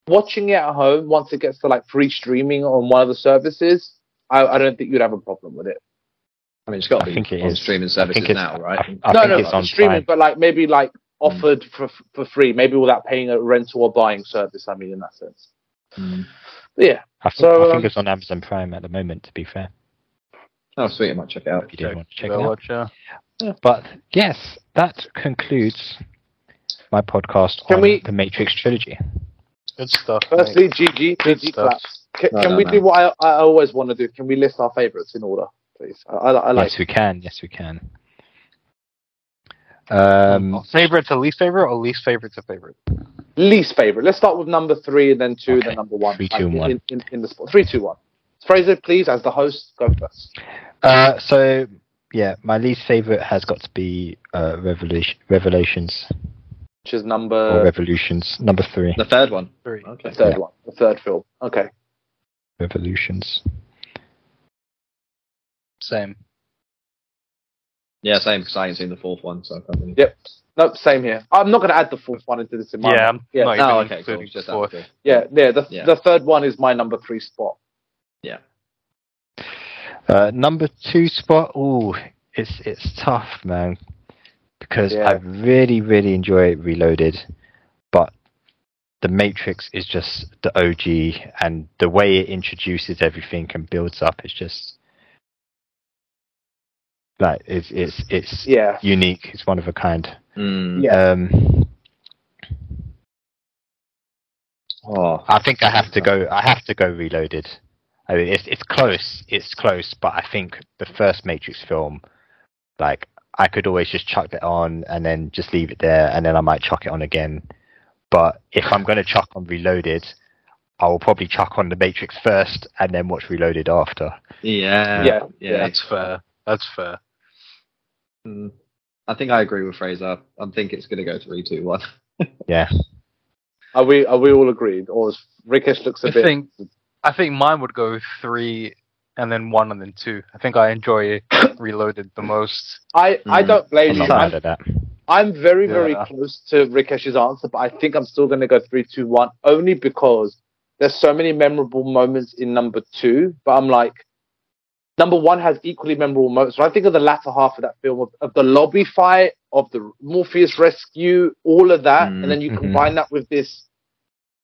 [SPEAKER 10] It, watching it at home, once it gets to like free streaming on one of the services, I, I don't think you'd have a problem with it.
[SPEAKER 5] I mean, it's got to
[SPEAKER 1] I think it
[SPEAKER 5] be on
[SPEAKER 1] is.
[SPEAKER 5] streaming
[SPEAKER 1] I think
[SPEAKER 5] services
[SPEAKER 1] it's-
[SPEAKER 5] now, right?
[SPEAKER 1] I
[SPEAKER 10] no,
[SPEAKER 1] think
[SPEAKER 10] no,
[SPEAKER 1] it's
[SPEAKER 10] not
[SPEAKER 1] on
[SPEAKER 10] streaming,
[SPEAKER 1] Prime. Mm.
[SPEAKER 10] but like maybe like offered for for free, maybe without paying a rental or buying service. I mean, in that sense.
[SPEAKER 1] Mm.
[SPEAKER 10] But yeah.
[SPEAKER 1] I think,
[SPEAKER 10] So,
[SPEAKER 1] I think
[SPEAKER 10] um,
[SPEAKER 1] it's on Amazon Prime at the moment. To be fair.
[SPEAKER 5] Oh, sweet. I might check it out.
[SPEAKER 1] If you did want to check it
[SPEAKER 3] They'll
[SPEAKER 1] out.
[SPEAKER 3] watch, uh,
[SPEAKER 1] But yes, that concludes my podcast
[SPEAKER 10] Can
[SPEAKER 1] on
[SPEAKER 10] we-
[SPEAKER 1] the Matrix trilogy.
[SPEAKER 3] Good stuff.
[SPEAKER 10] Firstly,
[SPEAKER 3] mate.
[SPEAKER 10] GG,
[SPEAKER 3] Good
[SPEAKER 10] GG
[SPEAKER 3] stuff.
[SPEAKER 10] claps. Can,
[SPEAKER 1] No,
[SPEAKER 10] can
[SPEAKER 1] no,
[SPEAKER 10] we
[SPEAKER 1] no.
[SPEAKER 10] do what I, I always want to do? Can we list our favourites in order, please? I, I, I like.
[SPEAKER 1] yes, we can. Yes, we can.
[SPEAKER 10] Oh,
[SPEAKER 1] Um,
[SPEAKER 3] Favorite to least favorite or least favorite to favorite?
[SPEAKER 10] least favorite. Let's start with number three, and then two, and then number one.
[SPEAKER 1] Three,
[SPEAKER 10] Like,
[SPEAKER 1] two,
[SPEAKER 10] in,
[SPEAKER 1] one.
[SPEAKER 10] In, in, the sport. Three, two, one. Fraser, please, as the host, go first.
[SPEAKER 1] uh, so yeah, my least favorite has got to be uh, Revolution, Revelations
[SPEAKER 10] Which is
[SPEAKER 1] or
[SPEAKER 10] number
[SPEAKER 1] Revolutions number three.
[SPEAKER 5] The third one.
[SPEAKER 3] Three.
[SPEAKER 5] Okay.
[SPEAKER 10] the third
[SPEAKER 1] yeah.
[SPEAKER 10] one, the third film. Okay.
[SPEAKER 1] Revolutions.
[SPEAKER 3] Same.
[SPEAKER 5] Yeah, same because I ain't seen the fourth one, so I can't really.
[SPEAKER 10] Yep. Nope. Same here. I'm not going to add the fourth one into this. In my
[SPEAKER 3] Yeah, I'm
[SPEAKER 10] yeah.
[SPEAKER 3] not
[SPEAKER 10] no,
[SPEAKER 5] Oh,
[SPEAKER 3] even
[SPEAKER 5] okay, cool.
[SPEAKER 3] including
[SPEAKER 5] Just
[SPEAKER 3] the fourth.
[SPEAKER 5] that.
[SPEAKER 10] yeah. Yeah. The
[SPEAKER 5] Yeah.
[SPEAKER 10] the third one is my number three spot.
[SPEAKER 1] Uh, number two spot. Ooh, it's it's tough, man, because
[SPEAKER 10] Yeah.
[SPEAKER 1] I really really enjoy Reloaded, but the Matrix is just the OG, and the way it introduces everything and builds up is just like it's it's it's
[SPEAKER 10] Yeah.
[SPEAKER 1] unique. It's one of a kind.
[SPEAKER 5] Mm.
[SPEAKER 10] Yeah.
[SPEAKER 1] Um,
[SPEAKER 5] Oh,
[SPEAKER 1] I think I have to go. I have to go Reloaded. I mean, it's it's close. It's close, but I think the first Matrix film, like I could always just chuck that on and then just leave it there, and then I might chuck it on again. But if I'm going to chuck on Reloaded, I will probably chuck on the Matrix first and then watch Reloaded after.
[SPEAKER 5] yeah.
[SPEAKER 10] Yeah, yeah.
[SPEAKER 3] That's fair. That's fair.
[SPEAKER 5] Mm. I think I agree with Fraser. I think it's going to go three, two,
[SPEAKER 3] *laughs*
[SPEAKER 5] one.
[SPEAKER 1] Yeah,
[SPEAKER 10] Are we are we all agreed? Or is Rickish looks a
[SPEAKER 3] I
[SPEAKER 10] bit.
[SPEAKER 3] think I think mine would go three and then one and then two. I think
[SPEAKER 5] *coughs*
[SPEAKER 3] I enjoy Reloaded the most.
[SPEAKER 10] I I
[SPEAKER 5] Mm.
[SPEAKER 10] don't blame
[SPEAKER 1] Hmm. I'm
[SPEAKER 10] you.
[SPEAKER 1] not
[SPEAKER 10] I'm,
[SPEAKER 1] mad at that.
[SPEAKER 10] I'm very very
[SPEAKER 3] Yeah.
[SPEAKER 10] close to Rikesh's answer, but I think I'm still going to go three two one only because there's so many memorable moments in number two. But I'm like, number one has equally memorable moments. When I think of the latter half of that film, of, of the lobby fight, of the Morpheus rescue, all of that, and then you
[SPEAKER 1] Mhm.
[SPEAKER 3] Mm-hmm.
[SPEAKER 10] combine that with this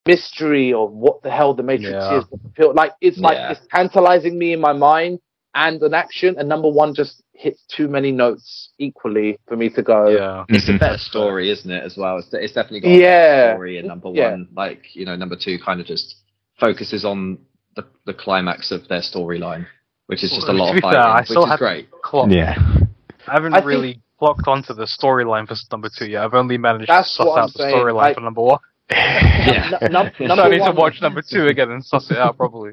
[SPEAKER 10] mystery of what the hell the Matrix
[SPEAKER 3] Yeah.
[SPEAKER 10] is. what the pill- Like it's
[SPEAKER 5] Yeah.
[SPEAKER 10] like it's tantalizing me in my mind and an action, and number one just hits too many notes equally for me to
[SPEAKER 5] Oh,
[SPEAKER 10] go.
[SPEAKER 3] Yeah.
[SPEAKER 5] It's a
[SPEAKER 1] Mhm.
[SPEAKER 5] better story, isn't it? As well, it's, it's definitely got a better
[SPEAKER 10] Yeah.
[SPEAKER 5] story in number
[SPEAKER 10] Yeah.
[SPEAKER 5] one. Like you know, number two kind of just focuses on the, the climax of their storyline, which is just a
[SPEAKER 3] Well,
[SPEAKER 5] lot
[SPEAKER 3] to
[SPEAKER 5] of
[SPEAKER 3] be fair, I
[SPEAKER 5] fighting,
[SPEAKER 3] still
[SPEAKER 5] which is
[SPEAKER 3] haven't
[SPEAKER 5] great.
[SPEAKER 3] clocked.
[SPEAKER 1] Yeah,
[SPEAKER 3] I haven't
[SPEAKER 10] I think-
[SPEAKER 3] really clocked onto the storyline for number two yet. I've only managed to
[SPEAKER 10] That's
[SPEAKER 3] suss
[SPEAKER 10] what I'm
[SPEAKER 3] out the
[SPEAKER 10] saying,
[SPEAKER 3] storyline
[SPEAKER 10] like-
[SPEAKER 3] for number one.
[SPEAKER 5] Yeah.
[SPEAKER 3] *laughs*
[SPEAKER 10] Num- num-
[SPEAKER 5] So I
[SPEAKER 3] So I
[SPEAKER 10] number
[SPEAKER 3] need to
[SPEAKER 10] one-
[SPEAKER 3] watch number two again and suss it out probably.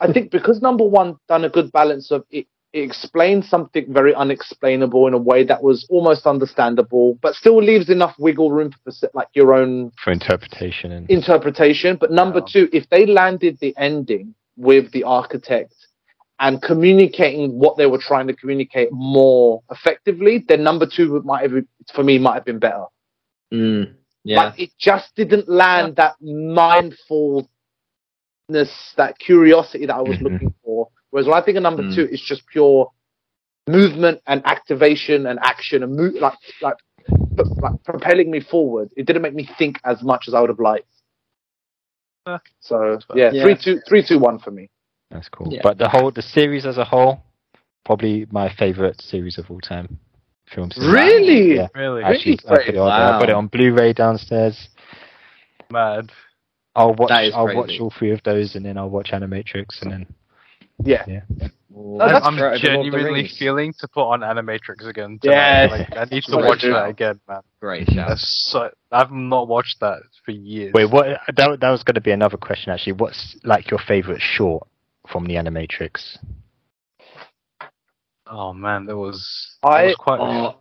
[SPEAKER 10] I think because number one done a good balance of it, it explains something very unexplainable in a way that was almost understandable, but still leaves enough wiggle room for perce- like your own
[SPEAKER 1] for interpretation and
[SPEAKER 10] interpretation. But number two, if they landed the ending with the architect and communicating what they were trying to communicate more effectively, then number two would- might have for me might have been better.
[SPEAKER 5] Mm, yeah,
[SPEAKER 10] But it just didn't land that mindfulness, that curiosity that I was
[SPEAKER 1] Mhm.
[SPEAKER 10] looking for. Whereas when I think of number
[SPEAKER 5] Mm-hmm. Mm.
[SPEAKER 10] two, it's just pure movement and activation and action and mo- like like p- like propelling me forward. It didn't make me think as much as I would have liked.
[SPEAKER 3] Uh,
[SPEAKER 10] So
[SPEAKER 3] fair.
[SPEAKER 10] yeah,
[SPEAKER 5] Yeah.
[SPEAKER 10] three two three two one for me.
[SPEAKER 1] that's cool.
[SPEAKER 5] Yeah.
[SPEAKER 1] But the whole the series as a whole, probably my favorite series of all time. Film series.
[SPEAKER 10] Really?
[SPEAKER 1] Yeah.
[SPEAKER 3] *laughs* Really?
[SPEAKER 1] Actually, I put, it on,
[SPEAKER 5] Wow.
[SPEAKER 1] I put it on Blu-ray downstairs.
[SPEAKER 3] Mad.
[SPEAKER 1] I'll watch.
[SPEAKER 5] That is
[SPEAKER 1] I'll
[SPEAKER 5] crazy.
[SPEAKER 1] watch all three of those, and then I'll watch Animatrix, and then
[SPEAKER 10] Yeah.
[SPEAKER 5] Well,
[SPEAKER 10] that's
[SPEAKER 3] uh, I'm
[SPEAKER 5] right, Lord of the
[SPEAKER 3] genuinely
[SPEAKER 5] Rings.
[SPEAKER 3] feeling to put on Animatrix again. Tonight.
[SPEAKER 10] Yes.
[SPEAKER 3] Like, I
[SPEAKER 5] *laughs*
[SPEAKER 3] need to
[SPEAKER 10] Right,
[SPEAKER 3] watch
[SPEAKER 10] dude.
[SPEAKER 3] that again, man.
[SPEAKER 5] great. shout.
[SPEAKER 3] That's so, I've not watched that for years.
[SPEAKER 1] wait. What? That, that was going to be another question, actually. What's like your favorite short from the Animatrix?
[SPEAKER 3] Oh man, that was.
[SPEAKER 10] I-
[SPEAKER 3] that was
[SPEAKER 5] *laughs*
[SPEAKER 3] quite.
[SPEAKER 5] Oh,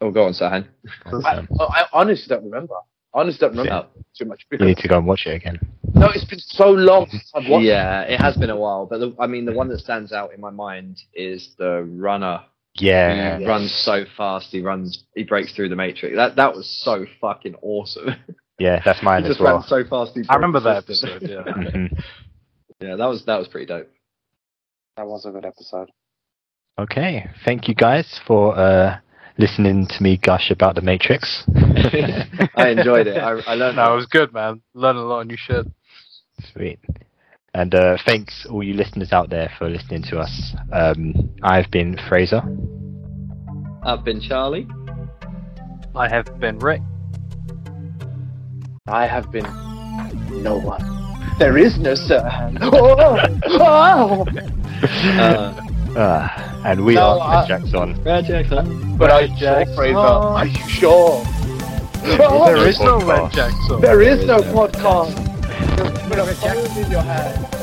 [SPEAKER 5] oh, go on, Sahan.
[SPEAKER 1] Um,
[SPEAKER 10] I, I I honestly don't remember. I honestly don't remember too much
[SPEAKER 1] you
[SPEAKER 10] because
[SPEAKER 1] need to go and watch it again.
[SPEAKER 10] no, it's been so long. since I've watched.
[SPEAKER 5] Yeah, it has been a while, but the, I mean, the one that stands out in my mind is the runner
[SPEAKER 1] Yeah.
[SPEAKER 5] He runs so fast. He runs. He breaks through the matrix. That that was so fucking awesome.
[SPEAKER 1] Yeah, that's mine
[SPEAKER 5] *laughs* he
[SPEAKER 1] as
[SPEAKER 5] just
[SPEAKER 1] well.
[SPEAKER 5] ran so fast. He
[SPEAKER 3] I remember
[SPEAKER 5] broke
[SPEAKER 3] that
[SPEAKER 5] the system.
[SPEAKER 3] episode, yeah.
[SPEAKER 1] Mhm.
[SPEAKER 5] *laughs* yeah, that was that was pretty dope.
[SPEAKER 10] That was a good episode.
[SPEAKER 1] Okay, thank you guys for uh, listening to me gush about the Matrix.
[SPEAKER 5] I enjoyed it. I, I learned.
[SPEAKER 3] *laughs* No, it was good, man. Learned a lot of new shit.
[SPEAKER 1] Sweet. And uh, thanks all you listeners out there for listening to us. Um, I've been Fraser.
[SPEAKER 5] I've been Charlie.
[SPEAKER 3] I have been Rick.
[SPEAKER 10] I have been no one. There is no sir. Oh, oh.
[SPEAKER 5] Uh,
[SPEAKER 1] Uh, and we
[SPEAKER 10] No,
[SPEAKER 1] are
[SPEAKER 10] I-
[SPEAKER 1] Red Jackson.
[SPEAKER 5] Brad Jackson.
[SPEAKER 10] But I Jack Fraser. Are you sure? Oh,
[SPEAKER 3] There is no
[SPEAKER 1] podcast.
[SPEAKER 3] Red Jackson.
[SPEAKER 10] there is no podcast. Put a phone in your hand.